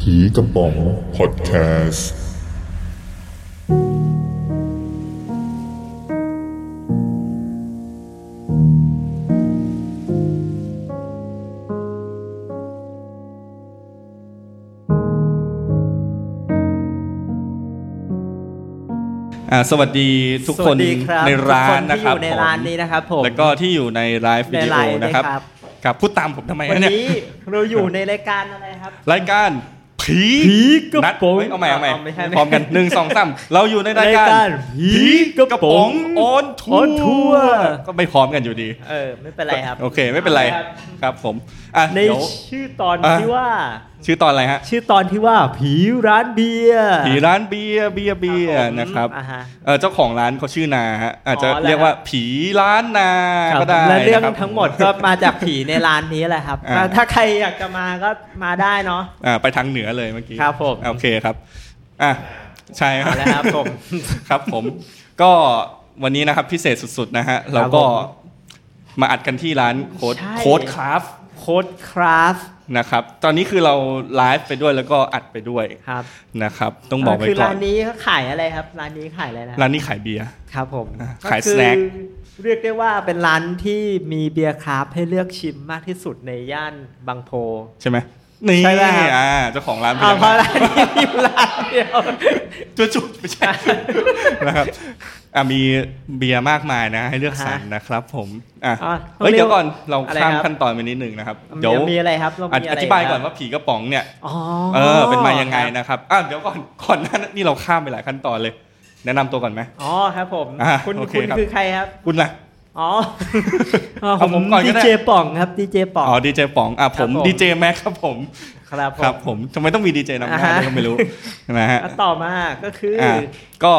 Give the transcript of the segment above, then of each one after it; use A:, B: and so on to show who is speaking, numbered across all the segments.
A: ผีกระป๋องพอดแคสต์
B: อ่าสวัสดีทุก
C: ส
B: ค
C: วัน สดีครับ
B: ในร้าน
C: ทุ
B: นะ
C: ก
B: ครั
C: ค
B: บ
C: นที่อยู่ใน
B: ผม
C: ร้านนี้นะครับผม
B: แล้วก็ที่อยู่ในไลฟ์วิดี
C: ในไล
B: โอ
C: ฟ์
B: นะครับ
C: ด้วยครับ
B: ครับพูดตามผมทำไม
C: วัน
B: เนี่ย
C: นี้เราอยู่ในรายการอะไรครับ
B: รายการผี
C: ผีกระ
B: นัด
C: ป๋อง
B: เฮ้ยเอาใหม่เอาใหม่
C: เอาไม่ใช่ไม่ใช่
B: พร้อมกันหนึ่งสองสามเราอยู่ในรายการ
C: รายการผี
B: กระป๋องออนทั
C: ออนทั
B: ว
C: วร์
B: ร์ก็ไม่พร้อมกันอยู่ดี
C: เออไม่เป็นไรครับ
B: โอเคไม่เป็นไร
C: ครับ
B: ครับผมอ่ะ
C: ใน
B: เดี๋ยว
C: ชื่อตอน
B: อ่ะ
C: ที่ว่า
B: ชื่อตอนอะไรฮะ
C: ชื่อตอนที่ว่าผีร้านเบียร์
B: ผีร้านเบียร์เบียร์เบียร์นะครับ
C: อ่าฮะ
B: เอ่อเจ้าของร้านเขาชื่อนาฮะอาจจะ
C: อ๋อเหรอ
B: เรียกว่าผีร้านนา
C: ครับ
B: ก็ได้
C: และเรื่อง
B: นะคบ
C: ทั้งหมดก็มาจากผีในร้านนี้แหละครับ
B: อ่า
C: อ่าถ้าใครอยากจะมาก็มาได้เนาะ
B: อ่าไปทางเหนือเลยเมื่อกี้
C: ครับผม
B: โอเคครับอ่ะใช่ครั
C: เอา
B: บ
C: ละครับผม
B: ครับผม ก็วันนี้นะครับพิเศษสุดๆนะฮะเราก็มาอัดกันที่ร้านโค้ด
C: ใช่
B: โค้ดคราฟ
C: โค้ดคราฟ
B: นะครับ ตอนนี้คือเราไลฟ์ไปด้วยแล้วก็อัดไปด้วย
C: ครับ
B: นะครับ ต้องบอกไว้
C: คือ
B: ก่อ
C: ร้าน นนี้เขาขายอะไรครับ ร้านนี้ขายอะไรนะ
B: ร้านนี้ขายเบียร์
C: ครับผม
B: อ่ะ
C: ก็
B: ขาย
C: คือ
B: สแน็ค
C: เรียกได้ว่าเป็นร้านที่มีเบียร์คราฟต์ให้เลือกชิมมากที่สุดในย่านบางโพ
B: ใช่ไหมนี่
C: ใช่แล้วครับ
B: อ่าเจ้าของร้านเป็น
C: อ่า
B: ยัง
C: เพ
B: ไง
C: ราะร้านนี้มีอยู่ร้านเดียว
B: จุดๆไม่ใช่ นะครับอ่ะมีเบียร์มากมายนะ ให้เลือกสรรนะครับผมอ่ะ
C: ะ
B: เฮ้ยเดี๋ยวก่อนเรา
C: อะไร
B: ข้าม
C: ครับ
B: ขั้นตอนไปนิดหนึ่งนะครับ
C: เดี๋
B: เดี๋
C: ย
B: ยว ว
C: มีอะไรครับเรา
B: อ
C: มีอะไร
B: ธิบายก่อนว่าผีกระป๋องเนี่ย
C: อ๋อ
B: เออเป็นมายังไงนะครับอ่ะเดี๋ยวก่อนก่อนหน้านั้นนี่เราข้ามไปหลายขั้นตอนเลย แนะนำตัวก่อนไหม
C: อ๋อครับผม
B: อ่ะ
C: คุณ
B: โอเค
C: คุณ
B: ครับ
C: คือใครครับ
B: คุณล่ะ
C: อ๋อ
B: เอาผมก่อนก็
C: ดี
B: ได้
C: เจป่องครับดีเจป่อง
B: อ๋อดีเจป๋องอ่ะผม
C: ครับผม
B: ดีเจแม็กครับผม
C: ครับผ
B: ครับ
C: ม
B: ผมทำไมต้องมีดีเจนำหน้า
C: อ่าฮะ
B: ด้วยก็ ไม่รู้นะฮะ
C: อ่ะต่อมาก็คืออ
B: อ่ะก็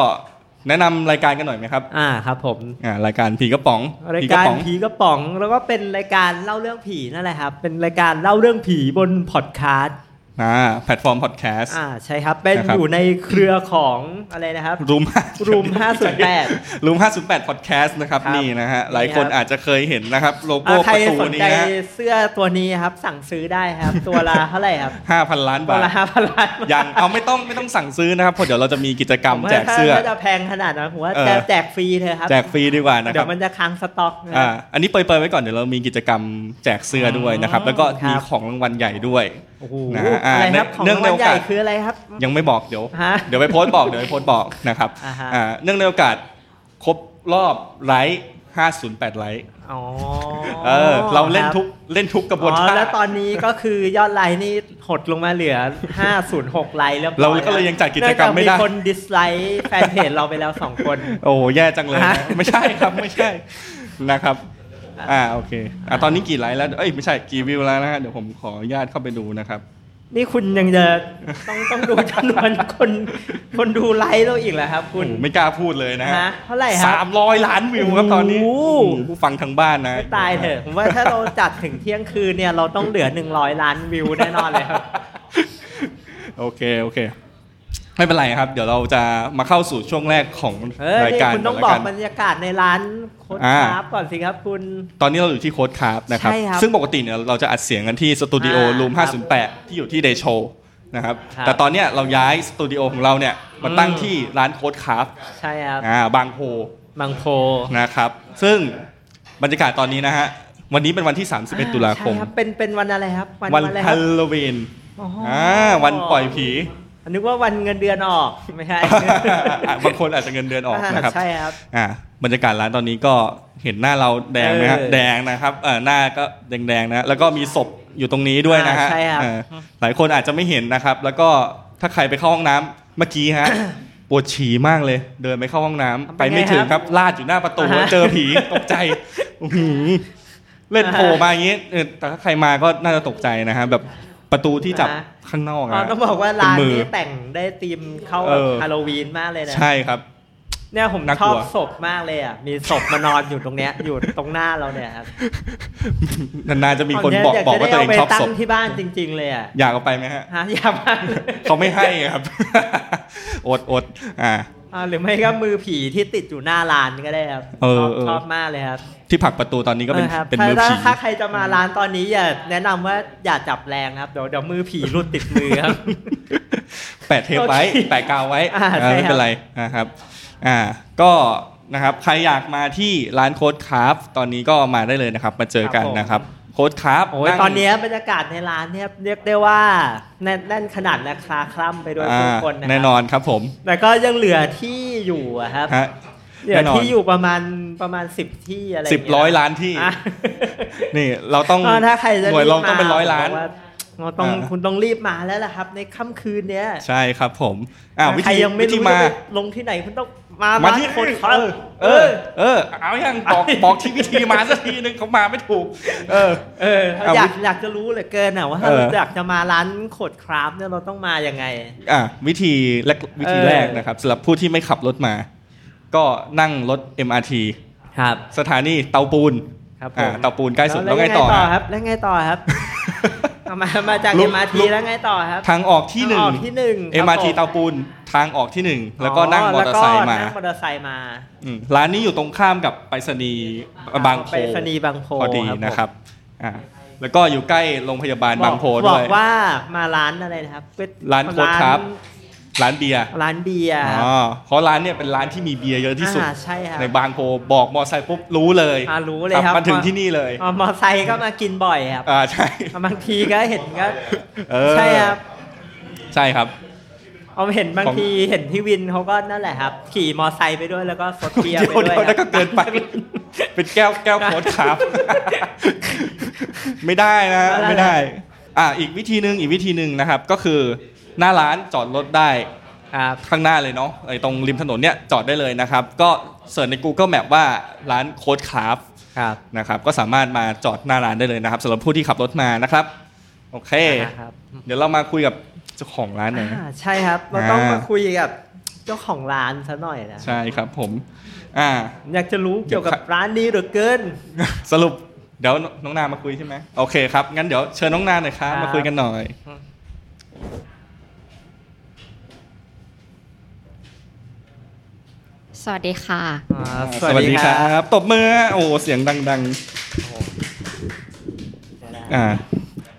B: แนะนำรายการกันหน่อยไหมครับ
C: อ่าครับผม
B: อ่ะรายการผีกระป๋อง
C: ราย
B: ผีกระ
C: การ
B: ป๋อง
C: ผีกระป๋องแล้วก็เป็นรายการเล่าเรื่องผีนั่นแหละครับ เป็นรายการเล่าเรื่องผีบนพอดคาสต์
B: อ่าแพลตฟอร์มพอดแคสต์
C: อ่าใช่ครับ เป็น
B: นะครับ
C: อยู่ในเครือของอะไรนะครับ
B: รูม
C: Room
B: รูม508 podcast นะครับ
C: ครับ
B: นี่นะฮะหลายคน
C: นี่ครับ
B: อาจจะเคยเห็นนะครับ โล
C: อ่า
B: โก้
C: ใคร
B: ประตู
C: สน
B: นี้
C: ใจ
B: นะ
C: เสื้อตัวนี้ครับสั่งซื้อได้ครับ ตัวละเท่าไหร่ครับ
B: ห้าพันล้าน
C: ตัว
B: บาท
C: ละห้าพันล้าน
B: ยังเอาไม่ต้องไม่ต้องสั่งซื้อนะครับเพราะเดี๋ยวเราจะมีกิจกรรมแจกเสื้อ
C: ถ้าจะแพงขนาดนั้นผมว่า
B: เออ
C: แจกแจกฟรีเธอะครับ
B: แจกฟรีดีกว่านะค
C: เดี๋
B: รั
C: ย
B: บ
C: วมันจะค้างสต็อกนะค
B: อ่า
C: รับ
B: อันนี้เปรยๆไว้ก่อนเดี๋ยวเรามีกิจกรรมแจกเสื้อด้วยนะครับ
C: อ๋อ
B: แล้วก็มี
C: ครับ
B: ของรางวัลใหญ่ด้วย
C: โอ้โห
B: นะฮะอ่า
C: อะไรครับของ
B: เนื่อง
C: ราง
B: ในโอ
C: วัลให
B: กาส
C: ญ่คืออะไรครับ
B: ยังไม่บอกเดี๋ยว
C: ฮะ
B: เดี๋ยวไปโพสต์บอกเดี๋ยวไปโพสต์บอกนะครับ
C: อ่าฮะ
B: อ่าเนื่องในโอกาสครบรอบไลค์508 ไลค์
C: อ๋อ
B: เออเราเล่น
C: ครับ
B: ทุกเล่นทุกกระบวน
C: อ๋
B: ท่า
C: อแล้วตอนนี้ ก็คือยอดไลน์นี่หดลงมาเหลือ 506 ไลน์แล้ว
B: เราก็เลยยังจัดกิจกรรมไม่ได้
C: มีคนดิสไลค์แฟนเพจเราไปแล้ว 2 คน
B: โอ้แย่จังเลยนะ
C: อ่ะ
B: ไม่ใช่ครับไม่ใช่นะครับ อ่าโอเคอ่าตอนนี้กี่ไลค์แล้วเอ้ยไม่ใช่กี่วิวแล้วนะฮะเดี๋ยวผมขออนุญาตเข้าไปดูนะครับ
C: นี่คุณยังจะต้องต้องดูจำนวนคนคนดูไลค์เราอีกเหรอครับ คุณ
B: โอ้ไม่กล้าพูดเลยนะฮะ
C: ฮะเท่าไหร่ครับ
B: สามร้อยล้านวิวครับตอนนี้
C: โอ้โห
B: อืมผู้ฟังทางบ้านนะ
C: ไม่ตายเถอะผมว่าถ้าเราจัดถึงเที่ยงคืนเนี่ยเราต้องเหลือ 100 ล้านวิวแน่นอนเลยครับ
B: โอเคโอเค ไม่เป็นไรครับ เดี๋ยวเราจะมาเข้าสู่ช่วงแรกของ
C: เฮ้ย
B: ราย
C: นี่
B: การ
C: คุณต้องบ
B: ก่
C: อน ก
B: ละ
C: บร
B: น
C: รยากาศในร้านโค้ด
B: อ่า
C: ครับก่อนสิครับคุณ
B: ตอนนี้เราอยู่ที่โค้ดคราฟนะครับ
C: ใช่ครับ
B: ซึ่งปกติเนี่ยเราจะอัดเสียงกันที่สตูดิโอ
C: อ่า
B: รูม
C: ครับ
B: 508 ที่อยู่ที่เดโชนะครับ
C: ครับ
B: แต่ตอนเนี้ยเราย้ายสตูดิโอของเราเนี่ยมาตั้ง
C: อืม
B: ที่ร้านโค้ดคราฟ
C: ใช่ครับ
B: อ่าบางโพ
C: บางโพ
B: นะครับ ซึ่งบรรยากาศตอนนี้นะฮะ วันนี้เป็นวันที่ 31 ตุลาคม
C: ใช่รับเป็นเป็นวันอะไรครับวัน
B: วัน
C: อะไรค
B: ฮั
C: รับ
B: ลโลวีน
C: อ๋ออ่
B: ่าวันปล่อยผี
C: นึกว่าวันเงินเดือนออก ไม่ใช่
B: อ่ะบางคนอาจจะเงินเดือนออกนะครับ
C: ใช่ครับ
B: อ่าบรรยากาศร้านตอนนี้ก็เห็นหน้าเราแดงไหมฮะ
C: เออ
B: แดงนะครับเออหน้าก็แดงๆนะแล้วก็มีศพอยู่ตรงนี้ด้วยนะฮะ
C: อ่าใช่ครับ
B: เออหลายคนอาจจะไม่เห็นนะครับ แล้วก็ถ้าใครไปเข้าห้องน้ำเมื่อกี้ฮะ ปวดฉี่มากเลย เดินไปเข้าห้องน้ำไปไม่ถึงครับลาดอยู่หน้าประตูเจอผีตกใจอื้อหือเล่นโผล่มาอย่างนี้เออแต่ถ้าใครมาก็น่าจะตกใจนะฮะแบบประตูที่จับข้างนอก
C: อ๋อ
B: อะ
C: ต้องบอกว่าร้าน
B: เป็นมือ
C: นี้แต่งได้ธีมเข้า
B: เออ
C: ฮาโลวีนมากเลยนะ
B: ใช่ครับ
C: เนี่ยผม
B: น่าก
C: ช
B: ลั
C: อ
B: ว
C: บศพมากเลยอ่ะมีศพมานอนอยู่ตรงเนี้ย อยู่ตรงหน้าเราเนี่ยครับ
B: น านๆจะมีคน
C: เย
B: บอก
C: ย
B: บอกว่าตัวเองชอบ
C: จะได้าไป
B: ศ
C: ตั้
B: พ
C: งที่บ้านจริง ๆ เลยอ่ะ
B: อยากเอาไปไหมฮะ
C: ฮะอยากมาก
B: เขาไม่ให้ครับ อดอดอ่า
C: อ่าหรือไม่ก็มือผีที่ติดอยู่หน้าร้านก็ได้ครับ
B: เออ
C: ชอบ
B: เออ
C: ชอบมากเลยครับ
B: ที่ผลักประตูตอนนี้ก็เป็น
C: ออครับ
B: เป็น
C: ถ้า
B: มือผี
C: ถ้าถ้าใครจะมาร้านตอนนี้อย่าแนะนำว่าอย่าจับแรงนะครับเดี๋ยวเดี๋ยวมือผีรุดติดมือครับ
B: แปะเทปไว้
C: โอเค
B: แปะกาวไว้
C: อ่า
B: อ่า
C: ใช่ครับ
B: ไม่เป็นไรนะครับอ่าก็นะครับใครอยากมาที่ร้านโค้ดคราฟตอนนี้ก็มาได้เลยนะครับ มาเจอกันนะครับโค้ดคราฟ
C: โอ้ยตอนนี้บรรยากาศในร้านเนี่ยเรียกได้ว่าแน่นแน่นขนาดและคลาคล่ำไปด้วยผู้คนนะครับ
B: แน่นอนครับผม
C: แต่ก็ยังเหลือที่อยู่อะครับ
B: ฮะ
C: เหลือ
B: แน่นอน
C: ที่อยู่ประมาณประมาณสิบที่อะไร
B: สิบ
C: เงี้
B: ร้อยล้านที่
C: อ่ะ
B: นี่เราต้อง
C: ก็ถ้าใครจะ
B: หน่วยเรา
C: บม
B: ต้องเป็นร้อยล้าน
C: ผมว่เราต้อง
B: อ่า
C: คุณต้องรีบมาแล้วล่ะครับ ในค่ำคืนเนี้ย
B: ใช่ครับผมอ้าววิ
C: ใคร
B: ธี
C: ยังไม่
B: วิธี
C: รู้
B: มา
C: จะไปลงที่ไหนคุณต้องมา
B: มา
C: ร้าน
B: ที่
C: คน
B: เอ
C: เขา
B: อเออ เออ เอายังบอกบอกที่วิธีมาสักทีนึงเขามาไม่ถูก เออ
C: เออถ้า
B: อ่ะ
C: อยาก
B: วิ
C: อยากจะรู้เหลือเกินอ่ะว่าถ้า
B: เออ
C: เราอยากจะมาร้านโขดคราฟเนี่ยเราต้องมายังไง
B: อ่ะวิธีแรกวิธี
C: เออ
B: แรกนะครับสำหรับผู้ที่ไม่ขับรถมา ก็นั่งรถ MRT
C: ครับ
B: สถานีเตาปูน
C: ครับผ
B: อ่าม เตาปูนใกล้สุดแล้วไง
C: ยัง
B: ต่อฮะ
C: ครับแล้วไงต่อครับ เอามามาจาก
B: ลุ
C: เอ็
B: ก
C: มอาร์ที
B: ลุก
C: แล้วไงต่อครับ
B: ทางออกที่หนึ่ง
C: ทางออกที่หนึ่งครับ
B: MRT
C: ผม
B: เตาปูนทางออกที่หนึ่งแล้วก็นั่งมอเตอร์ไซค์มา
C: แล้วก็นั่งมอเตอร์ไซค์มา
B: อืมร้านนี้อยู่ตรงข้ามกับไปรษณีย์บางโพ
C: ไปสนีย์บางโพ
B: พอดีนะครับอ่าแล้วก็อยู่ใกล้โรงพยาบาล
C: ผม
B: บางโพ
C: บ
B: ด้
C: อ
B: วย
C: กว่ามาร้านอะไรนะครับเป็
B: ร้านโค้ดครับ ร้านเบียร์
C: ร้านเบียร์
B: อ๋อเพราะร้านเนี่ยเป็นร้านที่มีเบียร์เยอะที่สุด
C: อ่าใช่ครับ
B: ในบางโพบอกมอไซค์ปุ๊บรู้เลย
C: อ่ารู้เลยครับ
B: มาถึงที่นี่เลย
C: อ๋อมอเตอร์ไซค์ก็มากินบ่อยครับ
B: อ่าใช่
C: บางทีก็เห็นก็
B: เออ
C: ใช่ครับ
B: ใช่ครับ
C: เอาเห็นบาง
B: ของ
C: ทีเห็นพี่วินเขาก็นั่นแหละครับ ขี่มอไซค์ไปด้วยแล้วก็สดเบียร์
B: เดี๋ยว
C: ไปด้วย
B: เดี๋ยวนั่นก็เกินไป เป็นแก้วแก้วโค้ดครับ ไม่ได้นะ ไม่ได้ อ่าอีกวิธีหนึ่งอีกวิธีหนึ่งนะครับ ก็คือหน้าร้านจอดรถได้
C: ครับ
B: ข้างหน้าเลยเนาะไอ้ตรงริมถนนเนี่ยจอดได้เลยนะครับ ก็เสิร์ชใน Google Map ว่าร้านโค้ดคราฟ
C: ครับ
B: นะครับ ก็สามารถมาจอดหน้าร้านได้เลยนะครับสำหรับผู้ที่ขับรถมานะครับ โอเค
C: ครับ
B: เดี๋ยวเรามาคุยกับเจ้าของร้านหน่อยนะ
C: อ่าใช่ครับ เราต้อง
B: อ่าม
C: มาคุยกับเจ้าของร้านซะหน่อยนะ
B: ใช่ครับผม อ่า
C: อยากจะรู้เกี่ยวกับ
B: เดี๋ยวครับ
C: ร้านนี้เหลือเกิน
B: สรุปเดี๋ยวน้องนามาคุยใช่ไหมโอเคครับ งั้นเดี๋ยวเชิญน้องนาหน่อยครับ
C: ครับ
B: มาคุยกันหน่อย
D: สวัสดีค่ะ
C: อ่า
B: สวัสดีครับ ตบมือโอ้เสียงดังๆ อ่า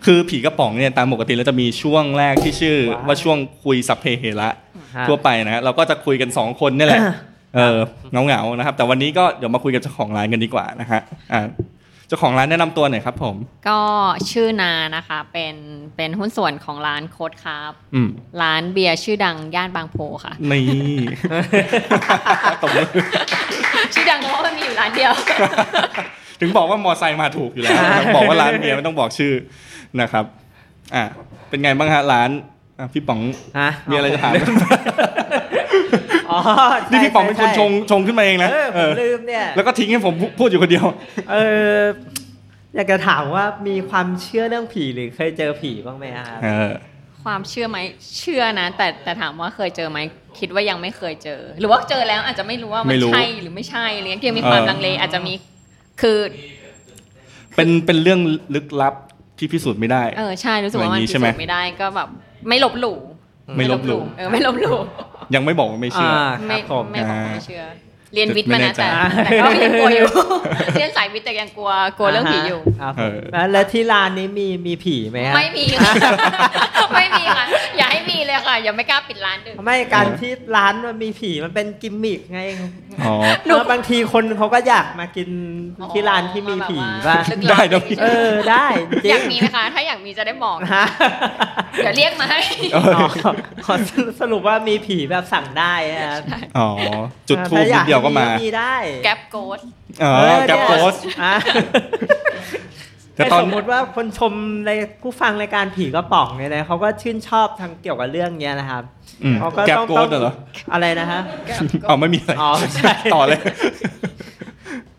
B: คือผีกระป๋องเนี่ยตามปกติแล้วจะมีช่วงแรกที่ชื่อว่าช่วงคุยสัพเพเหระ
C: ครับ
B: ทั่วไปนะเราก็จะคุยกันสองคนนี่แหละ
C: อ่า
B: เออเหงาๆนะครับ แต่วันนี้ก็เดี๋ยวมาคุยกับเจ้าของร้านกันดีกว่านะฮะอ่าเจ้าของร้านแนะนำตัวหน่อยครับ ผม
D: ก็ชื่อนานะคะ เป็นเป็นหุ้นส่วนของร้านโค้ดครับ
B: อืม
D: ร้านเบียร์ชื่อดังย่านบางโพค่ะ
B: นี่ ตบมือ
D: ชื่อดังเพราะว่ามันมีอยู่ร้านเดียว
B: ถึงบอกว่ามอไซค์มาถูกอยู่ แล้ว
C: อ่า
B: ต้องบอกว่าร้านเบียร์ไม่ต้องบอกชื่อนะครับ อ่ะเป็นไงบ้างฮะร้านอ่ะพี่ป๋อง
C: ฮ
B: มีอะไรจะถาม
C: อ๋อ ใช่
B: นี่พี่ป๋องเป็นคนชง
C: ใ
B: ชงขึ้นมาเอง
C: ช่
B: นะ
C: เออ
B: เอ
C: ผม
B: อ
C: ลืมเนี่ย
B: แล้วก็ทิ้งให้ผมพูดอยู่คนเดียว
C: เอออยากจะถามว่ามีความเชื่อเรื่องผีหรือเคยเจอผีบ้างไหมครับ
B: เออ
D: ความเชื่อไหมเชื่อนะ แต่แต่ถามว่าเคยเจอไหมคิดว่ายังไม่เคยเจอ หรือว่าเจอแล้วอาจจะไม่รู้ว่า
B: ไม่
D: มัน
B: รู้
D: ใช่หรือไม่ใช่อะไรเงี้ยยังมีความ
B: เออ
D: ลังเลอาจจะมีคือ
B: เป็นเป็นเรื่องลึกลับที่พิสูจน์ไม่ได้
D: เออใช่รู้สึกว่ามัน
B: อย่างนี้
D: พิ
B: ใช่
D: สู
B: ไหม
D: จน์ไม่ได้ก็แบบไม่ลบหลู่
B: ไม่ลบหลู่
D: เออไม่ลบหลู่
B: ยังไม่บอกว่าไม่เชื่ออ
D: ไม่
C: ครับผม
D: ไม่ขอไม่เชื่อ เรียน
B: ไม่
D: วิทย์มา
B: แน่
D: นะ
B: ใจ
D: แต่แต่ก็ยังกลัว อยู่ เรียนสายวิทย์แต่ยังกลัวกลัวเรื่องผีอยู่
C: าฮะครับ
B: เออ
C: แล้วแล้วที่ร้านนี้มีมีผีไหมฮะ
D: ไม่มี ค่ะ ไม่มีค่ะ อย่าให้มีเลยค่ะ อย่าไม่กล้าปิดร้านดึก
C: ไม่การที่ร้านมันมีผีมันเป็นกิมมิกไง
B: อ๋อ
D: หนู
C: แล้วบางทีคนเขาก็อยากมากินที่ร้านที่มีผีป่ะ
D: แบบว่า
B: ได้นะพี่
C: เออได้จริง
D: อยากมีไหมคะ ถ้าอยากมีจะได้บอก
C: ฮะ
D: เดี๋ยวเรียกมาให้
B: เออ
C: อ๋อขอสรุปว่ามีผีแบบสั่งได้นะครับ
B: อ๋อจุดทูบนิ
C: ถ้าอยา
B: ดเดียวก็มา
C: มีได้
D: แก๊ปโกด
B: เอ
C: เอ
B: อ
C: อ
B: แกับโพสต์
C: อ่ะ
B: แต่
C: แต่
B: ตอน
C: สมมติว่าคนชมในผู้ฟังรายการผีกระป๋องเนี่ยนะเขาก็ชื่นชอบทางเกี่ยวกับเรื่องเนี้ยนะครับ
B: อืม
C: เขาก็
B: แกับ
C: ต้อง
B: โกสต์เหรอ
C: อะไรนะฮะ
B: อ๋อไม่มีอะไร
C: อ๋อใช่
B: ต่อเลย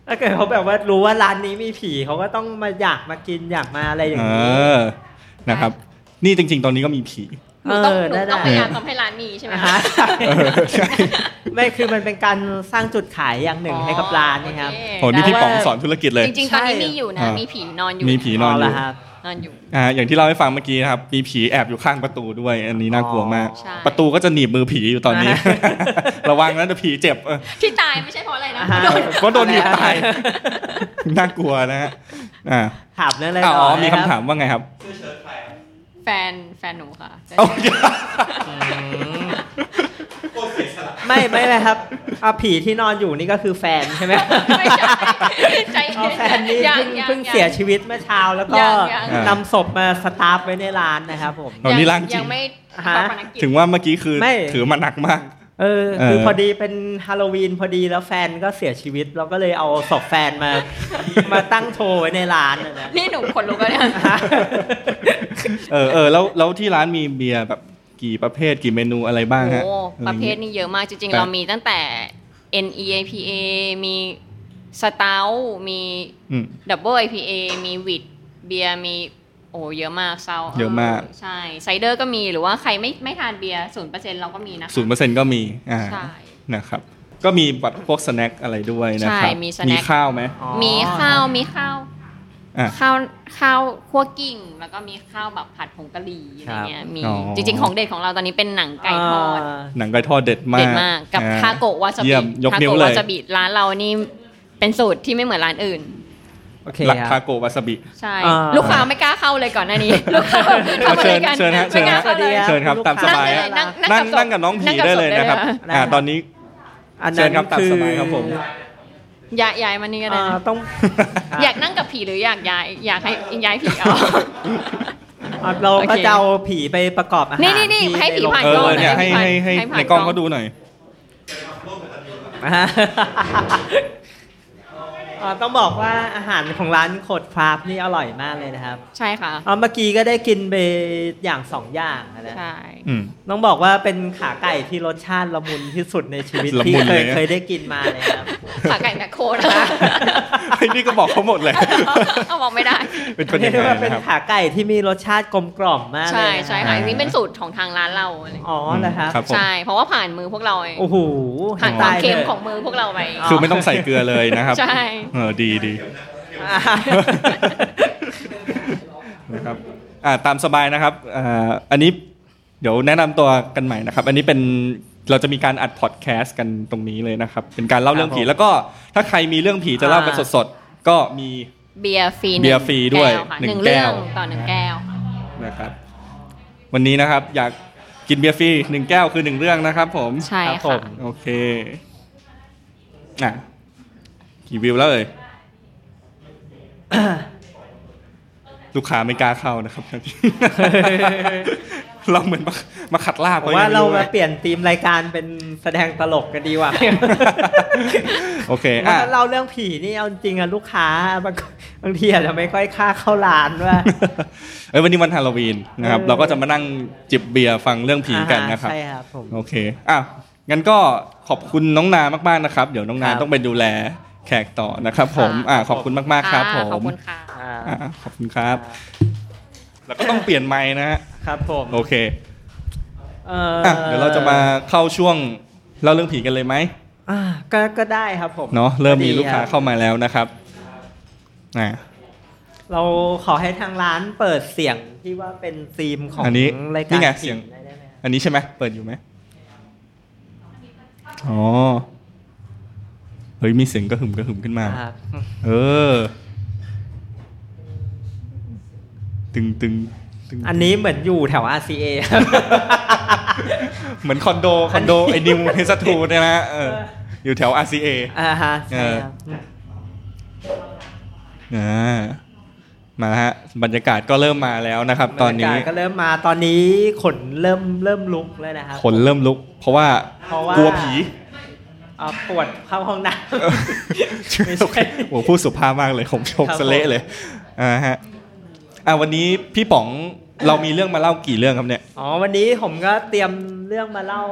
C: ถ้าเกิดเขาแบบว่ารู้ว่าร้านนี้มีผีเขาก็ต้องมาอยากมากินอยากมาอะไรอย่าง
B: เอ
C: นี้
B: อ นะครับ นี่จริง ๆ ตอนนี้ก็มีผี
D: หนูต้อง
C: เออ
D: หนู
C: ได้
D: ต้องพ
C: ได้
D: ยายามทำให้ร้านมีใช่ไหม
C: นะ
D: คะ
C: ฮะ
B: เออใช่
C: ไม่คือมันเป็นการสร้างจุดขายอย่างหนึ่ง
D: อ๋อ
C: ให้กับร้านนะครับ
D: โอเค
B: โหนี่พี่ป๋องสอนธุรกิจเลย
D: จริงๆ ตอนนี้
C: ใช่
D: มีอยู่นะ
B: อ่ามี
D: มีผีนอนอยู่
B: มีผี นอนอยู่
C: เาละครับ
D: นอนอยู่
B: อ่าอย่างที่เราให้ฟังเมื่อกี้นะครับ มีผีแอบอยู่ข้างประตูด้วย อันนี้น่ากลัวมาก
D: ใช่
B: ประตูก็จะหนีบมือผีอยู่ตอนนี้
C: อ่
B: ระวังนะเดี๋ยวผีเจ็บเออ
D: ที่ตายไม่ใช่เพราะอะไรนะ
C: อ่าฮะ
D: โดน
B: ก็โดนหนีบตาย น่ากลัวนะฮะอ่า
C: ถามเรื่องอะไร
B: อ๋
C: ต่
B: อ
C: อ
B: มี
C: นะ
B: คำ
C: รับ
B: ถามว่าไงครับ
D: แฟนแฟนหนูค่ะ
B: โอ้ย
C: ไม่ไม่เลยครับเอาผีที่นอนอยู่นี่ก็คือแฟนใช่ไหม
D: ไม่ใช่ใจเย็น
C: เอาแฟนนี่
D: ยัง
C: เพิ่ง
D: ยัง
C: เพิ่งเสีย
D: ง
C: ชีวิตเมื่อเช้าแล้วก็
D: ยังยัง
C: นำศพมาสตาร์ฟไว้ในร้านนะครับผม
B: ตอนนี้ร่างจริ
D: ยัง งไม่
C: อ่าฮะ
D: ชาปนกิจ
B: ถึงว่าเมื่อกี้คือ
C: ไม่
B: ถือมาหนักมาก
C: เออคือ
B: เออ
C: พอดีเป็นฮาโลวีนพอดีแล้วแฟนก็เสียชีวิต เราก็เลยเอาศพแฟน มา มาตั้งโชว์ไว้ในร้านนะนะ
D: นี่หนูขนลุกแล้วเนี่ย
B: เออเออแล้วแล้วที่ร้านมีเบียร์แบบกี่ประเภทกี่เมนูอะไรบ้างฮะ
D: โอ้
B: อ
D: ป
B: ไอย่าง
D: ระเภ
B: งี้
D: ทนี้เยอะมากจริงๆ
B: แต่
D: เรามีตั้งแต่ N E A P A มีสเตามี
B: อืม
D: ดับเบิล I P A มีวิดเบียร์มีโอ้เยอะมากเซา
B: เยอะมาก
D: ใช่ไซเดอร์ก็มีหรือว่าใครไม่ไม่ทานเบียร์ศูนย์เปอร์เซ็นต์เราก็มีนะคะ
B: ศูนย์เปอร์เซ็นต์ก็มีอ่า
D: ใช่
B: นะครับ ก็มีแบบพวกสแน็คอะไรด้วยนะครับ
D: ใช่มีสแน็ค
B: มีข้าวไหม
C: อ๋อ
D: มีข้าวมีข้าว
B: อ่ะ
D: ข้าวข้าวคั่วกิ่งแล้วก็มีข้าวแบบผัดผงกะหรี่อะไรเงี้ยมี
B: อ๋อ
D: จริง ๆ ของเด็ดของเราตอนนี้เป็นหนังไก่ทอด
C: า
B: หนังไก่ทอดเด็ดมา
D: เด็
B: ก
D: ดมากกับ
B: อ่
D: ทาโกะวาซา
B: เยี่ยม
D: บิ
B: ยก
D: ทา
B: นิ้ว
D: โกะ
B: เล
D: วาย ซาบิร้านเรานี่เป็นสูตรที่ไม่เหมือนร้านอื่น
C: โอเค
B: หลัก
C: ค
B: ทา
C: รับ
B: โกะวาซาบิ
D: ใช่
C: อ่า
D: ลูกค้าไม่กล้าเข้าเลยก่อนห น้านี้ลูกค้าทำอะไรกัน
B: เชิญฮะเชิ
D: ไม่ก
B: ญ
D: ล้า
B: ฮะ
D: เข้าเลย
B: เชิญครับตามสบาย
D: นั่งได้เลยนั่ง
B: นั่ง
D: กั
B: นั่
D: บ
B: ง
D: ศพ
B: กับ
D: นั่
B: น้อง
D: ง
B: ผี
D: กับศพ
B: ได้เลย
D: ได้
B: นะครับ
D: เลยค่ะ
B: อ่าตอนนี้
C: อัน
B: เชิ
C: นั้
B: ญ
C: น
B: ครับตาม
C: คือ
B: สบายครับผม
D: ย้ายย้ายมานี่ก็ได้
C: อ่า
D: นะ
C: ต้อง
D: อยากนั่งกับผีหรืออยากย้ายอยากให้ย้ายผีเอา
C: อ่ะเรา
D: โอ
C: ก็
D: เค
C: จะเอาผีไปประกอบอาหาร
D: นี่นี่นี่
C: ที่
D: ให้ผีผ่าน
B: เอก
D: ล้องห
B: อ
D: น่
B: เนี่ย
D: อย
B: ให้ให้ให้
D: ให้ผ่าน
B: ในกล้อง
D: กล้อง
B: เขาดูหน่อย
C: อ่าอ่าต้องบอกว่าอาหารของร้านโคดฟาร์มนี่อร่อยมากเลยนะครับ
D: ใช่ค่ะ
C: เอาเมื่อกี้ก็ได้กินไปอย่างสองอย่างนะ
D: ใช่
B: อืม
C: ต้องบอกว่าเป็นขาไก่ที่รสชาติละมุนที่สุดในชีวิต
B: ละ
C: ที่
B: มุน
C: เค
B: เลย
C: ย
B: นะ
C: เคยได้กินมาเลยครับ
D: ขาไก่แมคโคร นะคะ
B: ไอ้นี่ก็บอกเขาหมดเลย
D: เอาบอกไม่ได้
B: เป็นคนยังไง
C: เรียกว่าเป็น
B: นะครับ
C: ขาไก่ที่มีรสชาติกลมกล่อมมากเล
D: ใช่
C: ยนะ
D: ใช่ค่ะอันนี้เป็นสูตรของทางร้านเราอะไร
C: อ๋อเหรอครับ
B: ครับ ผม
D: ใช่ เพราะว่าผ่านมือพวกเราไง
C: โอ้โห
D: ผ่านความ
C: ตย
D: เค็ม
C: ลย
D: ของมือพวกเราไป
C: อ๋อ
B: คือไม่ต้องใส่เกลือเลยนะครับ
D: ใช่
B: เออดีดี
C: อ่า
B: นะครับอ่าตามสบายนะครับอ่าอันนี้เดี๋ยวแนะนำตัวกันใหม่นะครับ อันนี้เป็นเราจะมีการอัดพอดแคสต์กันตรงนี้เลยนะครับ เป็นการเล่าเรื่องผี
C: ครับผม
B: แล้วก็ถ้าใครมีเรื่องผีจะเล่ากัน
C: อ่า
B: สดๆ ก็มี
D: เบียร์ฟรีหนึ่ง
B: เบียร์ฟรีด้วย
D: แก้ค่ะ
B: ห
D: ห
B: นึ่
D: นึ่
B: ง
D: ง
B: แก้
D: เรื่อ
B: ว
D: งต่อหนึ่งแก้ว
B: นะครับ วันนี้นะครับอยากกินเบียร์ฟรีหนึ่งแก้วคือหนึ่งเรื่องนะครับ ผม
D: ใช่
C: ครับผ
D: ค่ะ
C: ม
B: โอเคอ่ะกี่วิวแล้วเอ่ย ลูกค้าไม่กล้าเข้านะครับ เราเหมือนมามาขัดลาบ
C: ผ
B: ข
C: มว่า
B: ยังไง
C: เรามา
B: ด้วย
C: เปลี่ยนธีมรายการเป็นแสดงตลกกันดีกว่า
B: โอเค
C: เพราะ
B: อ่ะ
C: ว่าเราเรื่องผีนี่เอาจริงอะลูกค้าบางบางทีอาจจะไม่ค่อยค่าเข้าร้านว่า
B: เอ้ยวันนี้วันฮาโลวีนนะครับ
C: เออ
B: เราก็จะมานั่งจิบเบียร์ฟังเรื่องผีกันนะครับ
C: ใช่ครับผม
B: โอเคอ่ะงั้นก็ขอบคุณน้องนามากๆนะครับ เดี๋ยวน้องนา
C: ครับ
B: ต้องไปดูแลแขกต่อนะครับ ผม
C: ค่ะ
B: อ่ะขอบคุณมากๆครับผ
D: อ่ขอบ
B: ม
D: คุณค่ะ
C: อ่า
B: อ่ะขอบคุณครับ แล้วก็ต้องเปลี่ยนไม้นะฮะ
C: ครับผม
B: โอเค
C: เอ่ออ
B: อ่ะเดี๋ยวเราจะมาเข้าช่วงเล่าเรื่องผีกันเลยไหม
C: อ่าก็ก็ได้ครับผม
B: เนาะเริ่มมี
C: ดี
B: ลูกค้า
C: รับ
B: เข้ามาแล้วนะครับอ่ะ
C: เราขอให้ทางร้านเปิดเสียงที่ว่าเป็นธีมของ
B: อันนี้
C: ราย
B: นี่
C: การ
B: ไงเสียง
C: ได้ไหมครับ
B: อันนี้ใช่ไหมเปิดอยู่ไหมอ๋อ เฮ้ย มีเสียงกระหึ่มกระหึ่มขึ้นมา
C: ครับ
B: เออ ตึงตึงตึง
C: อันนี้เหมือนอยู่แถว RCA
B: เหมือนคอนโด คอนโด ไอ้นิวเฮสทูเนี่ยนะเออ อยู่แถว RCA
C: อ่าฮะใช่ครับ
B: อ่ามาฮะ บรรยากาศก็เริ่มมาแล้วนะครับ ตอน
C: บร
B: นี้
C: รยากาศก็เริ่มมาตอนนี้ขนเริ่มเริ่มลุกเลยนะครับ
B: ขนเริ่มลุก เพราะว่า
C: เพราะว่า
B: กลัวผี
C: อ่าปวดเข้าห้องน้ ไม่ใช่
B: โอเคโอ้พูดสุภาพมากเลยผมชก
C: ครับ
B: สเละเลยอ่าฮะอ่าวันนี้พี่ป๋องเรามีเรื่องมาเล่ากี่เรื่องครับเนี่ย
C: ำอ๋อวันนี้ผมก็เตรียมเรื่องมาเล่า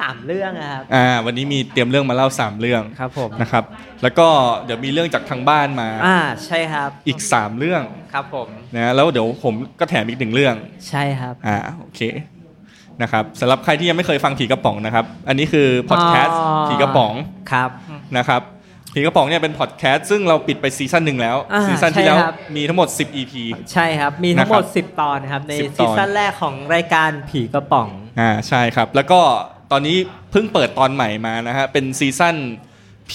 C: สามเรื่องนะครับ
B: อ่า วันนี้มีเตรียมเรื่องมาเล่าสามเรื่อง
C: ครับผม
B: นะครับ แล้วก็เดี๋ยวมีเรื่องจากทางบ้านมา
C: อ่าใช่ครับ
B: อีกสามเรื่อง
C: ครับผม
B: นะแล้วเดี๋ยวผมก็แถมอีกหนึ่งเรื่อง
C: ใช่ครับ
B: อ่าโอเคนะครับสำหรับใครที่ยังไม่เคยฟังผีกระป๋องนะครับ อันนี้คือพอดแคสต์ผีกระป๋อง
C: ครับ
B: นะครับ ผีกระป๋องเนี่ยเป็นพอดแคสต์ซึ่งเราปิดไปซีซั่นหนึ่งแล้ว
C: อ่า
B: ซีซั่นที่แล้ว
C: ใช่ครับ
B: มีทั้งหมด 10 EP
C: ใช่ครับ มีทั้งหม
B: นะ
C: ด
B: ครับ
C: 10 ตอนครับ ใน
B: สิบตอน
C: ซีซั่นแรกของรายการผีกระป๋อง
B: อ่าใช่ครับ แล้วก็ตอนนี้เพิ่งเปิดตอนใหม่มานะฮะเป็นซีซั่น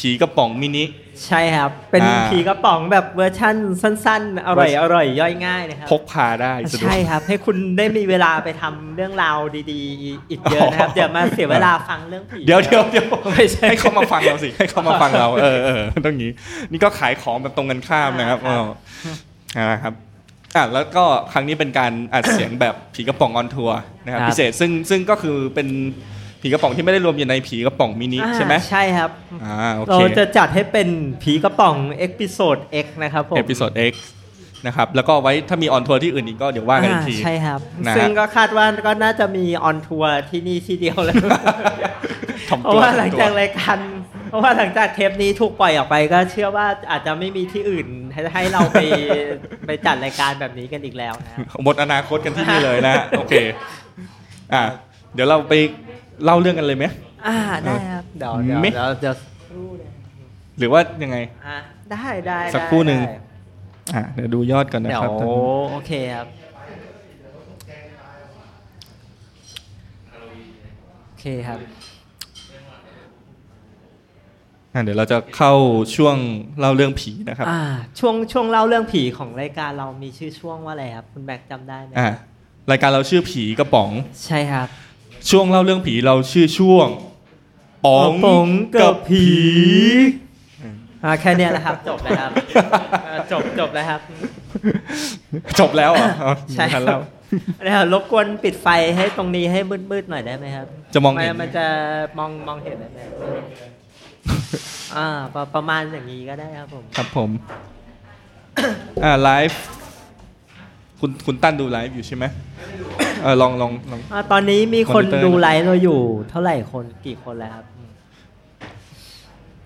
B: ผีกระป๋องมินิ
C: ใช่ครับ เป็น
B: อ่า
C: ผีกระป๋องแบบเวอร์ชั่นสั้น ๆ อร่อยอร่อยย่อยง่ายนะครับ
B: พกพาได้สะดวก
C: ใช่ครับ ให้คุณได้มีเวลาไปทำเรื่องราวดีๆ อีกเยอะนะครับ
B: อ๋อ
C: เดี๋ยวมาเสียเวลาฟังเรื่องผี
B: เดี๋ยวเดี๋ยวเดี๋ยว
C: ไม่ใช่
B: ให้เขามาฟังเราสิ ให้เขามาฟังเราเออเออต้องงี้ นี่ก็ขายของแบบตรงกันข้ามนะครับ
C: อ่า
B: อ๋ออ่าครับอ่ะแล้วก็ครั้งนี้เป็นการอัดเสียงแบบผีกระป๋องออนทัวร์นะครับ
C: ครับ
B: พิเศษซึ่งซึ่งก็คือเป็นผีกระป๋องที่ไม่ได้รวมอยู่ในผีกระป๋องมินิ
C: อ่า
B: ใช่ไหม
C: ใช่ครับ
B: อ่าโอ
C: เรา
B: เค
C: จะจัดให้เป็นผีกระป๋องเอพิโซด X นะครับผม
B: เอพิโซด X นะครับแล้วก็ไว้ถ้ามีออนทัวร์ที่อื่นอีกก็เดี๋ยวว่ากันอีกที
C: ใช่ครับ
B: นะฮะ
C: ซึ่งก็คาดว่าก็น่าจะมีออนทัวร์ที่นี่ที่เดียว แล้ว
B: ถ่อม
C: เพราะ
B: ตัว
C: ว่าหลั
B: ถ่อง มตั
C: จาก
B: ว
C: รายการเพราะว่าหลังจากเทปนี้ถูกปล่อยออกไปก็เชื่อว่าอาจจะไม่มีที่อื่นให้ให้เราไปไปจัดรายการแบบนี้กันอีกแล้วนะครับ
B: หมดอนาคตกันที่นี่เลย นะโอเคอ่ะเดี๋ยวเราไปเล่าเรื่องกันเลยไหม
C: อ่าได้ครับเดี๋ยวเดี๋ยว
B: ไม่
C: เดี๋ยวจะ
B: หรือว่ายังไง
C: อ่ะได้ได้
B: สัก
C: ได้
B: ครู่หนึ่ง
C: ได้
B: อ่ะเดี๋ยวดูยอดก่อนนะ
C: เดี๋ยว
B: ครับ
C: โอเคครับโอเคครับ
B: อ่ะเดี๋ยวเราจะเข้าช่วงเล่าเรื่องผีนะครับ
C: อ่า ช่วงช่วงเล่าเรื่องผีของรายการเรามีชื่อช่วงว่าอะไรครับ คุณแบกจำได้ไหม
B: อ่ะรายการเราชื่อผีกระป๋อง
C: ใช่ครับ
B: ช่วงเล่าเรื่องผีเราชื่อช่วงป๋อง
C: ป๋องกับผี
B: อืม
C: อ่าแค่เนี้ยแหละครับ จบ แล้วครับอ่าจบจบแล้วครับ
B: จบแล้วเหรออ๋อ
C: ใช่
B: ไม่
C: ค
B: ทันแล้
C: รับ
B: ว
C: แล้วรบกวนปิดไฟให้ตรงนี้ให้มืดๆหน่อยได้ไหมครับ
B: จะมองเห็น
C: นมันจะมองมองเห็นได้ไหมอ่าประประมาณอย่างนี้ก็ได้ครับผม
B: ครับผม อ่าไลฟ์คุณคุณตั้นดูไลฟ์อยู่ใช่ไหมเออลองลองลอง
C: อ่าตอนนี้มีคน
B: Monitor
C: ดู
B: หน่อย
C: ไลฟ์เราอยู่ เท่าไหร่คนกี่คนแล้วครับ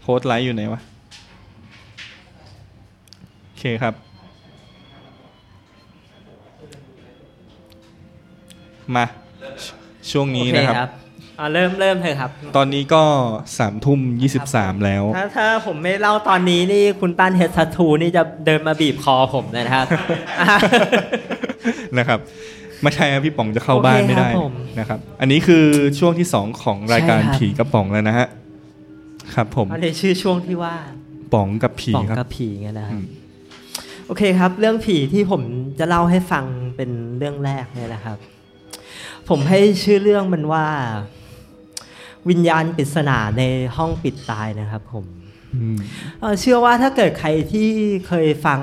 B: โค้ดไลฟ์อยู่ไหนวะ โอเคครับ มาชช่วงนี้นะค
C: โอเ
B: รับ
C: อ่าเริ่มเริ่มเถอะครับ
B: ตอนนี้ก็สามทุ่มยี่สิบสามแล้ว
C: ถ้าถ้าผมไม่เล่าตอนนี้นี่คุณตั้นเฮดทัตทูนี่จะเดินมาบีบคอผมเลย นะครับ
B: นะครับ ไม่ใช่ครับพี่ป๋องจะเข้าบ้าน
C: โอเค
B: ไม่ได้
C: ครับผม
B: นะครับ อันนี้คือช่วงที่สองของรายการ
C: ใช่ครับ
B: ผีกระป๋องแล้วนะฮะ ครับผม
C: อันนี้ชื่อช่วงที่ว่า
B: ป๋องกับผี
C: ปอง
B: ครับ
C: กับผีไงนะครั
B: อื
C: บ
B: ม
C: โอเคครับ เรื่องผีที่ผมจะเล่าให้ฟังเป็นเรื่องแรกเนี่ยนะครับ ผมให้ชื่อเรื่องมันว่า วิญญาณปริศนาในห้องปิดตายนะครับผม
B: อืม
C: เอ่อเชื่อว่าถ้าเกิดใครที่เคยฟัง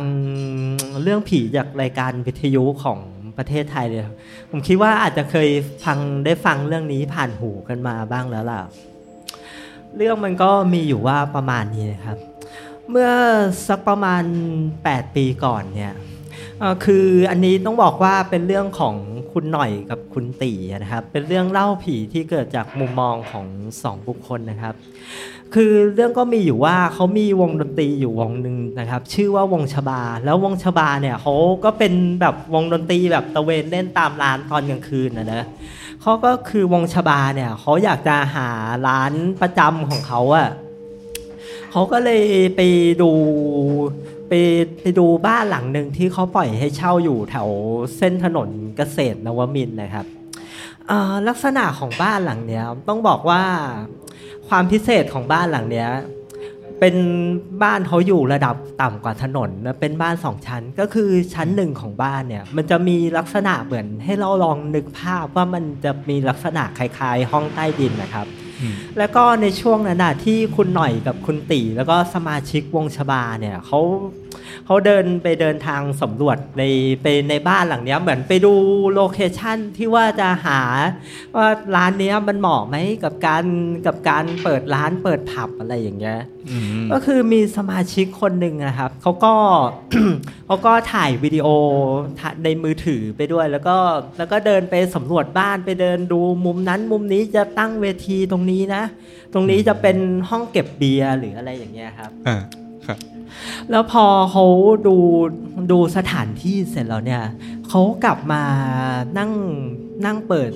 C: เรื่องผีจากรายการวิทยุของประเทศไทยเลยครับผมคิดว่าอาจจะเคยฟังได้ฟังเรื่องนี้ผ่านหูกันมาบ้างแล้วล่ะ เรื่องมันก็มีอยู่ว่าประมาณนี้นะครับ เมื่อสักประมาณ 8 ปีก่อนเนี่ยเอ่อคืออันนี้ต้องบอกว่าเป็นเรื่องของคุณหน่อยกับคุณตีนะครับ เป็นเรื่องเล่าผีที่เกิดจากมุมมองของสองบุคคลนะครับ คือเรื่องก็มีอยู่ว่าเขามีวงดนตรีอยู่วงหนึ่งนะครับ ชื่อว่าวงชบา แล้ววงชบาเนี่ยเขาก็เป็นแบบวงดนตรีแบบตะเวนเล่นตามร้านตอนกลางคืนนะนะเขาก็คือวงชบาเนี่ยเขาอยากจะหาร้านประจำของเขาอะ เขาก็เลยไปดูไปไปดูบ้านหลังหนึ่งที่เขาปล่อยให้เช่าอยู่แถวเส้นถนนเกษตรนวมินทร์นะครับเอ่อลักษณะของบ้านหลังเนี้ยต้องบอกว่าความพิเศษของบ้านหลังเนี้ยเป็นบ้านเขาอยู่ระดับต่ำกว่าถนนและเป็นบ้านสองชั้นก็คือชั้นหนึ่งของบ้านเนี่ยมันจะมีลักษณะเหมือนให้เราลองนึกภาพว่ามันจะมีลักษณะคล้ายๆ ห้องใต้ดินนะครับ แล้วก็ในช่วงนั้นน่ะที่คุณหน่อยกับคุณตีแล้วก็สมาชิกวงชบาเนี่ยเขาเขาเดินไปเดินทางสำรวจในไปในบ้านหลังเนี้ยเหมือนไปดูโลเคชันที่ว่าจะหาว่าร้านเนี้ยมันเหมาะไหมกับการกับการเปิดร้านเปิดผับอะไรอย่างเงี้ย
B: อืม
C: ก็คือมีสมาชิกคนหนึ่งนะครับเขาก็ เขาก็ถ่ายวิดีโอถ่ายในมือถือไปด้วย แล้วก็แล้วก็เดินไปสำรวจบ้านไปเดินดูมุมนั้น มุมนี้จะตั้งเวทีตรงนี้นะ ตรงนี้จะเป็นห้องเก็บเบียร์หรืออะไรอย่างเงี้ยครับ
B: อ่าครับ
C: แล้วพอเขาดูดูสถานที่เสร็จแล้วเนี่ยเขากลับมานั่งนั่งเปิด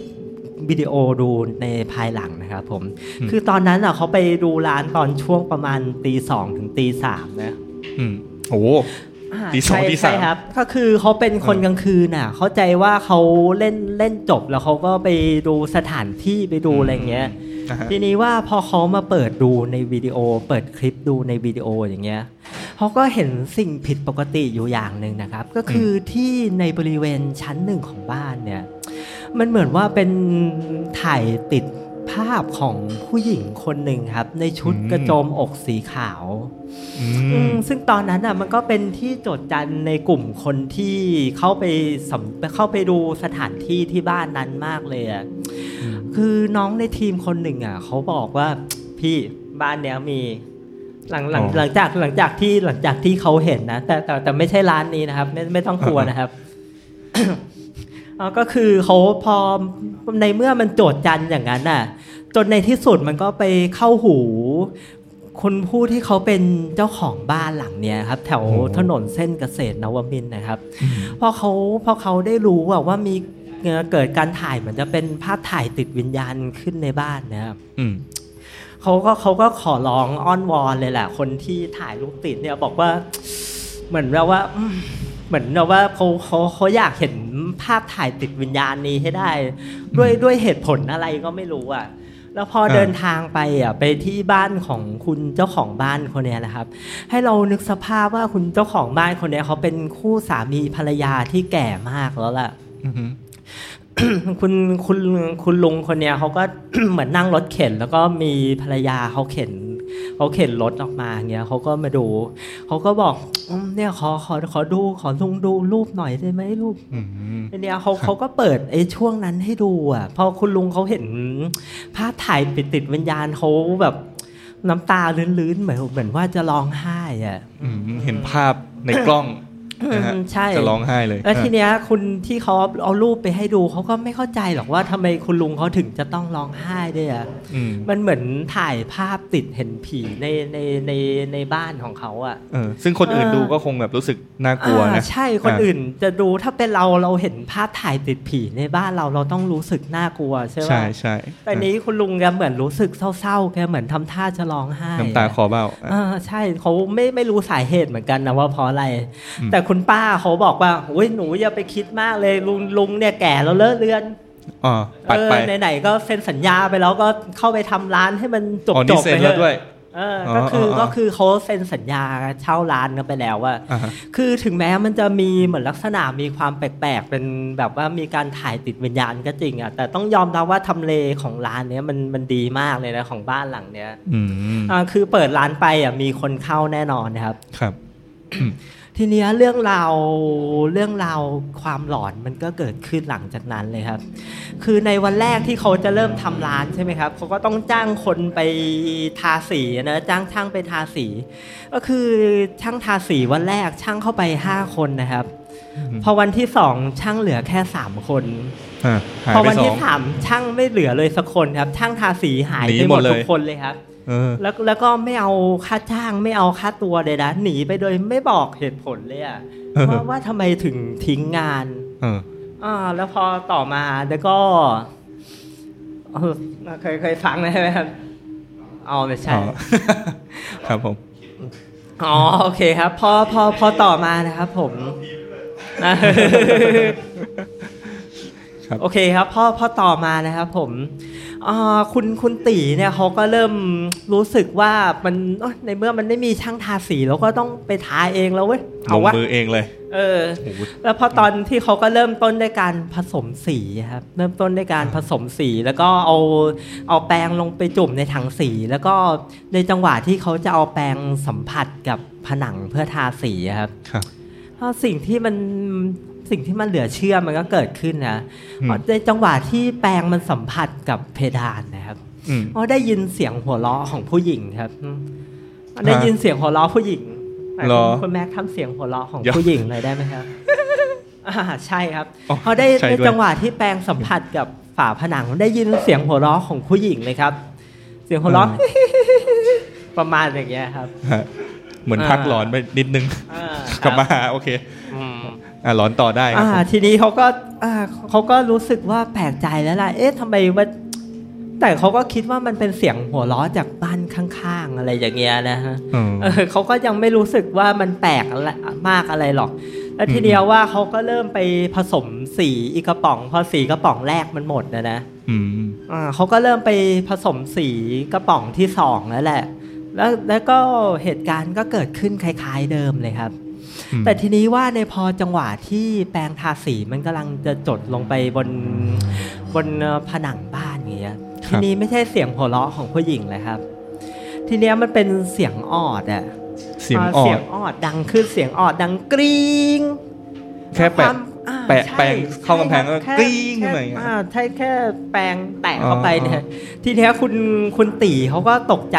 C: วิดีโอดูในภายหลังนะครับผม คือตอนนั้นอ่ะเขาไปดูร้านตอนช่วงประมาณตีสองถึงตีสามนะ
B: อืมโอ้
C: อ่า
B: ตีสอง
C: ใช่
B: ตีสาม
C: ใช่ครับ ก็คือเขาเป็นคนกลางคืนน่ะ เข้าใจว่าเขาเล่นเล่นจบแล้วเขาก็ไปดูสถานที่ไปดูอะไรอย่างเงี้ย
B: อ่าฮะ
C: ทีนี้ว่าพอเขามาเปิดดูในวิดีโอ เปิดคลิปดูในวิดีโออย่างเงี้ยเขาก็เห็นสิ่งผิดปกติอยู่อย่างหนึ่งนะครับ ก็คือที่ในบริเวณชั้นหนึ่งของบ้านเนี่ย มันเหมือนว่าเป็นถ่ายติดภาพของผู้หญิงคนหนึ่งครับ ในชุด
B: อืม
C: กระโจมอกสีขาว
B: อื
C: อื
B: ม
C: มซึ่งตอนนั้นอ่ะมันก็เป็นที่โจทย์จันในกลุ่มคนที่เข้าไปสำเข้าไปดูสถานที่ที่บ้านนั้นมากเลยอ่ะคือน้องในทีมคนหนึ่งอ่ะเขาบอกว่า พี่บ้านเนี้ยมี หลังหลัง
B: อ๋อ
C: หลังจากหลังจากที่หลังจากที่เขาเห็นนะแต่แต่แต่ไม่ใช่ร้านนี้นะครับ ไม่ไม่ต้องกลัว
B: อ่าๆ
C: นะครับ เอาก็คือเขาพอในเมื่อมันโจทย์จันอย่างนั้นน่ะ จนในที่สุดมันก็ไปเข้าหู คนผู้ที่เขาเป็นเจ้าของบ้านหลังเนี้ยครับ แถว
B: โอ้โห
C: ถนนเส้นเกษตรนวมินทร์นะครับ พอเขาพอเขาได้รู้อะว่ามีเอ่อเกิดการถ่ายเหมือนจะเป็นภาพถ่ายติดวิญญาณขึ้นในบ้านนะครับ
B: อืม
C: เขาก็เขาก็ขอร้องอ้อนวอนเลยแหละ คนที่ถ่ายรูปติดเนี่ยบอกว่า เหมือนแบบว่าอืมเหมือนแบบว่าเขาเขาเขาอยากเห็นภาพถ่ายติดวิญญาณนี้ให้ได้ ด้วยด้วยเหตุผลอะไรก็ไม่รู้อ่ะ แล้วพอ
B: เออ
C: เดินทางไปอ่ะไปที่บ้านของคุณเจ้าของบ้านคนเนี้ยนะครับ ให้เรานึกสภาพว่าคุณเจ้าของบ้านคนเนี้ยเขาเป็นคู่สามีภรรยาที่แก่มากแล้วล่ะ
B: อืม
C: คุณคุณคุณลุงคนเนี้ยเขาก็ เหมือนนั่งรถเข็น แล้วก็มีภรรยาเขาเข็นเขาเข็นรถออกมาอย่างเงี้ยเขาก็มาดูเขาก็บอกอืมเนี่ยขอขอขอดูขอลุงดูรูปหน่อยได้ไหมรูป
B: อืม
C: เนี่ยเขาเขาก็เปิดไอ้ช่วงนั้นให้ดูอ่ะพอคุณลุงเขาเห็นภาพถ่ายติดติดวิญญาณเขาแบบน้ำตาลื้นๆเหมือนเหมือนว่าจะร้องไห้อ่ะ
B: อืมเห็นภาพในกล้องนะฮะ
C: อืมใช่
B: จะร้องไห้เลย
C: แล้วทีเนี้ยคุณที่เขาเอารูปไปให้ดูเขาก็ไม่เข้าใจหรอกว่าทำไมคุณลุงเขาถึงจะต้องร้องไห้ด้วยอ่ะ
B: อืม
C: มันเหมือนถ่ายภาพติดเห็นผีในในในในบ้านของเขาอะ่ะ
B: เออซึ่งคนอื่น
C: เออ
B: ดูก็คงแบบรู้สึกน่ากลัว
C: อ่า
B: นะ
C: ใช่คน
B: น
C: อื่นจะดูถ้าเป็นเราเราเห็นภาพถ่ายติดผีในบ้านเราเราต้องรู้สึกน่ากลัวใช่ไหม
B: ใช่ใช่
C: แต่นี้คุณลุงแกเหมือนรู้สึกเศร้าๆแกเหมือนทำท่าจะร้องไห้
B: น้ำตาคอเบ้าอ่ะ
C: อ่าใช่เขาไม่ไม่รู้สาเหตุเหมือนกันนะว่าเพราะอะไร
B: อืม
C: แต่คุณป้าเขาบอกว่าโอ้ยหนูอย่าไปคิดมากเลยลุงลุงเนี่ยแก่แล้วเลอะเลือน
B: อ๋อปัด
C: เออ
B: ไป
C: ไหนๆก็เซ็นสัญญาไปแล้วก็เข้าไปทำร้านให้มันจบ
B: อ๋อ
C: จ
B: นี่
C: บ
B: เซ็
C: ไป
B: น
C: เถ
B: แล้ว
C: อะ
B: ด้วย
C: เออ
B: อ๋อ
C: ก็คืออ
B: อ
C: ก็คือเขาเซ็นสัญญาเช่าร้านกันไปแล้วว่า
B: อ่าฮะ
C: คือถึงแม้มันจะมีเหมือนลักษณะมีความแปลกๆ เป็นแบบว่ามีการถ่ายติดวิญญาณก็จริงอ่ะแต่ต้องยอมรับว่าทำเลของร้านเนี้ยมันมันดีมากเลยนะของบ้านหลังเนี้ย
B: อืม
C: อ่าคือเปิดร้านไปอ่ะมีคนเข้าแน่นอนนะครับ
B: ครับ
C: ทีเนี้ยเรื่องราวเรื่องราวความหลอนมันก็เกิดขึ้นหลังจากนั้นเลยครับ คือในวันแรกที่เขาจะเริ่มทำร้านใช่ไหมครับเขาก็ต้องจ้างคนไปทาสีนะจ้างช่างไปทาสี ก็คือช่างทาสีวันแรกช่างเข้าไป 5 คนนะครับ พอวันที่สองช่างเหลือแค่ 3 คน
B: อ่ะหาย
C: พอ
B: ไป
C: วัน
B: สอ
C: ที่
B: ง
C: สามช่างไม่เหลือเลยสักคนครับ ช่างทาสีหาย
B: หนี
C: ไปห
B: ห
C: ม
B: มด
C: ด
B: เลย
C: ทุกคนเลยครับ
B: เออ
C: แล้วแล้วก็ไม่เอาค่าจ้างไม่เอาค่าตัวเลยนะหนีไปโดยไม่บอกเหตุผลเลย อะ
B: เออ
C: ว่าว่าทำไมถึงทิ้งงาน
B: เออ
C: อ่าแล้วพอต่อมาแล้วก็เออเคยเคยฟังใช่ไหมครับเอาไม่ใช่
B: อ๋อ ครับผม
C: อ๋อโอเคครับพอพอพอต่อมานะครับผมอ่ะ
B: ครับ
C: โอเคครับพอพอต่อมานะครับผมอ่าคุณคุณตีเนี่ยเขาก็เริ่มรู้สึกว่ามันเอ้ยในเมื่อมันไม่มีช่างทาสีเราก็ต้องไปทาเองแล้วเว้ย
B: ล
C: เอา
B: ง
C: วะ
B: มือเองเลย
C: เออ
B: โอ้โห
C: แล้วพอตอนที่เขาก็เริ่มต้นด้วยการผสมสีครับเริ่มต้นด้วยการผสมสีแล้วก็เอาเอาแปรงลงไปจุ่มในถังสี แล้วก็ในจังหวะที่เขาจะเอาแปรงสัมผัสกับผนังเพื่อทาสีครับ
B: ครับ
C: ก็สิ่งที่มันสิ่งที่มันเหลือเชื่อมันก็เกิดขึ้นนะ
B: อืม
C: ในจังหวะที่แปรงมันสัมผัสกับเพดานนะครับ
B: อืม
C: อ๋อได้ยินเสียงหัวเราะของผู้หญิงครับอืมได้ยินเสียงหัวเราะผู้หญิง
B: เหรอ
C: คุณแม็กซ์ทำเสียงหัวเราะของ
B: เดี๋ยว
C: ผู้หญิงเลยได้ไหมครับ อ่าใช่ครับ
B: อ๋อ
C: เขาได้
B: ใช่
C: ใน
B: ด้วย
C: จังหวะที่แปลงสัมผัสกับฝาผนังได้ยินเสียงหัวเราะของผู้หญิงเลยครับ เสียงหัวเราะ ประมาณอย่างเงี้ยครับ
B: ฮะเหมือนพัก
C: อ่า
B: หลอนไปนิดนึง
C: อ่า
B: กลับมาหาโอเค
E: อืม
B: อ่ะหลอนต่อได้ครับผ
C: อ่า
B: ม
C: ทีนี้เขาก็อ่าเขาก็รู้สึกว่าแปลกใจแล้วล่ะ เอ๊ะทำไมมันแต่เขาก็คิดว่ามันเป็นเสียงหัวล้อจากบ้านข้างๆ อะไรอย่างเงี้ยนะฮะ
B: อืม
C: เออเขาก็ยังไม่รู้สึกว่ามันแปลกอะไรมากอะไรหรอก แล้วทีเดียวว่าเขาก็เริ่มไปผสมสีอีกกระป๋อง พอสีกระป๋องแรกมันหมดนะนะ
B: อืม
C: อ่าเขาก็เริ่มไปผสมสีกระป๋องที่สองแล้วแหละ แล้วแล้วก็เหตุการณ์ก็เกิดขึ้นคล้ายๆเดิมเลยครับ
B: อืม
C: แต่ทีนี้ว่าในพอจังหวะที่แปรงทาสีมันกำลังจะจดลงไปบนบนเอ่อผนังบ้านอย่างเงี้ย ทีนี้ไม่ใช่เสียงหัวเราะของผู้หญิงเลยครับ ทีเนี้ยมันเป็นเสียงออดอะ
B: เสียง
C: อ่า
B: ออ
C: เสีย
B: ด
C: งออดดังขึ้นเสียงออดดังกรี๊ง
B: แค่แปะ
C: วามอ่า
B: แปะ
C: ใช่
B: แปรงเข้ากำแพงแล้ว
C: ใช่
B: กรี๊งขึ้นมาอย่างเงี้ย
C: แค่ใช่แค่แปรงแตะเข้าไปเนี่ยทีเนี้ยคุณคุณตีเขาก็ตกใจ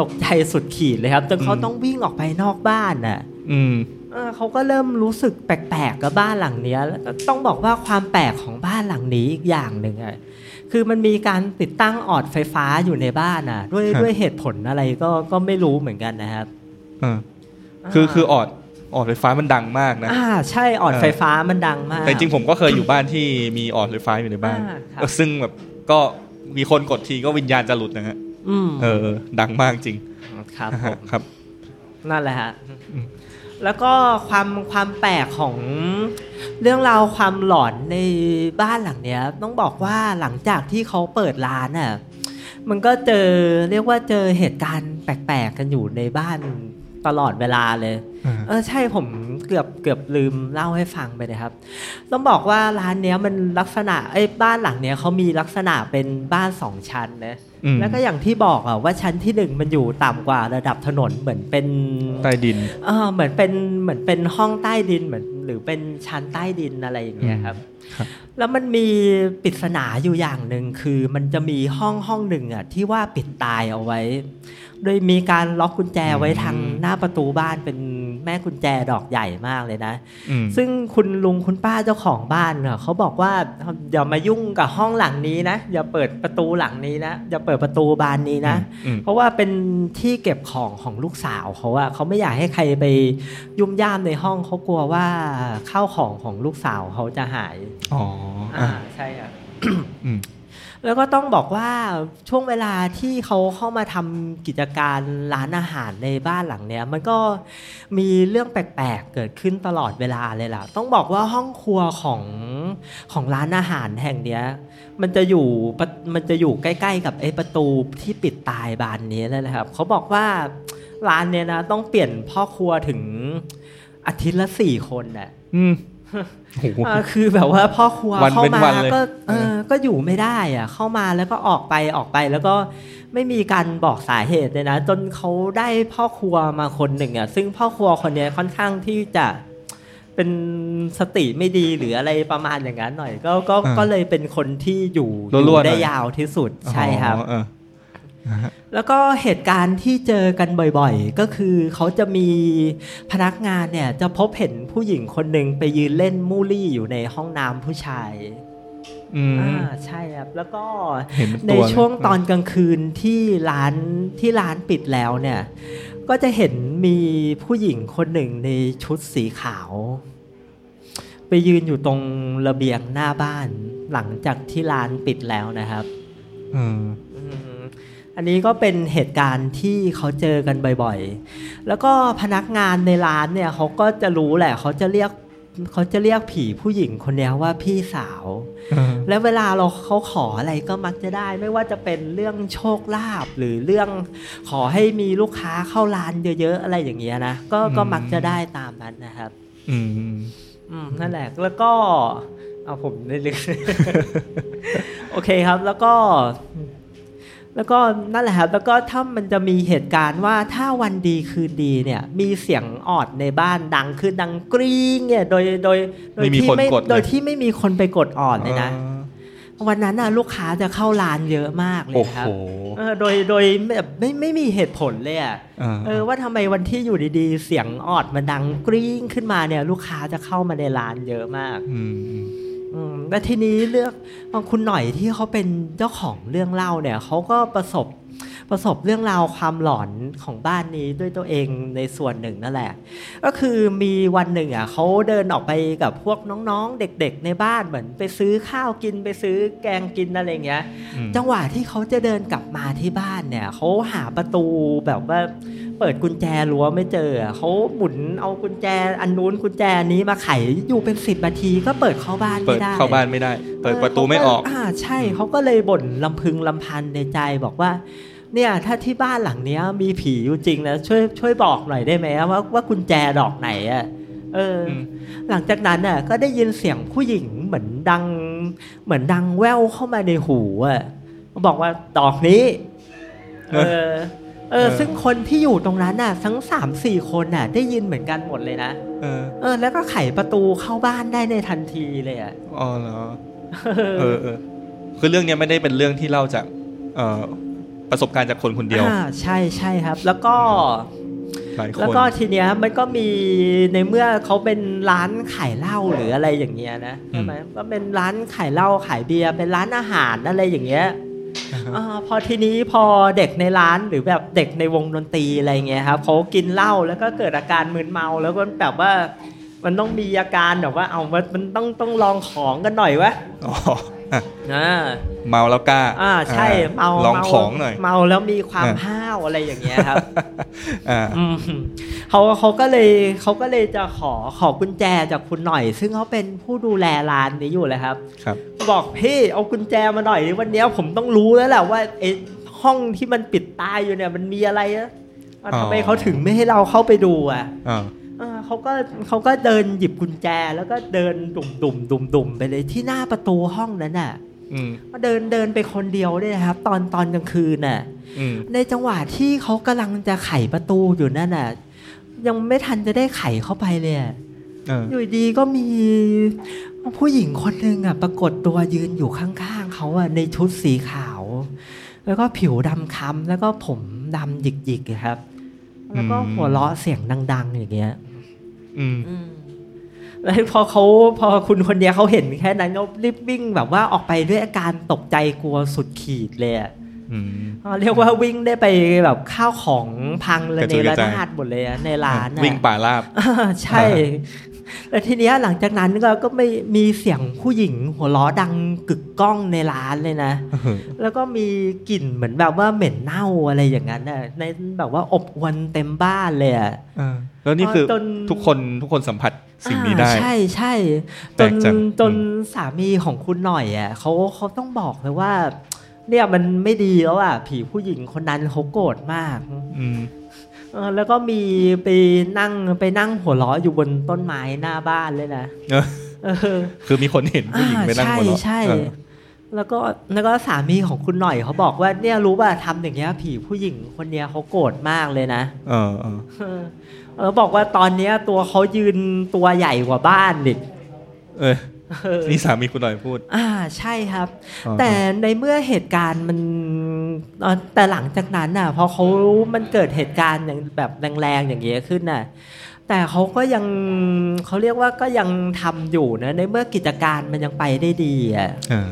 C: ตกใจสุดขีดเลยครับจนเขา
B: อืม
C: ต้องวิ่งออกไปนอกบ้านน่ะ
B: อืม
C: เออเขาก็เริ่มรู้สึกแปลกๆกับบ้านหลังเนี้ยแล้วต้องบอกว่าความแปลกของบ้านหลังนี้อีกอย่างหนึ่งอะคือมันมีการติดตั้งออดไฟฟ้าอยู่ในบ้านน่ะ ด้วย
B: ครับ
C: ด้วยเหตุผลอะไรก็ก็ไม่รู้เหมือนกันนะครับ
B: อ่าคือคือออดออดไฟฟ้ามันดังมากนะ
C: อ่าใช่ออด
B: เออ
C: ไฟฟ้ามันดังมาก
B: แต่จริงผมก็เคยอยู่บ้านที่มีออดไฟฟ้าอยู่ในบ้าน
C: อ่าครับ
B: เออซึ่งแบบก็มีคนกดทีก็วิญญาณจะหลุดนะฮะ
C: อืม
B: เออ ดังมากจริง
C: ครับผม
B: ครับ
C: นั่นแหละฮะแล้วก็ความความแปลกของเรื่องราวความหลอนในบ้านหลังเนี้ย ต้องบอกว่าหลังจากที่เขาเปิดร้านน่ะมันก็เจอเรียกว่าเจอเหตุการณ์แปลกๆกันอยู่ในบ้านตลอดเวลาเลย
B: อ่า
C: เออใช่ผมเกือบเกือบลืมเล่าให้ฟังไปนะครับ ต้องบอกว่าร้านเนี้ยมันลักษณะไอ้ยบ้านหลังเนี้ยเขามีลักษณะเป็นบ้านสองชั้นนะ
B: อืม
C: แล้วก็อย่างที่บอกอะว่าชั้นที่หนึ่งมันอยู่ต่ำกว่าระดับถนนเหมือนเป็น
B: ใต้ดิน
C: เออเหมือนเป็นเหมือนเป็นห้องใต้ดินเหมือน หรือเป็นชั้นใต้ดินอะไรอย่างเงี้ยครับ แล้วมันมีปริศนาอยู่อย่างหนึ่งคือมันจะมีห้องห้องหนึ่งอะที่ว่าปิดตายเอาไว้ โดยมีการล็อกกุญแจไว้ทางหน้าประตูบ้านเป็นแม่กุญแจดอกใหญ่มากเลยนะ
B: อืม
C: ซึ่งคุณลุงคุณป้าเจ้าของบ้านเนี่ยเขาบอกว่าอย่ามายุ่งกับห้องหลังนี้นะ อย่าเปิดประตูหลังนี้นะ อย่าเปิดประตูบานนี้นะ
B: อืม
C: เพราะว่าเป็นที่เก็บของของลูกสาวเขาอะเขาไม่อยากให้ใครไปยุ่มย่ามในห้องเขากลัวว่าข้าวของของลูกสาวเขาจะหาย
B: อ๋ออ่ะ
C: อ่าใช่อะ
B: อืม
C: แล้วก็ต้องบอกว่าช่วงเวลาที่เขาเข้ามาทำกิจการร้านอาหารในบ้านหลังเนี้ย มันก็มีเรื่องแปลกๆเกิดขึ้นตลอดเวลาเลยล่ะ ต้องบอกว่าห้องครัวของของร้านอาหารแห่งเนี้ย มันจะอยู่ประมันจะอยู่ใกล้ๆ กับไอ้ประตูที่ปิดตายบานนี้เลยนะครับเขาบอกว่าร้านเนี้ยนะต้องเปลี่ยนพ่อครัวถึงอาทิตย์ละสี่คนน่ะ
B: อืมโอ้โห
C: อ่าคือแบบว่าพ่อครัว
B: วัน
C: เข้า
B: เว้น
C: มา
B: วันเลย
C: ก็เอ
B: เอ
C: อ
B: อ
C: ก็อยู่ไม่ได้อ่ะเข้ามาแล้วก็ออกไปออกไปแล้วก็ไม่มีการบอกสาเหตุเลยนะ จนเขาได้พ่อครัวมาคนหนึ่งอ่ะซึ่งพ่อครัวคนเนี้ยค่อนข้างที่จะเป็นสติไม่ดีหรืออะไรประมาณอย่างนั้นหน่อย ก็ก็ก็เลยเป็นคนที่อยู่อยู่ได้ยาวที่สุดใช่ครับ
B: อ๋อเออ
C: แล้วก็เหตุการณ์ที่เจอกันบ่อยๆ ก็คือเขาจะมีพนักงานเนี่ยจะพบเห็นผู้หญิงคนหนึ่งไปยืนเล่นมูลี่อยู่ในห้องน้ำผู้ชาย
B: อืม
C: อ่าใช่ครับแล้วก็
B: เห็นเป็น
C: ใน
B: ตัวเลย
C: ช่วงตอนกลางคืนที่ร้านที่ร้านปิดแล้วเนี่ยก็จะเห็นมีผู้หญิงคนหนึ่งในชุดสีขาว ไปยืนอยู่ตรงระเบียงหน้าบ้านหลังจากที่ร้านปิดแล้วนะครับ
B: อืม
C: อืมอันนี้ก็เป็นเหตุการณ์ที่เขาเจอกันบ่อยๆ แล้วก็พนักงานในร้านเนี่ยเขาก็จะรู้แหละเขาจะเรียกเขาจะเรียกผีผู้หญิงคนเนี้ยว่าพี่สาว และเวลาเราเขาขออะไรก็มักจะได้ ไม่ว่าจะเป็นเรื่องโชคลาภหรือเรื่องขอให้มีลูกค้าเข้าร้านเยอะๆอะไรอย่างเงี้ยนะก็ก็
B: อืม
C: มักจะได้ตามนั้นนะครับ
B: อืม
C: อืมนั่นแหละแล้วก็เอาผมได้ เลย โอเคครับแล้วก็ แล้วก็นั่นแหละครับแล้วก็ถ้ามันจะมีเหตุการณ์ว่าถ้าวันดีคืนดีเนี่ย มีเสียงออดในบ้านดังคือดังกรี๊งเนี่ยโดยโดยโดย
B: ไม่มี
C: ที่
B: คน
C: ไม่
B: กดเลย
C: โดยที่ไม่มีคนไปกดออดเลยนะ วันนั้นน่ะลูกค้าจะเข้าร้านเยอะมากเล
B: โอ้
C: ยค
B: โห
C: รับเออโดยโดยแบบไม่ไม่ไม่มีเหตุผลเลยอ่ะ
B: เออ
C: เออว่าทำไมวันที่อยู่ดีๆ เสียงออดมันดังกริ้งขึ้นมาเนี่ย ลูกค้าจะเข้ามาในร้านเยอะมาก
B: อืม
C: อืมและทีนี้เลือกของคุณหน่อยที่เขาเป็นเจ้าของเรื่องเล่าเนี่ยเขาก็ประสบ ประสบเรื่องราวความหลอนของบ้านนี้ด้วยตัวเองในส่วนหนึ่งนั่นแหละ ก็คือมีวันหนึ่งอ่ะเขาเดินออกไปกับพวกน้องๆ เด็กๆ ในบ้านเหมือนไปซื้อข้าวกินไปซื้อแกงกินอะไรอย่างเงี้ย
B: อืม
C: จังหวะที่เขาจะเดินกลับมาที่บ้านเนี่ยเขาหาประตูแบบว่าเปิดกุญแจรั้วไม่เจออะเขาหมุนเอากุญแจอันนู้นกุญแจนี้มาไขอยู่เป็นสิบนาทีก็เปิดเข้าบ้าน
B: เปิด
C: ไม่ได้
B: เข้าบ้านไม่ได้ เปิดประตูไม่ออก
C: เเขาใช่เขาก็เลยบ่นลำพึงลำพันในใจบอกว่า เนี่ยถ้าที่บ้านหลังเนี้ยมีผีอยู่จริงนะช่วยช่วยบอกหน่อยได้ไหมว่าว่ากุญแจดอกไหนอ่ะเอออ
B: ม
C: หลังจากนั้นน่ะ ก็ได้ยินเสียงผู้หญิงเหมือนดัง เหมือนดังแว่วเข้ามาในหูอ่ะบอกว่าดอกนี้ เออ เออ ซึ่งคนที่อยู่ตรงนั้นน่ะ ทั้งสามสี่คนน่ะ ได้ยินเหมือนกันหมดเลยนะ
B: เออ
C: เออ แล้วก็ไขประตูเข้าบ้านได้ในทันทีเลยอ่ะ
B: อ๋อเหรอ เออเออคือเรื่องเนี้ยไม่ได้เป็นเรื่องที่เล่าจากเอ่อประสบการณ์จากคนคนเดียว
C: อ่าใช่ใช่ครับ แล้วก็
B: หลายค
C: แล้ว
B: น
C: ก็ทีเนี้ยมันก็มีในเมื่อเขาเป็นร้านขายเหล้าหรืออะไรอย่างเงี้ยนะใช่ไหมก็เป็นร้านขายเหล้าขายเบียร์เป็นร้านอาหารอะไรอย่า งเงี้ยอ่าพอทีนี้พอเด็กในร้านหรือแบบเด็กในวงดนตรีอะไรเงี้ยครับเขากินเหล้าแล้วก็เกิดอาการมึนเมาแล้วก็แบบว่า มันต้องมีอาการแบบว่าเอามันมันต้องต้องลองของกันหน่อยวะ
B: อ๋ออ่ะ
C: อ่า
B: เมาแล้วกล้า
C: อ่าใช่
B: อ่
C: เมา
B: ลอง
C: เมา
B: ของหน่อย
C: เมาแล้วมีความ
B: อ่า
C: ห้าวอะไรอย่างเงี้ยครับ
B: อ่า
C: อืมเขาเขาก็เลยเขาก็เลยจะขอขอกุญแจจากคุณหน่อย ซึ่งเขาเป็นผู้ดูแลร้านนี้อยู่เลยครับ
B: ครับ
C: บอกพี่เอากุญแจมาหน่อยดิวันเนี้ยผมต้องรู้แล้วแหละว่าไอ้ห้องที่มันปิดตายอยู่เนี่ยมันมีอะไรอะว่า
B: อ๋อ
C: ทำไมเขาถึงไม่ให้เราเข้าไปดูอ่ะ
B: อ่า
C: เออเขาก็เขาก็เดินหยิบกุญแจแล้วก็เดินดุ่มดุ่มดุ่มดุ่มๆไปเลยที่หน้าประตูห้องนั้นน่ะ
B: อืม
C: ก็เดินเดินไปคนเดียวด้วยนะครับ ตอนตอนกลางคืนน่ะ
B: อืม
C: ในจังหวะที่เขากำลังจะไขประตูอยู่นั่นน่ะ ยังไม่ทันจะได้ไขเข้าไปเลยอะ
B: เออ
C: อยู่ดีก็มีผู้หญิงคนหนึ่งอ่ะ ปรากฏตัวยืนอยู่ข้างๆเขาอ่ะในชุดสีขาว แล้วก็ผิวดำคล้ำแล้วก็ผมดำหยิกๆอะครับ แล้วก็หัวเราะเสียงดัง ๆ อย่างเงี้ย
B: อืม
C: แล้วพอเขาพอคุณคนเดียวเขาเห็นแค่นั้นก็รีบวิ่งแบบว่าออกไปด้วยอาการตกใจกลัวสุดขีดเลยอะ
B: อืม
C: อ๋อเรียกว่าวิ่งได้ไปแบบข้าวของพังเลย
B: กระ
C: ใน
B: จุยก
C: ระ
B: ระจาย
C: นาดหมดเลยอะในร้านอะ
B: วิ่งป่าลาบ
C: อ่าใช่ แล้วทีเนี้ยหลังจากนั้นก็ก็ไม่มีเสียงผู้หญิงหัวล้อดังกึกก้องในร้านเลยนะ แล้วก็มีกลิ่นเหมือนแบบว่าเหม็นเน่าอะไรอย่างนั้นน่ะในแบบว่าอบอวนเต็มบ้านเลยอะ
B: อ่าแล้วนี่คือ
C: จน
B: ทุกคนทุกคนสัมผัสสิ่งนี้ได้
C: อ่าใช่ใช่
B: แป
C: จ
B: ล
C: น
B: กจัง
C: จน
B: อื
C: สามีของคุณหน่อยอ่ะเขาเขาต้องบอกเลยว่า เนี่ยมันไม่ดีแล้วอ่ะผีผู้หญิงคนนั้นเขาโกรธมาก
B: อืม
C: เออแล้วก็มีไปนั่งไปนั่งหัวเราะอยู่บนต้นไม้หน้าบ้านเลยนะ
B: เออ
C: เออ
B: คือมีคนเห็นผู้หญิงไปนั่ง
C: ใช่
B: หัวเราะ
C: ใช่
B: เออ
C: แล้วก็แล้วก็สามีของคุณหน่อยเขาบอกว่าเนี่ยรู้ป่ะทำอย่างเงี้ยผีผู้หญิงคนเนี้ยเขาโกรธมากเลยนะ
B: เออเออ
C: เออแล้วบอกว่าตอนเนี้ยตัวเขายืนตัวใหญ่กว่าบ้านดิ
B: เออ
C: เออ
B: นี่สามีคุณหน่อยพูด
C: อ่าใช่ครับ
B: อ่าฮะ
C: แต่ในเมื่อเหตุการณ์มันเอ่อแต่หลังจากนั้นน่ะพอเขามันเกิดเหตุการณ์อย่างแบบแรงๆอย่างเงี้ยขึ้นน่ะแต่เขาก็ยังเขาเรียกว่าก็ยังทำอยู่นะในเมื่อกิจการมันยังไปได้ดีอ่ะ
B: เอ่า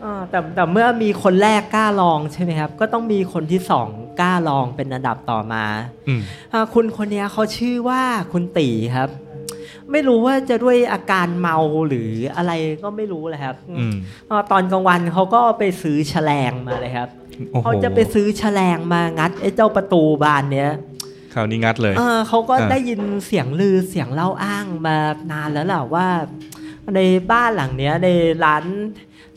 C: เออแต่แต่เมื่อมีคนแรกกล้าลองใช่ไหมครับ ก็ต้องมีคนที่สองกล้าลองเป็นอันดับต่อมา
B: อืม
C: อ่าคุณคนเนี้ยเขาชื่อว่าคุณตีครับ ไม่รู้ว่าจะด้วยอาการเมาหรืออะไรก็ไม่รู้แหละครับ
B: อืม
C: อ่าตอนกลางวันเขาก็ไปซื้อแฉลงมาเลยครับ
B: โอ้โห
C: เขาจะไปซื้อแฉลงมางัดไอ้เจ้าประตูบานเนี้ย
B: คราวนี้งัดเลย
C: เออเขาก็
B: อ่า
C: ได้ยินเสียงลือเสียงเล่าอ้างมานานแล้วแหละว่า ในบ้านหลังเนี้ยในร้าน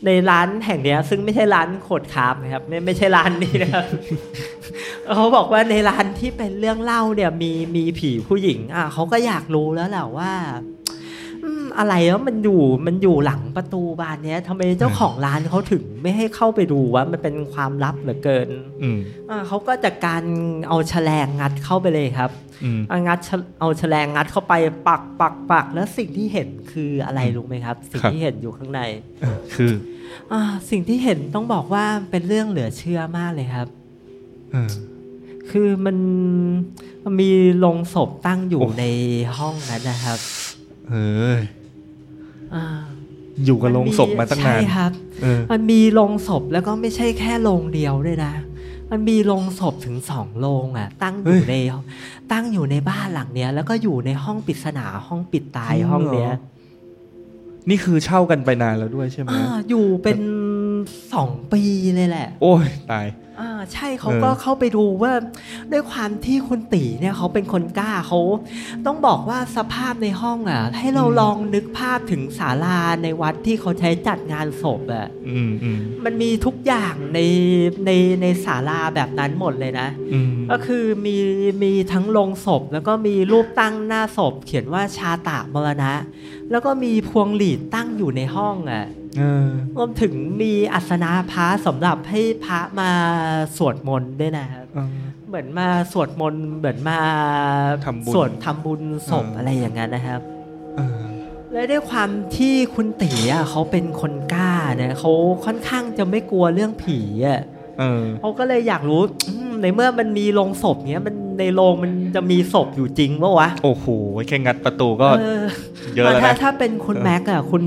C: ในร้านแห่งเนี้ย ซึ่งไม่ใช่ร้านโขดคาบนะครับไม่ไม่ใช่ร้านนี้นะครับ เขาบอกว่าในร้านที่เป็นเรื่องเล่าเนี่ยมีมีผีผู้หญิง อ่ะเขาก็อยากรู้แล้วแหละว่าอืมอะไรว่ามันอยู่มันอยู่หลังประตูบานเนี้ยทำไมเจ้าของร้านเขาถึงไม่ให้เข้าไปดูว่ามันเป็นความลับเหลือเกิน
B: อืม
C: อ่ะเขาก็จัดการเอาแฉลงงัดเข้าไปเลยครับ
B: อืม
C: เอางัดฉะเอาแฉลงงัดเข้าไปปักปักปักแล้วสิ่งที่เห็นคืออะไรรู้ไหมครับ สิ่ง
B: ครับ
C: ที่เห็นอยู่ข้างใน
B: คือ
C: อ่าสิ่งที่เห็นต้องบอกว่าเป็นเรื่องเหลือเชื่อมากเลยครับ
B: เออ
C: คือมันมันมีโลงศพตั้งอยู่
B: โอ้
C: ในห้องนั้นนะครับ
B: เอย
C: อ่า
B: อยู่กับโรงศพมาตั้งนาน
C: ใช่ครับ
B: เออ
C: มันมีโลงศพแล้วก็ไม่ใช่แค่โลงเดียวด้วยนะ มันมีโรงศพถึงสองโรงอ่ะ ตั้งอยู่ในตั้งอยู่ในบ้านหลังเนี้ย แล้วก็อยู่ในห้องปริศนาห้องปิดตายห้องเนี้ย
B: นี่คือเช่ากันไปนานแล้วด้วยใช่ไหม
C: อ่าอยู่เป็นสองปีเลยแหละ
B: โอ้ยตาย
C: อ่าใช่เขาก็
B: เออ
C: เข้าไปดูว่า ด้วยความที่คุณตีเนี่ยเขาเป็นคนกล้าเขาต้องบอกว่าสภาพในห้องอ่ะ ให้เราลองนึกภาพถึงศาลาในวัดที่เขาใช้จัดงานศพอ่ะ
B: อืมอืม
C: มันมีทุกอย่างในในในศาลาแบบนั้นหมดเลยนะ
B: อืม
C: ก็คือมีมีทั้งโลงศพ แล้วก็มีรูปตั้งหน้าศพ เขียนว่าชาตะมรณะ แล้วก็มีพวงหลีดตั้งอยู่ในห้องอ่ะ
B: เออ
C: รวมถึงมีอัสนะพระสำหรับให้พระมาสวดมนต์ด้วยนะครับ
B: เออ
C: เหมือนมาสวดมนต์เหมือนมา
B: ทำบุญ
C: สวดทำบุญศพ
B: อ่า
C: อะไรอย่างนั้นนะครับ
B: เออ
C: และด้วยความที่คุณตีอ่ะเขาเป็นคนกล้าเนี่ยเขาค่อนข้างจะไม่กลัวเรื่องผีอ่ะ
B: เออ
C: เขาก็เลยอยากรู้อืมในเมื่อมันมีโรงศพเนี้ยมันในโรงมันจะมีศพอยู่จริงปะวะ
B: โอ้โหแค่งัดประตูก็
C: เออ
B: เยอะแล้ว
C: ถ้า
B: นะ
C: ถ้าเป็นคุณ
B: เออ
C: แม็กซ์อ่ะคุณ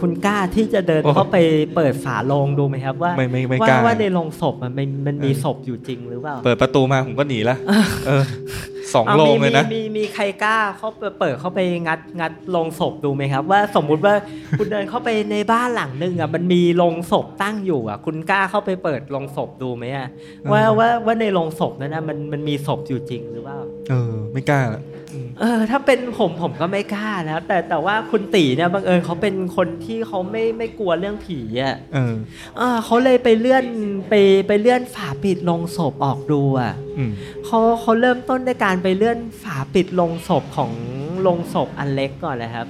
C: คุณกล้าที่จะเดิน
B: โอ้โห
C: เข้าไปเปิดฝาโลงดูไหมครับว่า
B: ไม่ไม่ไม่กล้า
C: ว่าว่าในโรงศพมันมันมันมี
B: เออ
C: ศพอยู่จริงหรือเปล่า
B: เปิดประตูมาผมก็หนีละเออสอง
C: อา
B: โล
C: มี
B: งเลยนะ
C: มีมีมีใครกล้าเขาเปิดเปิดเข้าไปงัดงัดโรงศพดูไหมครับ ว่าสมมุติว่า คุณเดินเข้าไปในบ้านหลังหนึ่งอ่ะมันมีโรงศพตั้งอยู่อ่ะ คุณกล้าเข้าไปเปิดโรงศพดูไหมอ่ะว่า
B: เออ
C: ว่าว่าในโรงศพนั้นนะมันมันมีศพอยู่จริงหรือเปล่า
B: เออ ไม่กล้าละอืม
C: เออ ถ้าเป็นผมผมก็ไม่กล้านะแต่แต่ว่าคุณตีเนี่ยบังเอิญเขาเป็นคนที่เขาไม่ไม่กลัวเรื่องผีอ่ะ
B: เออ
C: เออเขาเลยไปเลื่อนไปไปเลื่อนฝาปิดโรงศพออกดูอ่ะ
B: อืม
C: เขาเขาเริ่มต้นด้วยการไปเลื่อนฝาปิดโลงศพของโลงศพอันเล็กก่อนเลยครับ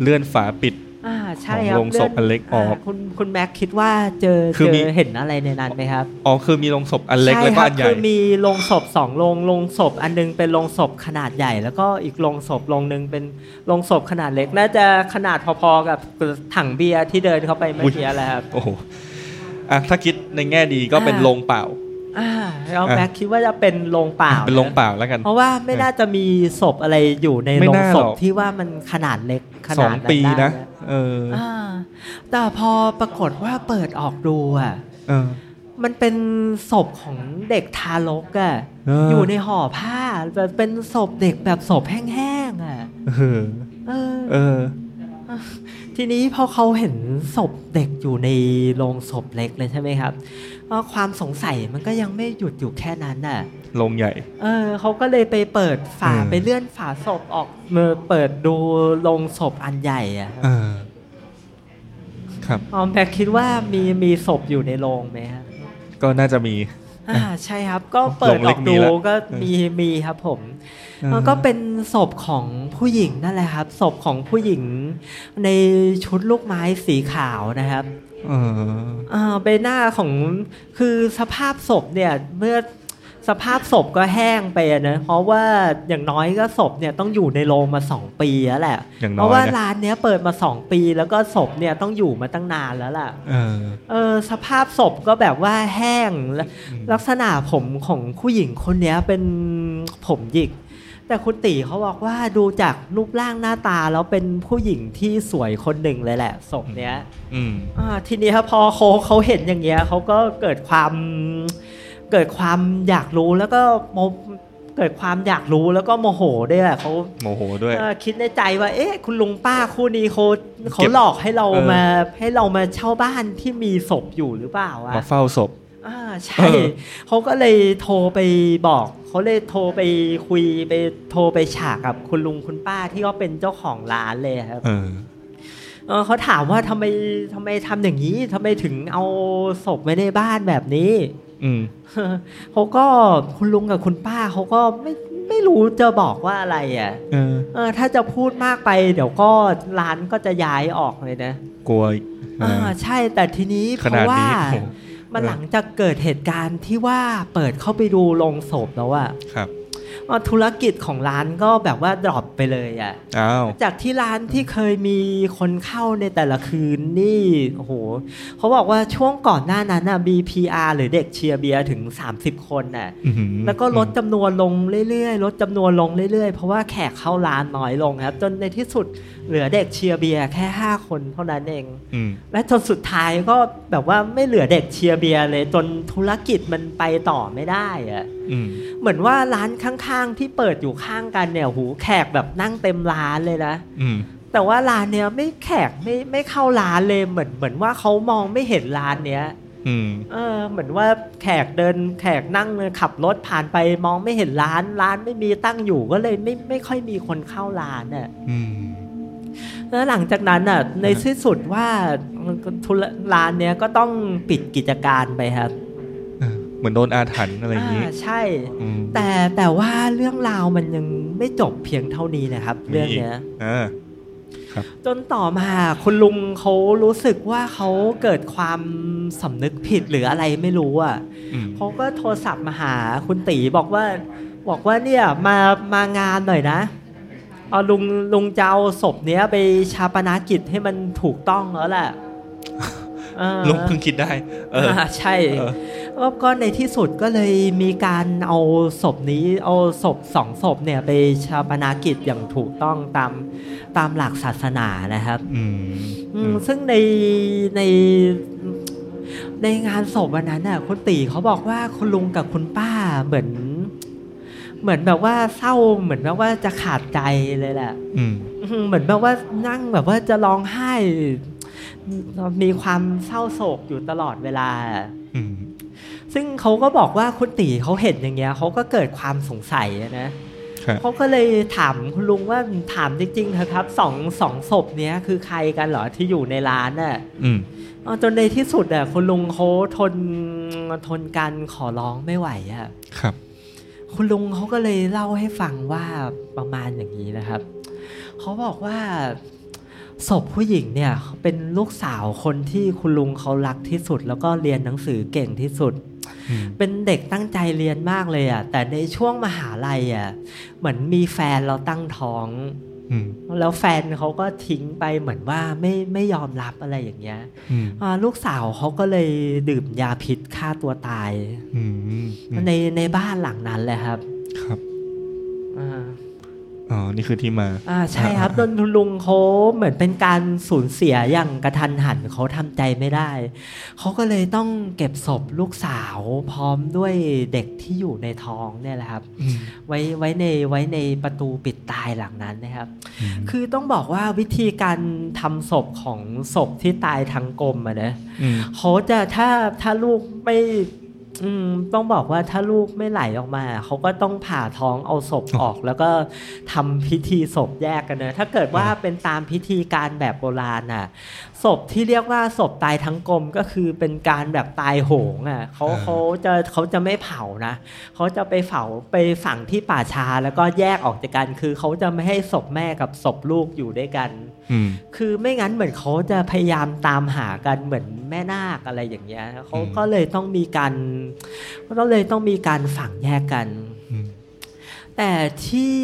B: เลื่อนฝาปิด
C: อ่าใช่ครั
B: ของ
C: บ
B: โลงศพอันเล็กออก
C: าคุณคุณแม็กคิดว่าเจอ
B: คือ
C: เจ
B: มี
C: อเห็นอะไรในนั้นไหมครับ
B: อ๋อคือมีโลงศพอันเล็กแล้วก็
C: ครั
B: อันใหญ่
C: คือมีโลงศพสองโลงโลงศพอันหนึงเป็นโลงศพขนาดใหญ่ แล้วก็อีกโลงศพโลงหนึ่งเป็นโลงศพขนาดเล็ก น่าจะขนาดพอๆกับถังเบียร์ที่เดินเข้าไปเมื่อกี้แหละครับ
B: โอ้โหอ่ะถ้าคิดในแง่ดีก็เป็น
C: อ่า
B: โลงเปล่า
C: อ่าแล้ว
B: อ่ะ
C: แม็กคิดว่าจะเป็นโลงเปล่า
B: เป็นโลง
C: ะ
B: เปล่าแล้วกัน
C: เพราะว่าไม่น่าจะมีศพอะไรอยู่ใน
B: ไม่
C: โรง
B: น่า
C: ศ
B: ห
C: พ
B: รอก
C: ที่ว่ามันขนาดเล็กข
B: สอ
C: นาด
B: ง
C: นั้น
B: ปี
C: ได้
B: นะ เออ
C: อ่าแต่พอปรากฏว่าเปิดออกดูอ่ะ
B: เออ
C: มันเป็นศพของเด็กทารกอ่ะ
B: เอออ
C: ยู่ในห่อผ้าแบบเป็นศพเด็กแบบศพแห้งๆอ่ะ
B: เออ
C: เออ
B: เออ
C: ทีนี้พอเขาเห็นศพเด็กอยู่ในโรงศพเล็กเลยใช่ไหมครับเอ่อความสงสัยมันก็ยังไม่หยุดอยู่แค่นั้นน่ะ
B: โลงใหญ่
C: เออเขาก็เลยไปเปิดฝา
B: เออ
C: ไปเลื่อนฝาศพออกมาเปิดดูโลงศพอันใหญ่อะ
B: เออ ครับ
C: ออมแพคคิดว่ามีมีศพอยู่ในโรงไหมฮะ
B: ก็น่าจะมี
C: อ่าใช่ครับ ก็เปิด
B: โรง
C: อ
B: เล็
C: อก ก
B: มี
C: ดู
B: แล้ว
C: ก็มีมีครับผม
B: เออ
C: แล้วก็เป็นศพของผู้หญิงนั่นแหละครับศพของผู้หญิงในชุดลูกไม้สีขาวนะครับ
B: เออ
C: อ่าใบหน้าของคือสภาพศพเนี่ยเมื่อสภาพศพก็แห้งไปอะนะเพราะว่าอย่างน้อยก็ศพเนี่ยต้องอยู่ในโรงมาสองปีแล้วแหละ
B: อย่างน้อยนะ
C: เพราะว่าร้านเนี้ยเปิดมาสองปี แล้วก็ศพเนี่ยต้องอยู่มาตั้งนานแล้วล่ะ
B: เออ
C: เออสภาพศพก็แบบว่าแห้งและลักษณะผมของผู้หญิงคนเนี้ยเป็นผมหยิก แต่คุณตีเขาบอกว่าดูจากรูปร่างหน้าตาแล้วเป็นผู้หญิงที่สวยคนหนึ่งเลยแหละศพเนี้ย
B: อืม
C: อ่าทีนี้ครับพอเขาเขาเห็นอย่างเงี้ยเขาก็เกิดความเกิดความอยากรู้แล้วก็โมเกิดความอยากรู้แล้วก็โมโหด้วยแหละเขา
B: โมโหด้วย
C: เอ่อคิดในใจว่า เอ๊ะ คุณลุงป้าคู่นี้เขาเขา
B: เก็บ
C: หลอกให้เรา
B: เออ
C: มาให้เรามาเช่าบ้านที่มีศพอยู่หรือเปล่าวะ
B: มาเฝ้าศพ
C: อ่าใช่
B: เออ
C: เขาก็เลยโทรไปบอกเขาเลยโทรไปคุยไปโทรไปฉากกับคุณลุงคุณป้าที่เขาเป็นเจ้าของร้านเลยครับ
B: เออ
C: เออเขาถามว่าทำไมทำไมทำอย่างนี้ทำไมถึงเอาศพไว้ในบ้านแบบนี้
B: อืม
C: เขาก็คุณลุงกับคุณป้าเขาก็ไม่ไม่รู้จะบอกว่าอะไรอ่ะ
B: เออ
C: เออถ้าจะพูดมากไป เดี๋ยวก็ร้านก็จะย้ายออกเลยนะ
B: กลัวอีกเอ
C: อ่า
B: อ
C: ใช่แต่ทีนี้เพ
B: ขนาด
C: ราะว่า
B: นี้โอ้โห
C: มัน
B: เออ
C: หลังจากเกิดเหตุการณ์ที่ว่าเปิดเข้าไปดูโรงศพแล้วอะ
B: ครับ
C: ว่าธุรกิจของร้านก็แบบว่าดรอปไปเลยอ่ะ
B: อ้าว
C: จากที่ร้านที่เคยมีคนเข้าในแต่ละคืนนี่โอ้โหเขาบอกว่าช่วงก่อนหน้านั้นน่ะ BPR หรือเด็กเชียร์เบียร์ถึง 30 คนน่ะ
B: อื้อหือ
C: แล้วก็ลดจำนวนลงเรื่อยๆ ลดจำนวนลงเรื่อยๆ เพราะว่าแขกเข้าร้านน้อยลงครับ จนในที่สุดเหลือเด็กเชียร์เบียร์แค่ 5 คนเท่านั้นเอง
B: อืม
C: และจนสุดท้ายก็แบบว่าไม่เหลือเด็กเชียร์เบียร์เลยจนธุรกิจมันไปต่อไม่ได้อะ
B: อืม
C: เหมือนว่าร้านข้างๆ ที่เปิดอยู่ข้างกันเนี่ยหูแขกแบบนั่งเต็มร้านเลยนะ
B: อืม
C: แต่ว่าร้านเนี้ยไม่แขกไม่ไม่เข้าร้านเลยเหมือนเหมือนว่าเขามองไม่เห็นร้านเนี้ย
B: อืม
C: เออเหมือนว่าแขกเดินแขกนั่งขับรถผ่านไปมองไม่เห็นร้านร้านไม่มีตั้งอยู่ก็เลยไม่ไม่ค่อยมีคนเข้าร้านน่ะ
B: อืม
C: แล้วหลังจากนั้นน่ะในที่สุดว่าธุระร้านเนี้ยก็ต้องปิดกิจการไปครับ
B: อ่าเหมือนโดนอาถรรพ์อะไรอย่างนี้
C: อ่าใช่
B: อืม
C: แต่แต่ว่าเรื่องราวมันยังไม่จบเพียงเท่านี้นะครับ เรื่องเนี้ย
B: เออ
C: จนต่อมาคุณลุงเขารู้สึกว่าเขาเกิดความสำนึกผิดหรืออะไรไม่รู้อ่ะ
B: อืม
C: เขาก็โทรศัพท์มาหาคุณตีบอกว่า บอกว่าเนี่ยมามางานหน่อยนะเอาลุงลุงจะเอาศพเนี้ยไปชาปนากิจให้มันถูกต้องแล้วแหละเออ
B: ลุงเพิ่งคิดได้ เออ
C: าใช่
B: เออ
C: แล้วก็ในที่สุดก็เลยมีการเอาศพนี้เอาศพสองศพเนี่ยไปชาปนากิจอย่างถูกต้องตามตามหลักศาสนานะครับ
B: อืม
C: อืมซึ่งในในในงานศพวันนั้นน่ะคุณตีเขาบอกว่าคุณลุงกับคุณป้าเหมือน เหมือนแบบว่าเศร้าเหมือนแบบว่าจะขาดใจเลยแหละ
B: อืม
C: อื้อหือเหมือนแบบว่านั่งแบบว่าจะร้องไห้ มีความเศร้าโศกอยู่ตลอดเวลา
B: อืม
C: ซึ่งเขาก็บอกว่าคุณตีเขาเห็นอย่างเงี้ยเขาก็เกิดความสงสัยอะนะครับ เขาก็เลยถามคุณลุงว่าถามจริงๆเถอะครับสองสองศพเนี้ยคือใครกันเหรอที่อยู่ในร้านน่ะ
B: อืม
C: เออจนในที่สุดอ่ะคุณลุงเขาทนทนการขอร้องไม่ไหวอ่ะ
B: ครับ
C: คุณลุงเขาก็เลยเล่าให้ฟังว่าประมาณอย่างนี้นะครับ เขาบอกว่าศพผู้หญิงเนี่ยเป็นลูกสาวคนที่คุณลุงเขารักที่สุด แล้วก็เรียนหนังสือเก่งที่สุด
B: อืม
C: เป็นเด็กตั้งใจเรียนมากเลยอะ่ะแต่ในช่วงมหาลัยอะ่ะเหมือนมีแฟนเราตั้งท้อง
B: อืม
C: แล้วแฟนเขาก็ทิ้งไปเหมือนว่าไม่ไม่ยอมรับอะไรอย่างเงี้ย
B: อืม
C: อ่าลูกสาวเขาก็เลยดื่มยาพิษฆ่าตัวตาย
B: อืมอืม
C: ในในบ้านหลังนั้นแหละครับ
B: ครับ
C: อ่า
B: อ๋อ นี่คือที่มา
C: อ่าใช่ครับจนคุณลุงเขาเหมือนเป็นการสูญเสียอย่างกระทันหันเขาทำใจไม่ได้ เขาก็เลยต้องเก็บศพลูกสาวพร้อมด้วยเด็กที่อยู่ในท้องเนี่ยแหละครับ
B: อืม
C: ไว้ไว้ในไว้ในประตูปิดตายหลังนั้นนะครับ
B: อืม
C: คือต้องบอกว่าวิธีการทำศพของศพที่ตายทางกลมอะนะ
B: อืม
C: เขาจะถ้าถ้าลูกไม่อืมต้องบอกว่าถ้าลูกไม่ไหลออกมา เขาก็ต้องผ่าท้องเอาศพออก แล้วก็ทำพิธีศพแยกกันนะถ้าเกิดว่าเป็นตามพิธีการแบบโบราณน่ะศพที่เรียกว่าศพตายทั้งกลมก็คือเป็นการแบบตายโหงอ่ะเขา
B: อ่า
C: เขาจะเขาจะไม่เผานะ เขาจะไปเผาไปฝังที่ป่าช้าแล้วก็แยกออกจากกัน คือเขาจะไม่ให้ศพแม่กับศพลูกอยู่ด้วยกัน
B: อืม
C: คือไม่งั้นเหมือนเขาจะพยายามตามหากันเหมือนแม่นาคอะไรอย่างเงี้ยเขาก็เลยต้องมีการก็เลยต้องมีการฝังแยกกัน
B: อืม
C: แต่ที่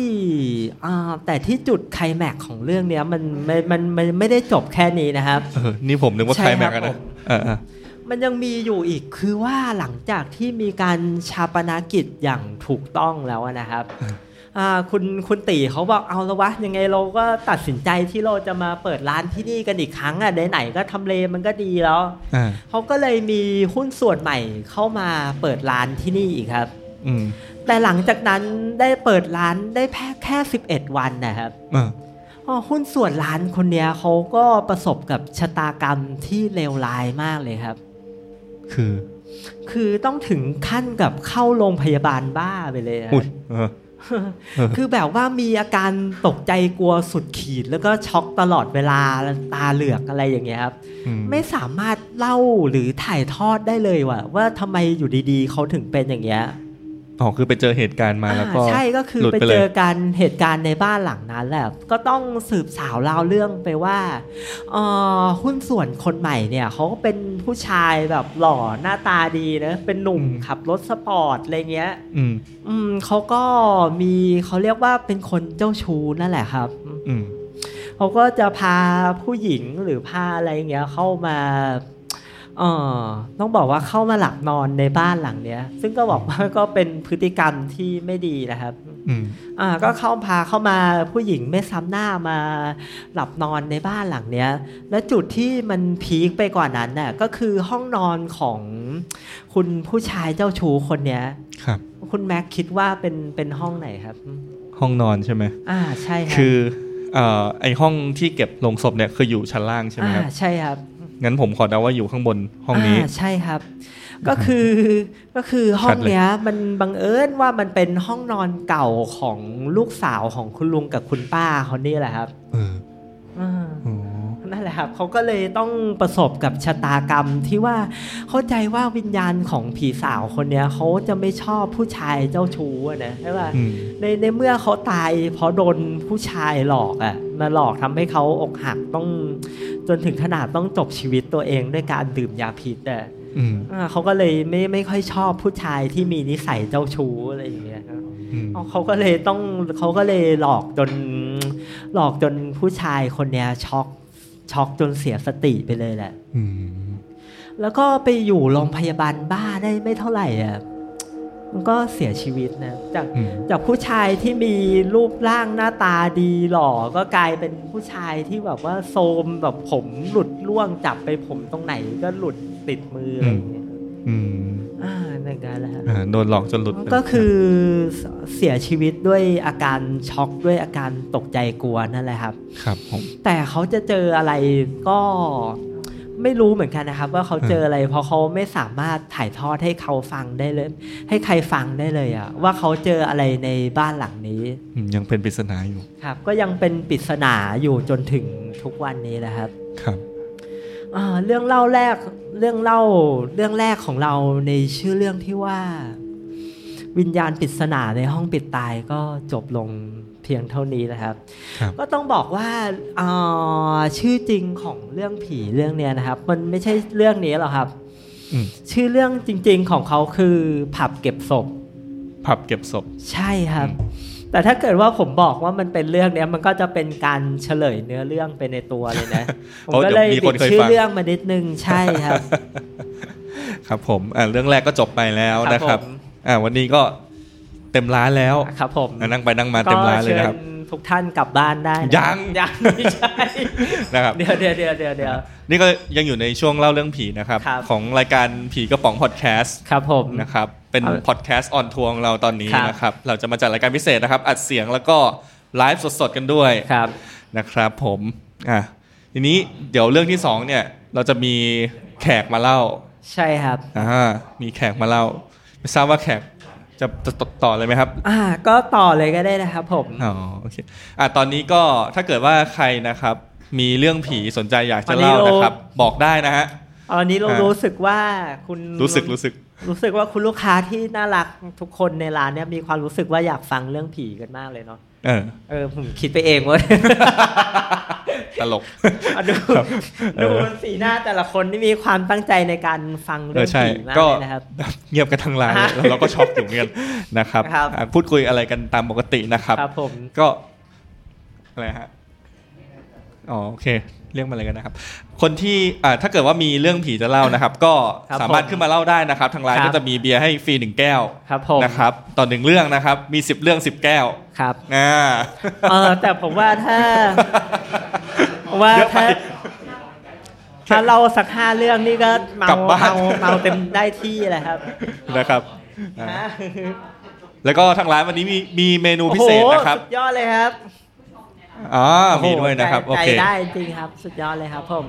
C: อ่าแต่ที่จุดไคลแม็กซ์ของเรื่องเนี้ยมันมันมันมันไม่ได้จบแค่นี้นะครับ
B: เออ นี่ผมนึกว่า
C: ใช่
B: ใครแม็ก
C: ครั
B: กัน
C: บ
B: นะ
C: ผม
B: อ่าอ่า
C: มันยังมีอยู่อีกคือว่าหลังจากที่มีการชาปนากิจอย่างถูกต้องแล้วอะ นะครับอ่าคุณคุณตีเขาบอกเอาละวะยังไงเราก็ตัดสินใจที่เราจะมาเปิดร้านที่นี่กันอีกครั้งอ่ะไหนๆก็ทำเลมันก็ดีแล้ว
B: อ่า
C: เขาก็เลยมีหุ้นส่วนใหม่เข้ามาเปิดร้านที่นี่อีกครับ
B: อืม
C: แต่หลังจากนั้นได้เปิดร้านได้แค่แค่11 วันนะครับ
B: อ่า
C: อ๋อหุ้นส่วนร้านคนเนี้ยเขาก็ประสบกับชะตากรรมที่เลวร้ายมากเลยครับ
B: คือ
C: คือต้องถึงขั้นกับเข้าโรงพยาบาลบ้าไปเลยอะ
B: อุ้ยเออ
C: คือแบบว่ามีอาการตกใจกลัวสุดขีด แล้วก็ช็อกตลอดเวลาตาเหลือกอะไรอย่างเงี้ยครับ
B: อืม
C: ไม่สามารถเล่าหรือถ่ายทอดได้เลยว่าว่าทำไมอยู่ดีๆเขาถึงเป็นอย่างเงี้ย
B: อ๋อ คือไปเจอเหตุการณ์มา
C: อ่า
B: แล้วก็
C: ใช่ก็คือ
B: หลุด
C: ไป
B: ไปเล
C: เจ
B: ย
C: อกันเหตุการณ์ในบ้านหลังนั้นแหละก็ต้องสืบสาวราวเรื่องไปว่าเอ่อหุ้นส่วนคนใหม่เนี่ยเขาก็เป็น ผู้ชายแบบหล่อหน้าตาดีนะ เป็นหนุ่มขับรถสปอร์ตอะไรเงี้ย
B: อืม
C: อืมเขาก็มีเขาเรียกว่าเป็นคนเจ้าชู้นั่นแหละครับ
B: อืม
C: เขาก็จะพาผู้หญิงหรือพาอะไรอย่างเงี้ยเข้ามาเออต้องบอกว่าเข้ามาหลับนอนในบ้านหลังเนี้ย ซึ่งก็ บอกว่า ก็เป็นพฤติกรรมที่ไม่ดีนะครับ
B: อืม
C: อ่าก็เข้าพาเข้ามาผู้หญิงไม่ซ้ำหน้ามาหลับนอนในบ้านหลังเนี้ย และจุดที่มันพีคไปกว่านั้นน่ะก็คือห้องนอนของคุณผู้ชายเจ้าชู้คนเนี้ย
B: ครับ
C: คุณแม็กคิดว่าเป็นเป็นห้องไหนครับ
B: ห้องนอนใช่ไหม
C: อ่าใช่ครับ
B: คือเอ่อไอห้องที่เก็บโลงศพเนี่ยคืออยู่ชั้นล่างใช่ไหม
C: อ่า
B: ครับ
C: ใช่ครับ
B: งั้นผมขอเดาว่าอยู่ข้างบนห้องนี้
C: าใช่ครับ ก็คือ ก็คือห้องเนี้ยมันบังเอิญว่ามันเป็นห้องนอนเก่าของลูกสาวของคุณลุงกับคุณป้าเขานี่แหละครับ
B: เออ
C: อ่า
B: อ๋อ
C: นั่นแหละครับเขาก็เลยต้องประสบกับชะตากรรมที่ว่าเข้าใจว่าวิญญาณของผีสาวคนเนี้ยเขาจะไม่ชอบผู้ชายเจ้าชู้อะนะใช่ป่ะ
B: อืม
C: ในในเมื่อเขาตายเพราะโดนผู้ชายหลอกอะ่ะมาหลอกทำให้เขาอกหักต้องจนถึงขนาดต้องจบชีวิตตัวเองด้วยการดื่มยาพิษอ่ะ
B: อืม
C: อ่าเขาก็เลยไม่ไม่ค่อยชอบผู้ชายที่มีนิสัยเจ้าชู้อะไรอย่างเงี้ยครับ
B: อืม
C: เขาก็เลยต้องเขาก็เลยหลอกจนหลอกจนผู้ชายคนเนี้ยช็อกช็อกจนเสียสติไปเลยแหละ
B: อืม
C: แล้วก็ไปอยู่โรงพยาบาลบ้าได้ไม่เท่าไหร่อ่ะมันก็เสียชีวิตนะจาก
B: อืม
C: จากผู้ชายที่มีรูปร่างหน้าตาดีหล่อก็กลายเป็นผู้ชายที่แบบว่าโซมแบบผมหลุดร่วงจับไปผมตรงไหนก็หลุดติดมืออะไรอย่างเงี้ย
B: อืม
C: อ่าในการแล้วครับ
B: อ่าโดนหลอกจนหลุดไป
C: ก็คือเสียชีวิตด้วยอาการช็อกด้วยอาการตกใจกลัวนั่นแหละครับ
B: ครับผม
C: แต่เขาจะเจออะไรก็ไม่รู้เหมือนกันนะครับ ว่าเขาเจออะไรเพราะเขาไม่สามารถถ่ายทอดให้เขาฟังได้เลย ให้ใครฟังได้เลยอะว่าเขาเจออะไรในบ้านหลังนี้
B: อืมยังเป็นปริศนาอยู่
C: ครับ ก็ยังเป็นปริศนาอยู่จนถึงทุกวันนี้นะครับ
B: ครับ
C: อ่าเรื่องเล่าแรกเรื่องเล่าเรื่องแรกของเราในชื่อเรื่องที่ว่า วิญญาณปริศนาในห้องปิดตายก็จบลงเพียงเท่านี้นะครับ
B: ครับ
C: ก็ต้องบอกว่าอ่าชื่อจริงของเรื่องผีเรื่องเนี้ยนะครับ มันไม่ใช่เรื่องนี้หรอกครับ
B: อืม
C: ชื่อเรื่องจริง ๆ ของเขาคือผับเก็บศพ
B: ผับเก็บศพ
C: ใช่ครับ แต่ถ้าเกิดว่าผมบอกว่ามันเป็นเรื่องเนี้ยมันก็จะเป็นการเฉลยเนื้อเรื่องไปในตัวเลยนะ ผม
B: โอ้
C: ก็เลย
B: เดี๋ยวมี
C: บิ
B: ค
C: ด
B: นเคย
C: ชื่อ
B: ฟัง
C: เรื่องมานิดนึงใช่ครับ
B: ครับผมอ่าเรื่องแรกก็จบไปแล้วนะค
C: ครั
B: รับบ
C: ผม
B: อ่าวันนี้ก็เต็มร้านแล้ว
C: ครับผม
B: อ่ะนั่งไปนั่งมาเต็มร้านเลยนะครับ
C: ก็ชิญทุกท่านกลับบ้านได้นะ
B: ยัง
C: ยังไม่ใช่
B: นะครับ
C: เดี๋ยวเดี๋ยวเดี๋ยวเดี๋ยวเดี๋ยว
B: นี่ก็ยังอยู่ในช่วงเล่าเรื่องผีนะครับ
C: ครับ
B: ของรายการผีกระป๋องพอดแคสต์
C: ครับผม
B: นะครับ เป็น
C: เอา
B: พอดแคสต์ออนทัวร์ของเราตอนนี้
C: ครับ
B: นะครับ เราจะมาจัดรายการพิเศษนะครับ อัดเสียงแล้วก็ไลฟ์สดๆกันด้วย
C: ครับ
B: นะครับผมอ่ะทีนี้เดี๋ยวเรื่องที่สองเนี่ยเราจะมีแขกมาเล่า
C: ใช่ครับ
B: อ่ามีแขกมาเล่า ไม่ทราบว่าแขกจะจะตต่อเลยไหมครับ
C: อ่าก็ต่อเลยก็ได้นะครับผม
B: อ๋อโอเคอ่ะตอนนี้ก็ถ้าเกิดว่าใครนะครับ มีเรื่องผีสนใจอยากจะเล่านะครับ บอกได้นะฮะ
C: ตอนนี้เรา
B: อ่ารู้
C: รู้สึกว่าคุณ
B: รู้สึกรู้สึก
C: รู้สึกว่าคุณลูกค้าที่น่ารักทุกคนในร้านเนี่ยมีความรู้สึกว่าอยากฟังเรื่องผีกันมากเลยเนาะ
B: เออ
C: เออผมคิดไปเองเว้ย
B: ตลก
C: อ่ะดู
B: ครับเอ
C: ดู
B: อ
C: สีหน้าแต่ละคนที่มีความตั้งใจในการฟัง
B: เอ
C: เรื่อ
B: องใช่
C: ผีมาก
B: ก็
C: เลยนะครับ
B: เงียบกันทั้งร้านเลยแล้วเราก็ช็อกอยู่เหมือนกัน นะครับ
C: ครับ
B: อ่ะพูดคุยอะไรกันตามปกตินะครับ
C: ครับผม
B: ก็อะไรฮะ อ๋อโอเค เรียกมาเลยกันนะครับ คนที่อ่าถ้าเกิดว่ามีเรื่องผีจะเล่านะครับ ก็
C: ครับ
B: สามารถ
C: ผม
B: ขึ้นมาเล่าได้นะครับ ทางร้าน
C: ครับ
B: ก็จะมีเบียร์ให้ฟรีหนึ่งแก้ว
C: ครับผม
B: นะครับต่อหนึ่งเรื่องนะครับ มีสิบเรื่องสิบแก้ว
C: ครับ
B: อ่า
C: เออแต่ผมว่า ถ้า ว่า
B: เยอะไป
C: ถ้าถ้าเราสักห้าเรื่องนี่ก็เมาก
B: ลับบ้าน
C: เมาเมาเต็มได้ที่แหละครับ
B: นะครับอ่า
C: ฮะ
B: แล้วก็ทางร้านวันนี้มีมีเมนูพิเศษนะครับ
C: โอ้โหสุดยอดเลยครับ
B: อ๋อ
C: โอ้โห
B: มีด้วยนะครับ โอ
C: ใจ
B: เค
C: ได้จริงครับ สุดยอดเลยครับผม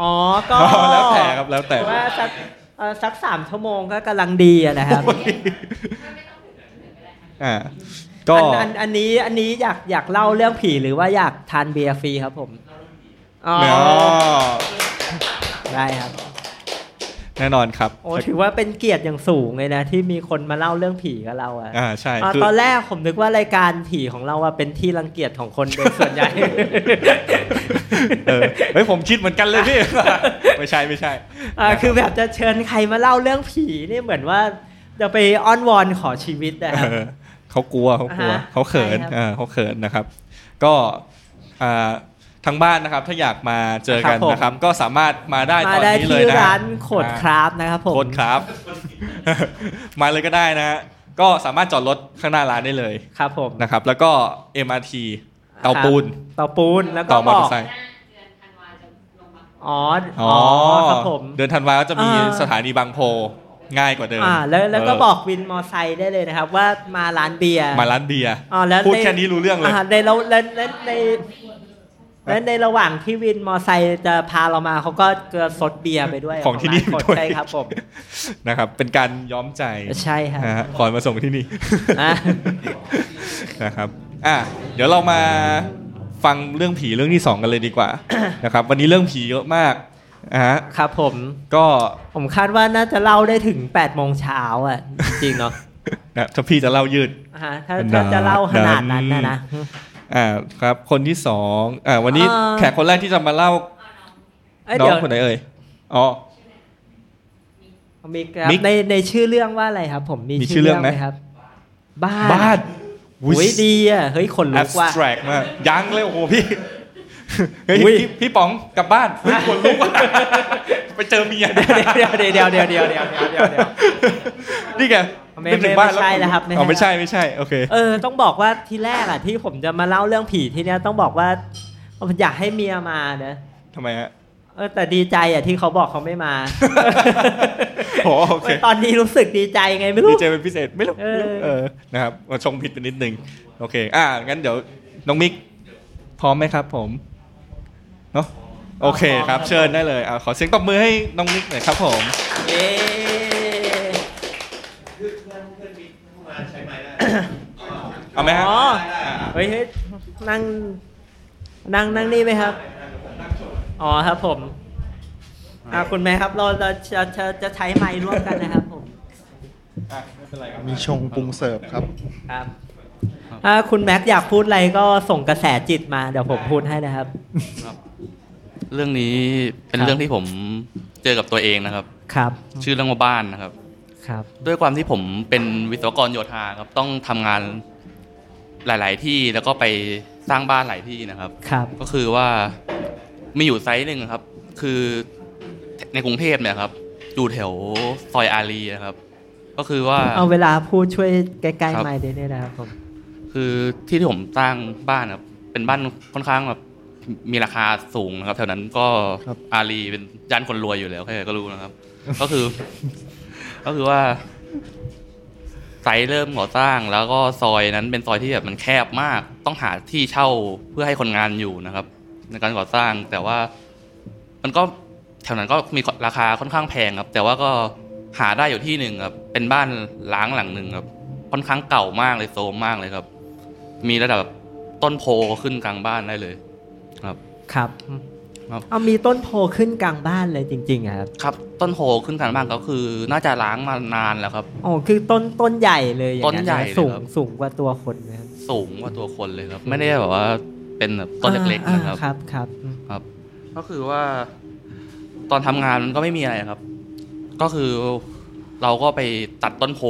C: อ๋อก็
B: อ๋อแล้วแต่ครับแล้วแต่
C: ว่าสักเอ่อสักสามชั่วโมงก็กำลังดีอะนะครับ
B: โอ้ยอ่าก็
C: อันอันอันนี้อันนี้อยากอยากเล่าเรื่องผีหรือว่าอยากทานเบียร์ฟรีครับผมอ๋อ
B: เนาะ
C: ได้ครับ
B: แน่นอนครับ
C: โอ้ถือว่าเป็นเกียรติอย่างสูงเลยนะ ที่มีคนมาเล่าเรื่องผีกับเราอะ
B: อ่าใช่
C: อ่ะ
B: คือ
C: ตอนแรกผมนึกว่าราย การผีของเราอะเป็นที่รังเกียจของคนโดยส่วนใหญ่
B: เออ เฮ้ยผมคิดเหมือนกันเลยพี่ ไม่ใช่ไม่ใช่
C: อ่าคือแบบจะเชิญใครมาเล่าเรื่องผีนี่เหมือนว่าจะไปอ้อนวอนขอชีวิตนะครับ
B: เออเขากลัวเขากลัว
C: อ่าฮะ
B: เขาเขิน
C: ใช่ครับ
B: เออเขาเขินนะครับ ก็อ่าทางบ้านนะครับ ถ้าอยากมาเจอกัน
C: ครับผม
B: นะครับ ก็สามารถมาได้
C: มา
B: ตอน
C: ได้
B: นี้เล
C: ที่
B: ยนะ
C: ร้านโขดคราฟนะครับผม
B: โคตรครับ มาเลยก็ได้นะฮะก็สามารถจอดรถข้างหน้าร้านได้เลย
C: ครับผม
B: นะครับ แล้วก็ MRT เตาปูน
C: ครับเตาปูนแล้วก็
B: ต่อมอบเตอ
C: อก
B: ร์ไซค์
C: อ๋ออ๋
B: อ๋
C: อ
B: อ
C: ครับผม
B: เดือนธันวาก็จะมี
C: อ่า
B: สถานีบางโพง่ายกว่าเดิม
C: อ่าแล้วแล้วก็
B: เ
C: บอกวินมอไซค์ได้เลยนะครับ ว่ามาร้านเบียร์
B: มาร้านเบียร์
C: อ๋อแล้ว
B: พูด
C: ใ
B: แค่นี้รู้เรื่องเลย
C: าในเราแล้วแล้วในและในระหว่างที่วินมอไซค์จะพาเรามาเขาก็เกลือสดเบียร์ไปด้วย
B: ของที่นี่
C: ร้า
B: ด้วย
C: ใช่ครับผม
B: นะครับ เป็นการย้อมใจ
C: ใช่ครับ
B: นะฮะก่อนมาส่งที่นี่
C: อ่ะ
B: นะครับอ่ะเดี๋ยวเรามาฟังเรื่องผีเรื่องที่สองกันเลยดีกว่า นะครับ วันนี้เรื่องผีเยอะมากนะฮะ
C: ครับผม
B: ก็
C: ผมคาดว่าน่าจะเล่าได้ถึง8ปดโมงเช้าอ่ะ จริงเนาะ
B: นะถ้าพี่จะเล่ายืด
C: อ่าฮะถ้าถ้าจะเล่าขนาดนั้นนะนะ
B: อ่าครับ คนที่สองอ่าวันนี้
C: เอ่อ
B: แขกคนแรกที่จะมาเล่า
C: เอ้ย
B: น้อ
C: เดี๋ย
B: ง
C: ว
B: คนไหนเอ่ยอ๋อ
C: มิกครับ
B: มิก
C: ในในชื่อเรื่องว่าอะไรครับ ผมมี
B: มีชื่อเรื่องไหม
C: ครับ บ้าน
B: บ้าน
C: อุ้ยดีอ่ะเฮ้ยขน
B: แอ
C: ลุ
B: บ
C: ก
B: ส
C: ว่ะ
B: แตรกมากยังเลยโอ้โหพี่เฮ้ย
C: อุ๊ย
B: พี่พี่ป๋องกลับบ้านเฮ้ยคนลุกว่ะไปเจอเมีย
C: เดี๋ยวเดี๋ยวเดี๋ยวเดี๋ยวเดี๋ยวเดี๋ยวเดี๋ยวเดี๋ยวเดี๋ยว
B: นี่แก
C: ไม่
B: เป็นถึงบ้านแล้ว
C: ไม่ใช่แล้วครับ
B: อ๋อ
C: ไม่
B: ไม่
C: ใช่
B: ใช่ไม่ใช่โอเค
C: เออต้องบอกว่าที่แรกอ่ะที่ผมจะมาเล่าเรื่องผีที่เนี้ยต้องบอกว่าผมอยากให้เมียมาเนะ
B: ทำไมฮะ
C: เออแต่ดีใจอ่ะที่เขาบอกเขาไม่มา
B: โอ้โอเค
C: ตอนนี้รู้สึกดีใจไงไม่รู้
B: ดีเจเป็นพิเศษไม่รู้
C: เอ
B: ไม่
C: อ
B: รู้เออนะครับมาชงผิดไปนิดนึงโอเค อ่างั้นเดี๋ยวน้องมิก พร้อมไหมครับผมเนาะโอเคครับ เชิญได้เลยอ่าขอเสียงตบมือให้น้องมิกหน่อยครับผม
C: เย้
B: เอาไหมฮะ
C: อ๋อเฮ้ยเฮ้ยนั่งนั่งนั่งนี่ไหมครับ อ๋อครับผมอ่าคุณแม่ครับเราเราจะจะจะใช้ไม้ร่วมกันนะครับผม
B: อ่ะไม่เป็นไรครับ
E: มีชงปรุงเสิร์ฟครับ
C: ครับถ้าคุณแม็กซ์อยากพูดอะไรก็ส่งกระแสจิตมาเดี๋ยวผมพูดให้นะครับ
F: เรื่องนี้เป็น
C: ครับ
F: เรื่องที่ผมเจอกับตัวเองนะครับ
C: ครับ
F: ชื่อเรื่องว่าบ้านนะครับ
C: ครับ
F: ด้วยความที่ผมเป็นวิศวกรโยธาครับต้องทำงานหลาย ๆ ที่แล้วก็ไปสร้างบ้านหลายที่นะครับ
C: ครับ
F: ก็คือว่ามีอยู่ไซต์หนึ่งครับ คือในกรุงเทพเนี่ยครับ อยู่แถวซอยอารีนะครับ ก็คือว่า
C: เอาเวลาพูดช่วยใกล้
F: ครั
C: ๆ
F: บ
C: ไมค์ด้วยเนี่ยนะครับผม
F: คือที่ที่ผมสร้างบ้านครับเป็นบ้านค่อนข้างแบบมีราคาสูงนะครับแถวนั้นก็
E: ครับ
F: อารีเป็นย่านคนรวยอยู่แล้วใครๆก็รู้นะครับ ก็คือ ก็คือว่าไซต์เริ่มก่อสร้างแล้วก็ซอยนั้นเป็นซอยที่แบบมันแคบมาก ต้องหาที่เช่าเพื่อให้คนงานอยู่นะครับ ในการก่อสร้างแต่ว่ามันก็แถวนั้นก็มีราคาค่อนข้างแพงครับ แต่ว่าก็หาได้อยู่ที่หนึ่งครับ เป็นบ้านล้างหลังหนึ่งครับ ค่อนข้างเก่ามากเลยโซมมากเลยครับ มีระดับต้นโพขึ้นกลางบ้านได้เลย ครับ
C: ครับ
F: ครับ
C: เอามีต้นโพขึ้นกลางบ้านเลยจริงๆอะครับ
F: ครับ ต้นโพขึ้นกลางบ้านก็คือ น่าจะล้างมานานแล้วครับ
C: อ๋อ คือต้นต้นใหญ่เลยอย่าง
F: ต้
C: นั้น
F: นใหญ่
C: นะ
F: เลย
C: สูง
F: ครับ
C: สูงกว่าตัวคนนะครับ
F: สูงกว่าตัวคนเลยครับ ไม่ได้แบบว่าเป็นแบบต้นเล็ก ๆ
C: อ่า
F: นะครั
C: อ่า
F: บ
C: ครับครับ
F: ครับ ก็คือว่า ตอนทำงานมันก็ไม่มีอะไรครับ ก็คือเราก็ไปตัดต้นโพ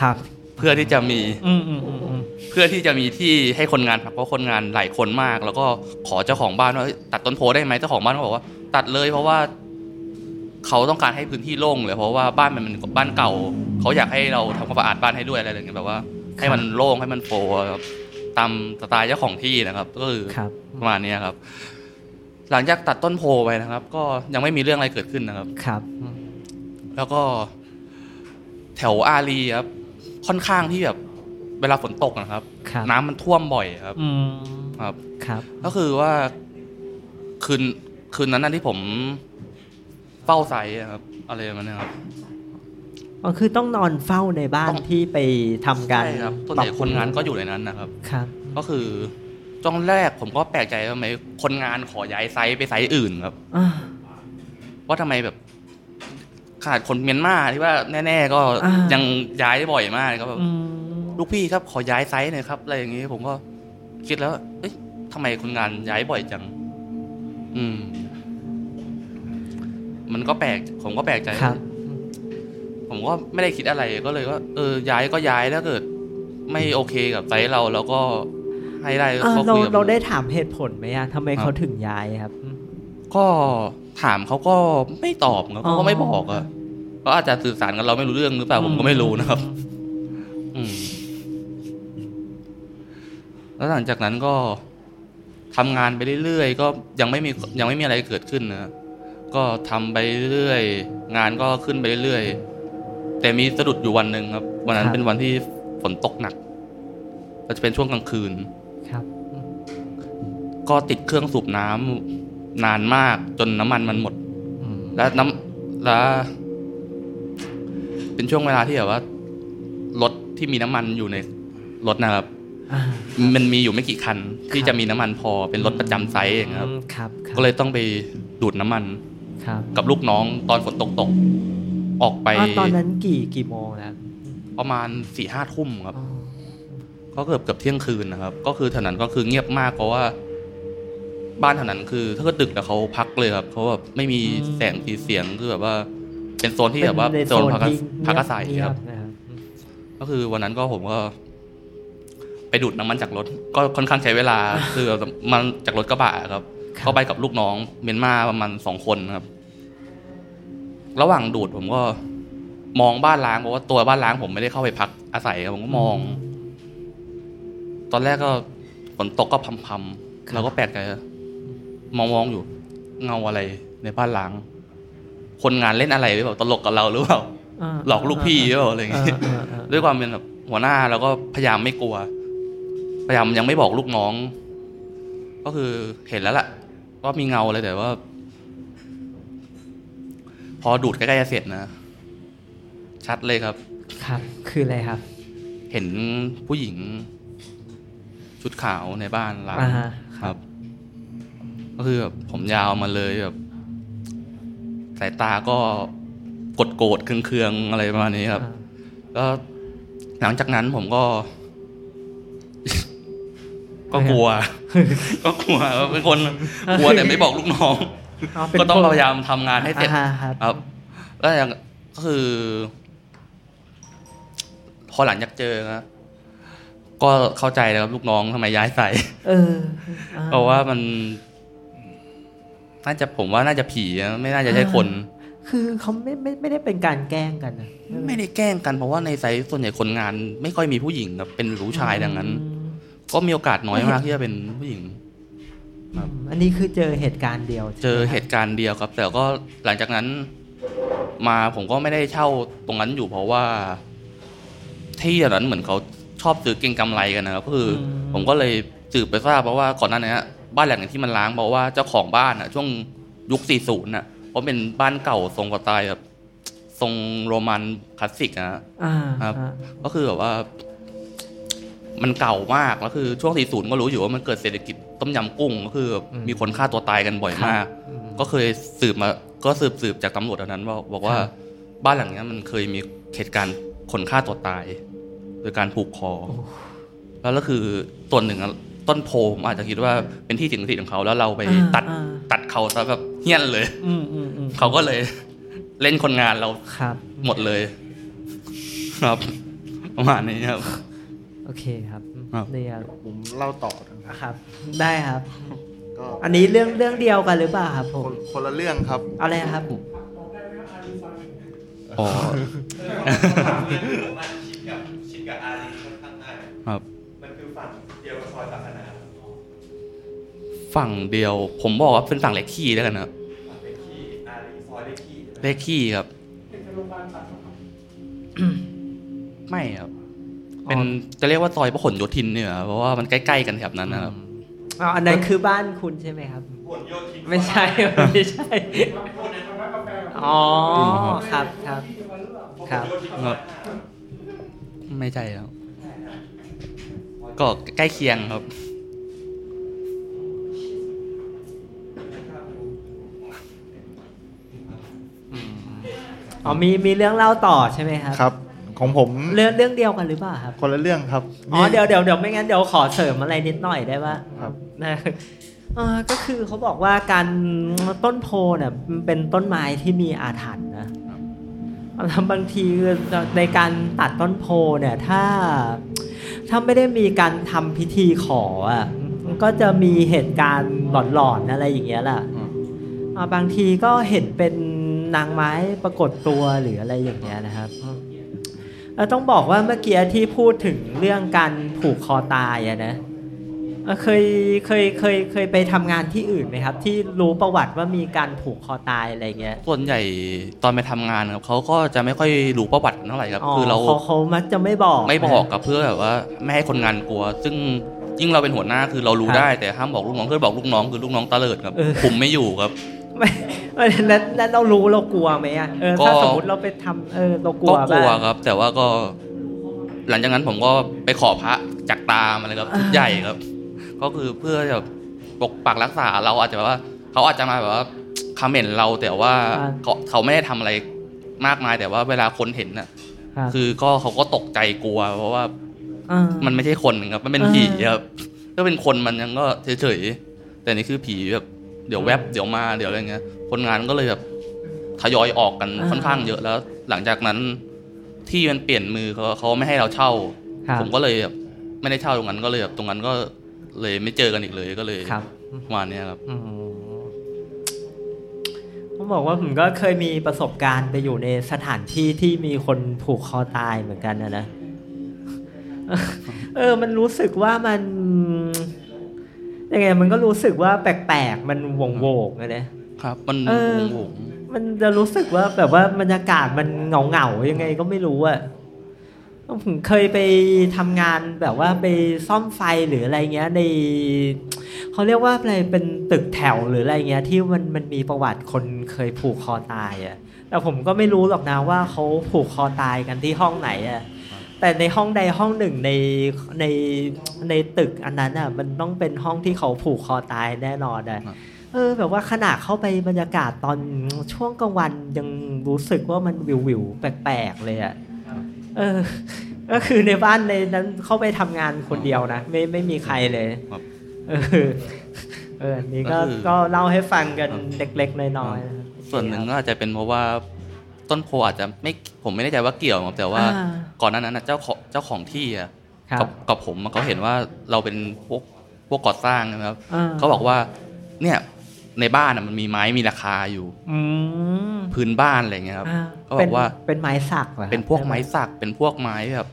C: ครับ
F: เพื่อที่จะมี
C: อืมอืมอืมอืม
F: เพื่อที่จะมีที่ให้คนงานพักเพราะคนงานหลายคนมาก แล้วก็ขอเจ้าของบ้านว่าเอ้ยตัดต้นโพได้ไหมเจ้าของบ้านก็บอกว่า ตัดเลยเพราะว่าเขาต้องการให้พื้นที่โล่งเลยเพราะว่าบ้านมันเป็นบ้านเก่า เขาอยากให้เราทำความสะอาดบ้านให้ด้วยอะไรอย่างเงี้ยแบบว่า ให้มันโล่งให้มันโฟร์ครับตามสไตล์เจ้าของที่นะครับ ก็คือ
C: ครับ
F: ประมาณเนี้ยครับ หลังจากตัดต้นโพไปนะครับ ก็ยังไม่มีเรื่องอะไรเกิดขึ้นนะครับ
C: ครับ
F: แล้วก็แถวอารีครับ ค่อนข้างที่แบบเวลาฝนตกนะครับ
C: ครับ
F: น้ำมันท่วมบ่อยครับ
C: อืม
F: ครับ
C: ครับ
F: ก็คือว่าคืนคืนนั้นนะที่ผมเฝ้าไซต์อะครับ อะไรประมันนะครับ
C: อ๋อ คือต้องนอนเฝ้าในบ้าน
F: ต้อง
C: ที่ไปทำการ
F: ใช่ครับส่วนใหญ่
C: ปรับป
F: ค
C: รุ
F: นงานก็อยู่ในนั้นนะครับ
C: ครับ
F: ก็คือตอนแรกผมก็แปลกใจว่าทำไมคนงานขอย้ายไซต์ไปไซต์อื่นครับ
C: อ่า
F: ว่าทำไมแบบขาดคนเมียนมาที่ว่าแน่ ๆ ก็
C: อ่ายั
F: ยังย้ายบ่อยมากเลยครับแบบ
C: อืม
F: ลูกพี่ครับขอย้ายไซส์หน่อยครับอะไรอย่างนี้ผมก็คิดแล้ว เอ๊ะทำไมคนงานย้ายบ่อยจัง อืม มันก็แปลก ผมก็แปลกใจ
C: ครับ
F: ผมก็ไม่ได้คิดอะไรก็เลยก็เออย้ายก็ย้ายถ้าเกิด ไม่โอเคกับไซส์เราเราก็ให้ได้
C: อ่ะ
F: ก็
C: เรา
F: คุยกับ
C: เราได้ถามเหตุผลไหมอะทำไมเขาถึงย้ายครับ
F: ก็ถามเขาก็ไม่ตอบครับเขา
C: อ๋
F: ก็
C: อ
F: ไม่บอกอ่ะก็อาจจะสื่อสารกันเราไม่รู้เรื่องหรือเปล่าผมก็ไม่รู้นะครับ อืม แล้วหลังจากนั้นก็ทำงานไปเรื่อยๆก็ยังไม่มียังไม่มีอะไรเกิดขึ้นนะ ก็ทำไปเรื่อยๆงานก็ขึ้นไปเรื่อยๆแต่มีสะดุดอยู่วันหนึ่งครับ วันนั้
C: คน รับ
F: เป็นวันที่ฝนตกหนักก็จะเป็นช่วงกลางคืน
C: ครับ
F: ก็ติดเครื่องสูบน้ำนานมากจนน้ำมันมันหมด
C: อืม
F: แล้วน้ำแล้วเป็นช่วงเวลาที่แบบว่า รถที่มีน้ำมันอยู่ในรถนะครับ
C: อ่า
F: มันมีอยู่ไม่กี่คัน ที่
C: ครับ
F: จะมีน้ำมันพอเป็นรถประจำไซส์อย่างเงี้ยครับ
C: อืมครับครับ
F: ก็เลยต้องไปดูดน้ำมัน
C: ครับ
F: กับลูกน้องตอนฝนตกตกออกไป
C: อ่ะตอนนั้นกี่กี่โมงแล้ว
F: ประมาณสี่ห้าทุ่มครับ
C: อ๋อ
F: ก็เกือบเกือบเที่ยงคืนนะครับ ก็คือแถวนั้นก็คือเงียบมากเพราะว่า บ้านแถวนั้นคือ ถ้าเกิดดึกแล้วเขาพักเลยครับเขาแบบไม่มีแสงสีเสียงคือแบบว่า เป็นโซนที่แบบว่า
C: เป็
F: โซนพักอา
C: ที่
F: พักอาศัย
C: เงี
F: ครับ
C: เงีนะครับ
F: ก็คือวันนั้นก็ผมก็ ไปดูดน้ำมันจากรถ ก็ค่อนข้างใช้เว ลา คือมันจากรถกระบะครับ ก็ไปกับลูกน้องเมียนมาประมาณสองคนครับ ระหว่างดูดผมก็ มองบ้านล้างเพราะว่าตัวบ้านล้างผมไม่ได้เข้าไปพักอาศัยครับผมก็มอง ตอนแรกก็ฝนตกก็พำพำๆเราก็แปลกใจมองมองๆอยู่ เงาอะไรในบ้านล้าง คนงานเล่นอะไรหรือเปล่าตลกกับเราหรือเปล่า
C: อ่า
F: หลอกลูกพี่หรือเปล่าอะไรอย่าง
C: อ่า
F: งี้
C: อ่าอ่า
F: ด้วยความเป็นแบบหัวหน้าแล้วก็พยายามไม่กลัว พยายามยังไม่บอกลูกน้อง ก็คือเห็นแล้วล่ะว่ามีเงาอะไรแต่ว่า พอดูดใกล้ๆจะเสร็จนะ ชัดเลยครับ
C: ครับ คืออะไรครับ
F: เห็นผู้หญิง ชุดขาวในบ้านเรา
C: อ่าฮะ
F: ครับ ก็คือแบบผมยาวมาเลยแบบสายตาก็กดโกรธๆเคืองๆอะไรประมาณนี้ครับ
C: อ่า
F: ก็หลังจากนั้นผมก็ ก็ก
C: ไม่ครับ
F: ลัว ก็กลัวครับเป็นคนกลัวแต่ไม่บอกลูกน้อง
C: อ๋เป็น
F: ก็ต้อง
C: คน
F: พยายามทำงานให้เสร็จ
C: อ่าฮะครับ
F: ครับ แล้วอย่างก็คือ พอหลังจากเจอนะก็เข้าใจแล้วครับลูกน้องทำไมย้ายใส่
C: เอออ่
F: เพราะว่ามัน น่าจะผมว่าน่าจะผีนะไม่น่าจะใช่คน
C: คือเขาไม่ไม่ไม่ได้เป็นการแกล้งกันนะ
F: ไม่ได้แกล้งกันเพราะว่าในไซต์ส่วนใหญ่คนงาน ไม่ค่อยมีผู้หญิงครับเป็นผู้ชายดังนั้น ก็มีโอกาสน้อยมากที่จะเป็นผู้หญิง
C: อืมอันนี้คือเจอเหตุการณ์เดียวใช่ไม
F: เจอเหตุการณ์เดียวครับ แต่ก็หลังจากนั้น มาผมก็ไม่ได้เช่าตรงนั้นอยู่เพราะว่า ที่อันนั้นเหมือนเขาชอบซื้อเก่งกำไรกันนะครับก็คืออผมก็เลยสืบไปทราบเพราะว่าก่อนหน้านี้บ้านหลังที่มันล้างเพราะว่าเจ้าของบ้านอ่ะ ช่วงยุค 40น่ะเพราะเป็นบ้านเก่าทรงกระตายแบบทรงโรมันคลาสสิกนะฮะ
C: อ่า
F: ครับ
C: อ่า
F: ก็คือแบบว่า มันเก่ามากแล้วคือช่วง 40 ก็รู้อยู่ว่ามันเกิดเศรษฐกิจต้มยำกุ้งก็คือแบบมีคนฆ่าตัวตายกันบ่อยมาก
C: อืม
F: ก็เคยสืบมา ก็สืบสืบจากตำรวจอันนั้นว่าบอกว่า
C: ครับ
F: บ้านหลังเนี้ยมันเคยมีเหตุการณ์คนฆ่าตัวตาย โดยการผูกคอ แล้วก็คือตัวนหนึ่งอะต้นโพผมอาจจะคิดว่าเป็นที่สิงสถิตของเขาแล้วเราไป
C: อ่า
F: ตัด
C: อ่า
F: ตัดเขาซะแบบเฮี้ยนเลย
C: อืมอืมอืม
F: เขาก็เลย เล่นคนงานเรา
C: ครับ
F: หมดเลย ครับ ประมาณนี้ครับ
C: โอเคครับ
F: ครับ
C: นี่ครับ
E: ผมเล่าต่อนะครับ
C: ครับ ได้ครับ
E: ก็
C: อันนี้เรื่องเรื่องเดียวกันหรือเปล่าครับผ
E: ค
C: ม
E: นคนละเรื่องครับ
C: อะไรครับ
F: อ๋อครับ ฝั่งเดียวผมบอกว่าเป็นฝั่งเลขขี้แล้วกันนะครับเลขขี้ครับไม่ครับ เป็นจะเรียกว่าซอยพหลโยธินเนี่ยเหรอเพราะว่ามันใกล้ๆกันแถบนั้นนะครับ
C: อ๋ออันนั้นคือบ้านคุณใช่ไหมครับไม่ใช่ ไม่ใช่อ๋อครับครับครับ
F: ไม่ใช่ครับ ก็ใกล้เคียงครับ
C: อ๋อมีมีเรื่องเล่าต่อใช่ไหมครับ
E: ครับ ของผม
C: เรื่องเรื่องเดียวกันหรือเปล่าครับ
E: คนละเรื่องครับ
C: อ๋อ
E: นี่
C: เดี๋ยวเดี๋ยวเดี๋ยวไม่งั้นเดี๋ยวขอเสริมอะไรนิดหน่อยได้ปะ
E: ครับ
C: นะ เออก็คือเขาบอกว่าการต้นโพเนี่ยมันเป็นต้นไม้ที่มีอาถรรพ์นะแล้วบางทีในการตัดต้นโพเนี่ยถ้าถ้าไม่ได้มีการทำพิธีขออ่ะมันก็จะมีเหตุการณ์หลอนๆอะไรอย่างเงี้ยแหละอ่าบางทีก็เห็นเป็นนางไม้ปรากฏตัวหรืออะไรอย่างเงี้ยนะครับ เราต้องบอกว่าเมื่อกี้ที่พูดถึงเรื่องการผูกคอตายอะนะเอ่อเคยเคยเคยเคยไปทำงานที่อื่นไหมครับ ที่รู้ประวัติว่ามีการผูกคอตายอะไรเงี้ย
F: ส่วนใหญ่ตอนไปทำงานครับเขาก็จะไม่ค่อยรู้ประวัติเท่าไหร่ครับ คือเรา
C: เขาเขามักจะไม่บอก
F: ไม่บอก
C: นะ
F: กับเพื่อแบบว่าไม่ให้คนงานกลัว ซึ่งยิ่งเราเป็นหัวหน้าคือเรารู้
C: ครับ
F: ได้แต่ห้ามบอกลูกน้องเพื่อนบอกลูกน้องคือลูกน้องตะเลิดครับ
C: เออ
F: คุมไม่อยู่ครับ
C: ไม่ไม่ นั้นนั้นเรารู้เรากลัวไหมอะเออถ้า
F: ก็
C: สมมติเราไปทำเออเรากลั
F: ก็
C: ว
F: กลัว
C: บ้าง
F: ครับ แต่ว่าก็ หลังจากนั้นผมก็ไปขอพระจากตามาเลยครับชุดใหญ่ครับ ก็คือเพื่อจะปกปักรักษาเราอาจจะแบบว่า เขาอาจจะมาแบบว่าคอมเมนต์เราแต่ว่า
C: อ่า
F: เขาเขาไม่ได้ทำอะไรมากมายแต่ว่าเวลาคนเห็นน่ะ
C: ครับ
F: คือก็เขาก็ตกใจกลัว เพราะว่า
C: อ่า
F: มันไม่ใช่คนครับมันเป็น
C: อ่า
F: ผีครับถ้าเป็นคนมันยังก็เฉยๆแต่นี่คือผีแบบเดี๋ยวแวบเดี๋ยวมาเดี๋ยวอะไรเงี้ย คนงานก็เลยแบบทยอยออกกันค่อนข้างเยอะแล้ว หลังจากนั้นที่มันเปลี่ยนมือเขาเขาไม่ให้เราเช่า
C: ครับ
F: ผมก็เลยแบบไม่ได้เช่าตรงนั้นก็เลยแบบตรงนั้นก็เลยไม่เจอกันอีกเลยก็เลย
C: ครับ
F: ประมาณเนี้ยครับ
C: อืมผมบอกว่าผมก็เคยมีประสบการณ์ไปอยู่ในสถานที่ที่มีคนผูกคอตายเหมือนกันนะ นะ เออ มันรู้สึกว่ามันยังไง มันก็รู้สึกว่าแปลกๆ มันวงโวกๆนะเนี่ย
F: ครับ มัน
C: เออ
F: งง
C: มันจะรู้สึกว่าแบบว่าบรรยากาศมันเหงาๆยังไงก็ไม่รู้อะผมเคยไปทำงานแบบว่าไปซ่อมไฟหรืออะไรเงี้ยในเขาเรียกว่าอะไรเป็นตึกแถวหรืออะไรเงี้ย ที่มันมันมีประวัติคนเคยผูกคอตายอะแต่ผมก็ไม่รู้หรอกนะว่าเขาผูกคอตายกันที่ห้องไหนอะแต่ในห้องใดห้องหนึ่งในในในตึกอันนั้นอะมันต้องเป็นห้องที่เขาผูกคอตายแน่นอนอะ เออแบบว่าขนาดเข้าไปบรรยากาศตอนช่วงกลางวันยังรู้สึกว่ามันวิววิวๆแปลกๆเลยอะ่ะเออ ก็คือในบ้านในนั้นเข้าไปทำงานคนเดียวนะ ไม่ไม่มีใครเลย
F: ครับ
C: เออเอออันนี่ก็
F: ก็คือ
C: ก็เล่าให้ฟังกัน
F: ครับ
C: เล็กๆน้อยๆนะครับ
F: ส่วนหนึ่งก็อาจจะเป็นเพราะว่าต้นโพอาจจะไม่ผมไม่แน่ใจว่าเกี่ยวมั้งแต่ว่า
C: อ่
F: ก่อนหน้านั้นนะเจ้าของเจ้าของที่อะ
C: ครั
F: กั
C: บบ
F: กับผมอะเขาเห็นว่าเราเป็นพวกพวกก่อสร้างนะครับเขาบอกว่าเนี่ยในบ้านอะมันมีไม้มีราคาอยู่
C: อืม
F: พื้นบ้านอะไรเงี้ยครับ
C: อ่า
F: เขาบอกว่า
C: เป็นเป็นไม้สักหรอครับ
F: เป็นพวกไม้สักเป็นพวกไม้แบบ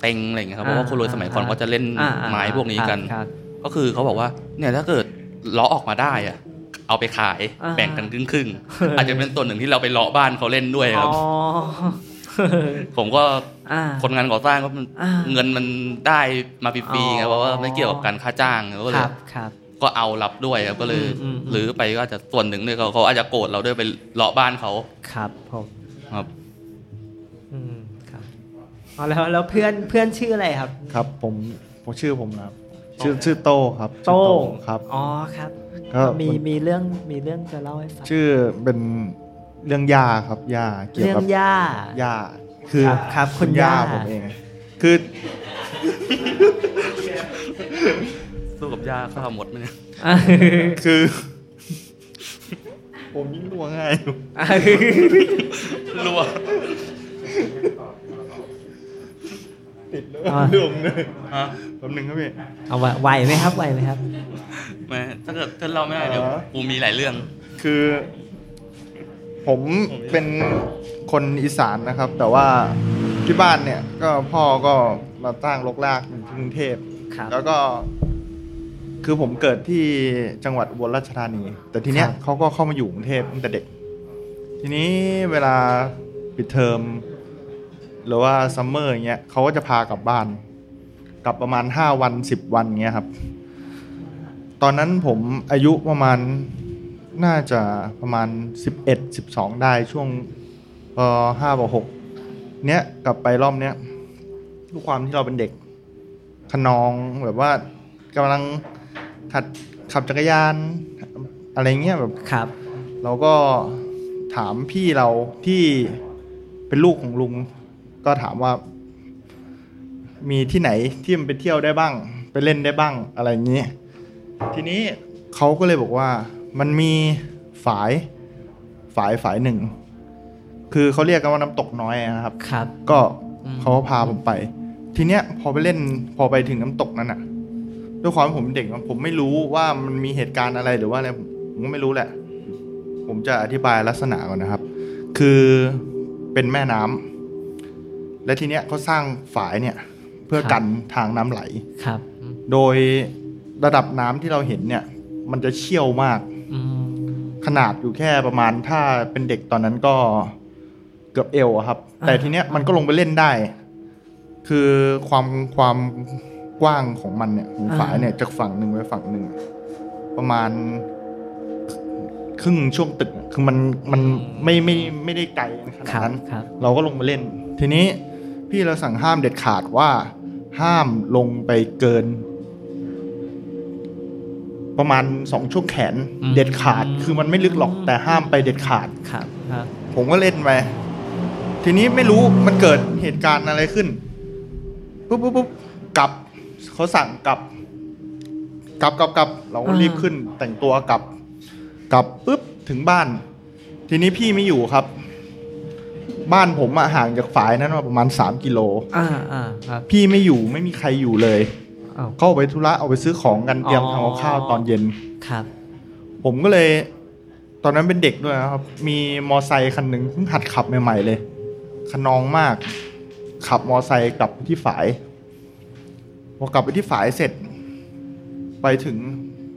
F: เต็งอะไรเงี้ยครับเพราะว่า
C: อ่า
F: คนรวยสมัยก่อน
C: อ่า
F: ก็จะเล่น
C: อ่าอ่า
F: ไม้พวกนี้กัน
C: ครับ
F: ก็คือเขาบอกว่าเนี่ยถ้าเกิดเลาะออกมาได้อะเอาไปขาย
C: อ่า
F: แบ่งกันครึ่งครึ่งๆอาจจะเป็นส่วนหนึ่งที่เราไปเลาะบ้านเขาเล่นด้วยครับ
C: อ๋ อ
F: ผมก็
C: อ่า
F: คนงานก่อสร้างก็มัน
C: อ่า
F: เงินมันได้มาฟรีๆไง
C: อ๋อ
F: เพราะว่าไม่เกี่ยวกับการค่าจ้างก็เล
C: ค
F: ย
C: รับครับ
F: ก็เอารับด้วยครับก็เลย
C: อืมอืมอืม
F: หรือไปก็อาจจะส่วนหนึ่งเนี่ยเขาเขาอาจจะโกรธเราด้วยไปเลาะบ้านเขา
C: ครับผม
F: ครับ
C: อืมครับเอาแล้วแล้วเพื่อนเพื่อนชื่ออะไรครับ
E: ครับผมผมชื่อผมนะครับ ชื่อชื่อโต้ครับ
C: โต้ง
E: งครับ
C: อ๋อครับ
E: ก็
C: ก็มี
E: มัน
C: มีเรื่องมีเรื่องจะเล่าให้ฟัง
E: ชื่อเป็นเรื่องย่าครับย่าเกี่ยว
C: เรื่อง
E: กับ
C: ย่า
E: ย่าคือ
C: ครับครับคุณย่า
E: ผมเอง คือ
F: สู้กับยาข้าวหมดไหมเนี่ย
C: อ่ะ
E: คือ ผมยิ่งรัวง่ายอยู่
C: อ่ะ
F: รัว
C: อ่ะ
E: เรื่องเลย
F: ฮะ
E: แป๊บหนึงครับพี่
C: เอาไหวไหวไหมครับไหวไหมครับ
F: แม่ถ้าเกิดถ้าเราไม่ได้เดี๋ยว
E: อ๋อ
F: กูมีหลายเรื่อง
E: คือ ผมเป็นคนอีสานนะครับ แต่ว่าที่บ้านเนี่ย ก็พ่อก็มาตั้งรกรากอยู่ที่กรุงเทพ
C: ครับ
E: แล้วก็ คือผมเกิดที่จังหวัดอุบลราชธานี แต่ทีเนี้ย
C: ครับ
E: เขาก็เข้ามาอยู่กรุงเทพตั้งแต่เด็ก ทีนี้เวลาปิดเทอมหรือว่าซัมเมอร์อย่างเงี้ยเขาก็จะพากลับบ้าน กลับประมาณห้าวันสิบวันเงี้ยครับ ตอนนั้นผมอายุประมาณน่าจะประมาณสิบเอ็ดสิบสองได้ช่วงปห้าปหกเนี้ยกลับไปรอบเนี้ยด้วยความที่เราเป็นเด็กขนองแบบว่ากำลังขัดขับจักรยานอะไรเงี้ยแบบ
C: ครับ
E: เราก็ถามพี่เราที่เป็นลูกของลุง ก็ถามว่า มีที่ไหนที่มันไปเที่ยวได้บ้าง ไปเล่นได้บ้างอะไรอย่างนี้ ทีนี้ เขาก็เลยบอกว่ามันมีฝายฝายฝายหนึ่ง คือเขาเรียกกันว่าน้ำตกน้อยนะครับ
C: ครับ
E: ก็
C: อืม
E: เขาก็พาผมไป ทีเนี้ยพอไปเล่นพอไปถึงน้ำตกนั้นอ่ะด้วยความที่ผมเด็กผมไม่รู้ว่ามันมีเหตุการณ์อะไรหรือว่าอะไรผมผมก็ไม่รู้แหละ ผมจะอธิบายลักษณะก่อนนะครับ คือเป็นแม่น้ำและทีเนี้ยเขาสร้างฝายเนี่ย เพื่อกันทางน้ำไหล
C: ครับ
E: โดยระดับน้ำที่เราเห็นเนี่ย มันจะเชี่ยวมาก
C: อืม
E: ขนาดอยู่แค่ประมาณถ้าเป็นเด็กตอนนั้นก็เกือบเอวอะครับ แต่ทีเนี้ยมันก็ลงไปเล่นได้ คือความความกว้างของมันเนี่ยของฝายเนี่ยจากฝั่งหนึ่งไปฝั่งหนึ่งประมาณ ครึ่งช่วงตึกอะคือมันมันไม่ไม่ไม่ได้ไกลขนา
C: ค
E: ด
C: รับ
E: นั้น
C: ครับ
E: เราก็ลงมาเล่น ทีนี้พี่เราสั่งห้ามเด็ดขาดว่า ห้ามลงไปเกิน ประมาณสองช่วงแขนเด็ดขาด คือมันไม่ลึกหรอกแต่ห้ามไปเด็ดขาด
C: ครับครับ
E: ผมก็เล่นไปทีนี้ไม่รู้มันเกิดเหตุการณ์อะไรขึ้นปุ๊บปุ๊บปุ๊บกลับเขาสั่งกลับ กลับกลับกลับเราก็รีบขึ้น แต่งตัวกลับ กลับปุ๊บถึงบ้าน ทีนี้พี่ไม่อยู่ครับ บ้านผมอะห่างจากฝายนั้นมาประมาณสามกิโล
C: อ่าอ่าครับ
E: พี่ไม่อยู่ไม่มีใครอยู่เลย
C: อ้าว
E: เขาออกไปธุระเอาไปซื้อของกันเตรียม
C: อ๋อ
E: ทำกับข้าวตอนเย็น
C: ครับ
E: ผมก็เลย ตอนนั้นเป็นเด็กด้วยนะครับ มีมอไซค์คันหนึ่งเพิ่งหัดขับใหม่ ๆ เลยขนองมาก ขับมอไซค์กลับที่ฝายพอกลับไปที่ฝายเสร็จ ไปถึง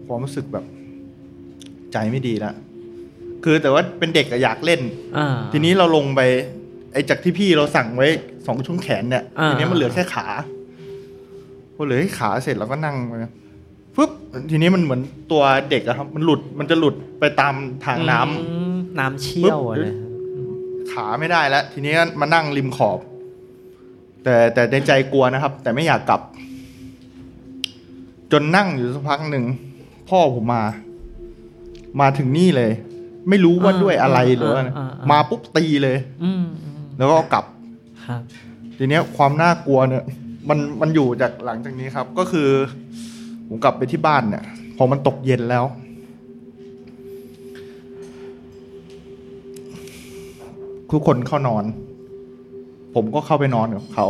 E: ความรู้สึกแบบ ใจไม่ดีละคือแต่ว่าเป็นเด็กอะอยากเล่น
C: อ่า
E: ทีนี้เราลงไป ไอ้จากที่พี่เราสั่งไว้สองช่วงแขนเนี่ย
C: อ่า
E: ทีนี้มันเหลือแค่ขาพอเหลือแค่ขาเสร็จเราก็นั่งไปปุ๊บทีนี้มันเหมือนตัวเด็กอะครับ มันหลุดมันจะหลุดไปตามทางน้ำ
C: อืมน้ำเชี่ยว
E: ปึ๊บ
C: อะไรครับ
E: ขาไม่ได้แล้ว ทีนี้ก็มานั่งริมขอบ แต่แต่ในใจกลัวนะครับ แต่ไม่อยากกลับ จนนั่งอยู่สักพักหนึ่งพ่อผมมา มาถึงนี่เลย ไม่รู้ว่าด้วยอะไรหรือว่าอะไรมาปุ๊บตีเลย
C: อืม
E: แล้วก็กลับ
C: ครับ
E: ทีเนี้ยความน่ากลัวเนี่ย มันมันอยู่จากหลังจากนี้ครับ ก็คือ ผมกลับไปที่บ้านเนี่ย พอมันตกเย็นแล้ว ทุกคนเข้านอน ผมก็เข้าไปนอนกับเขา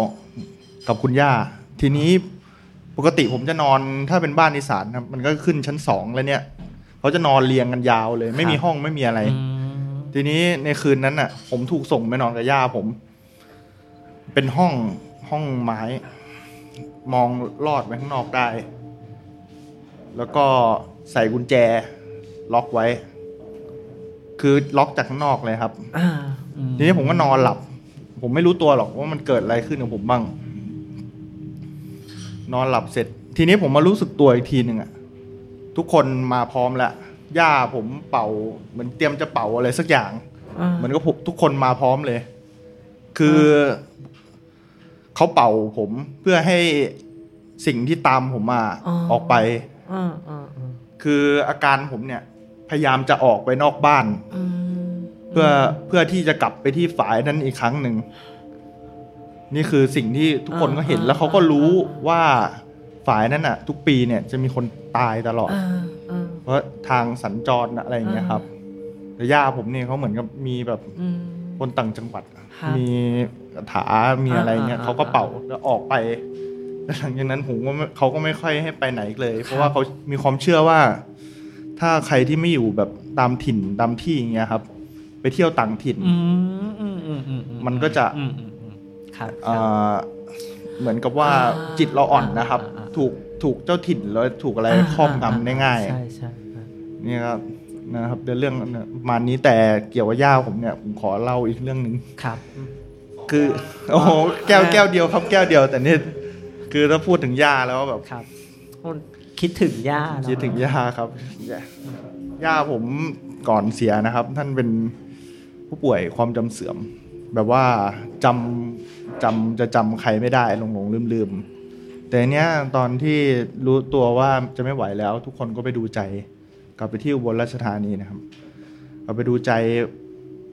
E: กับคุณย่า ทีนี้ปกติผมจะนอนถ้าเป็นบ้านอีสานครับมันก็ขึ้นชั้นสองแล้วเนี่ยเขาจะนอนเรียงกันยาวเลย ไม่มีห้องไม่มีอะไร
C: อืม
E: ทีนี้ในคืนนั้นน่ะ ผมถูกส่งไปนอนกับย่าผม เป็นห้องห้องไม้ มองลอดไปข้างนอกได้ แล้วก็ใส่กุญแจ ล็อกไว้ คือล็อกจากข้างนอกเลยครับ
C: อ่าอืม
E: ทีนี้ผมก็นอนหลับ ผมไม่รู้ตัวหรอกว่ามันเกิดอะไรขึ้นกับผมบ้าง นอนหลับเสร็จ ทีนี้ผมมารู้สึกตัวอีกทีหนึ่งอะทุกคนมาพร้อมแล้วย่าผมเป่า เหมือนเตรียมจะเป่าอะไรสักอย่าง
C: อ่า
E: มันก็ผมทุกคนมาพร้อมเลย คืออเขาเป่าผมเพื่อให้สิ่งที่ตามผมมา
C: อ๋อ
E: ออกไป
C: อ่าอ่าอ่า
E: คืออาการผมเนี่ย พยายามจะออกไปนอกบ้าน
C: อืม
E: เพื่อเพื่อที่จะกลับไปที่ฝายนั้นอีกครั้งหนึ่ง นี่คือสิ่งที่ทุกคนก็เห็นแล้วเขาก็รู้ว่าฝายนั้นอ่ะ ทุกปีเนี่ยจะมีคนตายตลอด
C: อ่าอ่า
E: เพราะทางสัญจรน่ะอะไรอย่างเงี้ยครับแต่ย่าผมเนี่ยเขาเหมือนกับมีแบบ
C: อืม
E: คนต่างจังหวัดอะ
C: ครับ
E: มีคาถา มีอะไรเงี้ย
C: อ่าๆๆ
E: เขาก็เป่าแล้วออกไปแล้วหลังจากนั้นผมก็ไม่เขาก็ไม่ค่อยให้ไปไหนอีกเลย เพราะว่าเขามีความเชื่อว่า ถ้าใครที่ไม่อยู่แบบตามถิ่นตามที่อย่างเงี้ยครับ ไปเที่ยวต่างถิ่น
C: อืมอืมอืมอืมอื
E: มันก็จะ
C: อืมอืมอืมครับค
E: อ่
C: รับ
E: าเหมือนกับว่า
C: อ่า
E: จิตเราอ่อนนะครับ
C: อ่าๆๆ
E: ถูกถูกเจ้าถิ่นแล้วถูกอะไรครอบงำได้ง่าย
C: ใช่ใช่ครับ
E: นี่ครับนะครับเดี๋ยวเรื่องประมาณนี้แต่เกี่ยวกับย่าผมเนี่ยผมขอเล่าอีกเรื่องหนึ่ง
C: ครับ
E: คือ โอ้โหแก้ว
C: อ่า
E: แก้วเดียวครับแก้วเดียว แต่นี่คือถ้าพูดถึงย่าแล้วแบบ
C: ครับมันคิดถึงย่าเนอะ
E: คิดถึงย่าครับย่าย่าผมก่อนเสียนะครับ ท่านเป็นผู้ป่วยความจำเสื่อม แบบว่าจำจำจะจำใครไม่ได้หลงหลงลืมลืมๆแต่เนี้ยตอนที่รู้ตัวว่าจะไม่ไหวแล้ว ทุกคนก็ไปดูใจ กลับไปที่อุบลราชธานีนะครับกลับไปดูใจ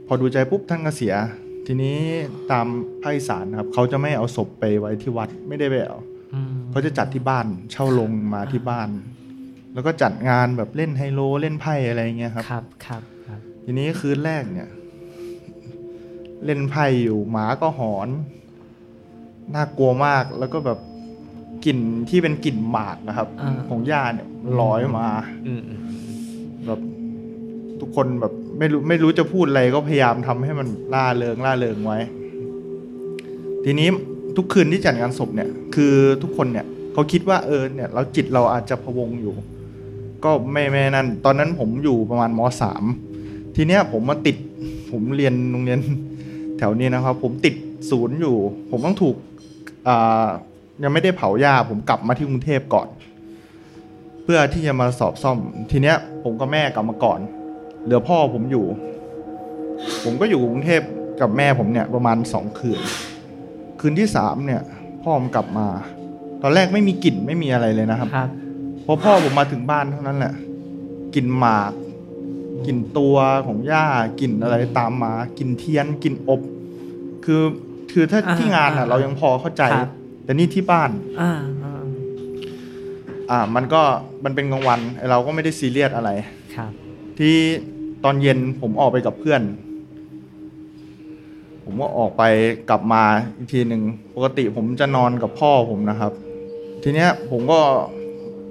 E: พอดูใจปุ๊บท่านก็เสีย ทีนี้ตามภาคอีสานนะครับ เขาจะไม่เอาศพไปไว้ที่วัดไม่ได้ไปเอา
C: อืม
E: เขาจะจัดที่บ้านเช่าลงมาที่บ้าน แล้วก็จัดงานแบบเล่นไฮโลเล่นไพ่อะไรเงี้ยครับ
C: ครับครับครับ
E: ทีนี้คืนแรกเนี่ย เล่นไพ่อยู่หมาก็หอนน่ากลัวมากแล้วก็แบบกลิ่นที่เป็นกลิ่นหมากนะครับ
C: อ่า
E: ของหญ้าเนี่ยลอยมา
C: อืมอืม
E: แบบทุกคนแบบไม่รู้ไม่รู้จะพูดอะไรก็พยายามทำให้มันล่าเริงล่าเริงไว้ ทีนี้ทุกคืนที่จัดงานศพเนี่ย คือทุกคนเนี่ยเขาคิดว่าเออเนี่ย เราจิตเราอาจจะพะวงอยู่ ก็ไม่ไม่นั่น ตอนนั้นผมอยู่ประมาณมสามทีเนี้ยผมมาติดผมเรียนโรงเรียน แถวนี้นะครับ ผมติดศูนย์อยู่ ผมต้องถูกอ่ายังไม่ได้เผาหญ้าผมกลับมาที่กรุงเทพก่อน เพื่อที่จะมาสอบซ่อม ทีเนี้ย ผมกับแม่กลับมาก่อน เหลือพ่อผมอยู่ ผมก็อยู่กรุงเทพกับแม่ผมเนี่ย ประมาณสองคืน คืนที่สามเนี่ย พ่อผมกลับมา ตอนแรกไม่มีกลิ่นไม่มีอะไรเลยนะครับ
C: ครับ
E: พอพ่อผมมาถึงบ้านเท่านั้นแหละกลิ่นหมากกลิ่นตัวของหญ้ากลิ่นอะไรตามมากลิ่นเทียนกลิ่นอบ คือคือถ้า
C: อ่า
E: ที่งานอ่ะ
C: อ่า
E: เรายังพอเข้าใจ
C: ครับ
E: แต่นี่ที่บ้าน
C: อ่าอ่า
E: อ่า มันก็มันเป็นกลางวันไอ้เราก็ไม่ได้ซีเรียสอะไร
C: ครับ
E: ที่ตอนเย็นผมออกไปกับเพื่อน ผมก็ออกไปกลับมาอีกทีหนึ่งปกติผมจะนอนกับพ่อผมนะครับ ทีเนี้ยผมก็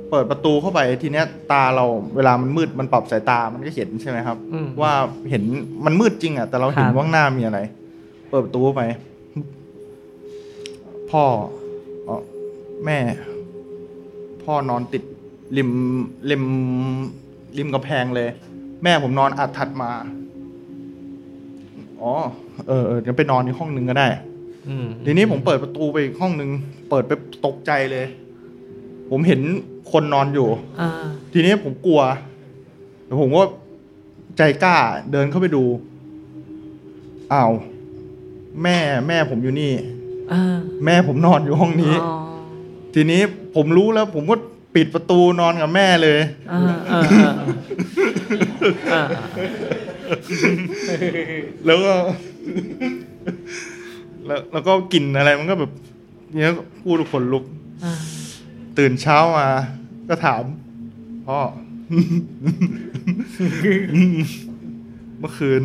E: เปิดประตูเข้าไปทีเนี้ยตาเราเวลามันมืดมันปรับสายตามันก็เห็นใช่ไหมครับ
C: อืม
E: ว่าเห็นมันมืดจริงอ่ะแต่เราเห็น
C: ครับ
E: ว่าข้างหน้ามีอะไร เปิดประตูเข้าไป พ่อเอ่อแม่ พ่อนอนติดริมริมริมกำแพงเลย แม่ผมนอนอัดถัดมา อ๋อ เออเอองั้นไปนอนอีกห้องหนึ่งก็ได้
C: อืม
E: ทีนี้ผมเปิดประตูไปอีกห้องหนึ่งเปิดไปตกใจเลย ผมเห็นคนนอนอยู่
C: อ่า
E: ทีนี้ผมกลัวแต่ผมก็ใจกล้าเดินเข้าไปดูอ้าวแม่แม่ผมอยู่นี่
C: อ่า
E: แม่ผมนอนอยู่ห้องนี้
D: อ๋อ
E: ทีนี้ผมรู้แล้ว ผมก็ปิดประตูนอนกับแม่เลย
C: อ่าอ่าอ่าอ่า
E: แล้วก็ แล้วแล้วก็กลิ่นอะไรมันก็แบบเนี้ยพูดทุกคนลุก
C: อ่า
E: ตื่นเช้ามา ก็ถามพ่อ เมื่อคืน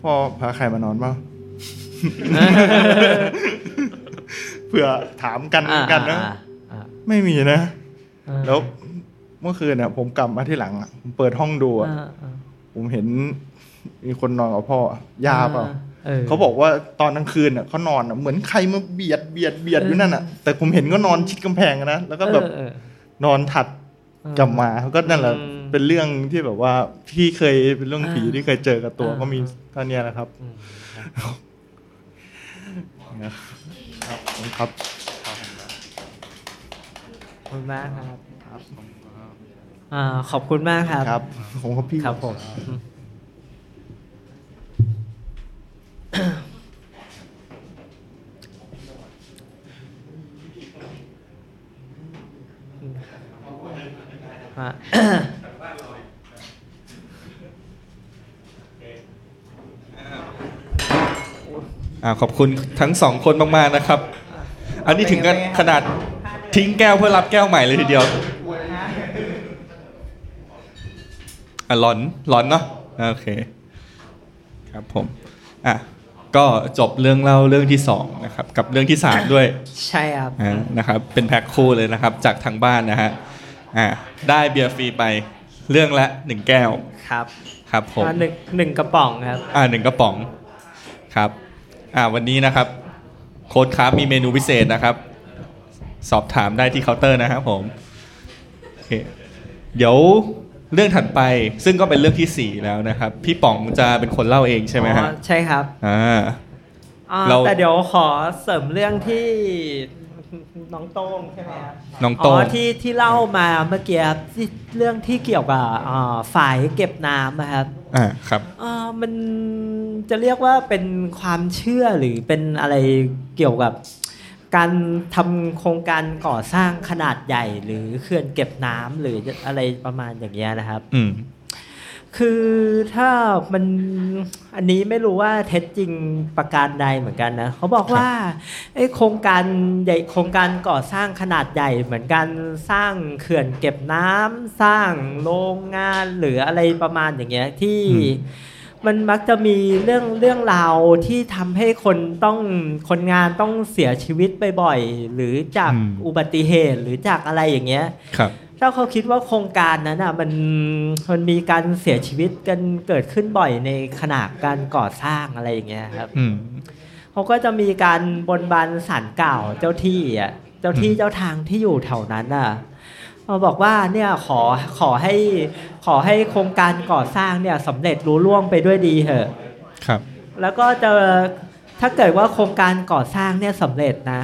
E: พ่อพาใครมานอนบ้าง เผื่อถามกันเหมือนกันนะ
C: อ่า
E: ไม่มีนะ
C: อ่า
E: แล้วเมื่อคืนน่ะ ผมกลับมาที่หลังอะผมเปิดห้องดูอะ
C: อ่าอ่า
E: ผมเห็น มีคนนอนกับพ่อยาเปล่า เขา
C: เขา
E: บอกว่าตอนกลางคืนน่ะเขานอนน่ะเหมือนใครมาเบียดเบียดเบียดอยู่นั่นอ่ะ แต่ผมเห็นก็นอนชิดกำแพงอะนะ แล้วก็แบบ นอนถัด
C: เออ
E: กลับมาก็นั่นแหละ
C: อืม
E: เป็นเรื่องที่แบบว่าที่เคยเป็นเรื่องผี
C: อ่า
E: ที่เคยเจอกับตัว
C: อ่า
E: ก็มี
C: อ่
E: เท่านี้แหละครับนะครับขอบคุณครับ
C: ขอบคุณมากครับอ่าขอบคุณมากครับ
E: ครับผมครับพี่
C: ครับผมมา
B: อ่าขอบคุณทั้งสองคนมากๆนะครับ อันนี้ถึงกันขนาดทิ้งแก้วเพื่อรับแก้วใหม่เลยทีเดียวอ่ะหลอนหลอนเนาะอ่ะโอเค ครับผมอ่ะก็จบเรื่องเล่าเรื่องที่สองนะครับ กับเรื่องที่สามด้วย
C: ใช่ครับ
B: อ่านะครับเป็นแพ็คคู่เลยนะครับจากทางบ้านนะฮะอ่าได้เบียร์ฟรีไปเรื่องละหนึ่งแก้ว
C: ครับ
B: ครับผม
C: อ่าหนึ่งหนึ่งกระป๋องครับ
B: อ่าหนึ่งกระป๋องครับอ่าวันนี้นะครับโค้ดครับมีเมนูพิเศษนะครับ สอบถามได้ที่เคาน์เตอร์นะครับผมโอเคเดี๋ยวเรื่องถัดไปซึ่งก็เป็นเรื่องที่สี่แล้วนะครับ พี่ป๋องจะเป็นคนเล่าเองใช่ไหมฮะ
C: อ๋อใช่ครับ
B: อ่า
C: อ่า
B: เรา
C: แต่เดี๋ยวขอเสริมเรื่องที่น้องโต้งใช่ไหมครับ
B: น้องโต้ง
C: อ๋อที่ที่เล่ามาเมื่อกี้ครับที่เรื่องที่เกี่ยวกับอ่าฝายเก็บน้ำนะครับ
B: อ่าครับ
C: อ่ามันจะเรียกว่าเป็นความเชื่อหรือเป็นอะไรเกี่ยวกับการทำโครงการก่อสร้างขนาดใหญ่ หรือเขื่อนเก็บน้ำหรืออะไรประมาณอย่างเงี้ยนะครับ
B: อืม
C: คือถ้ามันอันนี้ไม่รู้ว่าเท็จจริงประการใดเหมือนกันนะเขาบอกว่าไอ้โครงการใหญ่โครงการก่อสร้างขนาดใหญ่เหมือนกันสร้างเขื่อนเก็บน้ำสร้างโรงงานหรืออะไรประมาณอย่างเงี้ยที่ มันมักจะมีเรื่องเรื่องราวที่ทำให้คนต้องคนงานต้องเสียชีวิตบ่อยๆหรือจาก
B: อืม
C: อุบัติเหตุหรือจากอะไรอย่างเงี้ย
B: ครับ
C: ถ้าเขาคิดว่าโครงการนั้นอ่ะมันมันมีการเสียชีวิตกันเกิดขึ้นบ่อยในขณะการก่อสร้างอะไรอย่างเงี้ยครับ
B: อืม
C: เขาก็จะมีการบนบานสารกล่าวเจ้าที่อ่ะเจ้าที่เจ้าทางที่อยู่แถวนั้นอ่ะเขาบอกว่าเนี่ยขอขอให้ขอให้โครงการก่อสร้างเนี่ยสำเร็จรุล่วงไปด้วยดีเถอะ
B: ครับ
C: แล้วก็จะถ้าเกิดว่าโครงการก่อสร้างเนี่ยสำเร็จนะ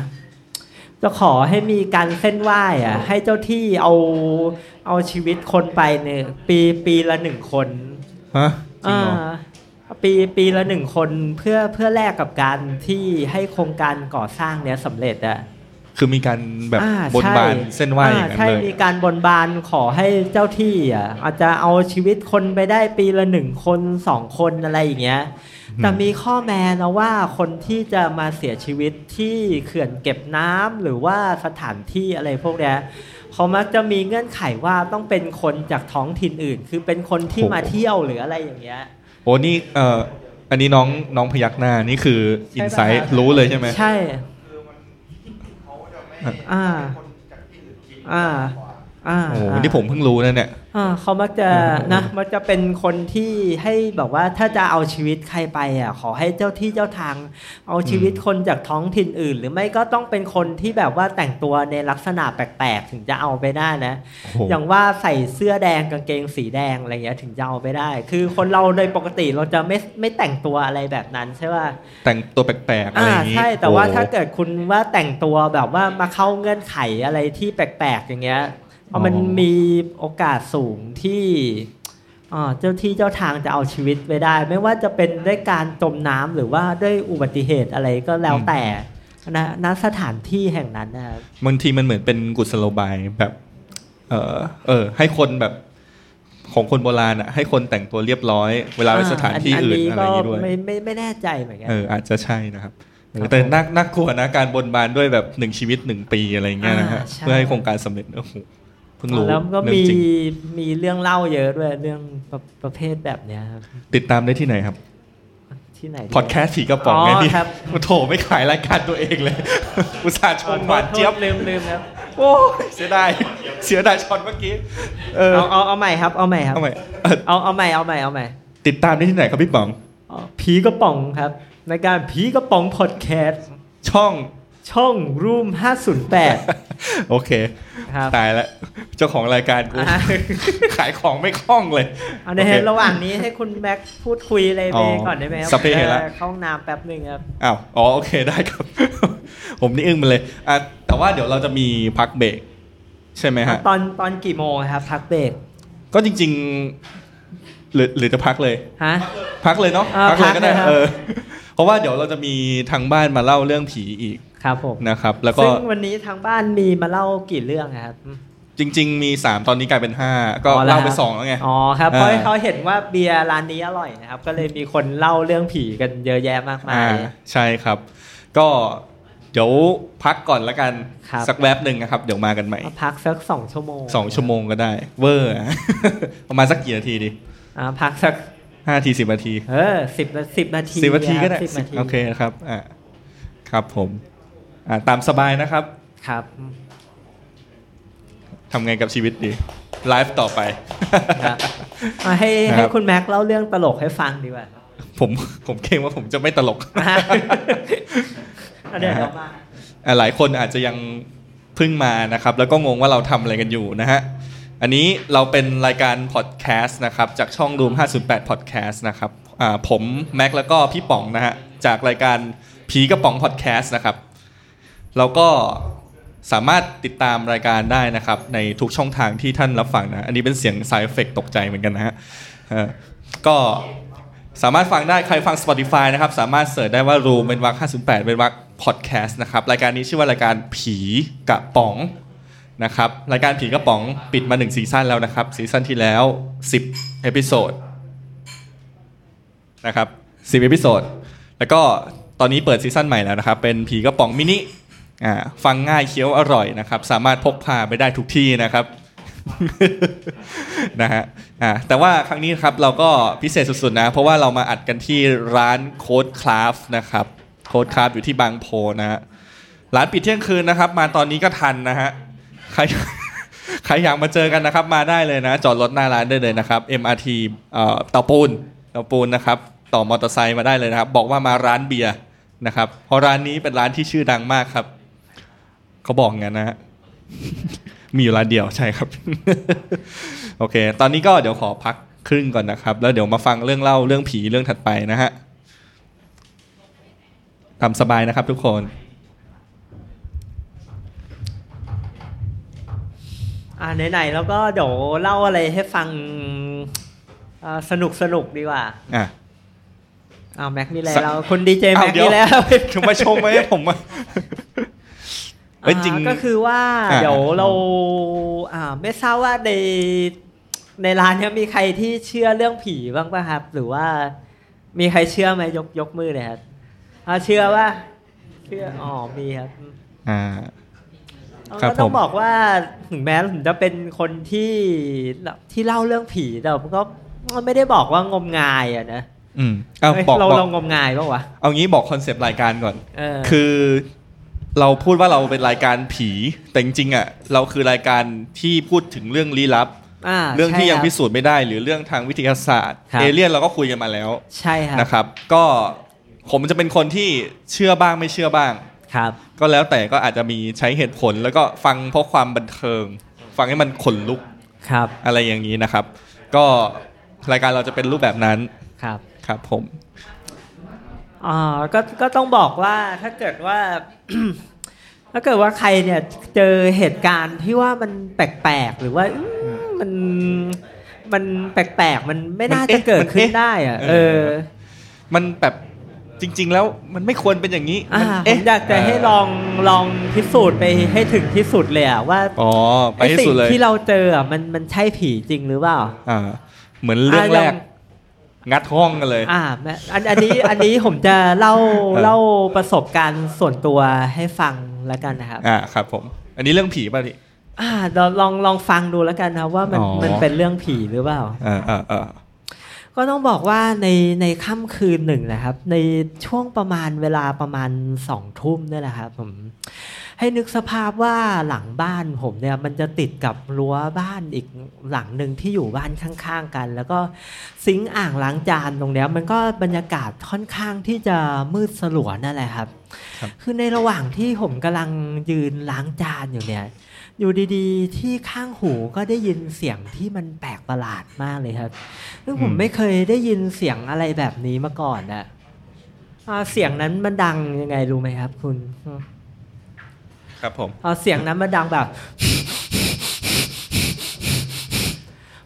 C: จะขอให้มีการเส้นไหว้อะให้เจ้าที่เอาเอาชีวิตคนไปเนี่ยปีปีละหนึ่งคน
B: ฮะจริงเหรอ
C: าปีปีละหนึ่งคนเพื่อเพื่อแลกกับการที่ให้โครงการก่อสร้างเนี่ยสำเร็จอะ
B: คือมีการแบบ
C: อ่
B: บนบาน
C: ใช่
B: เส้นไหวอย่างนั้น
C: ใช่
B: เลย
C: มีการบนบานขอให้เจ้าที่อ่ะอาจจะเอาชีวิตคนไปได้ปีละหนึ่งคนสองคนอะไรอย่างเงี้ยแต่มีข้อแม้นะว่าคนที่จะมาเสียชีวิตที่เขื่อนเก็บน้ำหรือว่าสถานที่อะไรพวกเนี้ยเขามักจะมีเงื่อนไขว่าต้องเป็นคนจากท้องถิ่นอื่น คือเป็นคนที่
B: โอ้โห
C: มาเที่ยวหรืออะไรอย่างเงี้ย
B: โอ้นี่เอ่ออันนี้น้องน้องพยักหน้านี่คือ
C: ใช่
B: อิ
C: ปะ
B: นไซต์
C: ครับ
B: รู้เลยใช่ไหม
C: ใช่ อ่า อ่า อ่า
B: โอ้โหนี่ผมเพิ่งรู้นะเนี่ย
C: อ่าเขามักจะนะมักจะเป็นคนที่ให้แบบว่าถ้าจะเอาชีวิตใครไปอ่ะขอให้เจ้าที่เจ้าทาง เอาชีวิตคนจากท้องถิ่นอื่น หรือไม่ก็ต้องเป็นคนที่แบบว่าแต่งตัวในลักษณะแปลกๆ ถึงจะเอาไปได้นะ
B: โอ้โห
C: อย่างว่าใส่เสื้อแดงกางเกงสีแดงอะไรเงี้ยถึงจะเอาไปได้ คือคนเราโดยปกติเราจะไม่ไม่แต่งตัวอะไรแบบนั้นใช่ป่ะ
B: แต่งตัวแปลกๆอะไร
C: อ่า
B: อย่างนี้
C: ใช่แต่ว่า
B: โอ้โห
C: ถ้าเกิดคุณว่าแต่งตัวแบบว่ามาเข้าเงื่อนไขอะไรที่แปลกๆอย่างเงี้ยเพราะมันมีโอกาสสูงที่อ่าเจ้าที่เจ้าทางจะเอาชีวิตไปได้ ไม่ว่าจะเป็นด้วยการจมน้ำหรือว่าด้วยอุบัติเหตุอะไรก็แล้วแต่นะณสถานที่แห่งนั้นนะครับ
B: บางทีมันเหมือนเป็นกุศโลบายแบบ เออเออ ให้คนแบบของคนโบราณอ่ะ ให้คนแต่งตัวเรียบร้อย เวลาไปสถานที่อื่นอะไรอย่างนี้ด้วย
C: ไม่ไม่ไม่แน่ใจเหมือนกัน
B: เอออาจจะใช่นะครับเออแต่น่าน่ากลัวนะการบนบานด้วยแบบหนึ่งชีวิตหนึ่งปีอะไรอย่างเงี้ยนะฮะ
C: าใช่
B: เพื่อให้โครงการสำเร็จโอ้โหเพิ่งรู้
C: แล้วก็
B: เรื่อ
C: มี
B: งจริง
C: มีเรื่องเล่าเยอะด้วยเรื่องประประเภทแบบเนี้ยครับ
B: ติดตามได้ที่ไหนครับ
C: ที่ไหนดี
B: พอดแคสต์ผีกระป๋องไงพี่
C: อ๋อครับ
B: โอ้โถไม่ขายรายการตัวเองเลย อุตส่าห์ช
C: อ๋อ
B: ม
C: โทษ
B: หวานเจี๊ยบ
C: ลืมลืมครับ
B: โอ้ ยเสียดายเสียดายช็อตเมื่อกี้ เออ
C: เอาเอาเอาใหม่ครับเอาใหม่ครับ
B: เอาใหม่เอ่อ
C: เอาเอาใหม่เอาใหม่เอาใหม่
B: ติดตามได้ที่ไหนครับพี่ป๋อง
C: อ๋อผีกระป๋องครับในการผีกระป๋องพอดแคสต์
B: ช่อง
C: ช่องรูม 508
B: โอเค
C: ครับ
B: ตายแล้วเจ้าของรายการกู
C: อ่ะ
B: ขายของไม่คล่องเลย
C: เอาในย
B: โค
C: ฮะระหว่างนี้ให้คุณแม็กซ์พูดคุยอะไรไป
B: อ๋อ
C: ก่อนได้ไหมครั
B: สัพเพเหระ
C: ออเข้าห้องน้ำแป๊บหนึ่งครับ
B: อ้าว อ๋อ โอเค ได้ครับ ผมนี่อึ้งไปเลยอ่ะแต่ว่าเดี๋ยวเราจะมีพักเบรกใช่ไหมฮะ
C: ตอนตอนกี่โมงครับพักเบรก
B: ก็จริง ๆ หรือหรือจะพักเลย
C: ฮะ
B: พักเลยเนาะ
C: เออ
B: พัเลยก็ได้
C: พักเลยครับ
B: เออ เพราะว่าเดี๋ยวเราจะมีทางบ้านมาเล่าเรื่องผีอีก
C: ครับผม
B: นะครับ แล้วก็
C: ซึ่งวันนี้ทางบ้านมีมาเล่ากี่เรื่องครับ
B: จริง ๆ มี 3 ตอนนี้กลายเป็น 5 ก็
C: อ๋อแล้ว
B: เล่าไป
C: ฮะ
B: สองแล้วไง
C: อ๋อครับ
B: อ่า
C: เพราะเขาเห็นว่าเบียร์ร้านนี้อร่อยนะครับ ก็เลยมีคนเล่าเรื่องผีกันเยอะแยะมากมาย
B: อ่าใช่ครับ ก็เดี๋ยวพักก่อนละกัน
C: ครับ
B: สักแวบหนึ่งนะครับ เดี๋ยวมากันใหม่
C: มาพักสักสองชั่วโมง
B: สองชั่วโมงก็ได้ เวอร์อะ ประมาณสักกี่นาทีดี
C: อ่าพักสัก
B: ห้าทีสิบนาที
C: เออสิบสิบนาที
B: สิบนาทีก็ได้
C: ครับสิบนาที
B: โอเคครับอ่าครับผมอ่าตามสบายนะครับ
C: ครับ
B: ทำไงกับชีวิตดีไลฟ์ต่อไป
C: ครับ อ่ะให้
B: ครับ
C: ให้คุณแม็กซ์เล่าเรื่องตลกให้ฟังดีกว่าครับ
B: ผมผมเกรงว่าผมจะไม่ตลก
C: อ่ะเดี๋ยวเดี๋ยวมา
B: อ่ะหลายคนอาจจะยังเพิ่งมานะครับ แล้วก็งงว่าเราทำอะไรกันอยู่นะฮะ อันนี้เราเป็นรายการพอดแคสต์นะครับ จากช่องรูม 508 Podcast นะครับอ่าผมแม็กแล้วก็พี่ป๋องนะฮะ จากรายการผีกระป๋องพอดแคสต์นะครับ แล้วก็สามารถติดตามรายการได้นะครับ ในทุกช่องทางที่ท่านรับฟังนะ อันนี้เป็นเสียงสายเอฟเฟกตกใจเหมือนกันนะฮะเออก็ สามารถฟังได้ใครฟัง Spotify นะครับ สามารถเสิร์ชได้ว่า Room เป็นวัก58 เป็นวัก Podcast นะครับ รายการนี้ชื่อว่ารายการผีกระป๋องนะครับ รายการผีกระป๋องปิดมา 1 ซีซั่นแล้วนะครับ ซีซั่นที่แล้ว 10 เอพิโซด นะครับสิบเอพิโซดแล้วก็ตอนนี้เปิดซีซั่นใหม่แล้วนะครับ เป็นผีกระป๋องมินิอ่าฟังง่ายเคี้ยวอร่อยนะครับ สามารถพกพาไปได้ทุกที่นะครับ นะฮะอ่าแต่ว่าครั้งนี้ครับเราก็พิเศษสุดๆนะ เพราะว่าเรามาอัดกันที่ร้านโค้ดคราฟนะครับโค้ดคราฟอยู่ที่บางโพนะฮะร้านปิดเที่ยงคืนนะครับ มาตอนนี้ก็ทันนะฮะใคร ใครอยากมาเจอกันนะครับ มาได้เลยนะ จอดรถหน้าร้านได้เลยนะครับ MRT เอ่อเตาปูนเตาปูนนะครับ ต่อมอเตอร์ไซค์มาได้เลยนะครับ บอกว่ามาร้านเบียร์นะครับเพราะร้านนี้เป็นร้านที่ชื่อดังมากครับ เขาบอกงั้นนะฮะ มีอยู่ร้านเดียวใช่ครับ โอเค ตอนนี้ก็เดี๋ยวขอพักครึ่งก่อนนะครับ แล้วเดี๋ยวมาฟังเรื่องเล่าเรื่องผีเรื่องถัดไปนะฮะตามสบายนะครับทุกคน
C: อ่าไหนๆแล้วก็เดี๋ยวเล่าอะไรให้ฟังสนุกสนุกๆดีกว่า
B: อ่ะ
C: อ้าวแม็กมีอะไร
B: สัก
C: เราคุณดีเจ
B: อ้า
C: แม็
B: ว
C: ก
B: เดี๋ย
C: มี
B: ว
C: แล้ว
B: คุณมาชมไหมผมว่า เอ้ยจริง
C: อ่าก็คือว่า
B: อ่า
C: เดี๋ยวเราอ่าไม่ทราบว่าในในร้านเนี้ยมีใครที่เชื่อเรื่องผีบ้างป่ะครับ หรือว่ามีใครเชื่อไหมยกยกมือเลยครับอ่าเชื่อว่าเชื่ออ๋อมีครับ
B: อ่า
C: เอา
B: ครับ
C: ก็ต้อ
B: ผ
C: ง
B: ม
C: บอกว่าถึงแม้ผมจะเป็นคนที่ที่เล่าเรื่องผีแต่ผมก็ไม่ได้บอกว่างมงายอะนะ
B: อืมเอา
C: เอ้ย
B: บอก
C: เรา
B: บอก
C: เรางมงายป่าวะ
B: เอางี้บอกคอนเซปต์รายการก่อน
C: เออ
B: คือเราพูดว่าเราเป็นรายการผีแต่จริงๆอ่ะ เราคือรายการที่พูดถึงเรื่องลี้ลับ
C: า
B: เรื่องที่ยัง
C: ใช่คบ
B: พิสูจน์ไม่ได้ หรือเรื่องทางวิทยาศาสตร์
C: ครับ
B: เอเลี่ยนเราก็คุยกันมาแล้ว
C: ใช่ครับ
B: นะครับ ก็ผมจะเป็นคนที่เชื่อบ้างไม่เชื่อบ้าง
C: ครับ
B: ก็แล้วแต่ก็อาจจะมีใช้เหตุผล แล้วก็ฟังเพราะความบันเทิง ฟังให้มันขนลุก
C: ครับ
B: อะไรอย่างนี้นะครับ ก็รายการเราจะเป็นรูปแบบนั้น
C: ครับ
B: ครับผม
C: อ่าก็ก็ต้องบอกว่า ถ้าเกิดว่า ถ้าเกิดว่าใครเนี่ยเจอเหตุการณ์ที่ว่ามันแปลกๆหรือว่าอื้อมันมันแปลกๆมันไม่น่า
B: มันเอ๊ะ
C: จะเกิด
B: มัน
C: ขึ้
B: เอ๊ะ
C: นได้อะ
B: เอ
C: เอ
B: อ
C: อ
B: มันแบบจริง ๆ แล้วมันไม่ควรเป็นอย่างนี้
C: อ่า
B: มัน
C: ผม
B: เอ๊ะ
C: อยากจะให้ลองลองพิสูจน์ไปให้ถึงที่สุดเลยอะว่า
B: อ๋อไป
C: ไอ้
B: ให้
C: สิ่
B: สุด
C: ง
B: เลย
C: ที่เราเจออะมันมันใช่ผีจริงหรือเปล่า
B: อ่าเหมือนเรื่องแรก
C: อ่ะ
B: งัดห้องกันเลย
C: อ่าแม่อันอันนี้อันนี้ผมจะเล่า
B: เออ
C: เล่าประสบการณ์ส่วนตัวให้ฟังแล้วกันนะครับ
B: อ่าครับผม อันนี้เรื่องผีป่ะพี่
C: อ่าลองลองลองฟังดูแล้วกันนะครับว่ามัน
B: อ๋อ
C: มันเป็นเรื่องผีหรือเปล่า
B: อ่าอ่าอ่า
C: ก็ต้องบอกว่าในในค่ำคืนหนึ่งนะครับ ในช่วงประมาณเวลาประมาณสองทุ่มเนี่ยแหละครับผมให้นึกสภาพว่าหลังบ้านผมเนี่ยมันจะติดกับรั้วบ้านอีกหลังหนึ่งที่อยู่บ้านข้างๆกัน แล้วก็ซิงค์อ่างล้างจานตรงเนี้ยมันก็บรรยากาศค่อนข้างที่จะมืดสลัวนั่นแหละครับ คือในระหว่างที่ผมกำลังยืนล้างจานอยู่เนี่ย อยู่ดีๆ ที่ข้างหูก็ได้ยินเสียงที่มันแปลกประหลาดมากเลยครับ ซึ่งผมไม่เคยได้ยินเสียงอะไรแบบนี้มาก่อนนะอ่าเสียงนั้นมันดังยังไงรู้ไหมครับ คุณ
B: ครับผม
C: อ่าเสียงนั้นมันดังแบบ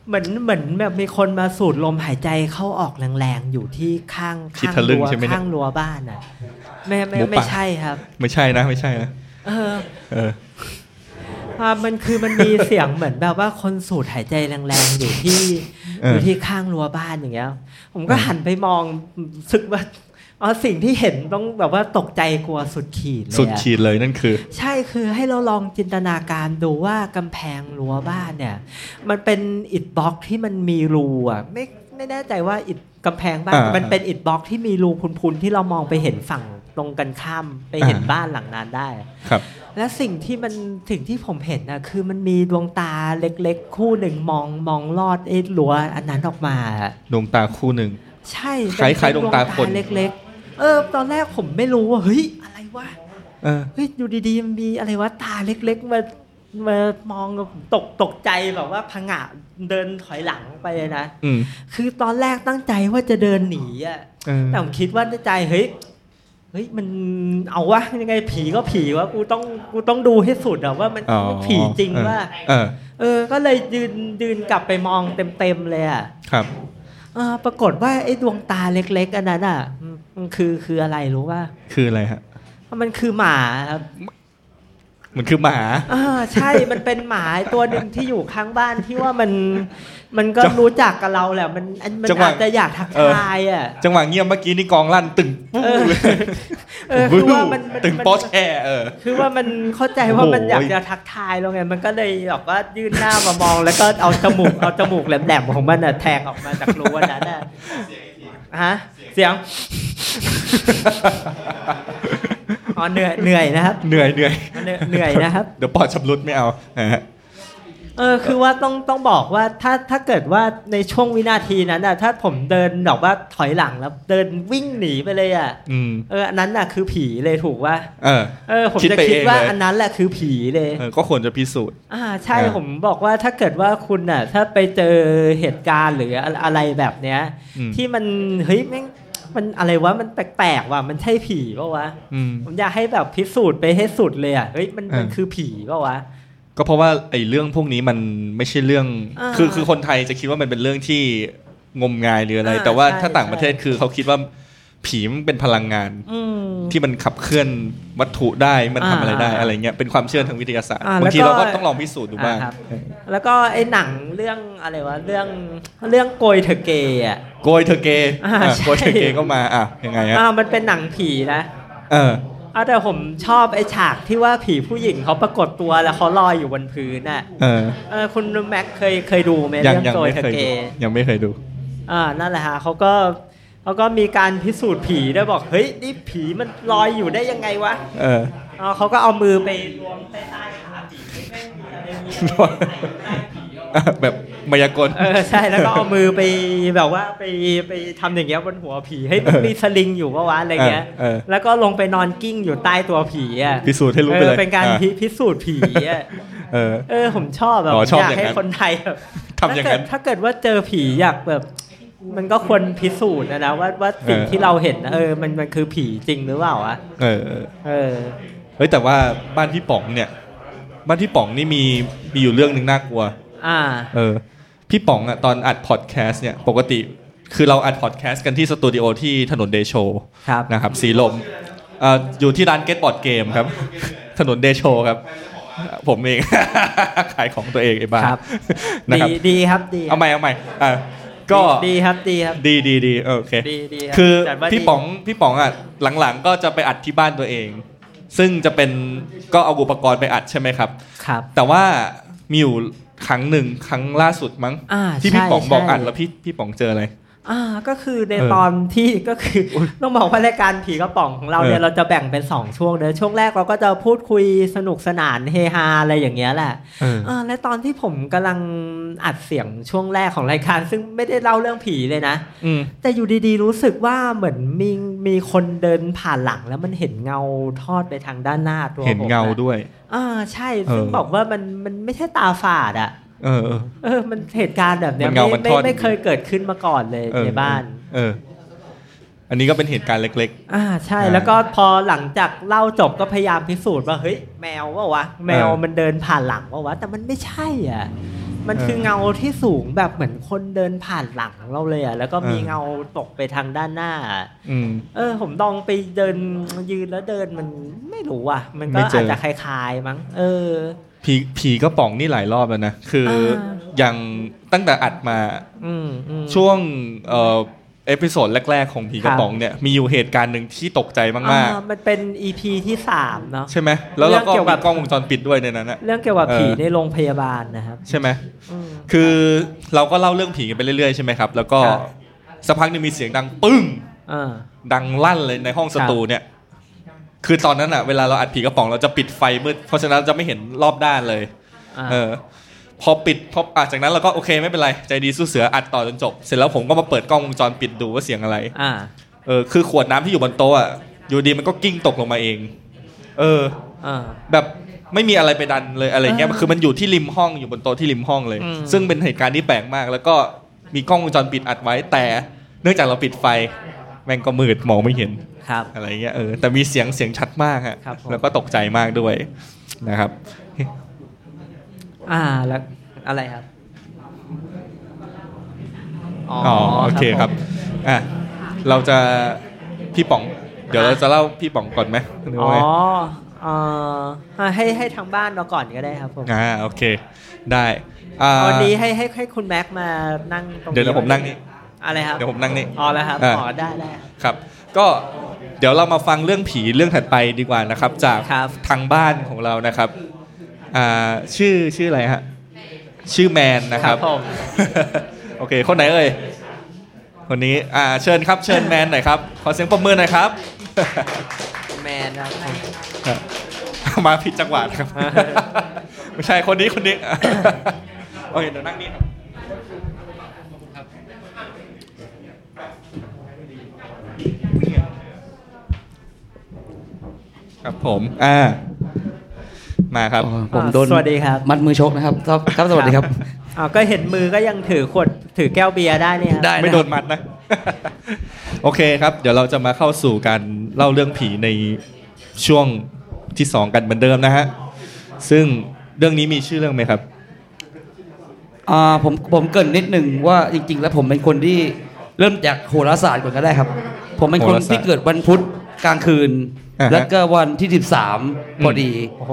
C: เหมือนเหมือนแบบมีคนมาสูดลมหายใจเข้าออกแรงๆอยู่ที่ข้าง
B: ที่
C: ข้า
B: ทะ
C: ง
B: ลึ่ง
C: รั้ว
B: ใช่ไหมเนี่ย
C: ข้างรั้วบ้านน่ะไม่ไม่
B: หมูป่า
C: ไม่ใช่ครับ
B: ไม่ใช่นะไม่ใช่นะ
C: เออ
B: เออ
C: อ่ามันคือมันมีเสียงเหมือนแบบว่าคนสูดหายใจแรงๆ อยู่ที่
B: เออ
C: อ
B: อ
C: ยู่ที่ข้างรั้วบ้านอย่างเงี้ย ผมก็หันไปมองรู้สึกว่าอ๋อสิ่งที่เห็นต้องแบบว่าตกใจกลัวสุดขีดเลยอะ
B: สุดขีดเลยนั่นคือ
C: ใช่คือให้เราลองจินตนาการดูว่ากำแพงรั้วบ้านเนี่ย มันเป็นอิฐบล็อกที่มันมีรูอ่ะไม่ไม่แน่ใจว่าอิฐกำแพงบ้าน
B: อ่ามั
C: มันเป็นอิฐบล็อกที่มีรูพุนๆที่เรามองไปเห็นฝั่งตรงกันข้ามไปเห็น
B: อ่า
C: บ้านหลังนั้นได้
B: ครับ
C: และสิ่งที่มันสิ่งที่ผมเห็นนะคือมันมีดวงตาเล็กๆ คู่หนึ่งมองมองลอดไอ้รั้วอันนั้นออกมาอะ
B: ดวงตาคู่หนึ่ง
C: ใช่
B: คล้ายๆดวงตาคน
C: เป็เล็ก ๆ เออ ตอนแรกผมไม่รู้ว่าเฮ้ยอะไรวะ
B: เออ
C: เฮ้ยอยู่ดีๆมันมีอะไรวะตาเล็กๆมามามองตกตกใจแบบว่าผงะเดินถอยหลังไปเลยนะ
B: อืม
C: คือตอนแรกตั้งใจว่าจะเดินหนีอะ
B: เออ
C: แต่ผมคิดว่าในใจเฮ้ยเฮ้ยมันเอาวะยังไงผีก็ผีวะกูต้องกูต้องดูให้สุดอะว่ามัน
B: อ๋อ
C: ผีจริง
B: เออ
C: ว่า
B: เออ
C: เออ ก็เลยยืนยืนกลับไปมองเต็มๆเลยอะ
B: ครับ
C: เออปรากฏว่าไอ้ดวงตาเล็ก ๆ อันนั้นอ่ะมันมันคือคืออะไรรู้ป่ะ
B: คืออะไรฮะ
C: มันคือหมาครับ
B: มันคือหมา
C: อ่าใช่มันเป็นหมาตัวหนึ่งที่อยู่ข้างบ้านที่ว่ามันมันก็
B: จัง
C: รู้จักกับเราแหละมันมันมัน
B: จังหวะ
C: อาจจะอยากทักทายอ่ะ
B: จังหวะเงียบเมื่อกี้นี่กองลั่นตึงปุ๊บ
C: เออเออ
B: วู้
C: คือว่ามันมัน
B: ตึง
C: มัน
B: โป๊ะแช่เออ
C: คือว่ามันเข้าใจว่า
B: โอ้โห
C: มันอยากจะทักทายเราไงมันก็เลยแบบว่ายื่นหน้ามามอง แล้วก็เอาจมูกเอาจมูกแหลมๆของมันอ่ะแทงออกมาจากรูวันนั้นอ่ะฮะเสียงอ๋อเหนื่อยเหนื่อยนะครับ
B: เหนื่อยเหนื่อย
C: มันเหนื่อยเหนื่อยนะครับ
B: เดี๋ยวปอดชำรุดไม่เอานะฮะ
C: เออคือว่าต้องต้องบอกว่าถ้าถ้าเกิดว่าในช่วงวินาทีนั้นอ่ะถ้าผมเดินแบบว่าถอยหลังแล้วเดินวิ่งหนีไปเลยอ่ะ
B: อืม
C: เอออันนั้นน่ะคือผีเลยถูกว่า
B: เออ
C: เออผม
B: คิด
C: จะ
B: ไป
C: คิด
B: เอง
C: ว่า
B: เลย
C: อันนั้นแหละคือผีเลย
B: เออก็ควรจะพิสูจน์
C: อ่าใช่
B: เออ
C: ผมบอกว่าถ้าเกิดว่าคุณน่ะถ้าไปเจอเหตุการณ์หรืออะอะไรแบบเนี้ย
B: อืม
C: ที่มันเฮ้ยแม่งมันอะไรวะมันแปลกๆว่ะมันใช่ผีปะวะ
B: อืม
C: ผมอยากให้แบบพิสูจน์ไปให้สุดเลยอ่ะเฮ้ยมันมัน
B: เออ
C: คือผีปะวะ
B: ก็เพราะว่าไอ้เรื่องพวกนี้มันไม่ใช่เรื่อง
C: อ่า
B: คือคือคนไทยจะคิดว่ามันเป็นเรื่องที่งมงายหรืออะไร
C: อ่า
B: แต่ว่า
C: ใช่
B: ถ้าต่าง
C: ใช่
B: ประเทศคือเขาคิดว่าผีมันเป็นพลังงาน
C: อืม
B: ที่มันขับเคลื่อนวัตถุได้มันทำอะไรได้
C: อ่า
B: อะไรเงี้ยเป็นความเชื่อทางวิทยาศาสตร์
C: อ่า
B: บางที
C: แล้วก็
B: เราก็ต้องลองพิสูจน์ดูบ้าง
C: อ่ะครับแล้วก็ไอ้หนังเรื่องอะไรวะเรื่องเรื่องโกยเธอเกย์อ่ะ
B: โกยเธอเกย์
C: อ่า
B: อ่ะ
C: ใช่
B: โกยเธอเกย์ก็มาอ่ะยังไงฮะ
C: อ่ามันเป็นหนังผีนะ
B: เออ
C: เอาแต่ผมชอบไอ้ฉากที่ว่าผีผู้หญิงเขาปรากฏตัวแล้วเขาลอยอยู่บนพื้นน่ะ
B: เออ
C: เออคุณแม็กเคยเคยดูไหม
B: ยัง
C: เรื่อง
B: ยัง
C: โกย
B: ไม่
C: เธอ
B: เคย
C: เก
B: ดู
C: ย์
B: ยังไม่เคยดู
C: อ่านั่นแหละฮะเขาก็เขาก็มีการพิสูจน์ผีด้วยบอกเฮ้ยนี่ผีมันลอยอยู่ได้ยังไงวะ
B: เออ
C: อ่าเขาก็เอามือไปรวมใต้ใต้ขาผีไม่มีอะไรมีอะไรใส่ใต้ผีเอาไว้
B: แบบมายากล
C: เออใช่แล้วก็เอามือไปแบบว่าไปไปทำอย่างเงี้ยบนหัวผีให้ยมัน
B: เออ
C: มีสลิงอยู่ปะวะอะไรเงี้ย
B: เออเออ
C: แล้วก็ลงไปนอนกิ้งอยู่ใต้ตัวผีอ่ะ
B: พิสูจน์ให้รู้ไปเลย
C: ออเป็นการ
B: อ่า
C: พิพิสูจน์ผีอ่ะ
B: เออ
C: เออผมชอบแบบ
B: อ๋อชอบ
C: อยาก
B: อย่างนั้
C: ให้
B: น
C: คนไทยแบบ
B: ทำอย่างนั้น
C: ถ้เกิดถ้าเกิดว่าเจอผีอยากแบบ มันก็ควรพิสูจน์นะนะว่าว่าสิ่ง
B: เออ
C: ที่เราเห็นน่ะเออมันมันคือผีจริงหรือเปล่าอ่ะ
B: เออเออ
C: เออ
B: เฮ้ยแต่ว่าบ้านพี่ป๋องเนี่ย บ้านพี่ป๋องนี่มีมีอยู่เรื่องหนึ่งน่ากลัว
C: อ่า
B: เออ พี่ป๋องอะตอนอัดพอดแคสต์เนี่ยปกติ คือเราอัดพอดแคสต์กันที่สตูดิโอที่ถนนเดโช
C: ครับ
B: นะครับสีลมเอ่ออยู่ที่ร้านเกตบอร์ดเกมครับ ถนนเดโชครับ ผมเอง ขายของตัวเองไอ้บ้า
C: ครับ
B: นะครับ
C: ดีดีครับดี
B: เอาใหม่เอาใหม่อ่ะก็
C: ดีครับดีครับ
B: ดีดีดีเออโอเค
C: ดีดีครับ
B: คือ
C: จัดว่า
B: พี่
C: ดี
B: ป๋องพี่ป๋องอ่ะหลังๆ ก็จะไปอัดที่บ้านตัวเอง ซึ่งจะเป็นก็เอาอุปกรณ์ไปอัดใช่ไหมครับ
C: ครับ
B: แต่ว่ามีอยู่ครั้งหนึ่งครั้งล่าสุดมั้ง
C: อ่า
B: ที่พี่
C: ใช่
B: ป๋องบอก
C: ใช่
B: อัดแล้วพี่พี่ป๋องเจออะไร
C: อ่าก็คือใน
B: เออ
C: ตอนที่ก็คือต้องบอกว่ารายการผีกระป๋องของเราเนี่ย
B: เออ
C: เราจะแบ่งเป็นสองช่วงเนอะช่วงแรกเราก็จะพูดคุยสนุกสนานเฮฮาอะไรอย่างเงี้ยแหละ
B: เออ
C: าและตอนที่ผมกำลังอัดเสียงช่วงแรกของรายการ ซึ่งไม่ได้เล่าเรื่องผีเลยนะ
B: อืม
C: แต่อยู่ดีๆรู้สึกว่าเหมือนมีมีคนเดินผ่านหลังแล้วมันเห็นเงาทอดไปทางด้านหน้าตัวผม
B: เห็นเงา
C: อะ
B: ด้วย
C: อ่าใช่ซึ่ง
B: เออ
C: บอกว่ามันมันไม่ใช่ตาฝาดอะ
B: เออเออ
C: เออมันเหตุการณ์แบบเนี้ย
B: มัน
C: ไม่
B: เงามัน
C: ไม่
B: ทอด
C: ไม่เคยเกิดขึ้นมาก่อนเลย
B: เออ
C: ในบ้าน
B: เออ อันนี้ก็เป็นเหตุการณ์เล็ก
C: อ่าใช่
B: อ่า
C: แล้วก็พอหลังจากเล่าจบก็พยายามพิสูจน์ว่าเฮ้ยแมวว่าวะแมว
B: เออ
C: มันเดินผ่านหลังว่าวะแต่มันไม่ใช่อ่ะมัน
B: เออ
C: คือเงาที่สูงแบบเหมือนคนเดินผ่านหลังเราเลยอ่ะแล้วก็มี
B: เออ
C: เงาตกไปทางด้านหน้า
B: ๆ อืม
C: เออ ผมลองไปเดินยืนแล้วเดินมันไม่รู้อ่ะ มันก็
B: ไม่เจออ
C: อาจจะคล้ายๆมั้ง เออ
B: ผีผีก็ป๋องนี่หลายรอบแล้วนะคืออา อย่างตั้งแต่อัดมา
C: อืมอืม
B: ช่วงเอ่อเอพิโซดแรก ๆ ของผีกระป๋องเนี่ยมีอยู่เหตุการณ์หนึ่งที่ตกใจ
C: อ่าม
B: าก
C: มันเป็นอีพีที่สามเนาะ
B: ๆ ใช่ไหมแล้วเราก็
C: เรื่องเกี่ยวกั
B: มี
C: บ
B: กล้องวงจรปิดด้วยในนั้นนะ
C: เรื่องเกี่ยวกับผี
B: เออ
C: ในโรงพยาบาลนะครับ
B: ใช่ไหม
C: อืม
B: คือเราก็เล่าเรื่องผีกันไปเรื่อยๆใช่ไหมครับ แล้วก็
C: ครับ
B: สักพักหนึงมีเสียงดังปึ้ง
C: อ่า
B: ดังลั่นเลยในห้องสตูเนี่ย คือตอนนั้นอ่ะเวลาเราอัดผีกระป๋องเราจะปิดไฟมืดเพราะฉะนั้นเราจะไม่เห็นรอบด้านเลย
C: อ่า
B: เออพอปิดพออ่ะจากนั้นเราก็โอเคไม่เป็นไรใจดีสู้เสืออัดต่อจนจบ เสร็จแล้วผมก็มาเปิดกล้องวงจรปิดดูว่าเสียงอะไร
C: อ่า
B: เออคือขวดน้ำที่อยู่บนโต๊ะอะอยู่ดีมันก็กิ้งตกลงมาเอง เออ
C: อ่า
B: แบบไม่มีอะไรไปดันเลยอะไรเงี้ย
C: เออ
B: คือมันอยู่ที่ริมห้องอยู่บนโต๊ะที่ริมห้องเลย
C: อืม
B: ซึ่งเป็นเหตุการณ์ที่แปลกมาก แล้วก็มีกล้องวงจรปิดอัดไว้แต่เนื่องจากเราปิดไฟ แม่งก็มืดมองไม่เห็น
C: ครับ
B: อะไรเงี้ยเออแต่มีเสียงเสียงชัดมากฮะ
C: ครับผม
B: แล้วก็ตกใจมากด้วยนะครับ
C: อ่าแล้วอะไรครับอ๋อ
B: อ๋อโอเคครับ
C: ผม
B: อ่ะเราจะพี่ป๋อง เดี๋ยว
C: อ่ะ
B: เราจะเล่าพี่ป๋องก่อนไหมหรือ
C: อ๋อ
B: ว่าไง
C: เอ่ออ่ะให้ให้ทางบ้านเราก่อนก็ได้ครับผม
B: อ่าโอเค ได้อ่า
C: วันนี้ให้ให้ให้คุณแม็กซ์มานั่งตรง
B: เดี๋ยวเดี๋ยวผมนั่งนี่
C: อะไรครับ
B: เดี๋ยวผมนั่งนี่
C: อ๋อแล้วครับ
B: อ่า
C: อ๋อได้ได้
B: ครับ ก็เดี๋ยวเรามาฟังเรื่องผีเรื่องถัดไปดีกว่านะครับ จาก
C: ครับ
B: ทางบ้านของเรานะครับอ่าชื่อชื่ออะไรฮะชื่อแมนนะครับ
C: ผม
B: โอเค คนไหนเอ่ยคนนี้อ่าเชิญครับเชิญแมนหน่อยครับขอเสียงปรบมือหน่อยครับ
C: แมนนะครับผม
B: มาผิดจังหวะนะครับ ไม่ใช่คนนี้คนนี้ โอเคเดี๋ยวนั่งนี่ครับครับผมอ่ามาครับ
G: ผมโดน
C: สวัสดีครับ
G: มัดมือชกนะครับครับครับสวัสดีครับ
C: อ๋อก็เห็นมือก็ยังถือขวดถือแก้วเบียร์ได้เนี่ยครับ
G: ได้
B: ไม่โดนมัดนะ โอเคครับ เดี๋ยวเราจะมาเข้าสู่การเล่าเรื่องผีในช่วงที่สองกันเหมือนเดิมนะฮะ ซึ่งเรื่องนี้มีชื่อเรื่องไหมครับ
G: อ่าผมผมเกรินนิดหนึ่งว่าจริง ๆ แล้วผมเป็นคนที่เริ่มจากโหราศาสตร์ก่อนก็ได้ครับ ผมเป็นคน
B: โหราศาสตร์
G: ที่เกิดวันพุธกลางคืน
B: อ่าฮะ
G: แล้วก็วันที่ 13พอดี
C: โอ้โห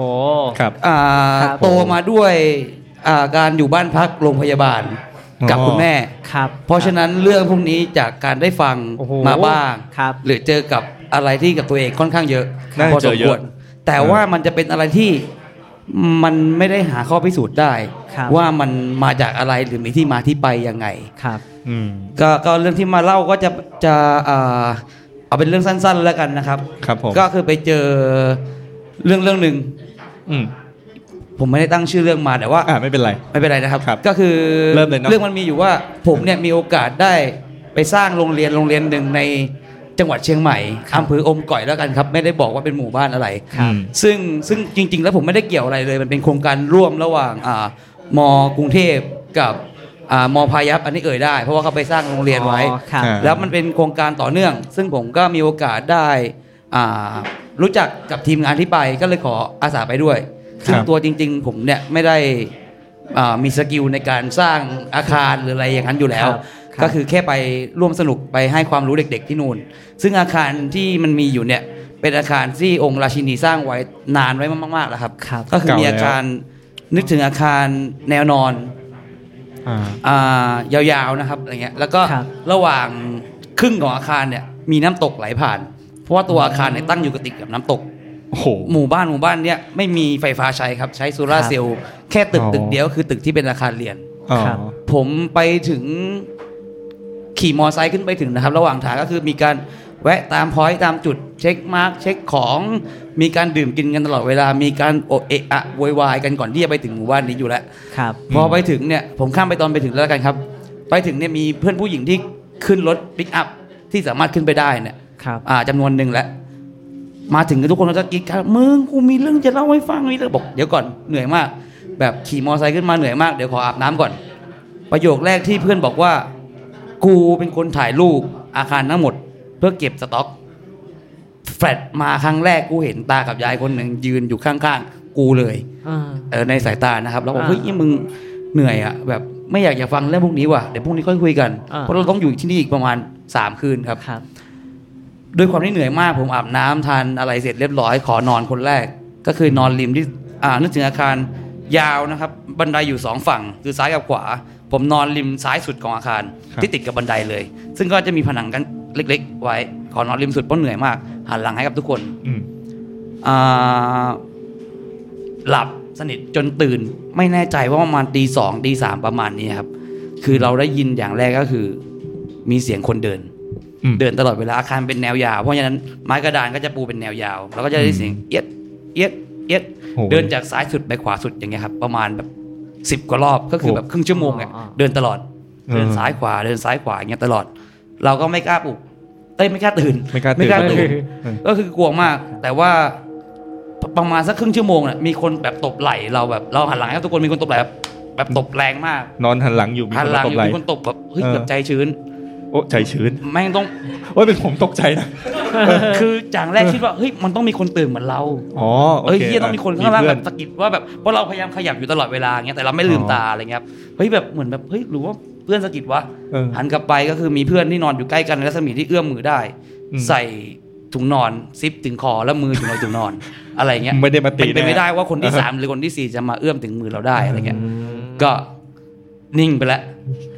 B: ครับ
G: อ่า
C: ครับ
G: โตมาด้วยอ่าการอยู่บ้านพักโรงพยาบาลกับ
B: อ๋อ
G: คุณแม่
C: ครับ
G: เพราะฉะนั้นเรื่องพวกนี้จากการได้ฟัง
C: โอ้โห
G: มาบ้าง
C: ครับ
G: หรือเจอกับอะไรที่กับตัวเองค่อนข้างเยอะ
B: น่าจะ
G: พอส
B: เจ
G: ม
B: อ
G: ค
B: เยอะ
G: วรแต่
B: เออ
G: ว่ามันจะเป็นอะไรที่มันไม่ได้หาข้อพิสูจน์ได้
C: ครับ
G: ว่ามันมาจากอะไรหรือมีที่มาที่ไปยังไง
C: ครับ
B: อืม
G: ก็ก็เรื่องที่มาเล่าก็จะจะเอ่อเอาเป็นเรื่องสั้น ๆ แล้วกันนะครับ
B: ครับผม
G: ก็คือไปเจอเรื่องเรื่องหนึ่ง
B: อืม
G: ผมไม่ได้ตั้งชื่อเรื่องมาแต่ว่า
B: อ่าไม่เป็นไร
G: ไม่เป็นไรนะครับ
B: ครับ
G: ก็คือ
B: เริ่มเลยเนอะ
G: องมันมีอยู่ว่าผมเนี่ยมีโอกาสได้ไปสร้างโรงเรียนโรงเรียนหนึ่งในจังหวัดเชียงใหม่อำเภออมก่อยแล้วกันครับ ไม่ได้บอกว่าเป็นหมู่บ้านอะไร
B: ครับ
G: ซึ่งซึ่งจริง ๆ แล้วผมไม่ได้เกี่ยวอะไรเลย มันเป็นโครงการร่วมระหว่างอ่ามกรุงเทพกับอ่ามพายัพอันนี้เอ่ยได้ เพราะว่าเขาไปสร้างโรงเรียนไว้
C: อ๋อครับ
B: อ่า
G: แล้วมันเป็นโครงการต่อเนื่อง ซึ่งผมก็มีโอกาสได้อ่ารู้จักกับทีมงานที่ไปก็เลยขออาสาไปด้วย ซึ่งตัวจริง ๆ ผมเนี่ยไม่ได้อ่ามีสกิลในการสร้างอาคารหรืออะไรอย่างนั้นอยู่แล้ว
C: ครับครับ
G: ก็คือแค่ไปร่วมสนุกไปให้ความรู้เด็ก ๆ ที่นู่น ซึ่งอาคารที่มันมีอยู่เนี่ยเป็นอาคารที่องค์ราชินีสร้างไว้นานไว้มากๆแล้วครับ
C: ครับ
G: ก็คือ
B: เก่าแล้ว
G: มีอาคารนึกถึงอาคารแนวนอน
B: อ่า
G: อ่ายาวๆนะครับอะไรเงี้ยแล้วก็
C: ครับ
G: ระหว่างครึ่งของอาคารเนี่ยมีน้ำตกไหลผ่าน เพราะว่าตัวอาคารเนี่ยตั้งอยู่กับติดกับน้ำตก
B: โอ้โห
G: หมู่บ้านหมู่บ้านเนี่ยไม่มีไฟฟ้าใช้ครับใช้โซลาร์เซลล์แค่ตึก
B: อ๋อ
G: ตึกเดียวคือตึกที่เป็นอาคารเรียน
B: อ๋อ
C: ครับ
G: ผมไปถึงขี่มอไซค์ขึ้นไปถึงนะครับ ระหว่างทางก็คือมีการแวะตามพอยต์ตามจุดเช็คมาร์คเช็คของมีการดื่มกินกันตลอดเวลามีการโอะเอะอะโวยวายกันก่อนที่จะไปถึงหมู่บ้านนี้อยู่แล้ว
C: ครับ
G: พอไปถึงเนี่ยผมข้ามไปตอนไปถึงแล้วกันครับ ไปถึงเนี่ยมีเพื่อนผู้หญิงที่ขึ้นรถปิกอัพที่สามารถขึ้นไปได้เนี่ย
C: ครับ
G: อ่าจำนวนหนึ่งแล้วมาถึงทุกคนก็จะกรีดกันมึงกูมีเรื่องจะเล่าให้ฟังมีเรื่องบอกเดี๋ยวก่อนเหนื่อยมาก แบบขี่มอไซค์ขึ้นมาเหนื่อยมากเดี๋ยวขออาบน้ำก่อน ประโยคแรกที่เพื่อนบอกว่า กูเป็นคนถ่ายรูปอาคารทั้งหมด เพื่อเก็บสต็อก แฟลตมาครั้งแรกกูเห็นตากับยายคนหนึ่งยืนอยู่ข้างๆกูเลย เออในสายตานะครับแล้วบอก
C: อ่า
G: เฮ้ยมึงเหนื่อยอะแบบไม่อยากจะฟังเรื่องพวกนี้ว่ะเดี๋ยวพรุ่งนี้ค่อยคุยกัน
C: อ่า
G: เพราะเราต้องอยู่ที่นี่อีกประมาณ 3 คืนครับ
C: ครับ
G: ด้วยความที่เหนื่อยมากผมอาบน้ำทานอะไรเสร็จเรียบร้อยขอนอนคนแรก ก็คือนอนริมที่อ่านึกถึงอาคารยาวนะครับ บันไดอยู่สองฝั่งคือซ้ายกับขวา ผมนอนริมซ้ายสุดของอาคาร
B: ครับ
G: ที่ติดกับบันไดเลย ซึ่งก็จะมีผนังกันเล็ก ๆ ไว้ ขอนอนริมสุดเพราะเหนื่อยมากหันหลังให้กับทุกคน
B: อืม
G: อ่าหลับสนิทจนตื่น ไม่แน่ใจว่าประมาณตีสองตีสามประมาณนี้ครับ คือเราได้ยินอย่างแรกก็คือ มีเสียงคนเดิน
B: อืม
G: เดินตลอดเวลาอาคารเป็นแนวยาว เพราะฉะนั้นไม้กระดานก็จะปูเป็นแนวยาว เราก็จะได้เสียงเอียดเอียดเอียด
B: โอ้โห
G: เดินจากซ้ายสุดไปขวาสุดอย่างเงี้ยครับ ประมาณแบบสิบ10 กว่ารอบก็คือแบบครึ่งชั่วโมงเนี่ยเดินตลอด เดิน
B: เออ
G: ซ้ายขวาเดินซ้ายขวาอย่างเงี้ยตลอด เราก็ไม่กล้าปลุกเอ้ยไม่กล้าตื่น
B: ไม่กล้าตื่น
G: ไม่กล้าตื่น
B: เออ
G: ก็คือกลัวมาก แต่ว่าปประมาณสักครึ่งชั่วโมงน่ะมีคนแบบตบไหล่เราแบบเราหันหลังให้ทุกคนมีคนตบไหล่แบบแบบตบแรงมาก
B: นอนหันหลังอยู่มี
G: หัน
B: คน
G: หลั
B: มางต
G: อบ ยู่
B: ไหล
G: มีคนตบแบบเฮ้ย
B: เออ
G: แบบใจชื้น
B: โอ้ใจชื้น
G: แม่งต้อง
B: โอ้ยเป็นผมตกใจนะ
G: คือจากแรกคิดว่าเฮ้ยมันต้องมีคนตื่นเหมือนเรา
B: อ๋อโอ
G: เอ้ย
B: เค
G: เฮียต้องมีคนข้างล่าง
B: เพื่
G: แบ
B: อน
G: บสะกิดว่าแบบเพราะเราพยายามขยับอยู่ตลอดเวลาเงี้ยแต่เราไม่ลืมตาอะไรเงี้ยครับเฮ้ยแบบเหมือนแบบเฮ้ยหรือว่าเพื่อนสะกิดวะ
B: เออ
G: หันกลับไปก็คือมีเพื่อนที่นอนอยู่ใกล้กันในรัศมีที่เอื้อมมือได้
B: อืม
G: ใส่ ถุงนอนซิปถึงคอแล้วมือถึงในถุงนอน อะไรเงี้ย
B: ไม่ได้มาตี
G: เป็นไปไม่
B: แน่
G: ได้ว่าคนที่สามหรือคนที่สี่จะมาเอื้อมถึงมือเราได้อะไรเงี้ยก็นิ่งไปแล้ว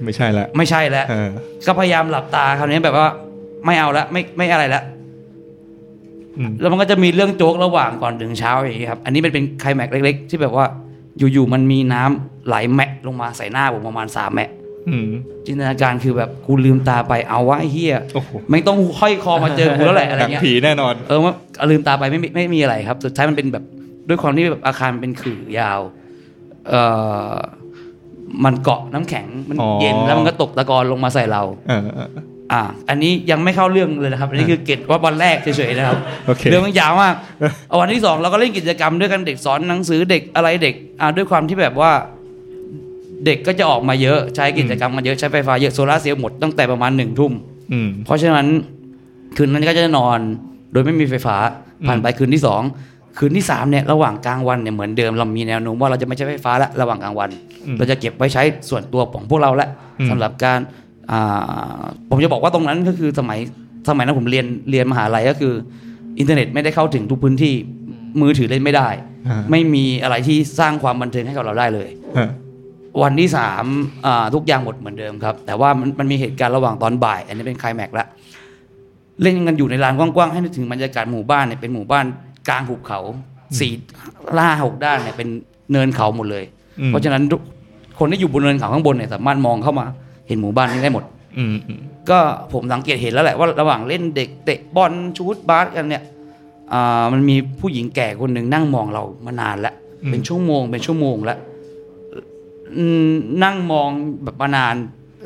B: ไม่ใช่ละ
G: ไม่ใช่แล้ว
B: เออ
G: ก็พยายามหลับตาคราวนี้แบบว่า ไม่เอาละไม่ไม่อะไรละ
B: อืม
G: แล้วมันก็จะมีเรื่องโจ๊กระหว่างก่อนถึงเช้าอย่างนี้ครับ อันนี้มันเป็นไคลแม็กซ์เล็ก ๆ ที่แบบว่า อยู่ๆมันมีน้ำไหลแมะลงมาใส่หน้าผมประมาณสามแมะ
B: อืม
G: จินตนาการคือแบบกูลืมตาไปเอาวะไอ้เฮีย
B: โอ้โห
G: ไม่ต้องห้อยคอมาเจอกูแล้วแหละอะไร
B: หนัง
G: เงี้ย
B: ผีแน่นอน
G: เออว่าลืมตาไปไม่มีไม่มีอะไรครับ สุดท้ายมันเป็นแบบด้วยความที่แบบอาคารมันเป็นขื่อยาว เออมันเกาะน้ำแข็งมัน
B: อ๋อ
G: เย็นแล้วมันก็ตกตะกอนลงมาใส่เรา
B: เออเออ
G: อ่า อันนี้ยังไม่เข้าเรื่องเลยนะครับ อันนี้คือเกตว่าวันแรกเฉยๆนะครับ
B: โอเค
G: เรื่องมันยาวม ากเอาวันที่สองเราก็เล่นกิจกรรมด้วยกันเด็กสอนหนังสือเด็กอะไรเด็ก อ่าด้วยความที่แบบว่า เด็กก็จะออกมาเยอะใช้กิจกรรมกันเยอะใช้ไฟฟ้าเยอะโซลาร์เซลล์หมดตั้งแต่ประมาณหนึ่งทุ่ม
B: อืม
G: เพราะฉะนั้นคืนนั้นก็จะนอนโดยไม่มีไฟฟ้าผ่านไปคืนที่สองคืนที่สามเนี่ยระหว่างกลางวันเนี่ยเหมือนเดิมเรามีแนวโน้มว่าเราจะไม่ใช้ไฟฟ้าละระหว่างกลางวัน
B: อืม
G: เราจะเก็บไว้ใช้ส่วนตัวของพวกเราละ
B: อืม
G: สำหรับการอ่าผมจะบอกว่าตรงนั้นก็คือสมัยสมัยนั้นผมเรียนเรียนมหาลัยก็คือ อินเทอร์เน็ตไม่ได้เข้าถึงทุกพื้นที่มือถือเล่นไม่ได้
B: อ่า
G: ไม่มีอะไรที่สร้างความบันเทิงให้กับเราได้เลย
B: เออ
G: วันที่สามอ่าทุกอย่างหมดเหมือนเดิมครับ แต่ว่ามันมันมีเหตุการณ์ระหว่างตอนบ่าย อันนี้เป็นไคลายแม็กซ์ละเล่นกันอยู่ในลานกว้างๆให้นึกถึงบรรยากาศหมู่บ้านเนี่ยเป็นหมู่บ้านกลางหุบเขาสี่ล่าหกด้านเนี่ยเป็นเนินเขาหมดเลย
B: อืม
G: เพราะฉะนั้นทุกคนที่อยู่บนเนินเขาข้างบนเนี่ยสามารถมองเข้ามาเห็นหมู่บ้านนี้ได้หมด
B: อืมอืม
G: ก็ผมสังเกตเห็นแล้วแหละว่าระหว่างเล่นเด็กเตะบอลชูตบาสกันเนี่ยอ่ามันมีผู้หญิงแก่คนหนึ่งนั่งมองเรามานานแล้วเป็นชั่วโมงเป็นชั่วโมงแล้วอืมนั่งมองแบบมานาน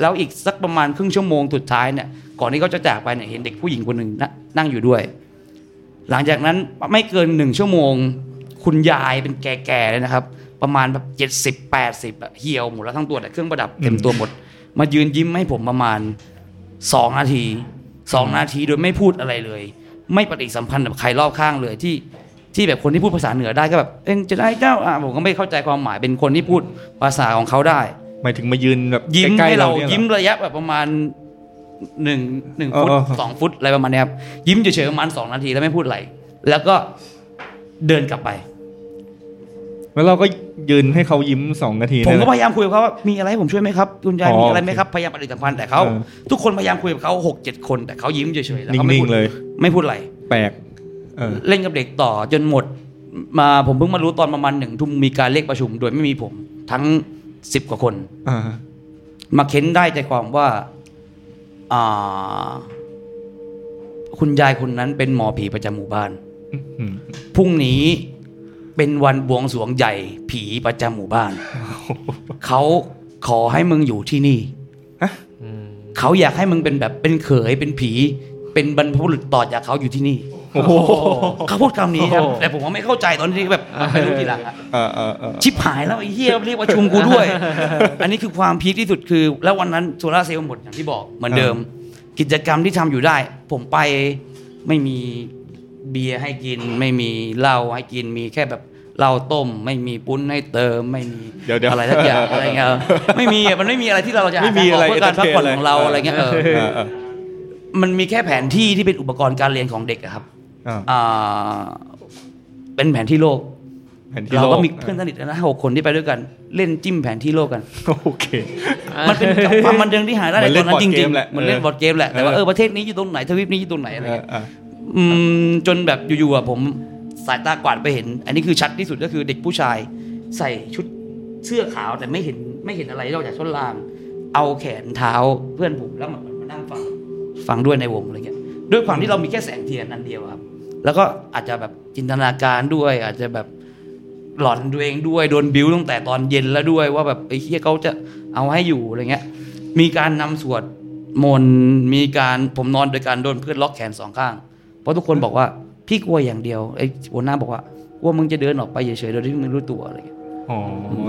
G: แล้วอีกสักประมาณครึ่งชั่วโมงสุดท้ายเนี่ยก่อนที่เขาจะจากไปเนี่ยเห็นเด็กผู้หญิงคนหนึ่งนะนั่งอยู่ด้วย หลังจากนั้นไม่เกินหนึ่งชั่วโมง คุณยายเป็นแก่ๆเลยนะครับ ประมาณแบบเจ็ดสิบแปดสิบเหี่ยวหมดแล้วทั้งตัวแต่เครื่องประดับเต็มตัวหมด มายืนยิ้มให้ผมประมาณ สองนาทีสองนาทีโดยไม่พูดอะไรเลย ไม่ปฏิสัมพันธ์กับใครรอบข้างเลยที่ที่แบบคนที่พูดภาษาเหนือได้ก็แบบเอ็งจะได้เจ้าอ่ะผมก็ไม่เข้าใจความหมายเป็นคนที่พูดภาษาของเขาได้
B: หมายถึงมายืนแบบ
G: ยิ้ม
B: ใกล้
G: ให้
B: ๆ
G: เรา
B: นี่หอ
G: ยิ้มระยะแบบประมาณหนึ่งหนึ่ง
B: อ๋อ
G: ฟุต
B: อ๋อ
G: สองฟุตอะไรประมาณเนี้ยครับยิ้มเฉยๆประมาณสองนาทีแล้วไม่พูดอะไรแล้วก็เดินกลับไป
B: แล้วเราก็ยืนให้เขายิ้มสองนาที
G: ผม
B: นั่นแห
G: ก็
B: ละ
G: พยายามคุยกับเขาว่ามีอะไรให้ผมช่วยไหมครับคุณยาย
B: อ๋อ
G: มีอะไรไหมครับพยายามปฏิสัมพันธ์แต่เขา
B: เออ
G: ทุกคนพยายามคุยกับเขาหกเจ็ดคนแต่เขายิ้มเฉยๆแล้ว
B: นิ่
G: เขาไม่
B: ง
G: พูด
B: ๆเลย
G: ไม่พูดอะไร
B: แปลกเออ
G: เล่นกับเด็กต่อจนหมดมาผมเพิ่งมารู้ตอนประมาณหนึ่งทุ่มมีการเรียกประชุมโดยไม่มีผมทั้งสิบกว่าคน
B: อ่า
G: มาเค้นได้ใจความว่าอ่า คุณยายคนนั้นเป็นหมอผีประจำหมู่บ้าน
B: อืม
G: พรุ่งนี้เป็นวันบวงสรวงใหญ่ผีประจำหมู่บ้าน เขาขอให้มึงอยู่ที่นี่เขาอยากให้มึงเป็นแบบเป็นเขยเป็นผี เป็นบรรพบุรุษต่อจากเขาอยู่ที่นี่เขาพูดคำนี้ครับ
B: โอ้โห
G: แต่ผมว่าไม่เข้าใจตอนที่แบบไม่รู้ทีหลังอะ
B: เออเออเออ
G: ชิบหายแล้วไอ้เหี้ยเรียกว่าชุมกูด้วย อันนี้คือความพีคที่สุดคือ แล้ววันนั้นโซลาร์เซลล์หมดอย่างที่บอกเหมือนเดิม กิจกรรมที่ทำอยู่ได้ ผมไปไม่มีเบียร์ให้กิน ไม่มีเหล้าให้กินมีแค่แบบเหล้าต้ม ไม่มีปุ้นให้เติม ไม่มี
B: เดี๋ยวๆ
G: อะไรทัก อย่างอะไรเงี้ยไม่มีอะมันไม่มีอะไรที่เราจะหา
B: ไม่มีอะไร
G: ทางออกเพื่อการพักผ่อนของเราอะไรเงี้ยเออ
B: เออเออ
G: มันมีแค่แผนที่ที่เป็นอุปกรณ์การเรียนของเด็กอะครับ
B: อ่า
G: อ่าเป็นแผนที่โลก
B: แผ่นที่
G: เรา
B: โล
G: ก็มีเพื่อนสนิทกันนะหกคนที่ไปด้วยกันเล่นจิ้มแผนที่โลกกัน
B: โอเค
G: มันเป็นกับความบันเทิงที่หาได้
B: เห
G: ใน
B: มือน
G: ต
B: เล่
G: อน นนั้นจ
B: บอร์ดเก
G: ริง
B: ม
G: ๆ
B: แหละ
G: เหมือนเล่น
B: เออบ
G: อร์ดเกมแหละแต่ว่า
B: เออ
G: เออประเทศนี้อยู่ตรงไหนทวีปนี้อยู่ตรงไหนอะไร
B: เออ
G: เงี้ย
B: เออ
G: อืมจนแบบอยู่ๆอะผมสายตากวาดไปเห็น อันนี้คือชัดที่สุดก็คือเด็กผู้ชาย ใส่ชุดเสื้อขาวแต่ไม่เห็นไม่เห็นอะไรนอกจากส้นล่าง เอาแขนเท้าเพื่อนผมแล้วมันมานั่งฟังฟังด้วยในวงอะไรเงี้ยด้วยความที่เรามีแค่แสงเทียนอันเดียวอะครับ แล้วก็อาจจะแบบจินตนาการด้วย อาจจะแบบ หลอนตัวเองด้วยโดนบิ้วตั้งแต่ตอนเย็นแล้วด้วยว่าแบบไอ้เฮียเขาจะเอาให้อยู่อะไรเงี้ย มีการนำสวดมนต์มีการผมนอนโดยการโดนเพื่อนล็อกแขนสองข้าง เพราะทุกคนบอกว่าพี่กลัวอย่างเดียวไอ้หัวหน้าบอกว่ากลัวมึงจะเดินออกไปเฉยๆโดยที่มึงไม่รู้ตัวอะไรเงี้ย
B: อ๋อ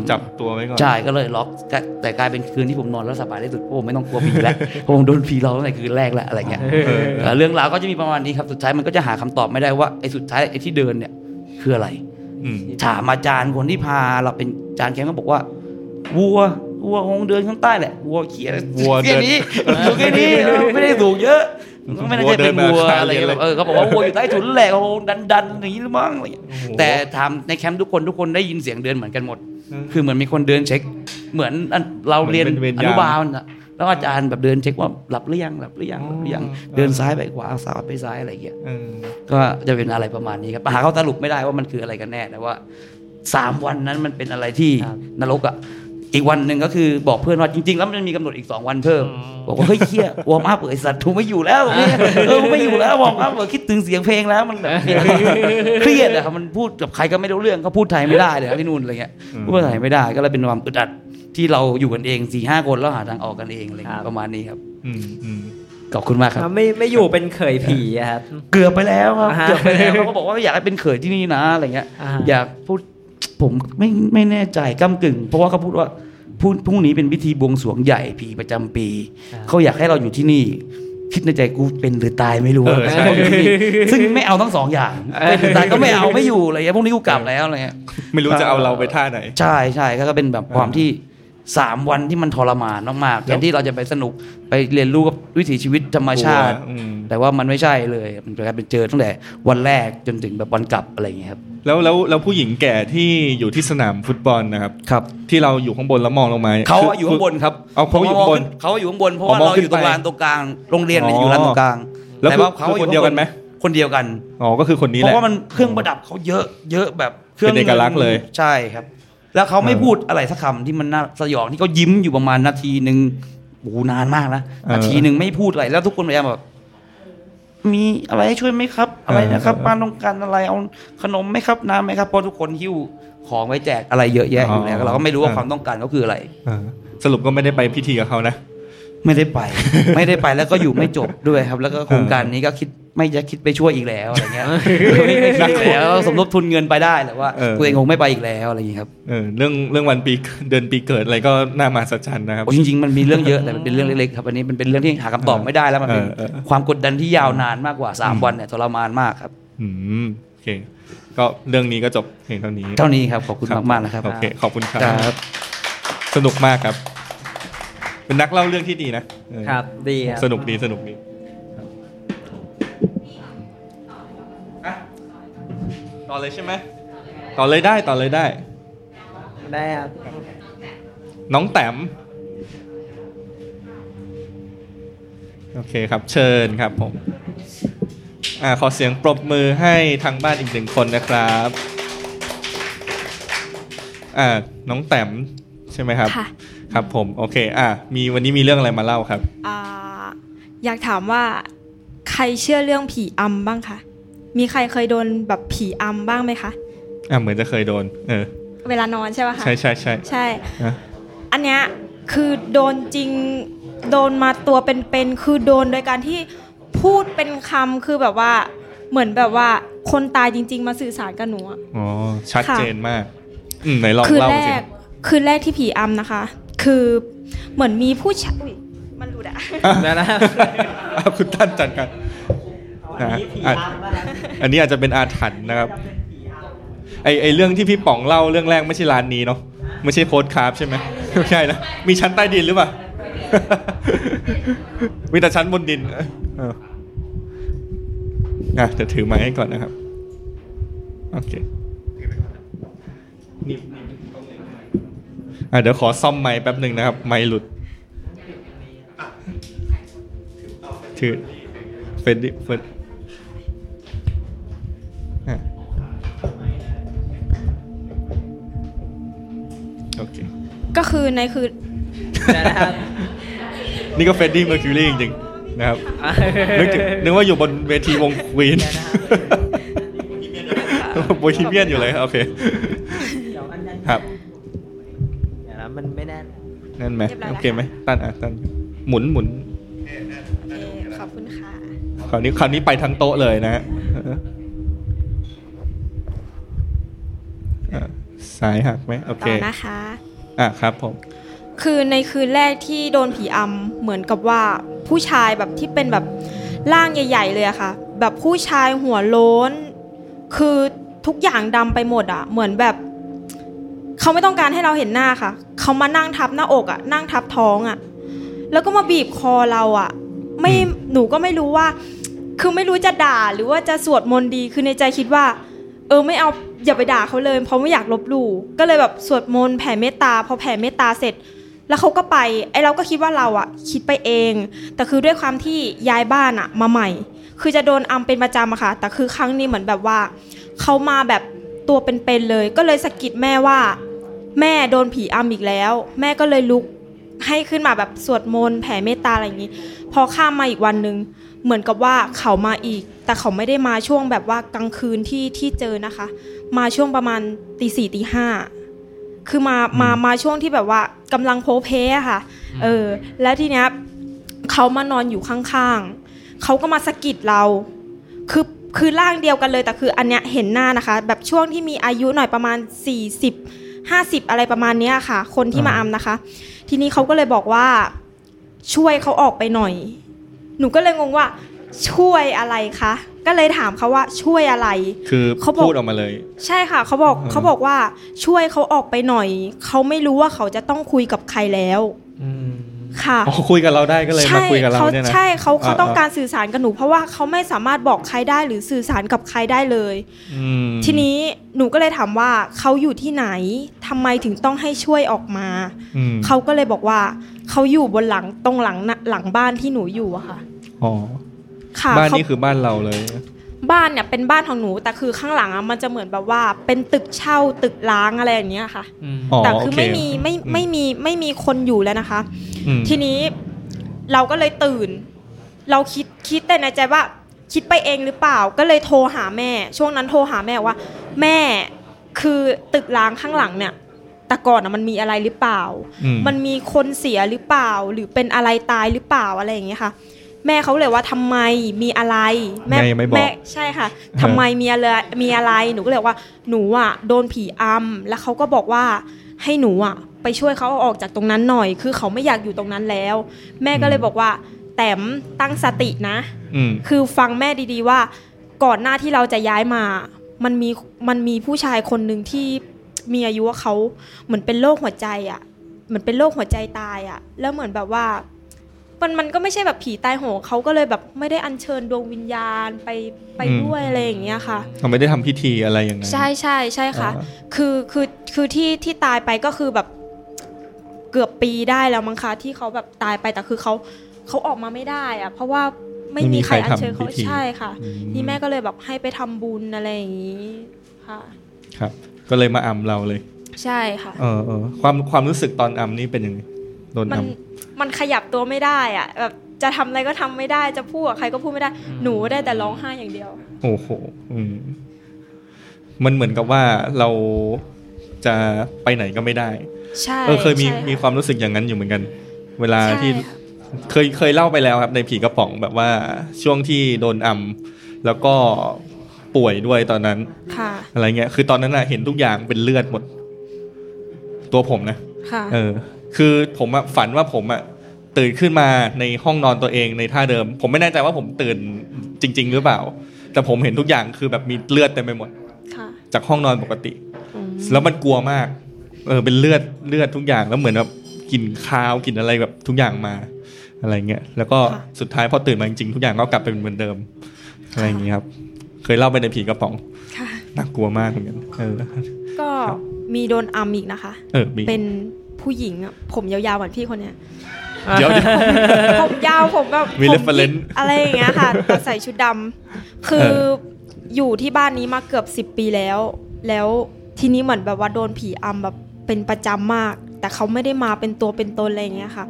B: จับตัวไว้ก่อน
G: ใช่ก็เลยล็อกแต่แต่กลายเป็นคืนที่ผมนอนแล้วสบายที่สุดเพราะผมไม่ต้องกลัวผีแล้ว เพราะผมโดนผีหลอกตั้งแต่คืนแรกแล้วอะไรเงี้ย
B: เออ
G: เอ่อเรื่องราวก็จะมีประมาณนี้ครับ สุดท้ายมันก็จะหาคำตอบไม่ได้ว่าไอ้สุดท้ายไอ้ที่เดินเนี่ย คืออะไร
B: อืม
G: ถามอาจารย์คนที่พาเราเป็นอาจารย์แคมป์ก็บอกว่า วัววัวคงเดินข้างใต้แหละวัวเขี้ย
B: วัวเดิ
G: แค่
B: น
G: นี้เออแค่นี้เออไม่ได้สูงเยอะ ไม่น่าจะเป็น
B: วัวเดินมา
G: วัว
B: คา
G: อะไร
B: เรียน
G: เงี้ย
B: เลย
G: แบบเออเขาบอกว่าวัวอยู่ใต้ถุนแหละเขาดันๆอย่างนี้หรือมั้งอะไรเงี้ยแต่ถามในแคมป์ทุกคนทุกคนได้ยินเสียงเดินเหมือนกันหมด คือเหมือนมีคนเดินเช็ค เหมือนอันเราเรียน
B: เหมือนเป็นเว
G: อย
B: ราม
G: นุบาลน่ะแล้วอาจารย์แบบเดินเช็คว่าหลับหรือยังหลับหรือยังหลับหรือยังเดินซ้ายไปขวาซ้ายไปซ้ายอะไรเงี้ย
B: เออ
G: ก็จะเป็นอะไรประมาณนี้ครับหาเขาสรุปไม่ได้ว่ามันคืออะไรกันแน่แต่ว่าสามวันนั้นมันเป็นอะไรที่นรกอ่ะอีกวันหนึ่งก็คือบอกเพื่อนว่าจริง ๆ แล้วมันมีกำหนดอีกสองวันเพิ่มบอกว่าเฮ้ยเคียวอร์มอัพเอ๋ยสัตว์ทูไม่อยู่แล้วเนี่ยเออไม่อยู่แล้ววอร์มอัพเอ๋ยคิดถึงเสียงเพลงแล้วมันแบบ เครียดอะครับมันพูดกับใครก็ไม่รู้เรื่องเขาพูดไทยไม่ได้เลยครับพี่นุ่นอะไรเงี้ยพูดภาษาไทยไม่ได้ก็เลยเป็นความอึดอัดที่เราอยู่กันเองสี่ห้าคนแล้วหาทางออกกันเองอะไรเงี้ยประมาณนี้ครับ
B: อืมอืม
G: ขอบคุณมากครับ
C: อ่ะไม่ไม่อยู่เป็นเขยผีอะครับ
G: เกือบไปแล้วครับ
C: อ่าฮะ
G: เกือบไปแล้วเขาก็บอกว่าอยากให้เป็นเขยที่นี่นะอะไรเงี้ย
C: อ่าฮะ
G: อยากพูดผมไม่ไม่แน่ใจก้ากึ่ง เพราะว่าเขาพูดว่าพรุ่งพรุ่งนี้เป็นพิธีบวงสรวงใหญ่ผีประจำปี เขาอยากให้เราอยู่ที่นี่ คิดในใจกูเป็นหรือตายไม่รู้
B: เออใช่
G: เขาอยู่ที่นี่ซึ่งไม่เอาทั้งสองอย่างเป็นหรือตายก็ไม่เอาไม่อยู่อะไรเงี้ยพรุ่งนี้กูกลับแล้วอะไรเงี้ย
B: ไม่รู้จะเอาเราไปท่าไหน
G: ใช่ใช่ก็เป็นแบบความที่สามวันที่มันทรมานมากๆแทนที่เราจะไปสนุกไปเรียนรู้กับวิถีชีวิตธรรมชาติ
B: กลัวอืม
G: แต่ว่ามันไม่ใช่เลย มันกลายเป็นเจอตั้งแต่วันแรกจนถึงแบบวันกลับอะไรอย่างเงี้ยครับ
B: แล้วแล้วแล้วผู้หญิงแก่ที่อยู่ที่สนามฟุตบอลนะครับ
G: ครับ
B: ที่เราอยู่ข้างบนแล้วมองลงมา
G: เขา
B: คื
G: อะอยู่ข้างบนครับ
B: เอาเขาอยู่ข้างบน
G: เขาอยู่ข้างบนเพราะ
B: อ๋อ
G: ว่าม
B: อง
G: เรา
B: ขึ้
G: อน ยู่ตรงลานตรงกลางโรงเรียนเนี่ย
B: อ๋
G: อ
B: ออยู่
G: ลานตรงกลาง
B: แล้วคือ
G: ขอ
B: คือคนเดียวกันไหม
G: คนเดียวกัน
B: อ๋อก็คือคนนี้
G: เพ
B: แหละ
G: ราะว่ามันเครื่องประดับเขาเยอะเยอะแบบเครื่อง
B: เป็นเอกลักษณ์เลย
G: ใช่ครับ แล้วเขาไม่พูดอะไรสักคำที่มันน่าสยองที่เขายิ้มอยู่ประมาณนาทีหนึ่งโอ้โหนานมากนะนาทีหนึ่งไม่พูดอะไรแล้วทุกคนพยายามแบบ มีอะไรให้ช่วยไหมครับ อะไรนะครับบ้านต้องการอะไรเอาขนมไหมครับน้ำไหมครับเพราะทุกคนหิ้วของไว้แจกอะไรเยอะแยะอยู่แล้วเราก็ไม่รู้ว่าความต้องการเขาคืออะไร
B: อ่าสรุปก็ไม่ได้ไปพิธีกับเขานะ
G: ไม่ได้ ไป ไม่ได้ไปแล้วก็อยู่ไม่จบด้วยครับ แล้วก็โครงการนี้ก็คิดไม่จะคิดไปช่วยอีกแล้วอะไร เงี้ยไม่ไม่คิดอีกแล้วสมทบทุนเงินไปได้แต่ว่า
B: เออ
G: ตัวเองคงไม่ไปอีกแล้วอะไรอย่างงี้ครับ
B: เออเรื่องเรื่องวันปีเดือนปีเกิดอะไรก็น่ามาสัจจันนะครับ
G: โอ้จริง ๆ มันมีเรื่องเยอะแต่มันเป็นเรื่องเล็กๆครับอันนี้มันเป็นเรื่องที่หาคำตอบไม่ได้แล้วมันเป็น
B: เออเออ
G: ความกดดันที่ยาวนานมากกว่าสามวันเนี่ยทรมานมากครับ
B: อืมโอเค ก็เรื่องนี้ก็จบเพียงเท่านี้
G: เท่านี้ครับขอบคุณมากๆนะครับ
B: โอเคขอบคุณครับ
G: ครับ
B: สนุกมากครับ เป็นนักเล่าเรื่องที่ดีนะเออ
C: ครับดีครับ
B: สนุกดีสนุกดี ต่อเลยใช่ไหมต่อเลยได้ต่อเลยได้
C: ได้ครับ
B: น้องแต้มโอเคครับ เชิญครับผมอ่าขอเสียงปรบมือให้ทางบ้านอีกหนึ่งคนนะครับอ่าน้องแต้มใช่ไหมครับ
H: ค่ะ
B: ครับผม โอเค อ่ามีวันนี้มีเรื่องอะไรมาเล่าครับ
H: อ่าอยากถามว่าใครเชื่อเรื่องผีอำบ้างคะ มีใครเคยโดนแบบผีอำบ้างไหมคะ
B: อ่าเหมือนจะเคยโดน เออ
H: เวลานอนใช่ปะคะ
B: ใช่ใช่ใช่
H: ใช่
B: ฮะ
H: อันเนี้ยคือโดนจริง โดนมาตัวเป็นๆ คือโดนโดยการที่พูดเป็นคำคือแบบว่า เหมือนแบบว่าคนตายจริง ๆ มาสื่อสารกับหนูอะ
B: อ๋อ ชัด
H: ค่ะ
B: เจนมาก อืมไหนลอง
H: คืน
B: เล่า
H: แร
B: สิ
H: กคืนแรกที่ผีอำนะคะ คือเหมือนมีผู้ชายอุ๊ยมันหลุดอะ
C: ได้แล้วครับ
B: อ่ะคุณท่านจัดการ
C: อันนี้ผี
B: อ่ะ
C: อำป่ะครับ
B: อันนี้อาจจะเป็นอาถรรพ์นะครับ ไอไอเรื่องที่พี่ป๋องเล่าเรื่องแรกไม่ใช่ร้านนี้เนาะไม่ใช่โพสต์คราฟใช่ไหมไม่ใช่นะมีชั้นใต้ดินหรือเปล่า มีแต่ชั้นบนดินเออเอออ่ะเดี๋ยวถือไม้ให้ก่อนนะครับ โอเคนี่อ่ะเดี๋ยวขอซ่อมไม้แป๊บหนึ่งนะครับ ไม้หลุด ถือเฟรนดิเฟรนอ่ะโอเค
H: ก็คือในคือ
C: ได้แล้วครับ
B: นี่ก็เฟดดี้เมอร์คิวรีจริงๆ นะครับ นึกถึงนึกว่าอยู่บนเวทีวงควีน โบฮีเมียนอยู่เลยโอเค ครับ
C: เดี๋ยวนะมันไม่แน่น
B: นั่นไหม
H: เรียบร้อยแล้ว
B: โอเคไหมตั้นอ่ะตั้นหมุนหมุน
H: เอ่อขอบคุณค่ะ
B: คราวนี้คราวนี้ไปทั้งโต๊ะเลยนะฮะอ่ะสายหักไหมโอเค
H: ต่อนะคะ
B: อ่ะครับผม
H: คือในคืนแรกที่โดนผีอำเหมือนกับว่าผู้ชายแบบที่เป็นแบบร่างใหญ่ ๆ เลยอะค่ะ แบบผู้ชายหัวโล้น คือทุกอย่างดำไปหมดอะเหมือนแบบเขาไม่ต้องการให้เราเห็นหน้าค่ะเขามานั่งทับหน้าอกอะนั่งทับท้องอะแล้วก็มาบีบคอเราอะ ไม่หนูก็ไม่รู้ว่า คือไม่รู้จะด่าหรือว่าจะสวดมนต์ดีคือในใจคิดว่า เออไม่เอาอย่าไปด่าเขาเลยเพราะไม่อยากลบหลู่ก็เลยแบบสวดมนต์แผ่เมตตาพอแผ่เมตตาเสร็จ แล้วเขาก็ไปไอเราก็คิดว่าเราอะคิดไปเอง แต่คือด้วยความที่ย้ายบ้านอะมาใหม่ คือจะโดนอำเป็นประจำอะค่ะ แต่คือครั้งนี้เหมือนแบบว่าเขามาแบบตัวเป็นๆเลย ก็เลยสะกิดแม่ว่า แม่โดนผีอำอีกแล้ว แม่ก็เลยลุกให้ขึ้นมาแบบสวดมนต์แผ่เมตตาอะไรอย่างนี้ พอข้ามมาอีกวันหนึ่งเหมือนกับว่าเขามาอีก แต่เขาไม่ได้มาช่วงแบบว่ากลางคืนที่ที่เจอนะคะ มาช่วงประมาณตีสี่ตีห้าคือมามามาช่วงที่แบบว่ากำลังโพเพอะค่ะ เออ แล้วทีเนี้ยเขามานอนอยู่ข้างๆเขาก็มาสะกิดเรา คือคือร่างเดียวกันเลยแต่คืออันเนี้ยเห็นหน้านะคะ แบบช่วงที่มีอายุหน่อยประมาณ 40 50 อะไรประมาณเนี้ยค่ะ คนที่มาอำนะคะ ทีนี้เขาก็เลยบอกว่าช่วยเขาออกไปหน่อย หนูก็เลยงงว่าช่วยอะไรคะก็เลยถามเขาว่าช่วยอะไร
B: คือ
H: เขาบอก
B: พูดออกมาเลย
H: ใช่ค่ะเขาบอก
B: เออ
H: เขาบอกว่าช่วยเขาออกไปหน่อยเขาไม่รู้ว่าเขาจะต้องคุยกับใครแล้ว
C: อืม
H: ค่ะ
B: อ๋อคุยกับเราได้ก็เลยมาคุยกับเราเนี่ยนะ
H: ใช่เขาเขา
B: อ่า
H: ต้องการสื่อสารกับหนู เพราะว่าเขาไม่สามารถบอกใครได้หรือสื่อสารกับใครได้เลย
B: อืม
H: ทีนี้หนูก็เลยถามว่าเขาอยู่ที่ไหนทำไมถึงต้องให้ช่วยออกมา
B: อืม
H: เขาก็เลยบอกว่าเขาอยู่บนหลังตรงหลังน่ะหลังบ้านที่หนูอยู่อะค่ะ
B: อ๋อ
H: ค่ะ
B: บ้าน
H: เข
B: นี้คือบ้านเราเลย
H: บ้านเนี่ยเป็นบ้านของหนูแต่คือข้างหลังอะมันจะเหมือนแบบว่าเป็นตึกเช่าตึกล้างอะไรอย่างเงี้ยค่ะ
B: อ๋อ
H: แต่
B: โอ
H: คือ
B: เค
H: ไม่มีไม่ไม่มีไม่มีคนอยู่แล้วนะคะ
B: อืม
H: ทีนี้เราก็เลยตื่น เราคิดคิดแต่ในใจว่าคิดไปเองหรือเปล่าก็เลยโทรหาแม่ ช่วงนั้นโทรหาแม่ว่า แม่คือตึกร้างข้างหลังเนี่ย แต่ก่อนน่ะมันมีอะไรหรือเปล่า
B: อื
H: มันมีคนเสียหรือเปล่า หรือเป็นอะไรตายหรือเปล่าอะไรอย่างเงี้ยค่ะ แม่เขาเลยว่าทำไมมีอะไร
B: แม่ยังไม่บอก
H: แม่ใช่ค่ะทำไมมีอะไรมีอะไรหนูก็เลยบอกว่าหนูอ่ะโดนผีอำแล้วเขาก็บอกว่าให้หนูอ่ะไปช่วยเขาเอาออกจากตรงนั้นหน่อย คือเขาไม่อยากอยู่ตรงนั้นแล้ว แม่ก็เลยบอกว่า แต้มตั้งสตินะ
B: อืม
H: คือฟังแม่ดีๆว่าก่อนหน้าที่เราจะย้ายมา มันมีมันมีผู้ชายคนหนึ่งที่มีอายุว่าเขาเหมือนเป็นโรคหัวใจอ่ะเหมือนเป็นโรคหัวใจตายอ่ะ แล้วเหมือนแบบว่า มันมันก็ไม่ใช่แบบผีตายโหงเขาก็เลยแบบไม่ได้อัญเชิญดวงวิญญาณไปไป
B: อืม
H: ด้วยอะไรอย่างเงี้ยค่ะ
B: เราไม่ได้ทำพิธีอะไรอย่างนั้น
H: ใช่ใช่ใช่ค่ะ
B: อ่า
H: คือคือคือที่ที่ตายไปก็คือแบบเกือบปีได้แล้วมั้งคะที่เขาแบบตายไปแต่คือเขาเขาออกมาไม่ได้อะเพราะว่าไม่มีใครอัญเชิญเขาใช่ค่ะ
B: อื
H: นี่แม่ก็เลยแบบให้ไปทำบุญอะไรอย่างนี้ค่ะ
B: ครับ ก็เลยมาอำเราเลย
H: ใช่ค่ะ
B: เออเออความความรู้สึกตอนอำนี่เป็นยังไงโดน
H: มั
B: อำ
H: นมันขยับตัวไม่ได้อะแบบจะทำอะไรก็ทำไม่ได้จะพูดกับใครก็พูดไม่ได้หนูได้แต่ร้องไห้อย่างเดียว
B: โอ้โหอืมมันเหมือนกับว่าเราจะไปไหนก็ไม่ได้
H: ใช่
B: เออเคยมี
H: ใช่ะ
B: มีความรู้สึกอย่างนั้นอยู่เหมือนกัน เวลา
H: ใช่
B: ที่
H: ค่ะ
B: เคยเคยเล่าไปแล้วครับ ในผีกระป๋องแบบว่าช่วงที่โดนอำ แล้วก็ป่วยด้วยตอนนั้น
H: ค่ะ
B: อะไรเงี้ย คือตอนนั้นอะเห็นทุกอย่างเป็นเลือดหมด ตัวผมนะ
H: ค่ะ
B: เออ คือผมอะฝันว่าผมอะตื่นขึ้นมาในห้องนอนตัวเองในท่าเดิม ผมไม่แน่ใจว่าผมตื่นจริง ๆ หรือเปล่า แต่ผมเห็นทุกอย่างคือแบบมีเลือดเต็มไปหมด
H: ค่ะ
B: จากห้องนอนปกติ
H: อืม
B: แล้วมันกลัวมาก เออ เป็นเลือดเลือดทุกอย่างแล้วเหมือนแบบกลิ่นคาวกลิ่นอะไรแบบทุกอย่างมา อะไรเงี้ย แล้วก็สุดท้ายพอตื่นมาจริงๆทุกอย่างก็กลับไปเป็นเหมือนเดิม อะไรอย่างเงี้ยครับ เคยเล่าไปในผีกระป๋อง
H: ค่ะ
B: น่ากลัวมากเหมือนกัน เออ
H: ก็มีโดนอัมอีกนะคะ
B: เออมี
H: เป็นผู้หญิงอะผมยาวๆเหมือนพี่คนเนี้ย
B: เดี๋ ยวเดี๋ยว
H: ผมยาวผมแบบ
B: มี
H: ผม
B: reference
H: หยิกอะไรอย่างเงี้ยค่ะแต่ใส่ชุดดำคืออยู่ที่บ้านนี้มาเกือบสิบปีแล้ว แล้วทีนี้เหมือนแบบว่าโดนผีอำแบบเป็นประจำมาก แต่เขาไม่ได้มาเป็นตัวเป็นตนอะไรอย่างเงี้ยค่ะ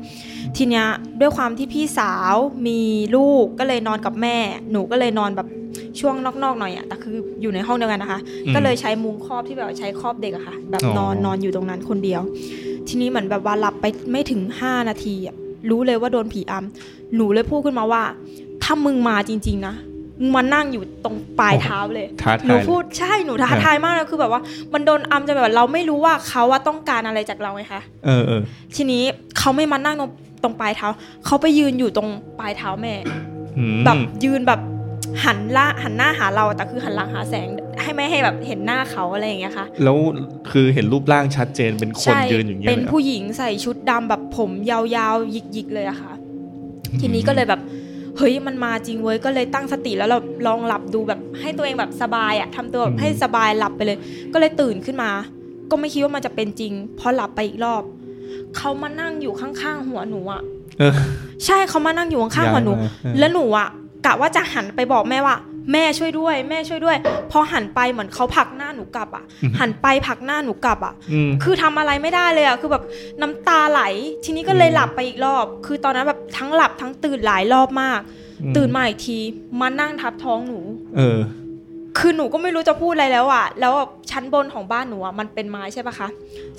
H: ทีเนี้ยด้วยความที่พี่สาวมีลูกก็เลยนอนกับแม่ หนูก็เลยนอนแบบช่วงนอกๆหน่อยอะแต่คืออยู่ในห้องเดียวกันนะคะ
B: อืม
H: ก็เลยใช้มุ้งครอบที่แบบใช้ครอบเด็กอะค่ะ แบบนอน
B: อ๋อ
H: นอนอยู่ตรงนั้นคนเดียว ทีนี้เหมือนแบบว่าหลับไปไม่ถึง 5 นาทีอะรู้เลยว่าโดนผีอำหนูเลยพูดขึ้นมาว่า ถ้ามึงมาจริง ๆ นะมึงมานั่งอยู่ตรงปลายเท้าเลย
B: ท้า
H: หนู
B: ทาย
H: พูดใช่หนูท้าทายมากเลยคือแบบว่า มันโดนอำจนแบบว่าเราไม่รู้ว่าเขาว่าต้องการอะไรจากเราไงคะ
B: เออเออ
H: ทีนี้เขาไม่มานั่งตรงตรงปลายเท้า เขาไปยืนอยู่ตรงปลายเท้าแม่
B: อืม
H: แบบยืนแบบหันละหันหน้าหาเราแต่คือหันหลังหาแสงให้ไม่ให้แบบเห็นหน้าเขาอะไรอย่างเงี้ยค่ะ
B: แล้วคือเห็นรูปร่างชัดเจนเป็นคน
H: ใช่
B: ยืนอย่างเงี้ย
H: เป็น
B: ลยหรอ
H: ผู้หญิงใส่ชุดดำแบบผมยาวๆหยิกๆเลยอะค่ะ ทีนี้ก็เลยแบบ เฮ้ยมันมาจริงเว้ยก็เลยตั้งสติแล้วเราลองหลับดูแบบให้ตัวเองแบบสบายอะทำตัวแบบให้สบายหลับไปเลย ก็เลยตื่นขึ้นมา ก็ไม่คิดว่ามันจะเป็นจริงพอหลับไปอีกรอบเขามานั่งอยู่ข้างๆหัวหนูอะ
B: เออ
H: ใช่เขามานั่งอยู่ข้างๆกับหนู
B: ใหญ่มากเออ
H: แล้วหนูอ่ะกะว่าจะหันไปบอกแม่ว่า แม่ช่วยด้วย แม่ช่วยด้วย พอหันไปเหมือนเขาผลักหน้าหนูกลับอ่ะ หันไปผลักหน้าหนูกลับอ่ะ
B: อืม
H: คือทำอะไรไม่ได้เลยอ่ะคือแบบน้ำตาไหล ทีนี้ก็เลยหลับไปอีกรอบ คือตอนนั้นแบบทั้งหลับทั้งตื่นหลายรอบมาก
B: อืม
H: ตื่นมาอีกทีมานั่งทับท้องหนู
B: เออ
H: คือหนูก็ไม่รู้จะพูดอะไรแล้วอ่ะ แล้วแบบชั้นบนของบ้านหนูอ่ะมันเป็นไม้ใช่ปะคะ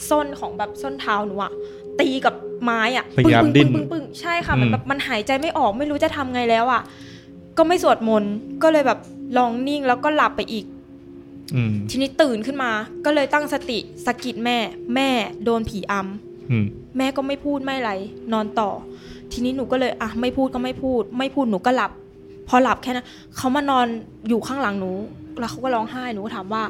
H: ส้นของแบบส้นเท้าหนูอ่ะตีกับไม้อ่ะ
B: พยายาม
H: ปึ้ง
B: ดิ้
H: ปึ้
B: น
H: งปึ้งปึ้งปึ้งใช่ค่ะ
B: อืม
H: มันแบบมันหายใจไม่ออกไม่รู้จะทำไงแล้วอ่ะ ก็ไม่สวดมนต์ ก็เลยแบบลองนิ่งแล้วก็หลับไปอีก
B: อืม
H: ทีนี้ตื่นขึ้นมา ก็เลยตั้งสติสะกิดแม่ แม่โดนผีอำ
B: อืม
H: แม่ก็ไม่พูดไม่อะไร นอนต่อ ทีนี้หนูก็เลยอ่ะไม่พูดก็ไม่พูด ไม่พูดหนูก็หลับ พอหลับแค่นั้นเขามานอนอยู่ข้างหลังหนู แล้วเขาก็ร้องไห้หนูก็ถามว่า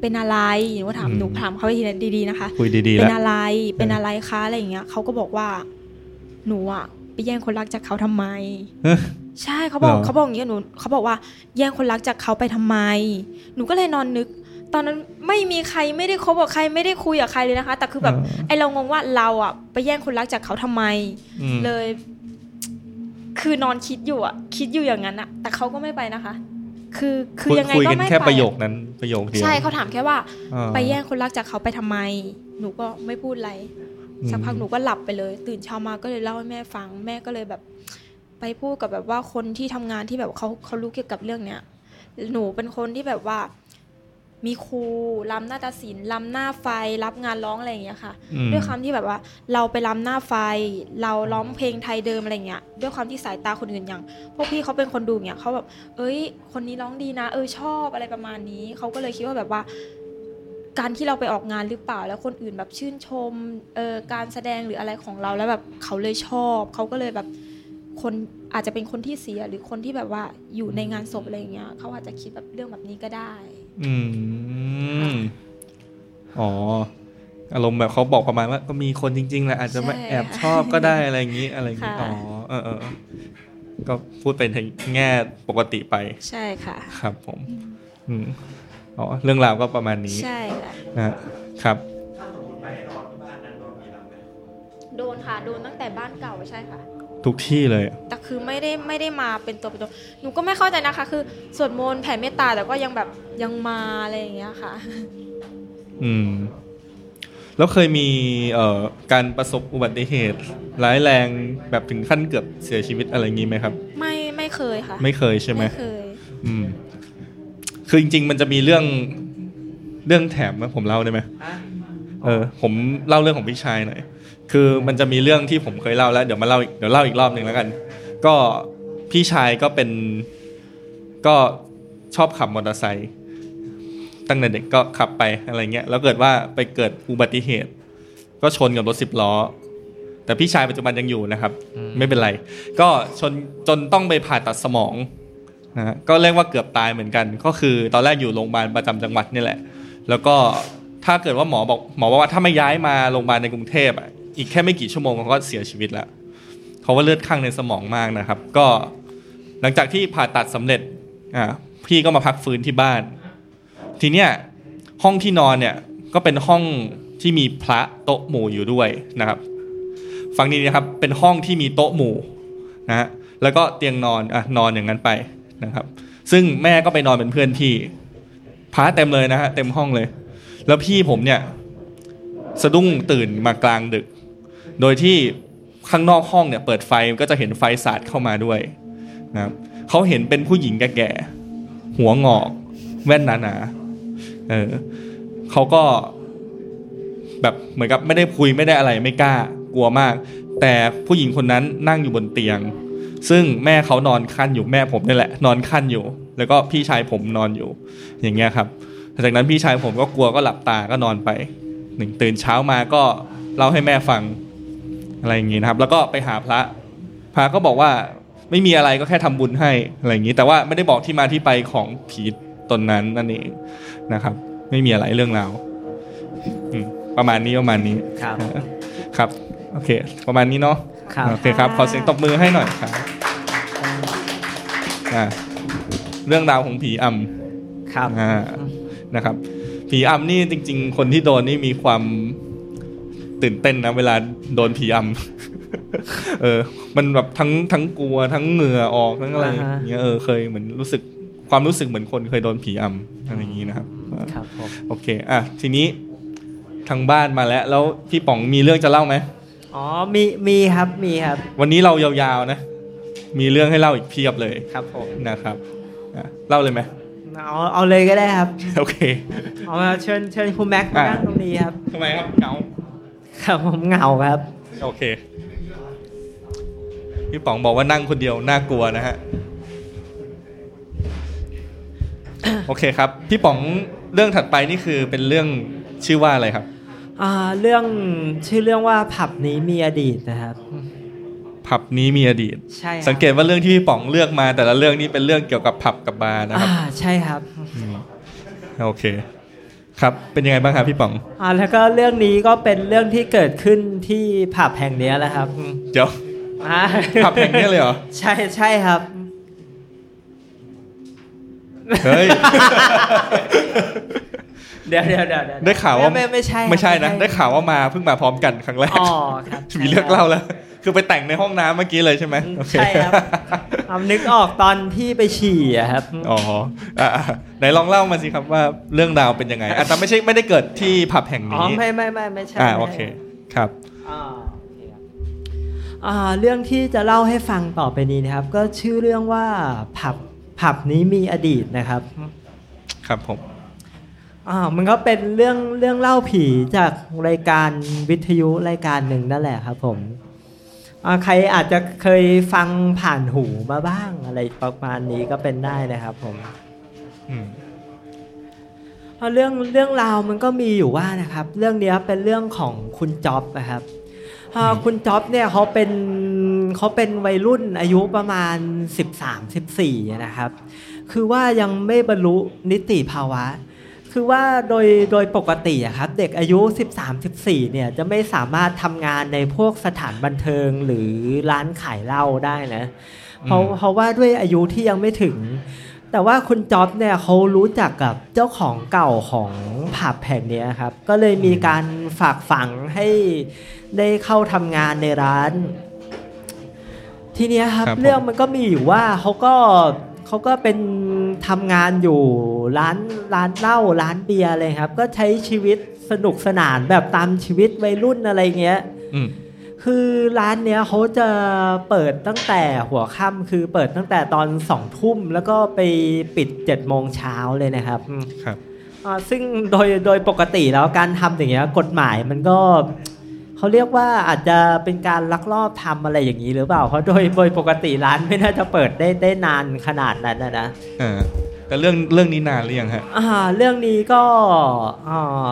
H: เป็นอะไรหนูก็ถาม
B: อืม
H: หนูถามเขาไปทีนั้นดีๆนะคะ
B: คุยดีๆ
H: เป็
B: แล้ว
H: นอะไรเป็นอะไรคะอะไรอย่างเงี้ยเขาก็บอกว่า หนูอะไปแย่งคนรักจากเขาทำไม
B: เอ๊ะ
H: ใช่เขาบอก
B: เหรอ
H: เขาบอกอย่างเงี้ยหนูเขาบอกว่าแย่งคนรักจากเขาไปทำไม หนูก็เลยนอนนึก ตอนนั้นไม่มีใครไม่ได้คบกับใครไม่ได้คุยกับใครเลยนะคะ แต่คือแบบไอเรางงว่าเราอะไปแย่งคนรักจากเขาทำไม
B: อืม
H: เลย คือนอนคิดอยู่อะคิดอยู่อย่างนั้นอะแต่เขาก็ไม่ไปนะคะ คือคือยังไง
B: คุย
H: ก็
B: กัน
H: ไม่
B: แค่
H: ไป
B: ประโยคนั้นประโยคเดียว
H: ใช่เขาถามแค่ว่า
B: อ่า
H: ไปแย่งคนรักจากเขาไปทำไม หนูก็ไม่พูดอะไร
B: อืม
H: สักพักหนูก็หลับไปเลย ตื่นเช้ามาก็เลยเล่าให้แม่ฟัง แม่ก็เลยแบบ ไปพูดกับแบบว่าคนที่ทำงานที่แบบเขาเขารู้เกี่ยวกับเรื่องเนี้ย หนูเป็นคนที่แบบว่า มีครูรำหน้าตาศิลป์รำหน้าไฟ รับงานร้องอะไรอย่างเงี้ยค่ะ
B: อืม
H: ด้วยความที่แบบว่า เราไปรำหน้าไฟ เราร้องเพลงไทยเดิมอะไรเงี้ยด้วยความที่สายตาคนอื่นอย่างพวกพี่เขาเป็นคนดูเงี้ยเขาแบบเอ้ย คนนี้ร้องดีนะ เออชอบอะไรประมาณนี้เขาก็เลยคิดว่าแบบว่า การที่เราไปออกงานหรือเปล่า แล้วคนอื่นแบบชื่นชมเออการแสดงหรืออะไรของเราแล้วแบบเขาเลยชอบเขาก็เลยแบบคนอาจจะเป็นคนที่เสียหรือคนที่แบบว่าอยู่ในงานศพอะไรเงี้ยเขาอาจจะคิดแบบเรื่องแบบนี้ก็ได้
B: อืม อ๋อ อารมณ์แบบเขาบอกประมาณว่า ก็มีคนจริงๆแหละอาจจะไม่
H: ใช่
B: แอบชอบก็ได้อะไรอย่างนี้อะไรอย่างนี้
H: ค่ะ
B: อ๋อ เออเออเออก็พูดไปในแง่ปกติไป
H: ใช่ค่ะ
B: ครับผม อืม อ๋อ เรื่องราวก็ประมาณนี้
H: ใช่ค่ะ
B: นะครับ
H: โดนค่ะ โดนตั้งแต่บ้านเก่าใช่ค่ะ
B: ทุกที่เลย
H: แต่คือไม่ได้ไม่ได้มาเป็นตัวเป็นตนหนูก็ไม่เข้าใจนะคะ คือสวดมนต์แผ่เมตตาแต่ก็ยังแบบยังมาอะไรอย่างเงี้ยค่ะ
B: อืม แล้วเคยมี เอ่อ การประสบอุบัติเหตุ ร้ายแรงแบบถึงขั้นเกือบเสียชีวิตอะไรอย่างนี้ไหมครับ
H: ไม่ไม่เคยค่ะ
B: ไม่เคยใช่ไหม
H: เคย
B: อืมคือจริง ๆ มันจะมีเรื่องเรื่องแถมไหมผมเล่าได้ไหมเออ ผมเล่าเรื่องของพี่ชายหน่อยคือมันจะมีเรื่องที่ผมเคยเล่าแล้ว เดี๋ยวมาเล่าอีกเดี๋ยวเล่าอีกรอบหนึ่งแล้วกัน ก็พี่ชายก็เป็น ก็ชอบขับมอเตอร์ไซค์ตั้งแต่เด็กก็ขับไปอะไรเงี้ย แล้วเกิดว่าไปเกิดอุบัติเหตุ ก็ชนกับรถสิบล้อ แต่พี่ชายปัจจุบันยังอยู่นะครับ ไม่เป็นไร ก็ชนจนต้องไปผ่าตัดสมอง นะฮะก็เรียกว่าเกือบตายเหมือนกัน ก็คือตอนแรกอยู่โรงพยาบาลประจำจังหวัดนี่แหละ แล้วก็ถ้าเกิดว่าหมอบอกหมอบอกว่าถ้าไม่ย้ายมาโรงพยาบาลในกรุงเทพอ่ะอีกแค่ไม่กี่ชั่วโมงเขาก็เสียชีวิตแล้วเพราะว่าเลือดข้างในสมองมากนะครับ ก็หลังจากที่ผ่าตัดสำเร็จอ่าพี่ก็มาพักฟื้นที่บ้าน ทีเนี้ยห้องที่นอนเนี่ยก็เป็นห้องที่มีพระโต๊ะหมู่อยู่ด้วยนะครับ ฟังดีนะครับเป็นห้องที่มีโต๊ะหมู่ นะฮะแล้วก็เตียงนอนอ่ะนอนอย่างนั้นไปนะครับ ซึ่งแม่ก็ไปนอนเป็นเพื่อนพี่พาเต็มเลยนะฮะเต็มห้องเลย แล้วพี่ผมเนี่ย สะดุ้งตื่นมากลางดึก โดยที่ข้างนอกห้องเนี่ยเปิดไฟก็จะเห็นไฟสาดเข้ามาด้วยนะครับเขาเห็นเป็นผู้หญิงแก่ๆหัวงอก แว่นหนาๆเออเขาก็ แบบเหมือนกับไม่ได้คุยไม่ได้อะไรไม่กล้า กลัวมาก แต่ผู้หญิงคนนั้นนั่งอยู่บนเตียง ซึ่งแม่เขานอนคั่นอยู่แม่ผมนี่แหละ นอนคั่นอยู่ แล้วก็พี่ชายผมนอนอยู่ อย่างเงี้ยครับหลังจากนั้นพี่ชายผมก็กลัวก็หลับตาก็นอนไปหนึ่งตื่นเช้ามาก็เล่าให้แม่ฟังอะไรอย่างงี้นะครับ แล้วก็ไปหาพระ พระก็บอกว่าไม่มีอะไรก็แค่ทำบุญให้อะไรอย่างงี้ แต่ว่าไม่ได้บอกที่มาที่ไปของผีตนนั้นนั่นเองนะครับ ไม่มีอะไรเรื่องราวอืมประมาณนี้ประมาณนี้
C: ครับ
B: ครับ โอเค ประมาณนี้เนาะ
C: ครับ
B: โอเคครับขอเสียงตบมือให้หน่อยครับ
C: ข
B: อ่าเรื่องราวของผีอำ
C: ครับ
B: อ่านะครับ ผีอำนี่จริง ๆ คนที่โดนนี่มีความตื่นเต้นนะ เวลาโดนผีอำ เออ มันแบบทั้งทั้งกลัวทั้งเหงื่อออกทั้งอะไร
C: อ่าฮะ
B: อย่างเงี้ยเออเคยเหมือนรู้สึกความรู้สึกเหมือนคนเคยโดนผีอำอะไรอย่างงี้นะครับ
C: ครับผม
B: โอเค อ่ะทีนี้ทางบ้านมาแล้ว แล้วพี่ป๋องมีเรื่องจะเล่าไหม
C: อ๋อมีมีครับมีครับ
B: วันนี้เรายาวๆนะ มีเรื่องให้เล่าอีกเพียบเลย
C: ครับผม
B: นะครับอ่ะเล่าเลยไหม
C: เอาเอาเลยก็ได้ครับ
B: โอเค
C: เอามาเชิญเชิญคุณแม็กซ์มานั่งตรงนี้ครับ
B: ทำไมครับเหงา
C: ครับผมเหงาครับ
B: โอเค พี่ป๋องบอกว่านั่งคนเดียวน่ากลัวนะฮะ โอเคครับ พี่ป๋องเรื่องถัดไปนี่คือเป็นเรื่องชื่อว่าอะไรครับ
C: อ่าเรื่องชื่อเรื่องว่าผับนี้มีอดีตนะครับ
B: ผับนี้มีอดีต
C: ใช่ครับ
B: สังเกตว่าเรื่องที่พี่ป๋องเลือกมา แต่ละเรื่องนี้เป็นเรื่องเกี่ยวกับผับกับบาร์นะครับ
C: อ่าใช่ครับ
B: โอเค ครับ เป็นยังไงบ้างครับพี่ป๋อง
C: อ่าแล้วก็เรื่องนี้ก็เป็นเรื่องที่เกิดขึ้นที่ผับแห่งเนี้ยแหละครับ
B: เดี๋ยว
C: อ่า
B: ผับแห่งนี้เลยเหรอ
C: ใช่ใช่ครับ
B: เฮ้ย
C: เดี๋ยวเดี๋ยวเดี๋ยวเยว
B: ได้ข่าวว่า
C: ไม่ไม่ไม่ใช่ครับ
B: ไม่ใช่นะ ได้ข่าวว่ามาเพิ่งมาพร้อมกันครั้งแรก
C: อ๋อครับ
B: มีเรื่องเล่าแล้ว คือไปแต่งในห้องน้ำเมื่อกี้เลยใช่ไหมโอเ
C: ใช่ครับเอานึกออกตอนที่ไปฉี่อะครับ
B: อ๋ออ่ะอ่ะไหนลองเล่ามาสิครับว่าเรื่องราวเป็นยังไงอาจจะแต่ไม่ใช่ไม่ได้เกิดที่ผับแห่ง
C: อ๋
B: นี้
C: อไม่ไม่ไม่ไม่ใช่
B: อ่า
C: ไม่ใช่
B: โอเคครับ
C: อ่าโอเคครับอ่าเรื่องที่จะเล่าให้ฟังต่อไปนี้นะครับ ก็ชื่อเรื่องว่าผับผับนี้มีอดีตนะครับ
B: ครับผม
C: อ่ามันก็เป็นเรื่องเรื่องเล่าผีจากรายการวิทยุรายการหนึ่งนั่นแหละครับผมอ่าใครอาจจะเคยฟังผ่านหูมาบ้างอะไรประมาณนี้ก็เป็นได้นะครับผม
B: อืม
C: เอาเรื่องเรื่องราวมันก็มีอยู่ว่านะครับ เรื่องเนี้ยเป็นเรื่องของคุณจ๊อบนะครับอ่าคุณจ๊อบเนี่ยเขาเป็นเขาเป็นวัยรุ่นอายุประมาณ 13-14 นะครับ คือว่ายังไม่บรรลุนิติภาวะ คือว่าโดยโดยปกติอะครับเด็กอายุ 13-14 เนี่ยจะไม่สามารถทำงานในพวกสถานบันเทิงหรือร้านขายเหล้าได้นะเพราะเพราะว่าด้วยอายุที่ยังไม่ถึง แต่ว่าคุณจ๊อบเนี่ยเขารู้จักกับเจ้าของเก่าของผับแห่งเนี้ยครับ ก็เลยมีการฝากฝังให้ได้เข้าทำงานในร้าน ทีเนี้ยครับ
B: ครับผม
C: เรื่องมันก็มีอยู่ว่าเขาก็เขาก็เป็นทำงานอยู่ร้านร้านเหล้าร้านเบียร์เลยครับ ก็ใช้ชีวิตสนุกสนานแบบตามชีวิตวัยรุ่นอะไรเงี้ย
B: อืม
C: คือร้านเนี้ยเขาจะเปิดตั้งแต่หัวค่ำคือเปิดตั้งแต่ตอนสองทุ่มแล้วก็ไปปิด7จ็ดโมงเช้าเลยนะครับอืม
B: ครับ
C: อ่าซึ่งโดยโดยปกติแล้วการทำอย่างเงี้ยกฎหมายมันก็เขาเรียกว่าอาจจะเป็นการลักลอบทำอะไรอย่างนี้หรือเปล่า เพราะโดยโดยปกติร้านไม่น่าจะเปิดได้ได้นานขนาดนั้นนะนะ
B: อ่าแต่เรื่องเรื่องนี้นานหรือยังฮะ
C: อ่าเรื่องนี้ก็อ่า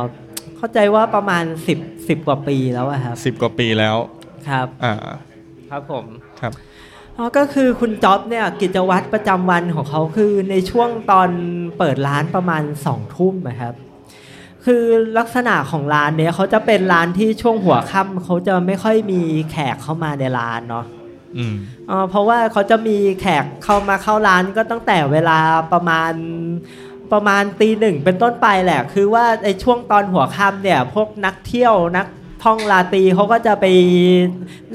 C: เข้าใจว่าประมาณ 10 10กว่าปีแล้วอะครับ
B: สิบกว่าปีแล้ว
C: ครับ
B: อ่า
C: ครับผม
B: ครับ
C: อ๋อก็คือคุณจ๊อบเนี่ยกิจวัตรประจำวันของเขาคือในช่วงตอนเปิดร้านประมาณสองทุ่มนะครับ คือลักษณะของร้านเนี่ยเขาจะเป็นร้านที่ช่วงหัวค่ำเขาจะไม่ค่อยมีแขกเข้ามาในร้านเนาะ
B: อืม
C: อ๋อเพราะว่าเขาจะมีแขกเข้ามาเข้าร้านก็ตั้งแต่เวลาประมาณประมาณตีหนึ่งเป็นต้นไปแหละ คือว่าในช่วงตอนหัวค่ำเนี่ยพวกนักเที่ยวนักท่องราตรีเขาก็จะไป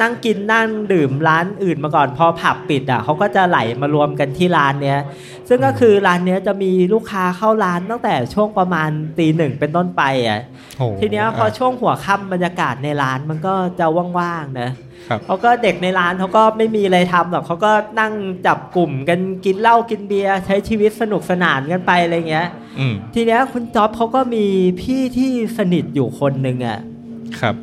C: นั่งกินนั่งดื่มร้านอื่นมาก่อนพอผับปิดอ่ะเขาก็จะไหลมารวมกันที่ร้านเนี้ย ซึ่งก็คือร้านเนี้ยจะมีลูกค้าเข้าร้านตั้งแต่ช่วงประมาณตีหนึ่งเป็นต้นไปอ่ะ
B: โอ้
C: ทีเนี้ยพอ
B: อ่ะ
C: ช่วงหัวค่ำบรรยากาศในร้านมันก็จะว่างๆนะครับ เขาก็เด็กในร้านเขาก็ไม่มีอะไรทำหรอกเขาก็นั่งจับกลุ่มกันกินเหล้ากินเบียร์ใช้ชีวิตสนุกสนานกันไปอะไรเงี้ย
B: อืม
C: ทีเนี้ยคุณจ๊อบเขาก็มีพี่ที่สนิทอยู่คนหนึ่งอ่ะ
B: ครับ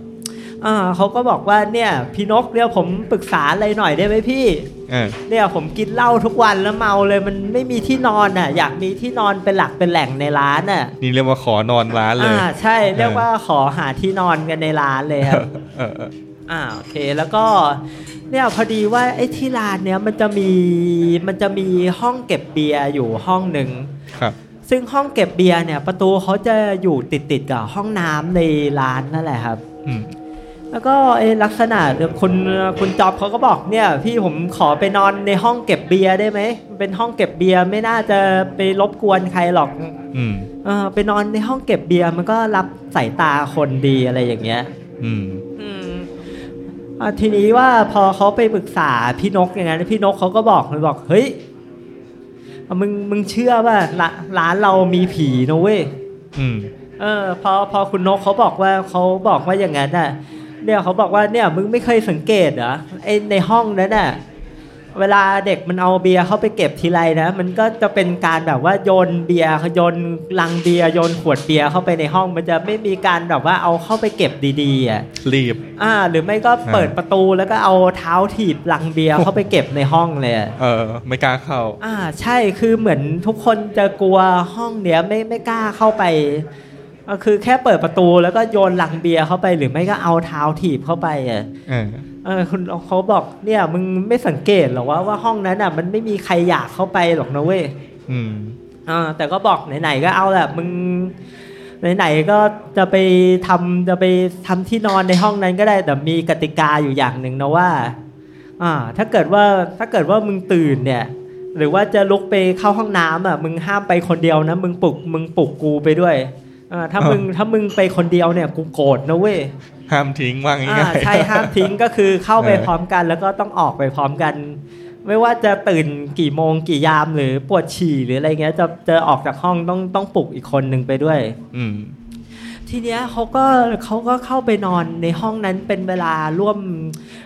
C: อ่าเขาก็บอกว่าเนี่ยพี่นกเนี่ยผมปรึกษาอะไรหน่อยได้ไหมพี่
B: เออ
C: เนี่ยผมกินเหล้าทุกวันแล้วเมาเลยมันไม่มีที่นอนอ่ะอยากมีที่นอนเป็นหลักเป็นแหล่งในร้านอ่ะ
B: นี่เรียกว่าขอนอนร้านเลย
C: อ่าใช่เรียก
B: เออ
C: ว่าขอหาที่นอนกันในร้านเลยครับ
B: เออเออ
C: อ่าโอเคแล้วก็เนี่ยพอดีว่าไอ้ที่ร้านเนี้ยมันจะมีมันจะมีห้องเก็บเบียร์อยู่ห้องหนึ่ง
B: ครับ
C: ซึ่งห้องเก็บเบียร์เนี่ยประตูเขาจะอยู่ติดติดๆกับห้องน้ำในร้านนั่นแหละครับ
B: อืม
C: แล้วก็เอ้ลักษณะคุณคุณจอบเขาก็บอกเนี่ย พี่ผมขอไปนอนในห้องเก็บเบียร์ได้ไหมเป็นห้องเก็บเบียร์ไม่น่าจะไปรบกวนใครหรอก
B: อืม
C: เออไปนอนในห้องเก็บเบียร์มันก็รับสายตาคนดีอะไรอย่างเงี้ย
B: อืม
C: อ่ะทีนี้ว่าพอเขาไปปรึกษาพี่นกอย่างนั้นพี่นกเขาก็บอกเลยบอกเฮ้ยอ่ะมึงมึงเชื่อป่ะร้าร้านเรามีผีนะเว้ย
B: อืม
C: เออพอพอคุณนกเขาบอกว่าเขาบอกว่าอย่างนั้นน่ะเนี่ยเขาบอกว่าเนี่ยมึงไม่เคยสังเกตเหรอไอในห้องนั้นน่ะเวลาเด็กมันเอาเบียร์เข้าไปเก็บทีไรนะ มันก็จะเป็นการแบบว่าโยนเบียร์โยนลังเบียร์โยนขวดเบียร์เข้าไปในห้อง มันจะไม่มีการแบบว่าเอาเข้าไปเก็บดีๆอ่ะ
B: รีบ
C: อ่าหรือไม่ก็เปิด
B: อ่า
C: ประตูแล้วก็เอาเท้าถีบลังเบียร์เข้าไปเก็บในห้องเลยอะ
B: เออ ไม่กล้าเข้า
C: อ่าใช่คือเหมือนทุกคนจะกลัวห้องเนี้ยไม่ไม่กล้าเข้าไปก็คือแค่เปิดประตูแล้วก็โยนลังเบียร์เข้าไป หรือไม่ก็เอาเท้าถีบเข้าไปอ่ะ
B: เออ
C: เออคุณเขาบอกเนี่ยมึงไม่สังเกตหรอกว่าว่าห้องนั้นอ่ะมันไม่มีใครอยากเข้าไปหรอกนะเว้ย
B: อืม
C: อ่าแต่ก็บอกไหนๆก็เอาแหละมึงไหนๆก็จะไปทำจะไปทำที่นอนในห้องนั้นก็ได้แต่มีกติกาอยู่อย่างหนึ่งนะว่า อ่า ถ้าเกิดว่าถ้าเกิดว่ามึงตื่นเนี่ย หรือว่าจะลุกไปเข้าห้องน้ำอ่ะมึงห้ามไปคนเดียวนะมึงปลุกมึงปลุกกูไปด้วยอ่าถ้ามึงถ้ามึงไปคนเดียวเนี่ยกูโกรธนะเว้ย
B: ห้ามทิ้งว่างง่า
C: อ่าย
B: ๆ
C: ใช่ห้ามทิ้งก็คือเข้าไป
B: เออ
C: พร้อมกันแล้วก็ต้องออกไปพร้อมกัน ไม่ว่าจะตื่นกี่โมงกี่ยามหรือปวดฉี่หรืออะไรเงี้ยจะจะออกจากห้องต้องต้องปลุกอีกคนหนึ่งไปด้วย
B: อืม
C: ทีเนี้ยเขาก็เขาก็เข้าไปนอนในห้องนั้นเป็นเวลาร่วม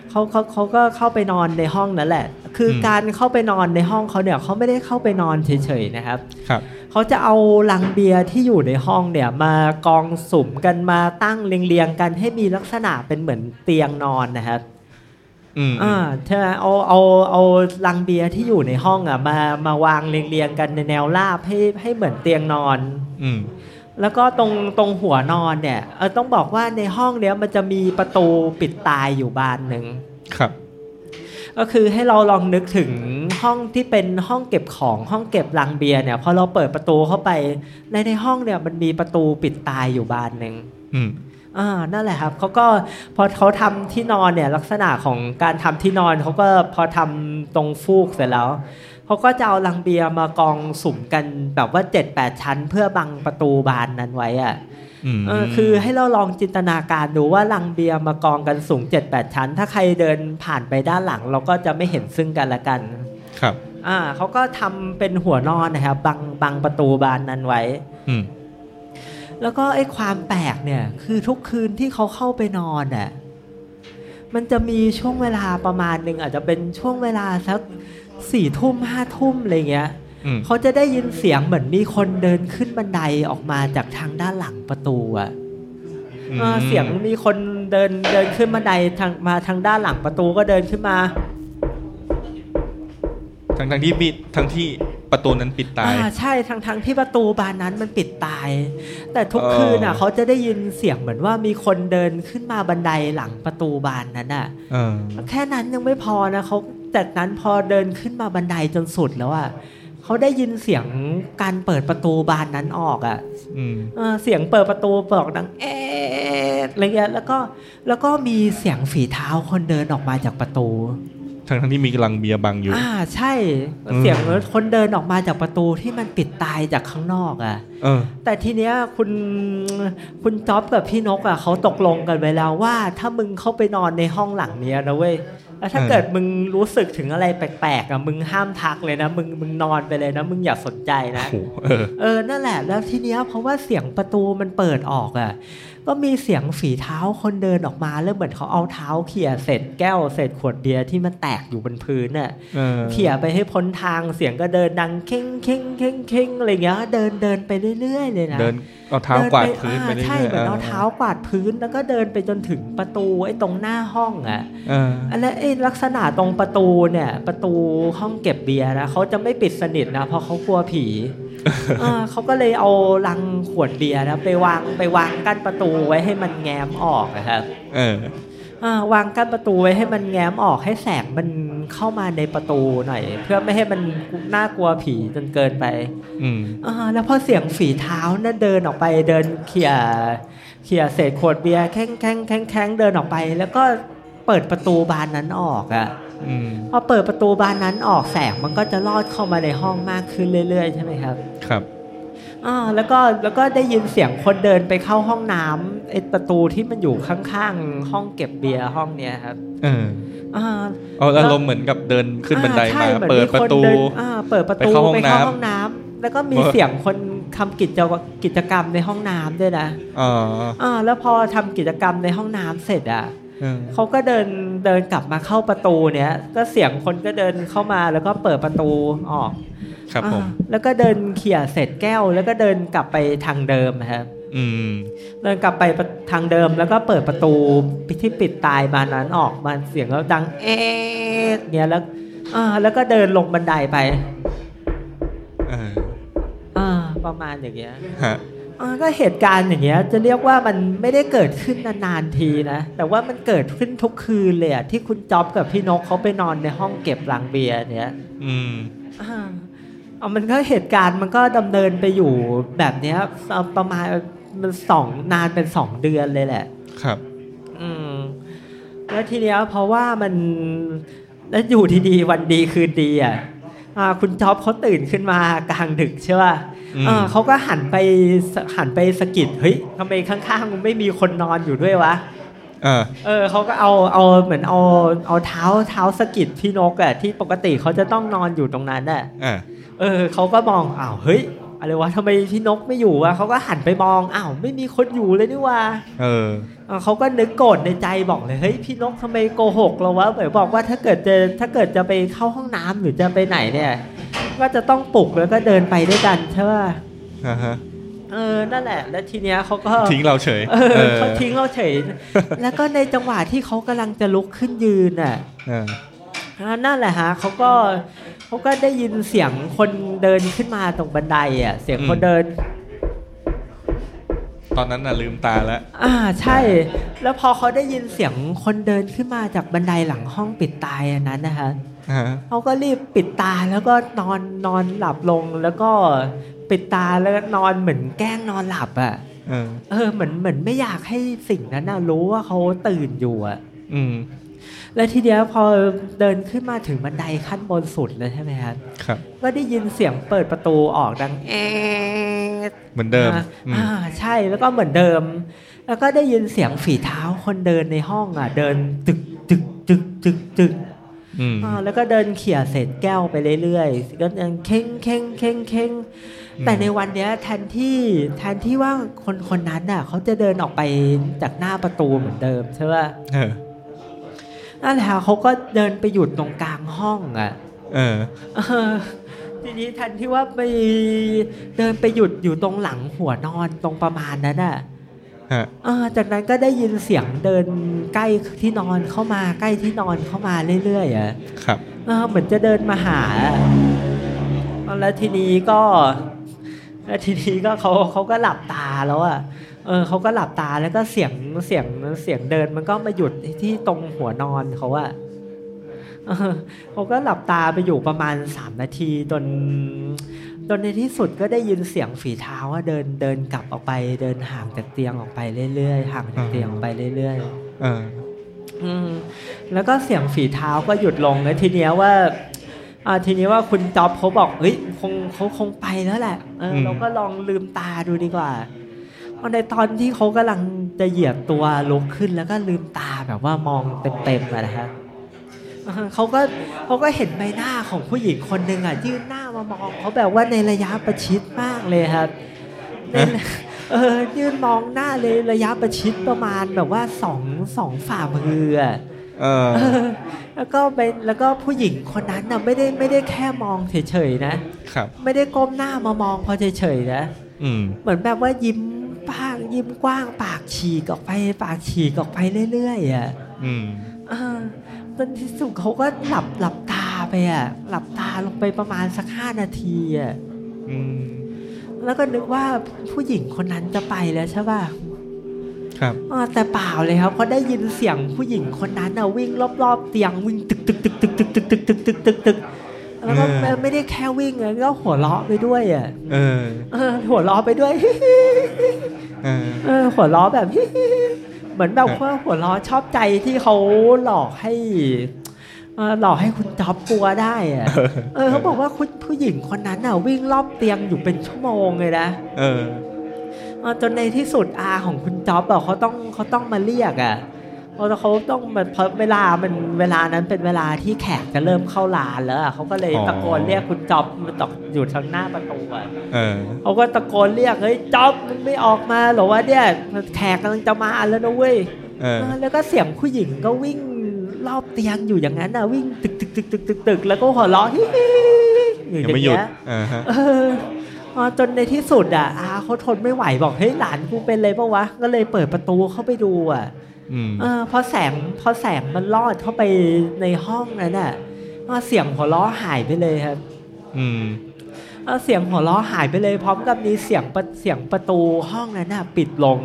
C: เขาเขาเขาก็เข้าไปนอนในห้องนั่นแหละ คืออ
B: ม
C: การเข้าไปนอนในห้องเขาเนี่ยเขาไม่ได้เข้าไปนอนเฉยๆนะครับ
B: ครับ
C: เขาจะเอาลังเบียร์ที่อยู่ในห้องเนี่ยมากองสุ่มกันมาตั้งเรียงๆกันให้มีลักษณะเป็นเหมือนเตียงนอนนะครับ
B: อืม
C: อ่าใช่ไหมเอาเอาเอาลังเบียร์ที่อยู่ในห้องอ่ะมามาวางเรียงๆกันในแนวราบให้ให้เหมือนเตียงนอน
B: อืม
C: แล้วก็ตรงตรงหัวนอนเนี่ยเออต้องบอกว่าในห้องเนี้ยมันจะมีประตูปิดตายอยู่บานหนึ่ง
B: ครับ
C: ก็คือให้เราลองนึกถึงห้องที่เป็นห้องเก็บของห้องเก็บลังเบียร์เนี่ยพอเราเปิดประตูเข้าไปในในห้องเนี่ยมันมีประตูปิดตายอยู่บานหนึ่ง
B: อืม
C: อ่านั่นแหละครับเขาก็พอเขาทำที่นอนเนี่ยลักษณะของการทำที่นอนเขาก็พอทำตรงฟูกเสร็จแล้วเขาก็จะเอาลังเบียร์มากองสุ่มกันแบบว่า 7 8 ชั้น เพื่อบังประตูบานนั้นไว้อะ
B: อืม
C: เออคือให้เราลองจินตนาการดูว่าลังเบียร์มากองกันสูง 7 8 ชั้น ถ้าใครเดินผ่านไปด้านหลัง เราก็จะไม่เห็นซึ่งกันและกัน
B: ครับ
C: อ่าเขาก็ทำเป็นหัวนอนนะครับบังบังประตูบานนั้นไว้
B: อืม
C: แล้วก็ไอ้ความแปลกเนี่ย คือทุกคืนที่เขาเข้าไปนอนน่ะมันจะมีช่วงเวลาประมาณหนึ่งอาจจะเป็นช่วงเวลาสักสี่ทุ่มห้าทุ่มอะไรเงี้ย
B: อืม
C: เขาจะได้ยินเสียงเหมือนมีคนเดินขึ้นบันไดออกมาจากทางด้านหลังประตูอะเออเสียงมีคนเดินเดินขึ้นบันไดทางมาทางด้านหลังประตูก็เดินขึ้นมา
B: ทั้งทั้งๆที่ปิดทั้งที่ประตูนั้นปิดตาย
C: อ่าใช่ทั้งทั้งที่ประตูบานนั้นมันปิดตาย แต่ทุก
B: เออ
C: คืนอ่ะเขาจะได้ยินเสียงเหมือนว่ามีคนเดินขึ้นมาบันไดหลังประตูบานนั้นอ่ะ
B: เออ
C: แค่นั้นยังไม่พอนะเขาจากนั้นพอเดินขึ้นมาบันไดจนสุดแล้วอ่ะเขาได้ยินเสียงการเปิดประตูบานนั้นออกอ่ะ
B: อืม
C: เออเสียงเปิดประตูบอกดังเอ๊ะอะไรเงี้ยแล้วก็แล้วก็มีเสียงฝีเท้าคนเดินออกมาจากประตู
B: ทั้งทั้งๆที่มีกำลังเบียร์บังอยู่
C: อ่าใช่
B: อืม
C: เสียงคนเดินออกมาจากประตูที่มันปิดตายจากข้างนอกอ่ะ
B: เออ
C: แต่ทีเนี้ยคุณคุณจ๊อบกับพี่นกอ่ะเขาตกลงกันไว้แล้วว่า ถ้ามึงเข้าไปนอนในห้องหลังเนี้ยนะเว้ยแล้วถ้า
B: เออ
C: เกิดมึงรู้สึกถึงอะไรแปลกๆอ่ะมึงห้ามทักเลยนะมึงมึงนอนไปเลยนะ มึงอย่าสนใจนะ
B: โหเออ
C: เออ นั่นแหละ แล้วทีเนี้ยเพราะว่าเสียงประตูมันเปิดออกอะ่ะ ก็มีเสียงฝีเท้าคนเดินออกมา แล้วเหมือนเขาเอาเท้าเขี่ยเศษแก้วเศษขวดเบียร์ที่มันแตกอยู่บนพื้นน่ะ
B: เออ
C: เขี่ยไปให้พ้นทาง เสียงก็เดินดังเข่งเข่งเข่งเข่งอะไรเงี้ย เดินเดินไปเรื่อยๆเลยนะ
B: เดินเอาเท้ากวาดพื้นไป
C: อ่า
B: เรื่อยๆ
C: ใช่ เหมือนเอาเท้ากวาดพื้น แล้วก็เดินไปจนถึงประตูไอ้ตรงหน้าห้องอ่ะ
B: เออ
C: อันนั้นไอ้ลักษณะตรงประตูเนี่ย ประตูห้องเก็บเบียร์นะเขาจะไม่ปิดสนิทนะเพราะเขากลัว ผีเออเขาก็เลยเอาลังขวดเบียร์นะไปวางไปวางกั้นประตูไว้ให้มันแง้มออกนะครับ
B: เออ
C: อ่าวางกั้นประตูไว้ให้มันแง้มออกให้แสงมันเข้ามาในประตูหน่อย เพื่อไม่ให้มันน่ากลัวผีจนเกินไป
B: อืม
C: อ่าแล้วพอเสียงฝีเท้านั่นเดินออกไปเดินเขี่ยเขี่ยเศษขวดเบียร์แข้งแข้งแข้งแข้งเดินออกไป แล้วก็เปิดประตูบานนั้นออกอะ
B: อืม
C: พอเปิดประตูบานนั้นออกแสงมันก็จะลอดเข้ามาในห้องมากขึ้นเรื่อยๆใช่ไหมครับ
B: ครับ
C: อ่าแล้วก็แล้วก็ได้ยินเสียงคนเดินไปเข้าห้องน้ำไอ้ประตูที่มันอยู่ข้างๆ ห้องเก็บเบียร์ห้องเนี้ยครับ
B: เออ
C: อ่า
B: เอาอารมณ์เหมือนกับเดินขึ้นบันได
C: อ่ใช่
B: มา
C: หอน
B: เปิดประตู
C: มีคนเดินอ่าเปิดประตู
B: ไป
C: ไป
B: เข้า
C: เ
B: ห้
C: ข้าห้
B: อ
C: องง
B: น้ำ
C: น้ำแล้วก็มีเสียงคนทำกิจวัตรกิจกรรมในห้องน้ำด้วยนะ
B: อ๋อ
C: อ่าแล้วพอทำกิจกรรมในห้องน้ำเสร็จอ่ะ
B: เออ
C: เขาก็เดินเดินกลับมาเข้าประตูเนี้ยก็เสียงคนก็เดินเข้ามาแล้วก็เปิดประตูออก
B: ครับผม
C: อ่าแล้วก็เดินเขี่ยเสร็จแก้ว แล้วก็เดินกลับไปทางเดิมครับ
B: อืม
C: เดินกลับไปทางเดิมแล้วก็เปิดประตูที่ปิดตายบานนั้นออกมาเสียงแล้วดังเอ๊ะเงี้ยแล้วอ่าแล้วก็เดินลงบันไดไป
B: เออ
C: อ่าประมาณอย่างเงี้ย
B: ฮะ
C: อ่าก็เหตุการณ์อย่างเงี้ย จะเรียกว่ามันไม่ได้เกิดขึ้นนานๆทีนะแต่ว่ามันเกิดขึ้นทุกคืนเลยอะที่คุณจ๊อบกับพี่นกเขาไปนอนในห้องเก็บลังเบียร์เนี้ย
B: อืม
C: อ่าเอามันก็เหตุการณ์มันก็ดำเนินไปอยู่แบบเนี้ยประมาณมันสองนานเป็นสองเดือนเลยแหละ
B: ครับ
C: อืมแล้วทีเนี้ยเพราะว่ามันแล้วอยู่ดีๆวันดีคืนดีอ่ะอ่าคุณท็อปเขาตื่นขึ้นมากลางดึกใช่ป่ะ
B: อืม
C: อ่าเขาก็หันไปสหันไปสะกิดเฮ้ยทำไมข้างๆมันไม่มีคนนอนอยู่ด้วยวะ
B: เออ
C: เออเขาก็เอาเอาเหมือนเอาเอาเท้าเท้าสะกิดพี่นกอ่ะที่ปกติเขาจะต้องนอนอยู่ตรงนั้นอ่ะ
B: อ่ะ
C: เออเขาก็มองอ้าวเฮ้ยอะไรวะทำไมพี่นกไม่อยู่วะเขาก็หันไปมองอ้าวไม่มีคนอยู่เลยนี่วะ
B: เออ
C: เออเขาก็นึกโกรธในใจบอกเลยเฮ้ยพี่นกทำไมโกหกเราวะเหมือนบอกว่าถ้าเกิดจะถ้าเกิดจะไปเข้าห้องน้ำหรือจะไปไหนเนี่ย ก็จะต้องปลุกแล้วก็เดินไปด้วยกันใช่ป่ะ
B: อ่าฮะ
C: เออนั่นแหละ แล้วทีเนี้ยเขาก็
B: ทิ้งเราเฉย
C: เออเขาทิ้งเราเฉย แล้วก็ในจังหวะที่เขากำลังจะลุกขึ้นยืนอ่ะ
B: เออ
C: อ่านั่นแหละฮะเขาก็เขาก็ได้ยินเสียงคนเดินขึ้นมาตรงบันไดอ่ะเสียง
B: อืม
C: คนเดิน
B: ตอนนั้นน่ะลืมตาแล้ว
C: อ่าใช่ แล้วพอเขาได้ยินเสียงคนเดินขึ้นมาจากบันไดหลังห้องปิดตายอันนั้นนะคะ
B: ฮะ
C: เขาก็รีบปิดตาแล้วก็นอนนอนหลับลงแล้วก็ปิดตาแล้วก็นอนเหมือนแกล้งนอนหลับอ่ะ
B: เออ
C: เออเหมือนเหมือนไม่อยากให้สิ่งนั้นนะรู้ว่าเขาตื่นอยู่อ่ะ
B: อืม
C: แล้วทีเดียวพอเดินขึ้นมาถึงบันไดขั้นบนสุดเลยใช่ไหมครับ
B: ครับ
C: ก็ได้ยินเสียงเปิดประตูออกดังเอ๊ะ
B: เหมือนเดิม
C: อ่ะ
B: อืม
C: อ่าใช่แล้วก็เหมือนเดิม แล้วก็ได้ยินเสียงฝีเท้าคนเดินในห้องอ่ะ เดินตึกตึกตึกตึกตึก
B: อืม
C: อ่าแล้วก็เดินเขี่ยเศษแก้วไปเรื่อยๆก็ยังเค้งเค้งเค้งเค้ง
B: อืม
C: แต่ในวันเนี้ยแทนที่แทนที่ว่าคนคนนั้นอ่ะเขาจะเดินออกไปจากหน้าประตูเหมือนเดิมใช่ป่ะ
B: เออ
C: นั่นแหละค่ะเขาก็เดินไปหยุดตรงกลางห้องอ่ะ
B: เออ
C: เออทีนี้แทันที่ว่าไปเดินไปหยุดอยู่ตรงหลังหัวนอนตรงประมาณนั้นอ่ะ
B: ฮะ
C: เออจากนั้นก็ได้ยินเสียงเดินใกล้ที่นอนเข้ามาใกล้ที่นอนเข้ามาเรื่อยๆอ่ะ
B: ครับ
C: เออเหมือนจะเดินมาหาเอาแล้วทีนี้ก็แล้วทีนี้ก็เขาเขาก็หลับตาแล้วอ่ะเออเขาก็หลับตาแล้วก็เสียงเสียงเสียงเดินมันก็มาหยุดที่ตรงหัวนอนเขาอ่ะ เออ เขาก็หลับตาไปอยู่ประมาณ 3 นาทีจนจนในที่สุดก็ได้ยินเสียงฝีเท้าอะเดินเดินกลับออกไป เดินห่างจากเตียงออกไปเรื่อยๆห่างจากเตียงออกไปเรื่อย
B: เออ
C: ๆอืมแล้วก็เสียงฝีเท้าก็หยุดลงแล้วทีเนี้ยว่าอ่าทีนี้ว่าคุณจ๊อบเขาบอกเฮ้ยคงเขาคงไปแล้วแหละเออ
B: อืม
C: เราก็ลองลืมตาดูดีกว่าเพราะในตอนที่เขากำลังจะเหยียบตัวลุกขึ้นแล้วก็ลืมตาแบบว่ามองเต็มๆอะนะฮะ เออเขาก็เขาก็เห็นใบหน้าของผู้หญิงคนหนึ่งอ่ะยื่นหน้ามามองเขาแบบว่าในระยะประชิดมากเลยครับใน เออยื่นมองหน้าเลยระยะประชิดประมาณแบบว่าสองสองฝ่ามืออะ
B: เออ
C: เออแล้วก็เป็นแล้วก็ผู้หญิงคนนั้นน่ะไม่ได้ไม่ได้แค่มองเฉยๆนะครับ ไม่ได้ก้มหน้ามามองเขาเฉยๆนะ
B: อืม
C: เหมือนแบบว่ายิ้มบ้างยิ้มกว้างปากฉีกออกไปปากฉีกออกไปเรื่อยๆอ่ะ
B: อืม
C: อ่าจนที่สุดเขาก็หลับหลับตาไปอ่ะ หลับตาลงไปประมาณสักห้านาทีอ่ะ
B: อืม
C: แล้วก็นึกว่าผู้หญิงคนนั้นจะไปแล้วใช่ป่ะ
B: ครับ
C: อ่าแต่เปล่าเลยครับเขาได้ยินเสียงผู้หญิงคนนั้นน่ะวิ่งรอบๆเตียงวิ่งตึกตึกตึกตึกตึกตึกตึกตึกตึกตึกตึกแล้วก็
B: เออ
C: ไม่ได้แค่วิ่งเลยก็หัวเราะไปด้วยอ่ะ
B: เออ
C: เออหัวเราะไปด้วย
B: เออ
C: เออหัวล้อแบบ เหมือนแบบ
B: เออ
C: ว่าหัวล้อชอบใจที่เขาหลอกให้เอ่อหลอกให้คุณจ๊อบกลัวได้อะเออเขาบอกว่าคุณผู้หญิงคนนั้นน่ะวิ่งรอบเตียงอยู่เป็นชั่วโมงเลยนะ
B: เออ
C: เออจนในที่สุดอาของคุณจ๊อบอะเขาต้องเขาต้องมาเรียกอะเพราะเขาต้องมาเพราะเวลามันเวลานั้นเป็นเวลาที่แขกจะเริ่มเข้าร้านแล้วอะเขาก็เลย
B: อ๋อ
C: ตะโกนเรียกคุณจ๊อบมาตกอยู่ทางหน้าประตูอะ
B: เออ
C: เขาก็ตะโกนเรียกเฮ้ยจ๊อบมึงไม่ออกมาเหรอวะเนี่ยแขกกำลังจะมาแล้วนะเว้ย
B: เออ
C: เออแล้วก็เสียงผู้หญิงก็วิ่งรอบเตียงอยู่อย่างนั้นน่ะวิ่งตึกตึกตึกตึกตึกตึกแล้วก็หัวเราะ ฮิฮิอยู่
B: ยั
C: อย่าง ง
B: ไม่หยุด
C: เงี้ย
B: เออฮะ
C: เออเออจนในที่สุดอ่ะอาเขาทนไม่ไหวบอกเฮ้ยหลานกูเป็นอะไรปะวะก็เลยเปิดประตูเข้าไปดูอ่ะ
B: อืม
C: เออพอแสงพอแสงมันลอดเข้าไปในห้องนั้นน่ะเออเสียงหัวเราะหายไปเลยครับ
B: อืม
C: เอ่อเสียงหัวเราะหายไปเลยพร้อมกับมีเสียงประเสียงประตูห้องนั้นน่ะปิดลง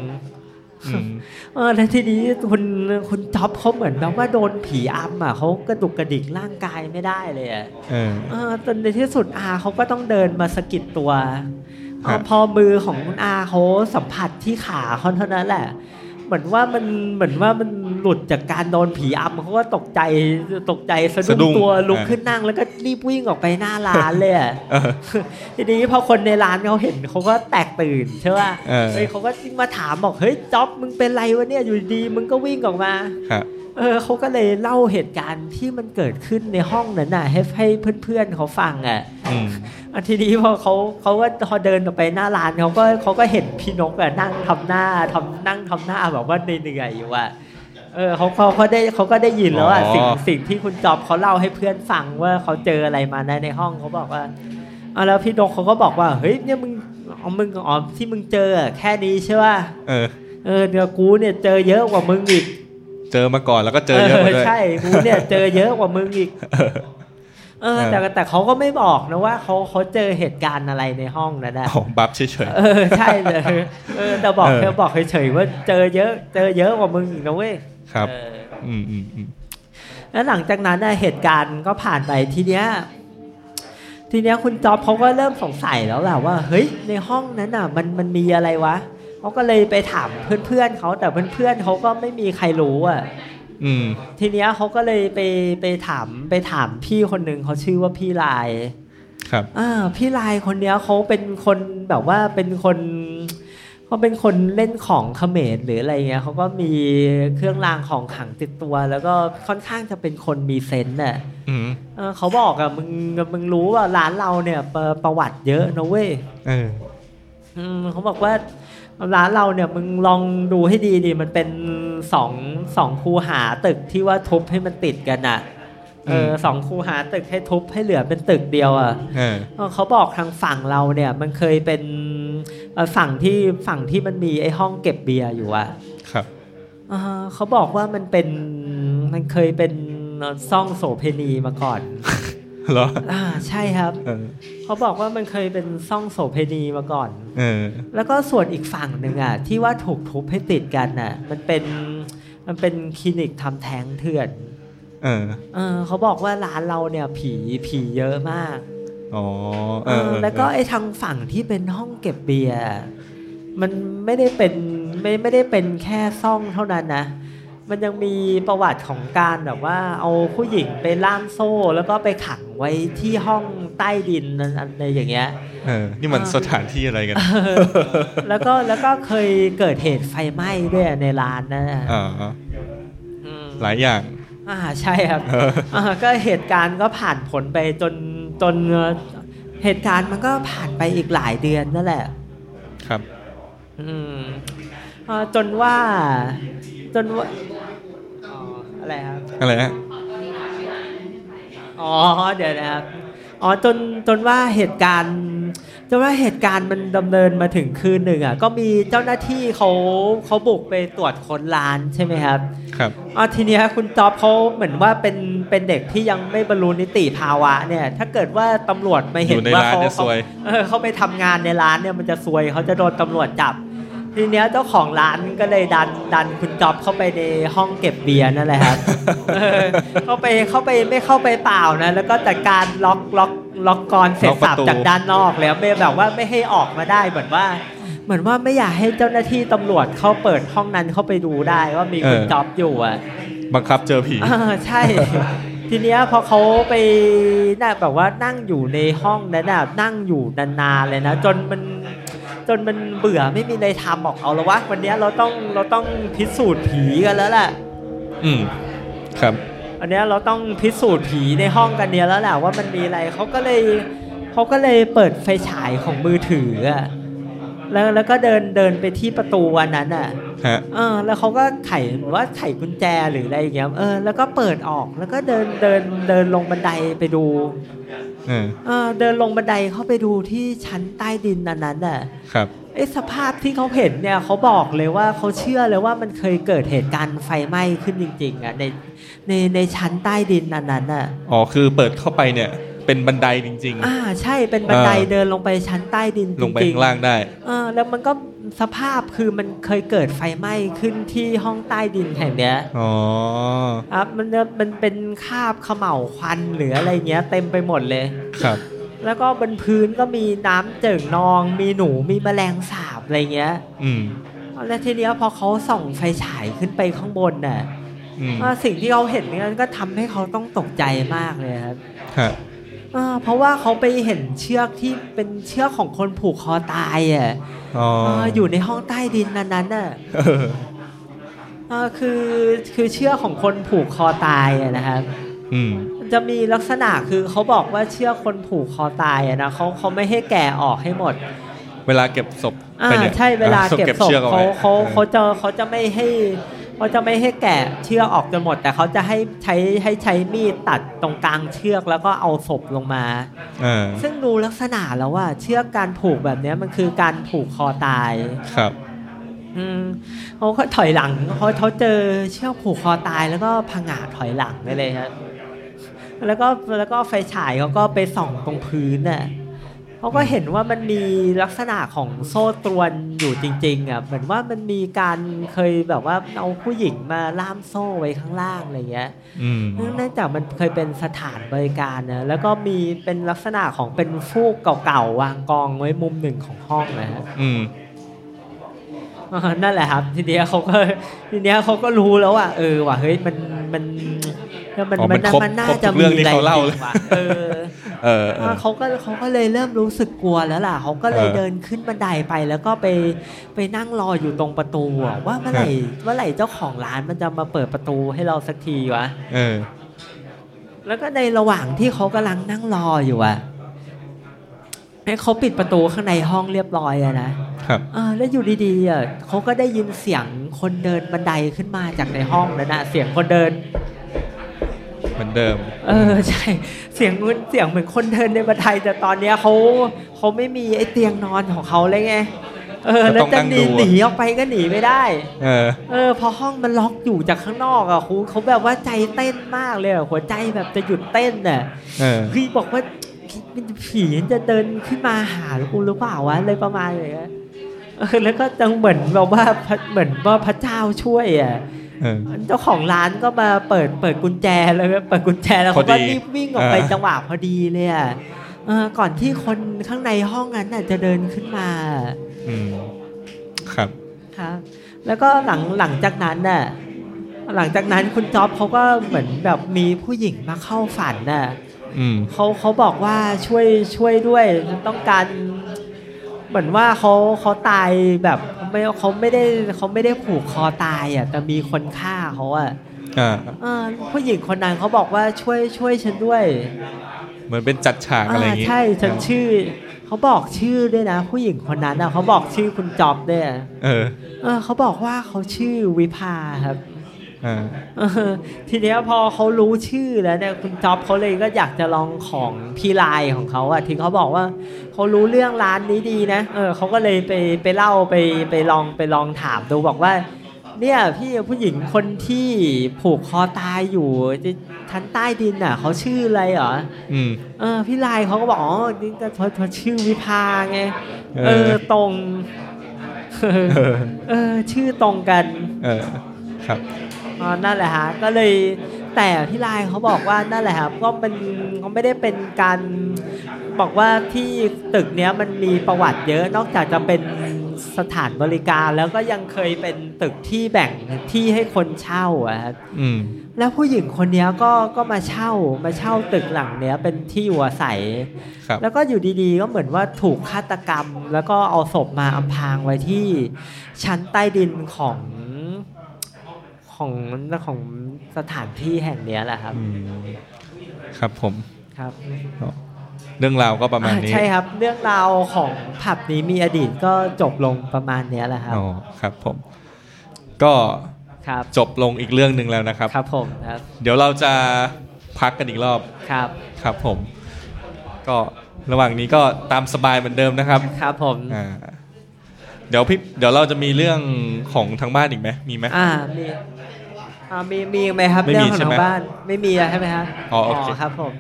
B: อืม
C: เออแล้วทีนี้คุณคุณท็อปเขาเหมือนแบบว่าโดนผีอำอ่ะเขากระดุกกระดิกร่างกายไม่ได้เลยอ่ะ
B: เออ
C: เออจนในที่สุดอาเขาก็ต้องเดินมาสะกิดตัวเอ
B: ครั
C: อบ พอมือของคุณอาเขาสัมผัสที่ขาเขาเท่านั้นแหละ เหมือนว่ามันเหมือนว่ามันหลุดจากการโดนผีอำเขาก็ตกใจตกใจสะ
B: สะดุ้
C: ดุ้ง
B: ง
C: ตัวลุก
B: อ่า
C: ขึ้นนั่งแล้วก็รีบวิ่งออกไปหน้าร้านเลยอ่ะ
B: เออ
C: ทีนี้พอคนในร้านเขาเห็นเขาก็แตกตื่นใช่ป่ะ
B: เออ
C: เฮ้ยเขาก็มาถามบอกเฮ้ยจ๊อบมึงเป็นไรวะเนี่ยอยู่ดีมึงก็วิ่งออกมา
B: ฮะ
C: เออเขาก็เลยเล่าเหตุการณ์ที่มันเกิดขึ้นในห้องนั้นน่ะให้ให้เพื่อนๆเขาฟังอ่ะ
B: อืม
C: อ่ะทีนี้พอเขาเขาก็พอเดินออกไปหน้าร้านเขาก็เขาก็เห็นพี่นกอ่ะนั่งทำหน้าทำนั่งทำหน้าแบบว่าเหนื่อยๆอยู่อ่ะเออเขาเขาเขาได้เขาก็ได้ยินแล้วอ่ะ
B: อ๋อ
C: สิ่งสิ่งที่คุณจอบเขาเล่าให้เพื่อนฟังว่าเขาเจออะไรมานะในห้องเขาบอกว่า อ่ะแล้วพี่นกเขาก็บอกว่าเฮ้ยเนี่ยมึงอ๋อมึงอ๋อที่มึงเจออะแค่นี้ใช่ป่ะ
B: เออ
C: เออเดี๋ยวกูเนี่ยเจอเยอะกว่ามึงอีก
B: เจอมาก่อนแล้วก็เจอเยอะมาด้วย
C: ใช่กูเนี่ยเจอเยอะกว่ามึงอีก เออ แต่
B: เออ
C: แต่เขาก็ไม่บอกนะว่าเขาเขาเจอเหตุการณ์อะไรในห้องนั้นนะ
B: อ๋อบัฟเฉย
C: เออใช่เลยเออแต่บอก
B: เออ
C: เธอบอกเฉยๆว่าเจอเยอะ เจอเยอะกว่ามึงอีกนะเว้ย
B: ๆ ครับ
C: เออ
B: อืมอืมอืม
C: แล้วหลังจากนั้นน่ะเหตุการณ์ก็ผ่านไปทีเนี้ยทีเนี้ยคุณจอบเขาก็เริ่มสงสัยแล้วแหละว่า เฮ้ยในห้องนั้นน่ะ มันมันมีอะไรวะเขาก็เลยไปถามเพื่อนๆเขาแต่เพื่อนๆเขาก็ไม่มีใครรู้อ่ะ
B: อืม
C: ทีเนี้ยเขาก็เลยไปไปถามไปถามพี่คนหนึ่งเขาชื่อว่าพี่ลาย
B: ครับ
C: อ่าพี่ลายคนเนี้ยเขาเป็นคนแบบว่าเป็นคนเขาเป็นคนเล่นของเขมรหรืออะไรเงี้ยเขาก็มีเครื่องรางของขลังติดตัว แล้วก็ค่อนข้างจะเป็นคนมีเซนต์น่ะ
B: อืม
C: เออเขาบอกอะมึงมึงรู้ว่าร้านเราเนี่ยประประวัติเยอะนะเว้ย
B: เออ
C: อืมเขาบอกว่าร้านเราเนี่ยมึงลองดูให้ดีดิมันเป็นสองสองคูหาตึกที่ว่าทุบให้มันติดกันอะเอออ
B: ม
C: สองคูหาตึกให้ทุบให้เหลือเป็นตึกเดียวอะ
B: เออ
C: เออเขาบอกทางฝั่งเราเนี่ยมันเคยเป็นเอ่อฝั่งที่ฝั่งที่มันมีไอ้ห้องเก็บเบียร์อยู่อะ
B: ครับ
C: เออเขาบอกว่ามันเป็นมันเคยเป็นซ่องโสเพณีมา ก่อน
B: เหรอ
C: อ่าใช่ครับ
B: เออ
C: เขาบอกว่ามันเคยเป็นซ่องโสเพณีมาก่อน
B: เออ
C: แล้วก็ส่วนอีกฝั่งหนึ่งอะที่ว่าถูกทุบให้ติดกันน่ะมันเป็นมันเป็นคลินิกทำแท้งเถื่อน
B: เออ
C: เออเขาบอกว่าร้านเราเนี่ยผีผีเยอะมาก
B: อ๋อ เอ
C: เอ
B: อ
C: อ
B: เออ
C: แล้วก็ไอ้ทางฝั่งที่เป็นห้องเก็บเบียร์มันไม่ได้เป็นไม่ไม่ได้เป็นแค่ซ่องเท่านั้นนะ มันยังมีประวัติของการแบบว่า เอาผู้หญิงไปล่ามโซ่ แล้วก็ไปขังไว้ที่ห้องใต้ดินอะไรอย่างเงี้ย
B: เออ นี่มัน
C: เออ
B: สถานที่อะไรกัน
C: เออแล้วก็แล้วก็เคยเกิดเหตุไฟไหม้ด้วยในร้านนะ
B: อ่า
C: ม
B: หลายอย่าง
C: อ่าใช่ครับ
B: เออ
C: เออก็เหตุการณ์ก็ผ่านผลไปจนจนเอ่อเหตุการณ์มันก็ผ่านไปอีกหลายเดือนนั่นแหละ
B: ครับ
C: อืมเอ่อจนว่าจนว่าอ๋ออะไรครับ
B: อะไรฮะ
C: อ๋อเดี๋ยวนะครับอ๋อจนจนว่าเหตุการณ์จนว่าเหตุการณ์มันดำเนินมาถึงคืนหนึ่งอ่ะก็มีเจ้าหน้าที่เขาเขาบุกไปตรวจค้นร้านใช่ไหมครับ
B: ครับ
C: อ๋อทีเนี้ยคุณจ๊อบเขาเหมือนว่าเป็นเป็นเด็กที่ยังไม่บรรลุนิติภาวะเนี่ย ถ้าเกิดว่าตำรวจไม่เห็น
B: อยู่ใน
C: ว่า
B: ร้าน
C: เขา
B: เนี่ยซวย
C: เขาเออเขาไปทำงานในร้านเนี่ยมันจะซวยเขาจะโดนตำรวจจับ ทีเนี้ยเจ้าของร้านก็เลยดันดันคุณจอบเข้าไปในห้องเก็บเบีย ร์นั่นแหละครับ เออเข้าไปเข้าไปไม่เข้าไปเปล่านะ แล้วก็จัดการล็อกล็อกล็อกกรเสร็จสั
B: ล็อก
C: บ
B: ประตู
C: จากด้านนอกแล้วไม่แบบว่าไม่ให้ออกมาได้เหมือนว่า เหมือนว่าไม่อยากให้เจ้าหน้าที่ตำรวจเข้าเปิดห้องนั้นเข้าไปดูได้ว่ามีคุณจอบอยู่อ่ะ
B: บังคับเจอผี
C: เออใช่ ทีเนี้ยพอเขาไปน่ะแบบว่านั่งอยู่ในห้องนั้นน่ะนั่งอยู่นานๆเลยนะ จนมันจนมันเบื่อไม่มีอะไรทำบอกเอาละวะวันเนี้ยเราต้องเราต้องพิสูจน์ผีกันแล้วแหละ
B: อืมครับ
C: วันเนี้ยเราต้องพิสูจน์ผีในห้องกันเนี้ยแล้วแหละว่ามันมีอะไรเขาก็เลยเขาก็เลยเปิดไฟฉายของมือถืออะแล้วแล้วก็เดินเดินไปที่ประตูวันนั้นอ่ะ
B: ฮะ
C: เออแล้วเขาก็ไขเหมือนว่าไขกุญแจหรืออะไรอย่างเงี้ยเออแล้วก็เปิดออกแล้วก็เดินเดินเดินลงบันไดไปดู
B: เออ
C: เออเดินลงบันไดเข้าไปดูที่ชั้นใต้ดินอันนั้นน่ะ
B: ครับ
C: ไอ้สภาพที่เขาเห็นเนี่ยเขาบอกเลยว่าเขาเชื่อเลยว่ามันเคยเกิดเหตุการณ์ไฟไหม้ขึ้นจริงๆอ่ะในในในชั้นใต้ดินอันนั้นน่ะ
B: อ๋อ คือเปิดเข้าไปเนี่ย เป็นบันไดจริง
C: อ่าใช่เป็นบันได
B: อ่า
C: เดินลงไปชั้นใต้ดิน
B: ๆ
C: จ
B: ลงไป
C: ริง
B: ข้างล่างได้
C: ๆเออแล้วมันก็สภาพคือมันเคยเกิดไฟไหม้ขึ้นที่ห้องใต้ดินแห่งเนี้ย
B: อ๋อ
C: อ่ะมันจะมันเป็นคราบเขม่าวควันหรืออะไรเงี้ย เต็มไปหมดเลย
B: ครับ
C: แล้วก็บนพื้นก็มีน้ำเจิ่งนอง มีหนูมีแมลงสาบอะไรเงี้ย
B: อืม
C: แล้วทีเนี้ยพอเขาส่องไฟฉายขึ้นไปข้างบนน่ะ
B: อืม
C: อ่ะสิ่งที่เขาเห็นเนี่ยก็ทำให้เขาต้องตกใจมากเลยครับ
B: ฮะ
C: อ่าเพราะว่าเขาไปเห็นเชือกที่เป็นเชือกของคนผูกคอตายอ่ะ
B: อ๋อ
C: อ่า
B: อ
C: อยู่ในห้องใต้ดินนั้นๆน่ะ
B: เออ
C: อ่าคือคือเชือกของคนผูกคอตายอ่ะนะครับ
B: อืม
C: จะมีลักษณะคือเขาบอกว่าเชือกคนผูกคอตายอะนะเขาเขาไม่ให้แก่ออกให้หมด
B: เวลาเก็บศพ
C: อ่า
B: ไปนี่ย
C: ใช่เวลาเก็บศพ
B: ชืออ
C: เขา
B: ไว้
C: เขา
B: ออ
C: เขาจะเขาจะไม่ให้เขาจะไม่ให้แก่เชือกออกจนหมด แต่เขาจะให้ใช้ให้ใช้มีดตัดตรงกลางเชือกแล้วก็เอาศพลงมา
B: เออ
C: ซึ่งดูลักษณะแล้วว่าเชือกการผูกแบบเนี้ยมันคือการผูกคอตาย
B: ครับ
C: อืมเขาก็ถอยหลังเขาเขาเจอเชือกผูกคอตายแล้วก็ผงาดถอยหลังไปเลยฮะแล้วก็แล้วก็ไฟฉายเขาก็ไปส่องตรงพื้นน่ะเขาก็เห็นว่ามันมีลักษณะของโซ่ตรวนอยู่จริงๆอ่ะเหมือนว่ามันมีการเคยแบบว่าเอาผู้หญิงมาล่ามโซ่ไว้ข้างล่างอะไรเงี้ย
B: อืม
C: เนื่องจากมันเคยเป็นสถานบริการนะแล้วก็มีเป็นลักษณะของเป็นฟูกเก่าๆวางกองไว้มุมหนึ่งของห้องนะฮะ
B: อืม
C: อ่า นั่นแหละครับทีเนี้ยเขาก็ทีเนี้ยเขาก็รู้แล้วว่าเออว่าเฮ้ยมันมันมัน
B: อ๋อมั
C: มัน นน่า
B: ครบ
C: มันน่า
B: ครบทุ
C: จะ
B: กเรื่องที่
C: มีะไ
B: เขาเล่าเลย
C: จงว่ะเออ
B: เออเออ
C: เขาก็เขาก็เลยเริ่มรู้สึกกลัวแล้วล่ะเขาก็เลย
B: เออ
C: เดินขึ้นบันไดไปแล้วก็ไปไปนั่งรออยู่ตรงประตูอะว่าเมื่อไหร่
B: ฮ
C: เมื่อไหร่เจ้าของร้านมันจะมาเปิดประตูให้เราสักทีวะ
B: เออ
C: แล้วก็ในระหว่างที่เขากำลังนั่งรออยู่อะให้เขาปิดประตูข้างในห้องเรียบร้อยอะนะ
B: ครับ
C: เออแล้วอยู่ดีๆอ่ะเขาก็ได้ยินเสียงคนเดินบันไดขึ้นมาจากในห้องนั่นนะเสียงคนเดิน
B: เหมือนเดิม
C: เออใช่ เสียงเงินเสียงเหมือนคนเดินในบันไดแต่ตอนเนี้ยเขาเขาไม่มีไอ้เตียงนอนของเขาเลยไงเออ
B: ก็
C: แล้ว
B: ต้อง
C: จะ
B: นั่ง
C: ห
B: ดู
C: นี
B: อะ
C: หนีออกไปก็หนีไม่ได้
B: เออ
C: เออพอห้องมันล็อกอยู่จากข้างนอกอ่ะครูเขาแบบว่าใจเต้นมากเลยอะหัวใจแบบจะหยุดเต้นน่ะ
B: เออ
C: พี่บอกว่ามันผีมันจะเดินขึ้นมาหากูหรือเปล่าวะอะไรประมาณอย่างเงี้ยเออแล้วก็จังเหมือนแบบว่าพระเหมือนว่าพระเจ้าช่วยอ่ะ
B: เออ
C: เจ้าของร้านก็มาเปิดเปิดกุญแจแล้วก็เปิดกุญแจแล้วเขา
B: พ
C: ก็
B: อดี
C: รีบวิ่งออกไป
B: อ่า
C: จังหวะพอดีเลยอ่ะเออก่อนที่คนข้างในห้องนั้นน่ะจะเดินขึ้นมา
B: อืม ครับ
C: ครับแล้วก็หลังหลังจากนั้นน่ะหลังจากนั้นคุณจ๊อบเขาก็เหมือนแบบมีผู้หญิงมาเข้าฝันน่ะ
B: อืม
C: เขาเขาบอกว่าช่วยช่วยด้วยฉันต้องการเหมือนว่าเขาเขาตายแบบไม่เขาไม่ได้เขาไม่ได้ผูกคอตายอ่ะแต่มีคนฆ่าเขาอ่ะ
B: อ่า
C: เออผู้หญิงคนนั้นเขาบอกว่าช่วยช่วยฉันด้วย
B: เหมือนเป็นจัดฉากอะไรอย่างงี้
C: ใช่ฉันชื่อเขาบอกชื่อด้วยนะ ผู้หญิงคนนั้นอ่ะเขาบอกชื่อคุณจอบด้วยอะ
B: เออ
C: เออเขาบอกว่าเขาชื่อวิภาครับ
B: อ่า
C: เออ ทีเนี้ยพอเขารู้ชื่อแล้วเนี่ยคุณจ๊อบเขาเลยก็อยากจะลองของพี่ลายของเขาอะที่เขาบอกว่าเขารู้เรื่องร้านนี้ดีนะเออเขาก็เลยไปไปเล่าไปไปลองไปลองถามดูบอกว่า เนี่ยพี่ผู้หญิงคนที่ผูกคอตายอยู่ที่ชั้นใต้ดินน่ะเขาชื่ออะไรเหรอ
B: อืม
C: เออพี่ลายเขาก็บอกอ๋อนี่ก็เธอเธอชื่อวิภาไง
B: เอ
C: เอ
B: อ
C: อตรง เออ ชื่อตรงกัน
B: เออครับ
C: อ๋อนั่นแหละฮะ ก็เลยแต่ที่ไลน์เขาบอกว่านั่นแหละครับก็เป็นเขาไม่ได้เป็นการบอกว่าที่ตึกเนี้ยมันมีประวัติเยอะนอกจากจะเป็นสถานบริการแล้วก็ยังเคยเป็นตึกที่แบ่งที่ให้คนเช่าอะครับ
B: อืม
C: แล้วผู้หญิงคนเนี้ยก็ก็มาเช่ามาเช่าตึกหลังเนี้ยเป็นที่หัวใส
B: ครับ
C: แล้วก็อยู่ดีๆ ก็เหมือนว่าถูกฆาตกรรม แล้วก็เอาศพมาอำพรางไว้ที่ชั้นใต้ดินของของของสถานที่แห่งเนี้ยแหละครับ
B: อืมครับผม
C: ครับ
B: เรื่องราวก็ประมาณนี้
C: อ่ใช่ครับ เรื่องราวของผับนี้มีอดีตก็จบลงประมาณเนี้ยแหละครับ
B: อ๋อครับผม ก็
C: ครับ
B: จบลงอีกเรื่องหนึ่งแล้วนะครับ
C: ครับผมครับ
B: เดี๋ยวเราจะพักกันอีกรอบ
C: ครับ
B: ครับผม ก็ระหว่างนี้ก็ตามสบายเหมือนเดิมนะครับ
C: ครับผม
B: อ่าเดี๋ยวพี่เดี๋ยวเราจะมีเรื่องของทางบ้านอีกไหมมีไหม
C: อ่ามีอ่ามีมีอีกไหมครับ
B: ไม่
C: เรื่
B: มี
C: องของ
B: ใช่
C: ทา
B: ไหม
C: งบ้านไม่มีแล้วใช่ไหมฮะ
B: อ๋อโอเค
C: ครับผม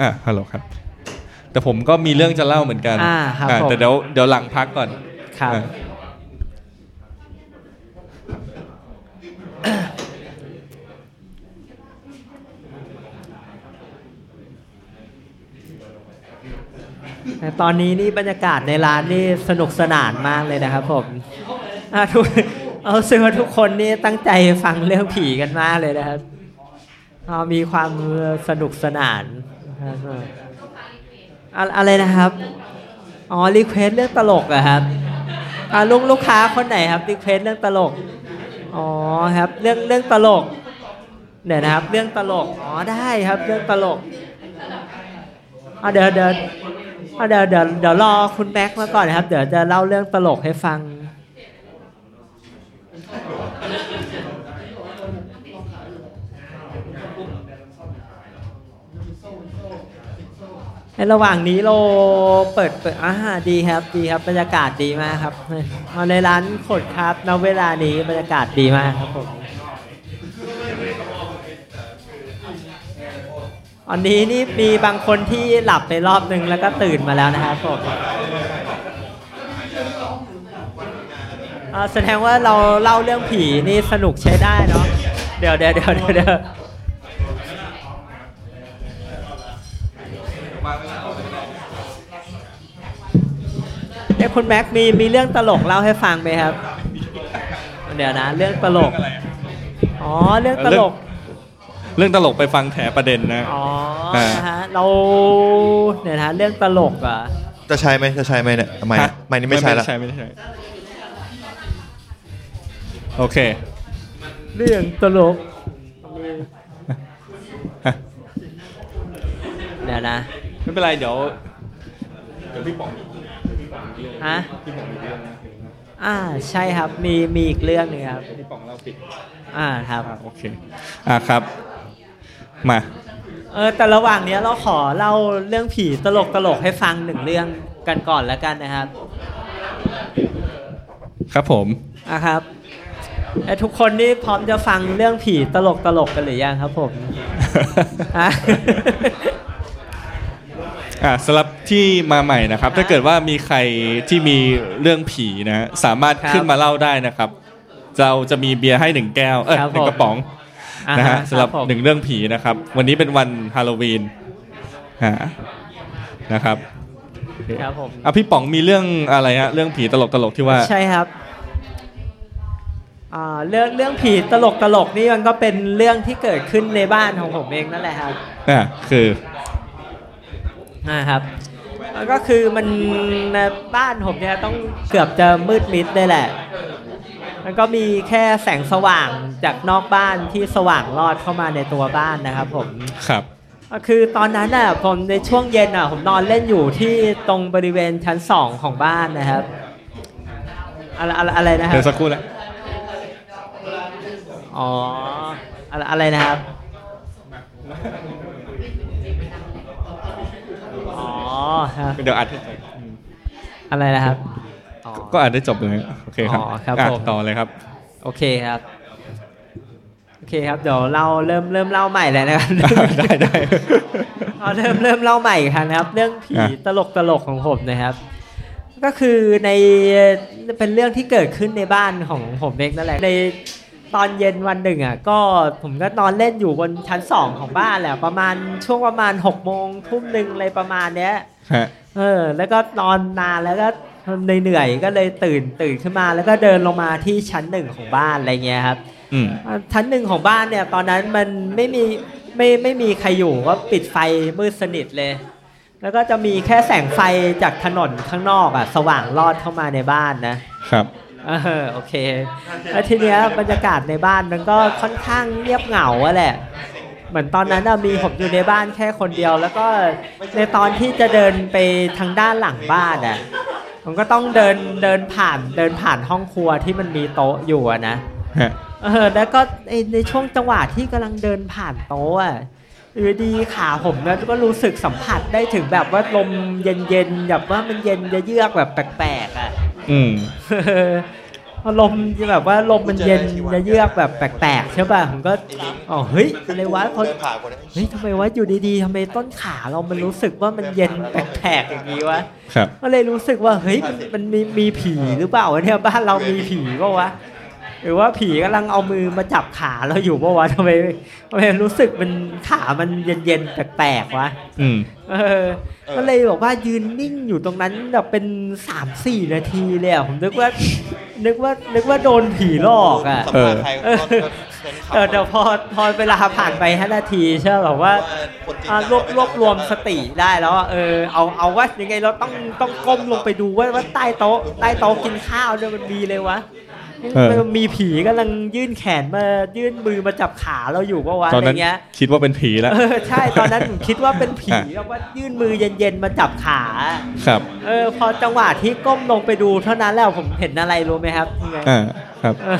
B: อ่าฮัลโหลครับ แต่ผมก็มีเรื่องจะเล่าเหมือนกัน
C: อ่าครับ
B: อ่า
C: ผม
B: แต่เดี๋ยวเดี๋ยวหลังพักก่อน
C: ครับ
B: อ่า
C: แต่ตอนนี้นี่บรรยากาศในร้านนี่สนุกสนานมากเลยนะครับผมอ่ะทุกเอาเสื้อทุกคนนี่ตั้งใจฟังเรื่องผีกันมากเลยนะครับเอามีความสนุกสนานนะครับอะอะไรนะครับ อ๋อรีเควสเรื่องตลกเหรอะครับอ่ะลูกลูกค้าคนไหนครับรีเควสเรื่องตลก อ๋อครับ เรื่องเรื่องตลกเดี๋ยวนะครับ เรื่องตลก อ๋อได้ครับ เรื่องตลก อ่ะเดี๋ยวเดี๋ยวอ่ะเดี๋ยวเดี๋ยวเดี๋ยวรอคุณแม็กซ์มาก่อนนะครับ เดี๋ยวจะเล่าเรื่องตลกให้ฟัง ในระหว่างนี้เราเปิดเปิดอ่าดีครับดีครับบรรยากาศดีมากครับมาในร้านขดครับณเวลานี้บรรยากาศดีมากครับผมอันนี้นี่มีบางคนที่หลับไปรอบนึงแล้วก็ตื่นมาแล้วนะครับผมอ่าแสดงว่าเราเล่าเรื่องผีนี่สนุกใช้ได้เนาะเดี๋ยวเดี๋ยวเดี๋ยวเดี๋ยวเดี๋ยว เอ้คุณแม็กมีมีเรื่องตลกเล่าให้ฟังไหมครับ เดี๋ยวนะ เรื่องตลก อ๋อ เรื่องตลก
B: เรื่องตลกไปฟังแถประเด็นนะ
C: อ๋อ
B: เออ
C: นะฮะเราเดี๋ยวนะ เรื่องตลกอ่ะ
I: จะใช้ไหมจะใช้ไหมเนี่ยไม่
B: ฮะ
I: ไม่นี่ไม่ใช้ละ
B: ไม่ใช่โอเค
C: เรื่องตลก
B: ฮะ
C: เดี๋ยวนะ
B: ไม่เป็นไรเดี๋ยวเดี๋ยวพี่ป๋อง
C: ฮะ
B: พี่ป๋องมีเรื่องนะ
C: อ่า ใช่ครับ มีมีอีกเรื่องหนึงครับ
B: พี่ป๋องเราปิด
C: อ่า ครับ
B: อ่าโอเคอ่ะครับ มา
C: เออ แต่ระหว่างเนี้ยเราขอเล่าเรื่องผีตลกตลกให้ฟังหนึ่งเรื่องกันก่อนแล้วกันนะครับ
B: ครับผม
C: อะครับเอ้ยทุกคนนี่พร้อมจะฟังเรื่องผีตลกตลกๆกันหรือยังครับ ผมอ่ะ
B: อ่ะสำหรับที่มาใหม่นะครับ ถ้าเกิดว่ามีใครที่มีเรื่องผีนะ สามารถ
C: ครับ
B: ขึ้นมาเล่าได้นะครับ เราจะมีเบียร์ให้หนึ่งแก้วเออ
C: ครับ
B: หนึ่ง
C: ผม
B: กระป๋อง
C: อ่
B: นะฮะ
C: ค
B: สำหรับ
C: ผม
B: หนึ่งเรื่องผีนะครับ วันนี้เป็นวันฮาโลวีนฮะนะครับ
C: ครับผม
B: อ่ะพี่ป๋องมีเรื่องอะไรฮะเรื่องผีตลกตลกๆที่ว่า
C: ใช่ครับอ่าเรื่องเรื่องผีตลกตลกๆนี่มันก็เป็นเรื่องที่เกิดขึ้นในบ้านของผมเองนั่นแหละครับ
B: อ่ะคือ
C: นะครับแล้วก็คือมันบ้านผมเนี่ยต้องเกือบจะมืดมิดเลยแหละ มันก็มีแค่แสงสว่างจากนอกบ้านที่สว่างลอดเข้ามาในตัวบ้านนะครับผม
B: ครับ
C: ก็คือตอนนั้นน่ะผมในช่วงเย็นน่ะผมนอนเล่นอยู่ที่ตรงบริเวณชั้นสองของบ้านนะครับอะไรอะไรอะไรนะครั
B: เดี๋
C: บ
B: ยวสักครู่นะ
C: อ๋ออะไรอะไรนะครับอ๋อครับ
B: เดี๋ยวอัดให้
C: อะไรนะครับอ๋อ
B: ก็อัดได้จบเลยโอเคครับ
C: อ๋อครับ
B: อ่ะ
C: ผม
B: ต่อเลยครับ
C: โอเคครับ โอเคครับเดี๋ยวเราเริ่มเริ่มเล่าใหม่เลยนะครับ
B: ได้ได้
C: เอาเริ่มเริ่มเล่าใหม่อีกครั้งนะครับ เรื่องผี
B: อ่ะ
C: ตลกตลกของผมนะครับ ก็คือในเป็นเรื่องที่เกิดขึ้นในบ้านของผมเองนั่นแหละในตอนเย็นวันหนึ่งอ่ะก็ผมก็นอนเล่นอยู่บนชั้นสองของบ้านแหละประมาณช่วงประมาณหกโมงทุ่มหนึ่งอะไรประมาณเนี้ย
B: ฮะ
C: เออแล้วก็นอนนานแล้วก็เหนื่อยๆก็เลยตื่นตื่นขึ้นมา แล้วก็เดินลงมาที่ชั้นหนึ่งของบ้านอะไรเงี้ยครับ
B: อืม
C: อ่าชั้นหนึ่งของบ้านเนี่ยตอนนั้นมันไม่มีไม่ไม่มีใครอยู่ก็ปิดไฟมืดสนิทเลย แล้วก็จะมีแค่แสงไฟจากถนนข้างนอกอะสว่างลอดเข้ามาในบ้านนะ
B: ครับ
C: เออโอเคแล้วทีเนี้ยบรรยากาศในบ้านมันก็ค่อนข้างเงียบเหงาอะแหละ เหมือนตอนนั้นน่ะมีผมอยู่ในบ้านแค่คนเดียว แล้วก็ในตอนที่จะเดินไปทางด้านหลังบ้านอ่ะผมก็ต้องเดินเดินผ่านเดินผ่านห้องครัวที่มันมีโต๊ะอยู่อะนะ
B: ฮะ
C: เออแล้วก็ไอ้ในช่วงจังหวะที่กำลังเดินผ่านโต๊ะอ่ะอยู่ดีๆขาผมเนี่ยก็รู้สึกสัมผัสได้ถึงแบบว่าลมเย็นๆแบบว่ามันเย็นเยือกๆแบบแปลกๆอ่ะ
B: อืม
C: เอ อลมแบบว่าลมมันเย็นเยือกๆแบบแปลกๆใช่ป่ะผมก็อ๋อเฮ้ยอะไรวะเขา
I: ดินผ่านคนนี้
C: เฮ้ยทำไมวะอยู่ดีๆทำไมต้นขาเรามันรู้สึกว่ามันเย็นแปลกๆอย่างนี้วะ
B: ครับ
C: ก็เลยรู้สึกว่าเฮ้ยมันมันมีมีผีหรือเปล่าวะเนี่ยบ้านเรามีผีเปล่าวะหรือว่าผีกำลังเอามือมาจับขาเราอยู่เปล่าวะทำไมทำไมรู้สึกมันขามันเย็นๆแปลกๆวะ
B: อืม
C: เออก็เลยบอกว่ายืนนิ่งอยู่ตรงนั้นแบบเป็นสามสี่นาทีเลยอะผมนึกว่า นึกว่านึกว่าโดนผีหลอกอ่ะ
I: สัมภา
B: เออ
I: ษณ์ใคร
C: เออ
I: ก็ต้นเซ็นขับ
C: เออเดี๋ยวพอพอเวลาผ่านไปห้านาทีใช่ไหมบอกว่า
I: คนจีน
C: อ่ารวบรวบรวมสติได้แล้วอะเออเอาเอาว่ายังไงเราต้องต้องก้มลงไปดูว่าว่าใต้โต๊ะใต้โต๊ะกินข้าวเนี่ยมันมีเลยวะ
B: เออ
C: มันมีผีกำลังยื่นแขนมายื่นมือมาจับขาเราอยู่ปะวะ
B: ตอน
C: อะไร
B: นั้น
C: เงี้ย
B: คิดว่าเป็นผีแล้ว
C: เออใช่ตอนนั้นผมคิดว่าเป็นผี
B: อ่ะ
C: แล้วว่ายื่นมือเย็นๆมาจับขา
B: ครับ
C: เออพอจังหวะที่ก้มลงไปดูเท่านั้นแล้วผมเห็นอะไรรู้ไหมครับยังไง
B: อ่า ครับ
C: เออ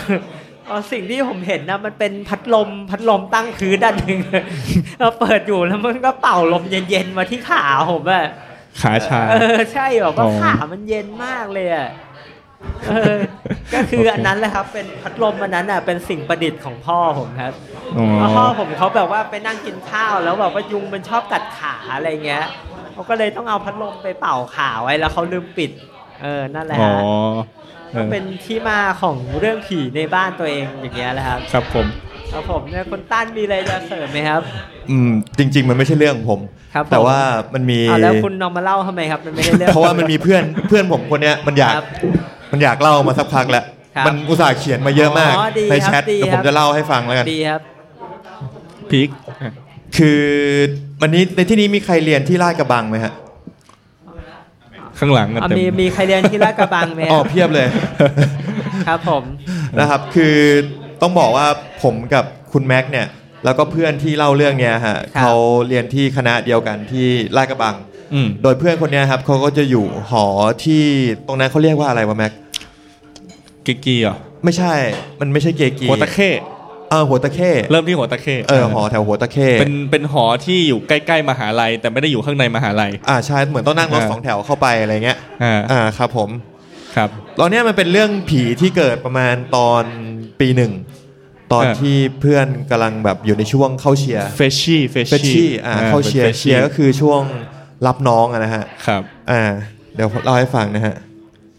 C: อ๋อสิ่งที่ผมเห็นนะมันเป็นพัดลมพัดลมตั้งพื้นด้านหนึ่ง เออเปิดอยู่แล้วมันก็เป่าลมเย็นๆมาที่ขาผมอะ
B: ขาชา
C: เออใช่แบบว่า
B: อ๋อ
C: ขามันเย็นมากเลยอะเออก็คือ
B: โอเค
C: อันนั้นแหละครับ เป็นพัดลมอันนั้นอ่ะเป็นสิ่งประดิษฐ์ของพ่อผมครับ
B: อ๋อ
C: แล้วพ่อผมเขาแบบว่าไปนั่งกินข้าวแล้วแบบว่ายุงมันชอบกัดขาอะไรเงี้ยเขาก็เลยต้องเอาพัดลมไปเป่าขาไว้แล้วเขาลืมปิด เออนั่นแหละ
B: อ๋อ
C: ฮะ
B: เอ
C: ก็
B: อ
C: เป็นที่มาของเรื่องผีในบ้านตัวเองอย่างเงี้ยแหละครับ
B: ครับผม
C: ครับผมเนี่ยคนต้านมีอะไรจะเสริมไหมครับ
I: อืมจริง ๆ มันไม่ใช่เรื่องของผม
C: ครับผม
I: แต่ว่ามันมี
C: เอาแล้วคุณนอามาเล่าทำไมครับมันไม่ได้เรื่อง
I: เพราะว่ามันมีเพื่อนเพื่อนผมคนเนี้ยมันอยาก
C: ครับ
I: มันอยากเล่ามาสักพักแล้ว
C: ครับ
I: มันอุตส่าห์เขียนมาเยอะมาก
C: อ๋อดี
I: ใน
C: ครับ
I: แชท
C: ดี
I: เดี๋ยว
C: ค
I: ผ
C: รั
I: ม
C: บ
I: จะเล่าให้ฟังแล้วกัน
C: ดีครับ
B: พีค
I: คือวันนี้ในที่นี้มีใครเรียนที่ลาดกระบังไหมฮะ
B: ข้างหลังกัน
C: อ่ะ
B: เต็ม
C: มีมีใครเรียนที่ลาดกระบังไหม
I: อ๋อเพียบเลย
C: ครับ ผม
I: นะครับ คือต้องบอกว่าผมกับคุณแม็กซ์เนี่ย แล้วก็เพื่อนที่เล่าเรื่องเนี้ยฮะ
C: ครับ
I: เขาเรียนที่คณะเดียวกันที่ลาดกระบัง
B: อืม
I: โดยเพื่อนคนเนี้ยครับเขาก็จะอยู่หอที่ตรงนั้นเขาเรียกว่าอะไรวะแม็กซ์
B: กิกกี้เหรอ
I: ไม่ใช่ มันไม่ใช่เกกี
B: หัวตะเข้
I: เออหัวตะเข้
B: เริ่มที่หัวตะเข้
I: เออหอแถวหัวตะเข้
B: เป็นเป็นหอที่อยู่ใกล้ ๆ มหาลัย แต่ไม่ได้อยู่ข้างในมหาลัย
I: อ่าใช่เหมือนต้องนั่งรถ
B: อ่า
I: สองแถวเข้าไปอะไรเงี้ย
B: อ่า
I: อ่าครับผม
B: ครับ
I: ตอนเนี้ยมันเป็นเรื่องผีที่เกิดประมาณตอนปีหนึ่ง ตอน
B: อ่า
I: ที่เพื่อนกำลังแบบอยู่ในช่วงเข้าเชียร์
B: เฟชชี่เฟช
I: เฟชชี่อ่าเข้าเชียร์เชียร์ก็คือช่วงรับน้องอะนะฮะ
B: ครับ
I: อ่าเดี๋ยวเล่าให้ฟังนะฮะ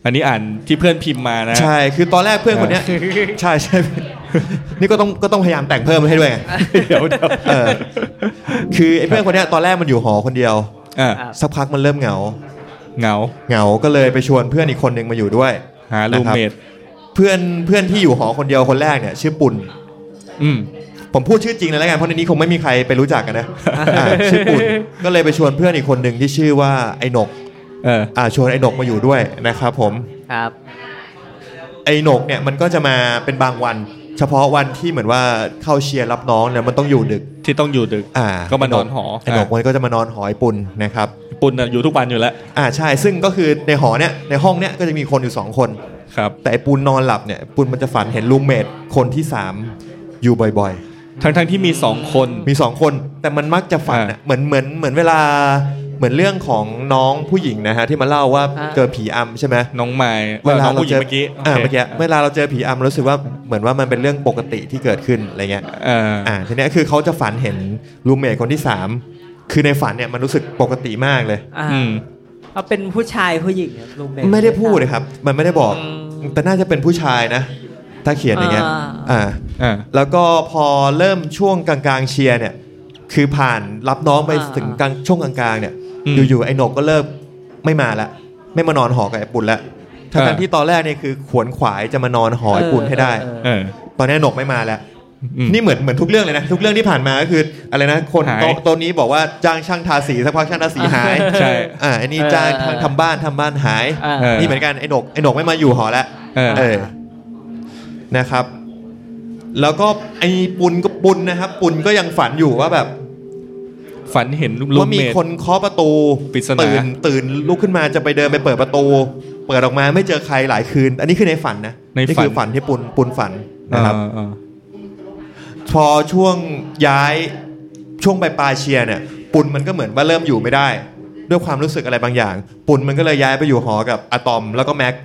B: อันนี้อ่านที่เพื่อนพิมพ์มานะ
I: ใช่คือตอนแรกเพื่อนคนเนี้ยใช่ใช่ นี่ก็ต้องก็ต้องพยายามแต่งเพิ่มให้ด้วยไง
B: เดี๋ยว เดี๋ยว
I: เออคือไอ้เพื่อนคนเนี้ยตอนแรกมันอยู่หอคนเดียว
B: อ่ะ
C: ครับ
I: สักพักมันเริ่มเหงา
B: เหงา
I: เหงาก็เลยไปชวนเพื่อนอีกคนหนึ่งมาอยู่ด้วย
B: หารูมเมท
I: เพื่อนเพื่อนที่อยู่หอคนเดียวคนแรกเนี่ยชื่อปุ่น
B: อืม
I: ผมพูดชื่อจริงเลยแล้วกันเพราะในนี้คงไม่มีใครไปรู้จักกันนะอ่าชื่อปุ่นก็เลยไปชวนเพื่อนอีกคนหนึ่งที่ชื่อว่าไอ้หนก
B: เออ
I: อ่าชวนไอ้หนกมาอยู่ด้วยนะครับผม
C: ครับ
I: ไอ้หนกเนี่ยมันก็จะมาเป็นบางวัน เฉพาะวันที่เหมือนว่าเข้าเชียร์รับน้องเนี่ยมันต้องอยู่ดึก
B: ที่ต้องอยู่ดึก
I: อ่า
B: ก็มานอนหอ
I: ไอ้หนก
B: อ่ะ
I: มันก็จะมานอนหอไอ้ปุ่นนะครับ
B: ปุ่นน่ะอยู่ทุกวันอยู่แล้ว
I: อ่าใช่ซึ่งก็คือในหอเนี่ยในห้องเนี่ยก็จะมีคนอยู่สองคน
B: ครับ
I: แต่ไอ้ปูนนอนหลับเนี่ยปูนมันจะฝันเห็นรูมเมทคนที่สามอยู่บ่อย
B: ทั้งทั้งที่มีสองคน
I: ๆ มีสองคนแต่มันมักจะฝันอะเหมือนเหมือนเหมือนเวลาเหมือนเรื่องของน้องผู้หญิงนะฮะที่มาเล่าว่า
C: อ่า
I: เจอผีอำใช่ไหม
B: น้องไม้
I: เวลา
B: น้อง
I: เรา
B: ผู้หญิ
I: เจอ
B: งเมื่อกี้โค
I: อ่าเมื่อกี้เวลาเราเจอผีอำรู้สึกว่าเหมือนว่ามันเป็นเรื่องปกติที่เกิดขึ้นอะไรเงี้ย
B: เออ
I: อ่าทีเนี้ยคือเขาจะฝันเห็นรูมเมทคนที่สามคือในฝันเนี่ยมันรู้สึกปกติมากเลย
C: อ่า
B: อืม
C: เอาเป็นผู้ชายผู้หญิงลุงเม
I: ไม่ได้พูดเลยครับ มันไม่ได้บอก แต่น่าจะเป็นผู้ชายนะ ถ้าเขียนอย่างเงี้ยอ่า
B: อ่า
I: แล้วก็พอเริ่มช่วงกลางๆเชียร์เนี่ย คือผ่านรับน้องไปถึงกลางช่วงกลางๆเนี่ย
B: อืม
I: อยู่ๆไอ้หนกก็เริ่มไม่มาละ ไม่มานอนหอกับไอ้ปุ่นละ
B: เอ
I: ทั้
B: อ
I: งๆที่ตอนแรกเนี่ยคือขวนขวายจะมานอนหอไอ้ปุ่นให้ได้
C: เออเอ
B: เอ
C: อ
B: อ
I: ตอนนี้หนกไม่มาแล้ว
B: อืม
I: นี่เหมือนเหมือนทุกเรื่องเลยนะทุกเรื่องที่ผ่านมาก็คืออะไรนะคน
B: หาย
I: โต๊ะโตัวนี้บอกว่าจ้างช่างทาสีสักพักช่างทาสีหาย
B: ใช่
I: อ่าไอ้นี่
C: เออ
I: จ้าง
C: เออ
I: ทำบ้านทำบ้านหาย
C: เออ
B: เออ
I: นี่เหมือนกันไอ้หนกไอ้หนกไม่มาอยู่หอแล้ว
B: เออ
I: เออ นะครับ แล้วก็ไอ้ปุนก็ปุนนะครับ ปุนก็ยังฝันอยู่ว่าแบบ
B: ฝันเห็นลูก
I: ว่า
B: เม
I: มี
B: ด
I: คนเคาะประตู
B: ปริศนา
I: ตื่นตื่นลุกขึ้นมาจะไปเดินไปเปิดประตู เปิดออกมาไม่เจอใครหลายคืน อันนี้คือในฝันนะนี่คือฝันที่ปุนปุนฝันนะครับ
B: อ่าอ่า
I: พอช่วงย้ายช่วงปลายปลายๆเชียร์เนี่ย ปุนมันก็เหมือนว่าเริ่มอยู่ไม่ได้ ด้วยความรู้สึกอะไรบางอย่าง ปุนมันก็เลยย้ายไปอยู่หอกับอะตอมแล้วก็แม็ก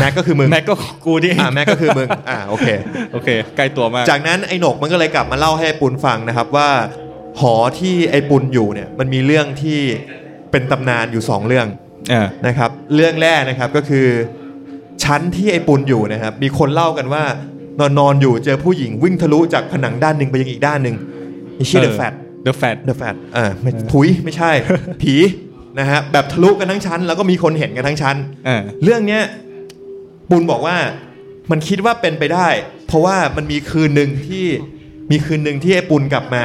I: แม็กก็คือมึง
B: แม็กก็กูนี่เอง
I: อ่าแม็กก็คือมึงอ่าโอเค
B: โอเค ใกล้ตัวมาก
I: จากนั้นไอ้หนกมันก็เลยกลับมาเล่าให้ไอ้ปุนฟังนะครับว่า หอที่ไอ้ปุนอยู่เนี่ยมันมีเรื่องที่เป็นตำนานอยู่สองเรื่อง
B: เออ
I: นะครับ เรื่องแรกนะครับก็คือชั้นที่ไอ้ปุนอยู่นะครับ มีคนเล่ากันว่านอนนอนๆอยู่เจอผู้หญิงวิ่งทะลุจากผนังด้านหนึ่งไปยังอีกด้านหนึ่งไอ้ชื่อเดอะแฟต
B: The Fat
I: เดอะแฟตอ่าไม่ถุยไม่ใช่ ผีนะฮะแบบทะลุกันทั้งชั้น แล้วก็มีคนเห็นกันทั้งชั้น
B: เออ
I: เรื่องเนี้ยปุณบอกว่ามันคิดว่าเป็นไปได้ เพราะว่ามันมีคืนหนึ่งที่มีคืนหนึ่งที่ไอ้ปุณกลับมา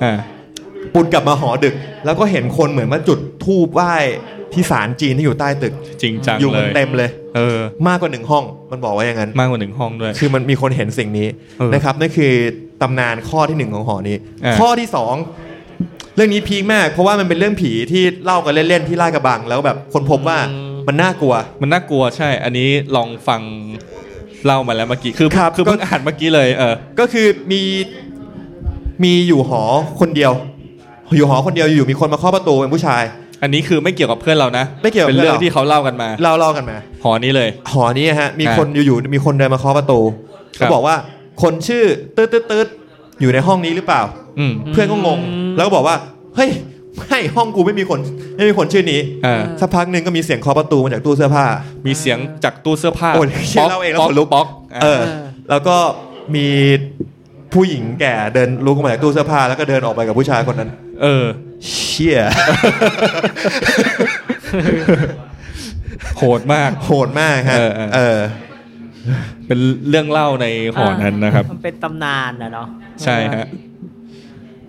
B: เออ
I: ปุณกลับมาหอดึก แล้วก็เห็นคนเหมือนว่าจุดธูปไหว้ที่ศาลจีนที่อยู่ใต้ตึก
B: จริงจัง
I: อยู่
B: เล
I: กัน
B: ย
I: เต็มเลย
B: เออ
I: มากกว่าหนึ่งห้อง มันบอกว่าอย่างนั้น
B: มากกว่าหนึ่งห้องด้วย
I: คือมันมีคนเห็นสิ่งนี้
B: เออ
I: นะครับนั่นคือตำนานข้อที่หนึ่งของหอนี้
B: เออ
I: ข้อที่สองเรื่องนี้พีคมาก เพราะว่ามันเป็นเรื่องผีที่เล่ากันเล่นๆที่ลาดกระบัง แล้วแบบคนพบว่ามันน่ากลัว
B: มันน่ากลัวใช่ อันนี้ลองฟังเล่ามาแล้วเมื่อกี้ คือ
I: ครับ
B: คือ
I: ก็
B: เพิ่งอ่านเมื่อกี้เลย เออ
I: ก็คือมีมีอยู่หอคนเดียว อยู่หอคนเดียวอยู่ๆมีคนมาเคาะประตูเป็นผู้ชาย
B: อันนี้คือไม่เกี่ยวกับเพื่อนเรานะ
I: ไม่เกี่ยวกับ
B: เป็น
I: เพื่อน
B: เรื่
I: เรา
B: องที่เขาเล่ากันมา
I: เล่าเล่ากันมา
B: หอนี้เลย
I: หอนี้ฮะมี
B: อ่า
I: คนอยู่ๆมีคนเดินมาเคาะประตู
B: ครั
I: เขา
B: บ
I: บอกว่าคนชื่อตืดตืดตืดอยู่ในห้องนี้หรือเปล่า
B: อืม
I: เพื่อนก็งง แล้วก็บอกว่าเฮ้ยไม่ห้องกูไม่มีคนไม่มีคนชื่อนี้
B: เออ
I: สักพักหนึ่งก็มีเสียงเคาะประตูมาจากตู้เสื้อผ้า
B: มีเสียงจากตู้เสื้อผ้า
I: โอ้ยเชี่ย
B: ป๊ก
I: เล่าเองแล้ว
B: ป๊ก
I: ขนลุก
B: ป๊อก
I: เออ แล้วก็มีผู้หญิงแก่เดินลุกออกมาจากตู้เสื้อผ้าแล้วก็เดินออกไปกับผู้ชายคนนั้น
B: เออ
I: เชี่ย
B: โหดมาก
I: โหดมากฮะ
B: เออเออ
I: เออ
B: เป็นเรื่องเล่าในหอนั้นนะครับ
C: มันเป็นตำนานนะเนาะ
B: ใช่ฮะ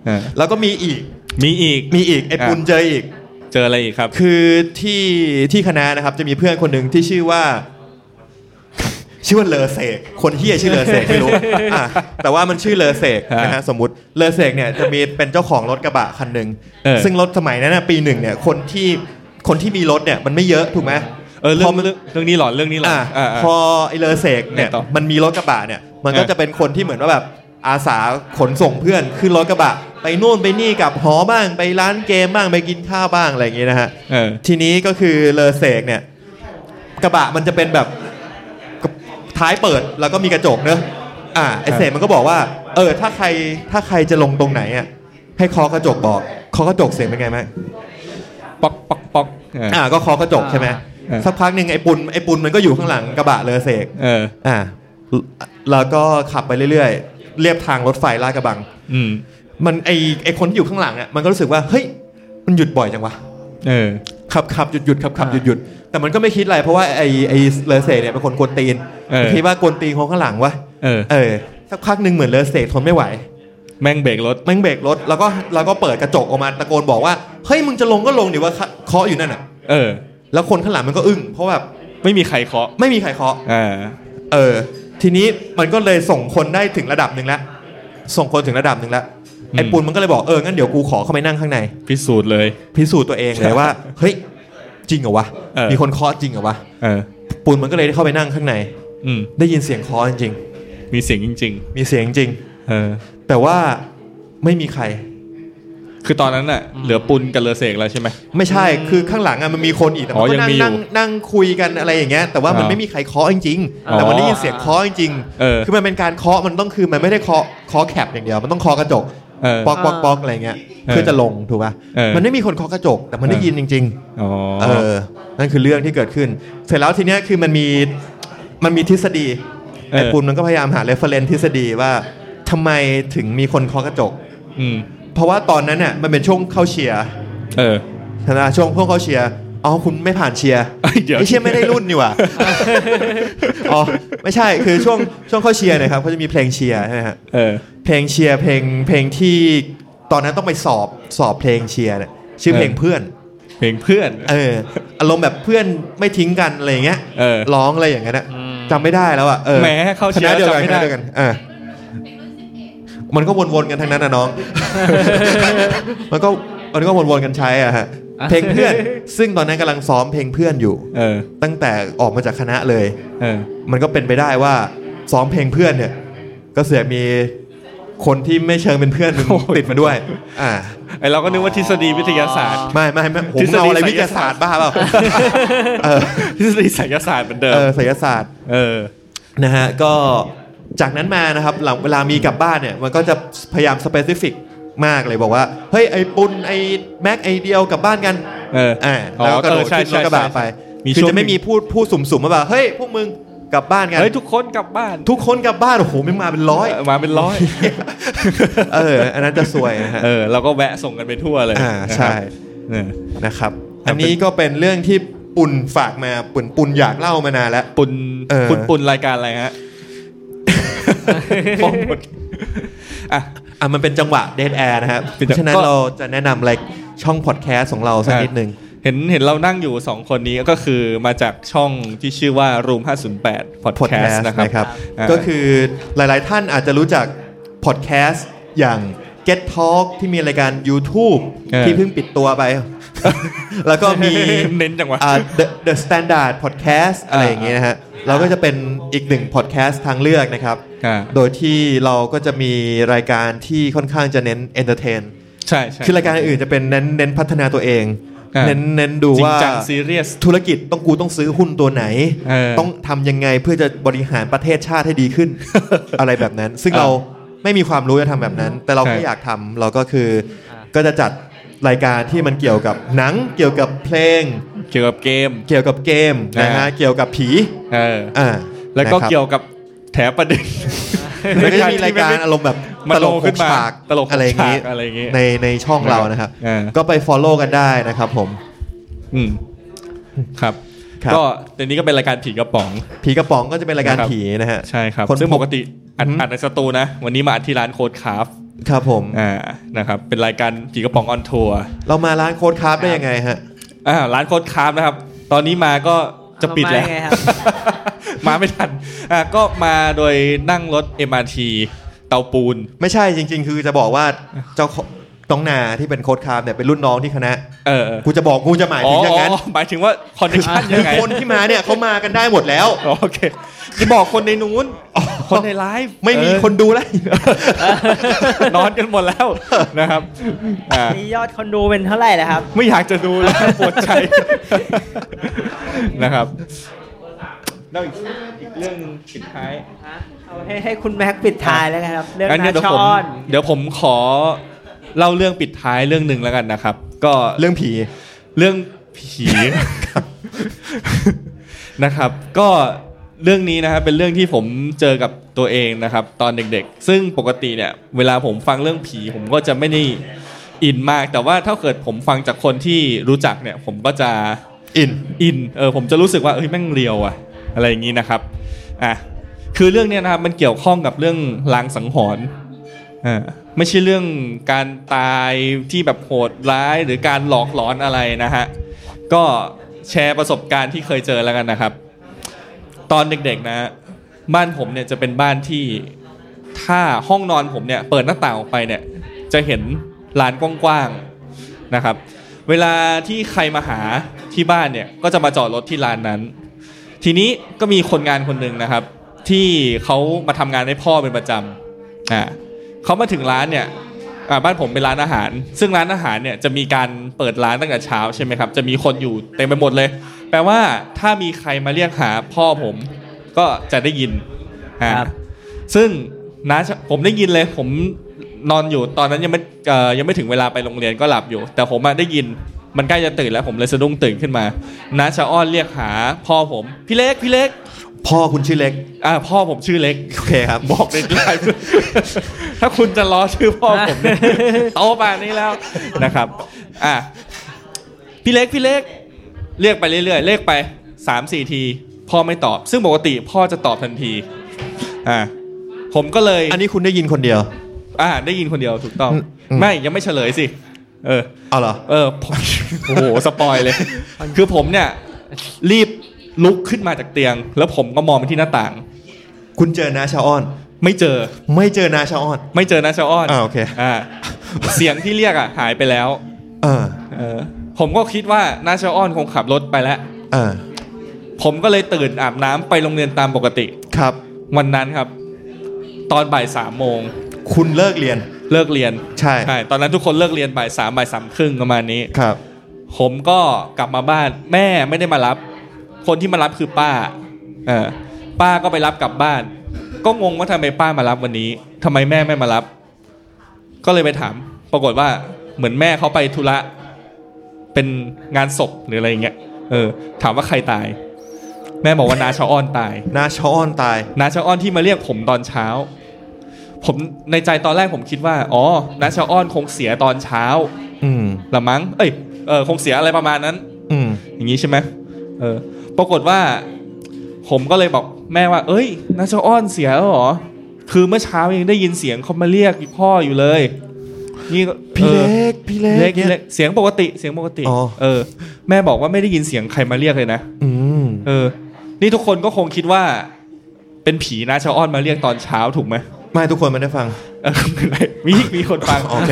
B: เออ
I: แล้วก็มีอีก
B: มีอีก
I: มีอีกไอ้
B: อ่ะ
I: ปุนเจออีก
B: เจออะไรอีกครับ
I: คือที่ที่คณะนะครับ จะมีเพื่อนคนหนึ่งที่ชื่อว่า ชื่อว่าเลอเสกคนเฮียชื่อเลอเสกไม่รู้อ่ะแต่ว่ามันชื่อเลอเสกนะฮะสมมติเลอเสกเนี่ยจะมีเป็นเจ้าของรถกระบะคันหนึ่ง
B: เออ
I: ซึ่งรถสมัยนั้นนะปีหนึ่งเนี่ยคนที่คนที่มีรถเนี่ยมันไม่เยอะถูกไหม
B: เออเรื่
I: พ
B: อง
I: มัน
B: เรื่องเรื่องนี้หลอนเรื่องนี้หลอน
I: อ่ะ
B: อ่าอ่า
I: พอไอเลอเสกเนี่ย
B: ไงต่อ
I: มันมีรถกระบะเนี่ยมันก็
B: อ่ะ
I: จะเป็นคนที่เหมือนว่าแบบอาสาขนส่งเพื่อนขึ้นรถกระบะ ไปนู่นไปนี่กลับหอบ้างไปร้านเกมบ้างไปกินข้าวบ้างอะไรอย่างเงี้ยนะฮะ
B: เออ
I: ทีนี้ก็คือเลอเสกเนี่ยกระบะมันจะเป็นแบบกระท้ายเปิดแล้วก็มีกระจกเนอะอ่าไอเสกมันก็บอกว่า เออถ้าใครถ้าใครจะลงตรงไหนอ่ะให้เคอกระจกบอกเคอกระจกเสียงเป็นไงไหม
B: ป๊อกป๊อกป๊อกเออ
I: อ่าก็เคอกระจกใช่ไหม
B: อ่า
I: สักพักหนึ่งไอ้ปุนไอ้ปุนมันก็อยู่ข้างหลังกระบะเลอเสก
B: เออ
I: อ่าแล้วก็ขับไปเรื่อยๆ เรียบทางรถไฟลาดกระบัง
B: อื
H: 嗯
B: ม
I: มันไอไอคนที่อยู่ข้างหลังอ่ะมันก็รู้สึกว่าเฮ้ยมันหยุดบ่อยจังวะ
B: เออ
I: ขับขับหยุดหยุดขับขับหยุดหยุดแต่มันก็ไม่คิดอะไรเพราะว่าไอไอเลอเซเนี่ยเป็นคนกวนตีน
B: เออ
I: มันคิดว่ากวนตีนของข้างหลังวะ
B: เออ
I: เออสักพักหนึ่งเหมือนเลอเซทนไม่ไหว
B: แม่งเบรกรถ
I: แม่งเบรกรถแล้วก็แล้วก็เปิดกระจกออกมาตะโกนบอกว่าเฮ้ยมึงจะลงก็ลงดิว่าเคาะอยู่นั่นอ่ะ
B: เออ
I: แล้วคนข้างหลังมันก็อึ้งเพราะแบบ
B: ไม่มีใครเคาะ
I: ไม่มีใครเคาะ
B: อ่า
I: เออทีนี้มันก็เลยส่งคนได้ถึงระดับหนึ่งแล้วส่งคนถึงระดับหนึ่งแล้ว
B: อืม
I: ไอ้ปูนมันก็เลยบอกเอองั้นเดี๋ยวกูขอเข้าไปนั่งข้างใน
B: พิสูจน์เลย
I: พิสูจน์ตัวเองเลยว่า เฮ้ยจริงเหรอวะ
B: เออ
I: มีคนเคาะจริงเหรอวะ
B: เออ
I: ปูนมันก็เลยได้เข้าไปนั่งข้างใน
B: อืม
I: ได้ยินเสียงเคาะจริง
B: มีเสียงจริง
I: ๆมีเสียงจริง
B: ๆ เออ
I: แต่ว่าไม่มีใคร
B: คือตอนนั้นน่ะ เหลือปุนกับเลอเสกแล้วใช่ไหม
I: ไม่ใช่คือข้างหลังอะมันมีคนอีกแต่
B: อ๋
I: มัน
B: อ
I: ก็
B: ยัง
I: นั่ง
B: มีอยู่
I: นั่งนั่งคุยกันอะไรอย่างเงี้ยแต่ว่ามัน
B: อ่า
I: ไม่มีใครเคาะจริง
B: อ๋
I: ๆ
B: อ
I: แต่มันได้ยินเสียงเคาะจริง
B: เออ
I: คือมันเป็นการเคาะมันต้องคือมันไม่ได้เคาะเคาะแคปอย่างเดียวมันต้องเคาะกระจก
B: เออ
I: ป๊อกป๊อกป๊อกอะไรเงี้ยเพื่อจะลงถูกป่ะ
B: เออ
I: มันไม่มีคนเคาะกระจกแต่มันได้
B: เออ
I: ยินจริง ๆ
B: อ๋อ
I: เออ นั่นคือเรื่องที่เกิดขึ้น เสร็จแล้วทีเนี้ยคือมันมี มันมีทฤษฎี
B: เออ
I: ไอ้ปุนมันก็พยายามหาเรฟเฟรนทฤษฎีว่าทำไมถึงมีคนเคาะกระจก
B: อืม
I: เพราะว่าตอนนั้นเนี่ยมันเป็นช่วงเข้าเชียร์
B: เออ
I: ธนาช่วงพวกเข้าเชียร์ อ๋อ คุณไม่ผ่านเชียร์
B: เอ้ยเดี๋ยว
I: ไอ้เชียร์ไม่ได้รุ่น นี่หว่า อ๋อ ไม่ใช่ คือช่วงช่วงเข้าเชียร์เนะครับเขาจะมีเพลงเชียร์ใช่ไหมฮะ
B: เออ
I: เพลงเชียร์เพลงเพลงที่ตอนนั้นต้องไปสอบสอบเพลงเชียร์เนี่ยชื่อเพลง
B: เออ
I: เพื่อน
B: เพลงเพื่อน
I: เอออารมณ์แบบเพื่อนไม่ทิ้งกันอะไรอย่างเงี้ย
B: เออ
I: ร้องอะไรอย่างเงี้ยนะจำไม่ได้แล้วอ่ะเออ
B: แหมเข้าเชีย
I: ค
B: ร์
I: ณะเดียวกัน
B: จำไม่
I: ค
B: ได้
I: ณะเดียวกันเอ่ามันก็วนๆกันทั้งนั้นนะน้อง มันก็มันก็วนๆกันใช้อ่ะฮะเพลงเพื่อน ซึ่งตอนนั้นกำลังซ้อมเพลงเพื่อนอยู่
B: เออ
I: ตั้งแต่ออกมาจากคณะเลย
B: เออ
I: มันก็เป็นไปได้ว่าซ้อมเพลงเพื่อนเนี่ย ก็เสือกมีคนที่ไม่เชิงเป็นเพื่อนมึง
B: โอ้ย
I: ติดมาด้วย อ่า
B: ไอเราก็นึกว่าทฤษฎีวิทยาศาสตร์
I: ไม่ไม่ไม่ผม
B: ทฤษฎี
I: เอาอะไรวิทยาศาสตร์บ้าเป ล่า เออ
B: ทฤษฎีไสยศาสตร์เหมือนเดิม
I: เออศิลศาสตร์
B: เออ
I: นะฮะก็จากนั้นมานะครับหลังเวลามีกลับบ้านเนี่ย มันก็จะพยายามสเปซิฟิกมากเลยบอกว่า เฮ้ย ไอ้ปุนไอ้แม็กไอเดียวกลับบ้านกัน
B: เออ
I: อ่าแล้วก็กระโดด
B: เออใช่
I: ขึ้นรถกระบะ
B: ใช่ใช่
I: ไป
B: มี
I: คือ
B: ช่วง
I: จะไม่มีพูดพูดสุ่มๆมาแบบเฮ้ย พวกมึงกลับบ้านกัน
B: เฮ้ยทุกคนกลับบ้าน
I: ทุกคนกลับบ้าน โอ้โหไม่งมาเป็นร้อย
B: เออมาเป็นร้อย
I: เออ อันนั้นจะสวยนะฮะ
B: เออเราก็แวะส่งกันไปทั่วเลย
I: อ่าใช่
B: เออ
I: นะครับ
B: ครับ
I: อันนี้ก็เป็นเรื่องที่ปุนฝากมาปุนปุนอยากเล่ามานานแล้ว
B: ปุน
I: เออ
B: คุณปุนรายการอะไรฮะ ฟ้องหมดอ่ะ
I: อ่ะมันเป็นจังหวะเดทแอร์นะฮะ
B: เป็นจังหวะ
I: ฉะนั้น
B: ก็
I: เราจะแนะนำอะไรช่องพอดแคสต์ของเราสักนิดนึง
B: เห็นเห็นเรานั่งอยู่สองคนนี้ก็คือมาจากช่องที่ชื่อว่า Room 508
I: พอดแคส
B: Podcast
I: ต์
B: นะ
I: นะ
B: ค
I: ค
B: รั
I: รับ บ
B: อ่า
I: ก็คือหลายๆท่านอาจจะรู้จักพอดแคสต์อย่าง Get Talk ที่มีรายการ YouTube
B: เออ
I: ที่เพิ่งปิดตัวไป แล้วก็มี
B: เน้นจังวะ
I: อ่า The The Standard Podcast อะไรอย่างเงี้ยนะฮะเราก็จะเป็นอีกหนึ่งพอดแคสต์ทางเลือกนะครับ
B: อ่า
I: โดยที่เราก็จะมีรายการที่ค่อนข้างจะเน้น entertain
B: ใช่ใช่
I: คือรายการอื่นจะเป็นเน้นเน้นพัฒนาตัวเอง
B: อ่า
I: เน้นเน้นดู
B: จริง
I: ว่า
B: จังซีเรียส
I: ธุรกิจต้องกูต้องซื้อหุ้นตัวไหน
B: เออ
I: ต้องทำยังไงเพื่อจะบริหารประเทศชาติให้ดี ขึ้น อะไรแบบนั้น ซึ่งเราไม่มีความรู้จะทำแบบนั้น แต่เรา
B: ใช่
I: แค่อยากทำเราก็คือก็จะจัดรายการที่มันเกี่ยวกับหนัง เกี่ยวกับเพลง
B: เกี่ยวกับเกม
I: เกี่ยวกับเกมนะฮะ
B: อ่า
I: เกี่ยวกับผี
B: เออ
I: อ่า
B: แล้วก็
I: นะครับ
B: เกี่ยวกับแถมประเด็น
I: แล้วก็จะมีรายการอารมณ์แบบ
B: มัน
I: ตลก
B: โตขึ้
I: ขึ้
B: น
I: น
B: มา
I: ฉาก
B: ตลกหก
I: อะ
B: ฉาก
I: ไรอย่างงี้
B: อะไรอย่างงี้
I: ในในช่องเรานะครับ
B: อ่า
I: ก็ไป follow กันได้นะครับผม
B: อืมครับ
I: ครับ
B: ก็เดี๋ยวนี้ก็เป็นรายการผีกระป๋อง
I: ผีกระป๋องก็จะเป็นรายการ
B: นะครับ
I: ผีนะฮะ
B: ใช่ครับ
I: คน
B: ซึ่ง
I: พ
B: ป
I: บ
B: กติอัด
I: อืม
B: อัดในสตูนะ วันนี้มาอัดที่ร้านโค้ดคราฟ
I: ครับผม
B: อ่านะครับเป็นรายการผีกระป๋องออนทัวร์
I: เรามาร้านโค้ดคราฟได้ยังไงฮะ
B: อ่าร้านโค้ดคราฟนะครับ ตอนนี้มาก็จะปิดแล้ว
C: เรามายังไงครับ
B: มาไม่ทันอ่าก็มาโดยนั่งรถ MRT เตาปูน
I: ไม่ใช่จริง ๆ คือจะบอกว่าเจ้าของต้องนาที่เป็นโค้ดคราฟเนี่ยเป็นรุ่นน้องที่คณะ
B: เออเออ
I: กูจะบอกกูจะหมาย
B: อ๋อ
I: ถึงอย่างนั้น
B: อ๋อหมายถึงว่าคอนเนคชั่น
I: คื
B: ยั
I: อง
B: ไง
I: คนที่มาเนี่ยเขามากันได้หมดแล้ว
B: อ๋อโอเคจะบอกคนในนู้นคนในไลฟ์
I: ไม่มี
B: เออ
I: คนดูแล้ว
B: นอนกันหมดแล้วนะครับอ่า
C: มียอดคนดูเป็นเท่าไหร่นะครับ
B: ไม่อยากจะดู แล้วปวดใจนะครับแล้วอีกเรื่องปิดท้าย
C: เอาให้ให้คุณแม็กปิดท้ายแล้วกันครับ เรื่อง
B: งั้น
C: นา
B: เดี๋ยว
C: ช
B: ผม
C: อน
B: เดี๋ยวผมขอเล่าเรื่องปิดท้ายเรื่องหนึ่งแล้วกันนะครับ ก็
I: เรื่องผี
B: เรื่องผี นะครับ ก็เรื่องนี้นะครับเป็นเรื่องที่ผมเจอกับตัวเองนะครับ ตอนเด็กๆ ซึ่งปกติเนี่ย เวลาผมฟังเรื่องผีผมก็จะไม่ได้ อินมากแต่ว่าถ้าเกิดผมฟังจากคนที่รู้จักเนี่ย ผมก็จะ
I: อิน
B: อินเออผมจะรู้สึกว่าเอ้ยแม่งเรียวอะอะไรอย่างนี้นะครับอ่ะคือเรื่องเนี้ยนะครับมันเกี่ยวข้องกับเรื่องลางสังหรณ์อ่าไม่ใช่เรื่องการตายที่แบบโหดร้ายหรือการหลอกหลอนอะไรนะฮะก็แชร์ประสบการณ์ที่เคยเจอแล้วกันนะครับ ตอนเด็กๆนะฮะบ้านผมเนี่ยจะเป็นบ้านที่ ถ้าห้องนอนผมเนี่ยเปิดหน้าต่างออกไปเนี่ย จะเห็นลานกว้างๆนะครับ เวลาที่ใครมาหาที่บ้านเนี่ยก็จะมาจอดรถที่ลานนั้น ทีนี้ก็มีคนงานคนหนึ่งนะครับ ที่เขามาทำงานให้พ่อเป็นประจำอ่าเขามาถึงร้านเนี่ยอ่าบ้านผมเป็นร้านอาหาร ซึ่งร้านอาหารเนี่ยจะมีการเปิดร้านตั้งแต่เช้าใช่ไหมครับ จะมีคนอยู่เต็มไปหมดเลย แปลว่าถ้ามีใครมาเรียกหาพ่อผมก็จะได้ยินอ่า
C: ครับ
B: ซึ่งน้าผมได้ยินเลยผม นอนอยู่ตอนนั้นยังไม่เอ่อยังไม่ถึงเวลาไปโรงเรียนก็หลับอยู่ แต่ผมอะได้ยินมันใกล้จะตื่นแล้วผมเลยสะดุ้งตื่นขึ้นมาน้าชะอ้อนเรียกหาพ่อผมพี่เล็กพี่เล็ก
I: พ่อคุณชื่อเล็ก
B: อ่าพ่อผมชื่อเล็ก
I: โอเคครับ
B: บอกในไลน์ ถ้าคุณจะล้อชื่อพ่อผมเนี่ย โตป่านนี้แล้วนะครับ อ่ะพี่เล็กพี่เล็ก เรียกไปเรื่อยๆเรียกไปสามสี่ทีพ่อไม่ตอบ ซึ่งปกติพ่อจะตอบทันทีอ่ะผมก็เลย
I: อันนี้คุณได้ยินคนเดียว
B: อ่าได้ยินคนเดียวถูกต้อง
I: อืมอืม
B: ไม่ยังไม่เฉลยสิ เออ
I: เอาเหรอ
B: เออผม โอ้โหสปอยเลย คือผมเนี่ย รีบลุกขึ้นมาจากเตียง แล้วผมก็มองไปที่หน้าต่าง
I: คุณเจอนาชาอ้อน
B: ไม่เจอ
I: ไม่เจอนาชาอ้อน
B: ไม่เจอนะชาอ้อน
I: อ่าโอเค
B: อ่าเสียงที่เรียกอ่ะหายไปแล้ว
I: เออ
B: เออ ผมก็คิดว่านาชาอ้อนคงขับรถไปแล้ว
I: เออ
B: ผมก็เลยตื่นอาบน้ำไปโรงเรียนตามปกติ
I: ครับ
B: วันนั้นครับ ตอนบ่ายสามโมง
I: คุณเลิกเรียน
B: เลิกเรียน
I: ใช่
B: ใช่ตอนนั้นทุกคนเลิกเรียนบ่ายสามบ่ายสามครึ่งประมาณนี้
I: ครับ
B: ผมก็กลับมาบ้านแม่ไม่ได้มารับ คนที่มารับคือป้า เออป้าก็ไปรับกลับบ้าน ก็งงว่าทำไมป้ามารับวันนี้ทำไมแม่ไม่มารับ ก็เลยไปถาม ปรากฏว่าเหมือนแม่เขาไปธุระเป็นงานศพหรืออะไรอย่างเงี้ยเออ ถามว่าใครตาย แม่บอกว่านาชาอ้อนตาย
I: นาชาอ้อนตาย
B: นาชาอ้อนที่มาเรียกผมตอนเช้า ผมในใจตอนแรกผมคิดว่า อ๋อนาชาอ้อนคงเสียตอนเช้า
I: อืม
B: ละมั้งเอ้ยเออคงเสียอะไรประมาณนั้น
I: อืม
B: อย่างนี้ใช่ไหมเออ ปรากฏว่า ผมก็เลยบอกแม่ว่า เอ้ยนาชาอ้อนเสียแล้วเหรอ คือเมื่อเช้ายังได้ยินเสียงเขามาเรียกพ่ออยู่เลย นี่ก็
I: พี่
B: อ
I: เล็
B: อก
I: พี่เล็ก
B: เล็กพี่
I: นี่
B: เล็
I: ย
B: ก เสียงปกติ เสียงปกติ
I: อ๋อ
B: เออ แม่บอกว่าไม่ได้ยินเสียงใครมาเรียกเลยนะ
I: อืม
B: เออ นี่ทุกคนก็คงคิดว่า เป็นผีนาชาอ้อนมาเรียกตอนเช้าถูกไหม
I: ไม่ทุกคนมันได้ฟัง
B: เออไม่เป็นไรมีมีคนฟัง
I: โอเค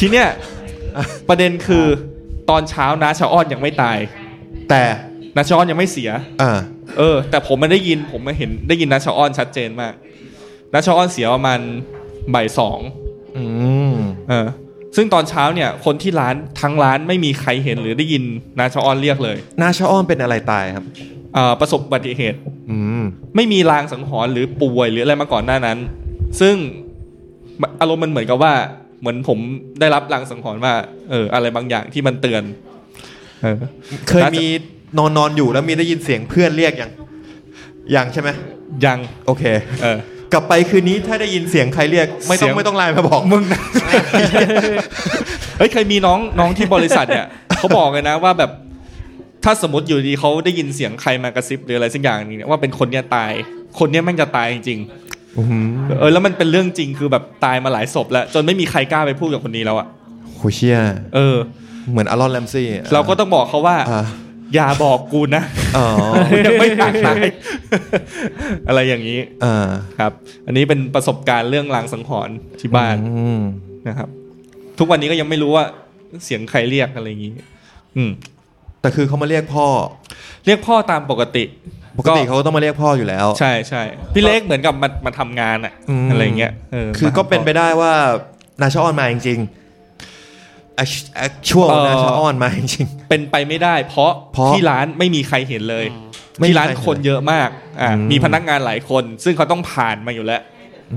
B: ทีเนี้ยประเด็นคือตอนเช้านาชาอ้อนยังไม่ตาย
I: แต่
B: นาชาอ้อนยังไม่เสีย
I: อ่า
B: เออแต่ผมมันได้ยินผมมาเห็นได้ยินนัชอ้อนชัดเจนมากนัชอ้อนเสียประมาณบ่ายสอง
I: อืม
B: เออซึ่งตอนเช้าเนี่ย คนที่ร้านทั้งร้านไม่มีใครเห็นหรือได้ยินนาชอ้อนเรียกเลย
I: นาชาอ้อนเป็นอะไรตายครับ
B: เอ่อประสบอุบัติเหตุ
I: อืม
B: ไม่มีลางสังหรณ์หรือป่วยหรืออะไรมาก่อนหน้านั้น ซึ่งอารมณ์มันเหมือนกับว่า เหมือนผมได้รับลางสังหรณ์ว่าเอออะไรบางอย่างที่มันเตือนเออ
I: เคยมีนอนนอนอยู่แล้วมีได้ยินเสียงเพื่อนเรียกยัง ยังใช่ไหม
B: ยัง
I: โอเค
B: เออ
I: กลับไปคืนนี้ถ้าได้ยินเสียงใครเรียก ไม่ต้อ
B: เสี
I: ง
B: ยง
I: ไม่ต้องไลน์มาบอกมึงนะ
B: เฮ้ยเคยมีน้องน้องที่บริษัทเนี่ย เขาบอกเลยนะว่าแบบถ้าสมมติอยู่ดีเขาได้ยินเสียงใครมากระซิบหรืออะไรสักอย่างหนึงเนี่ยว่าเป็นคนเนี้ยตาย คนเนี้ยแม่งจะตายจริงๆเออแล้วมันเป็นเรื่องจริงคือแบบตายมาหลายศพแล้วจนไม่มีใครกล้าไปพูดกับคนนี้แล้วอ่ะ
I: โหเชี่ย
B: เออ
I: เหมือนอารอนแรมซี่
B: เราก็ต้องบอกเขาว่า
I: อ่า
B: อย่าบอกกูนะ
I: อ๋อ
B: กูยังไม่ตาย อะไรอย่างนี้
I: อ่า
B: ครับ อันนี้เป็นประสบการณ์เรื่องลางสังหรณ์ที่บ้าน
I: อืม
B: นะครับทุกวันนี้ก็ยังไม่รู้ว่าเสียงใครเรียกอะไรอย่างนี้อืม
I: แต่คือเขามาเรียกพ่อ
B: เรียกพ่อตามปกติ
I: ปกติเขาก็ต้องมาเรียกพ่ออยู่แล้ว
B: ใช่ใช่พี่เล็กเหมือนกับมามาทำงานอะ
I: อืม
B: อะไรอย่างเงี้ยเออ
I: คือก็เป็นไปได้ว่านาชาออนมาจริงๆอ่ะอ่ะช่วงนาชาออนมาจริง
B: เป็นไปไม่ได้ เพราะ
I: เพราะ
B: ที่ร้านไม่มีใครเห็นเลย
I: ไม่มี
B: ที่ร้าน
I: ใครเห็น
B: คนเยอะมากอ่า
I: อืม
B: มีพนักงานหลายคน ซึ่งเขาต้องผ่านมาอยู่แล้ว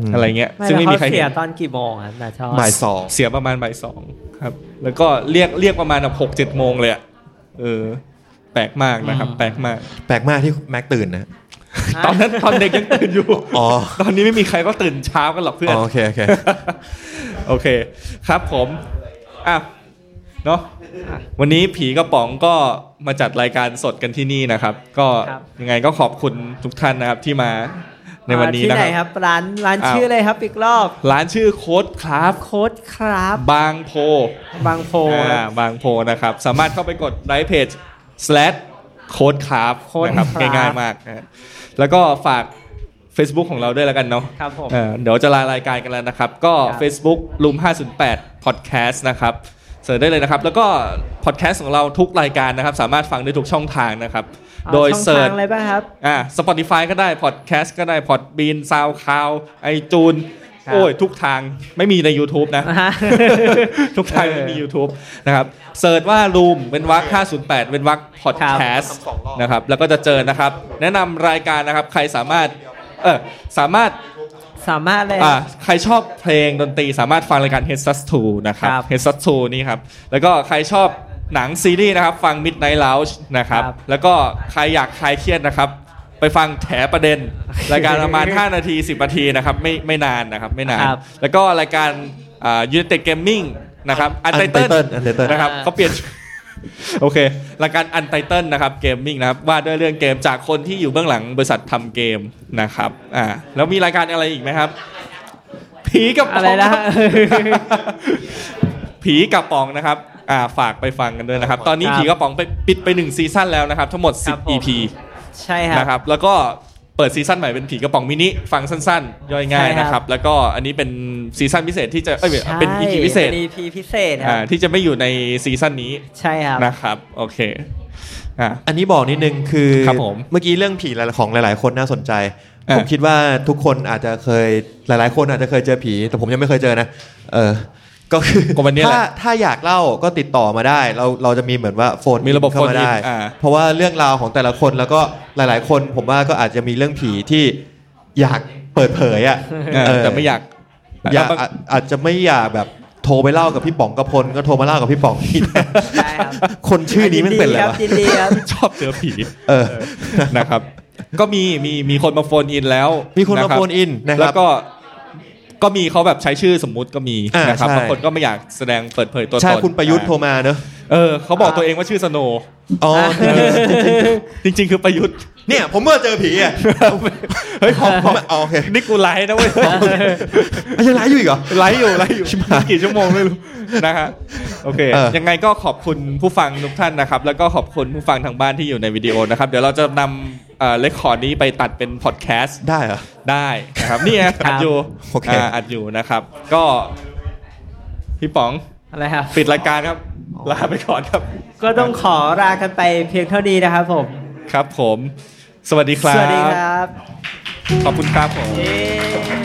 I: ม
B: อะไรเงี้ย
C: ไม่
B: ซึ่ง
C: แล้ว
B: ไม่มีใค
C: เขา
B: ร
C: เสี
B: เห็
C: ย
B: น
C: ตอนกี่โมงอ่ะนาชอ
I: บ่ายสอง
B: เสียประมาณบ่ายสองครับ แล้วก็เรียกเรียกประมาณแบบหกเจ็ดโมงเลยอะเออ แปลกมากนะครับ แปลกมาก
I: แปลกมากที่แม็กตื่นนะ
B: ตอนนั้นตอนเด็กยังตื่นอยู่
I: อ๋อ
B: ตอนนี้ไม่มีใครก็ตื่นเช้ากันหรอกเพื่อน
I: อ๋อโอเคโอเค
B: โอเคครับผมอ่ะเนาะวันนี้ผีกระป๋องก็มาจัดรายการสดกันที่นี่นะครับ ก็
C: ครับ
B: ยังไงก็ขอบคุณทุกท่านนะครับที่มาในวันนี้
C: ที่
B: นะ
C: ไหน
B: ค
C: ครับ รับ ร้านร้าน
B: อ้าว
C: ชื่อเลยครับอีกรอบ
B: ร้านชื่อโค้ดคราฟ
C: โค้ดครับ
B: บางโพ
C: บางโพ
B: อ่าบางโพนะครับ สามารถเข้าไปกดไลค์เพจ slash โค้ดคราฟนะครับ
C: Code Craft
B: ง่ายๆมากนะแล้วก็ฝาก Facebook ของเราด้วยแล้วกันเนาะ
C: ครับผม
B: เอ่อเดี๋ยวจะลารายการกันแล้วนะครับ ก็
C: ครับ
B: Facebook ลุม508 Podcast นะครับเสิร์ชได้เลยนะครับ แล้วก็ Podcast ของเราทุกรายการนะครับ สามารถฟังได้ทุกช่องทางนะครับ
C: เอา
B: โดย
C: ช่อง
B: เสิร์ช
C: ทางอะไรบ้างครับ
B: อ่า Spotify ก็ได้ Podcast ก็ได้ Podbean SoundCloud iTunes
C: ครับ
B: โอ้ย ทุกทางไม่มีใน YouTube นะ
C: นะฮะ
B: ทุกทางไม่มี YouTube นะครับเสิร์ชว่า Room เป็นวัก508 เป็นวัก Podcast นะครับ แล้วก็จะเจอนะครับ แนะนำรายการนะครับ ใครสามารถ เออสามารถ
C: สามารถเลย
B: อ่ะใครชอบเพลงดนตรีสามารถฟังรายการ Head s u s 2นะครับ
C: ครับ
B: Head s u s 2นี่ครับ แล้วก็ใครชอบหนังซีรีส์นะครับ ฟัง Midnight Lounge นะครับ
C: ครับ
B: แล้วก็ใครอยากคลายเครียดนะครับ ไปฟังแถประเด็น รายการประมาณ 5 นาที 10 นาทีนะครับ ไม่ไม่นานนะครับ ไม่นาน
C: ครับ
B: แล้วก็รายการยูเนเต็ดเกมมิ่งนะครับอันไตเติ
I: Untitled Untitled
B: นะครับเขาเปลี่ยน โอเครายการอันไตเติลนะครับเกมมิ่งนะครับว่าด้วยเรื่องเกมจากคนที่อยู่เบื้องหลังบริษัททำเกมนะครับอ่าแล้วมีรายการอะไรอีกไหมครับ ผีกระป๋อง
C: อะไรนะฮะ
B: ผีกระป๋องนะครับอ่าฝากไปฟังกันด้วยนะครับ ตอนนี้
C: ครับ
B: ผีกระป๋องไปปิดไปหนึ่งซีซั่นแล้วนะครับ ทั้งหมด
C: ครับ
B: 10
C: ผม
B: EP
C: ใช่ครับ
B: นะครับแล้วก็เปิดซีซั่นใหม่เป็นผีกระป๋องมินิฟังสั้นๆ ย่อยง่าย
C: ใช่ครับ
B: นะครับ แล้วก็อันนี้เป็นซีซั่นพิเศษที่จะเอ้ยเป็น EP พิเศษ
C: เป็น EP พิเศษครั
B: อ่า
C: บ
B: ที่จะไม่อยู่ในซีซั่นนี้
C: ใช่ครับ
B: นะครับโอเคอ่า
I: อันนี้บอกนิดนึงคือ
B: ครับผม
I: เมื่อกี้เรื่องผีหลายๆของหลาย ๆ คนน่าสนใจ
B: อ่ะ
I: ผมคิดว่าทุกคนอาจจะเคยหลาย ๆ คนอาจจะเคยเจอผี แต่ผมยังไม่เคยเจอนะเออก็คือ
B: ก็วันนี้แหละ
I: ถ้าถ้าอยากเล่าก็ติดต่อมาได้ เราเราจะมีเหมือนว่าโฟน
B: มีระบบ
I: เข้า
B: phone
I: มาได้
B: in อ่า
I: เพราะว่าเรื่องราวของแต่ละคนแล้วก็หลาย ๆ คน ผมว่าก็อาจจะมีเรื่องผีที่อยากเปิดเผยอ่ะ
B: อ่า
I: เ
B: แต่ไม่อยาก
I: อยากอาอาจจะไม่อยากแบบโทรไปเล่ากับพี่ป๋องกระพลก็โทรมาเล่ากับพี่ป๋องนี่แหละ
C: ใช่ครับ
I: คนชื่อนี้มันเป็นอะไระ
C: ยิดีควบยินดีครับ
B: ชอบเจอผี
I: เออ
B: นะครับ ก็มีมีมีคนมาโฟนอินแล้ว
I: มีคนมา
B: รับ
I: โฟนอินนะครับ
B: แล้วก็ก็มีเขาแบบใช้ชื่อสมมุติก็มี
I: อ่า
B: นะครับ
I: ใช่
B: บางคนก็ไม่อยากแสดงเปิดเผยตัวตน
I: ใช่คุณประยุทธ์โทรมาเนอะ
B: เออเขาบอกตัวเองว่าชื่อสโนว์
I: อ๋อ
B: จริง ๆ คือประยุทธ์
I: เนี่ยผมเมื่อเจอผีอ่ะ
B: เฮ้ยขอ
I: ผมอ๋อโอเค
B: นี่กูไลฟ์นะเว้ย
I: อ่ะยังไลฟ์อยู่อีกเหรอ
B: ไลฟ์อยู่ไลฟ์อยู่
I: ชิบหาย
B: กี่ชั่วโมงไม่รู้ นะฮะโอเค
I: เออ
B: ยังไงก็ขอบคุณผู้ฟังทุกท่านนะครับ แล้วก็ขอบคุณผู้ฟังทางบ้านที่อยู่ในวิดีโอนะครับ เดี๋ยวเราจะนำเอ่อเลคคอร์ดนี้ไปตัดเป็นพอดแคสต์
I: ได้เหรอ
B: ได้นะครับ นี่ไง
C: ครั
B: อั
C: บ
B: ดอยู่
I: โอเค
B: าอัดอยู่นะครับ ก็พี่ป๋อง
C: อะไรครับ
B: ปิดรายการครับ ลาไปก่อนครับ
C: ก็ต้องขอลากันไปเพียงเท่านี้นะครับผม
B: ครับผม สวัสดีครับ
C: สวัสดีครับ
B: ขอบคุณครับผม
C: เย้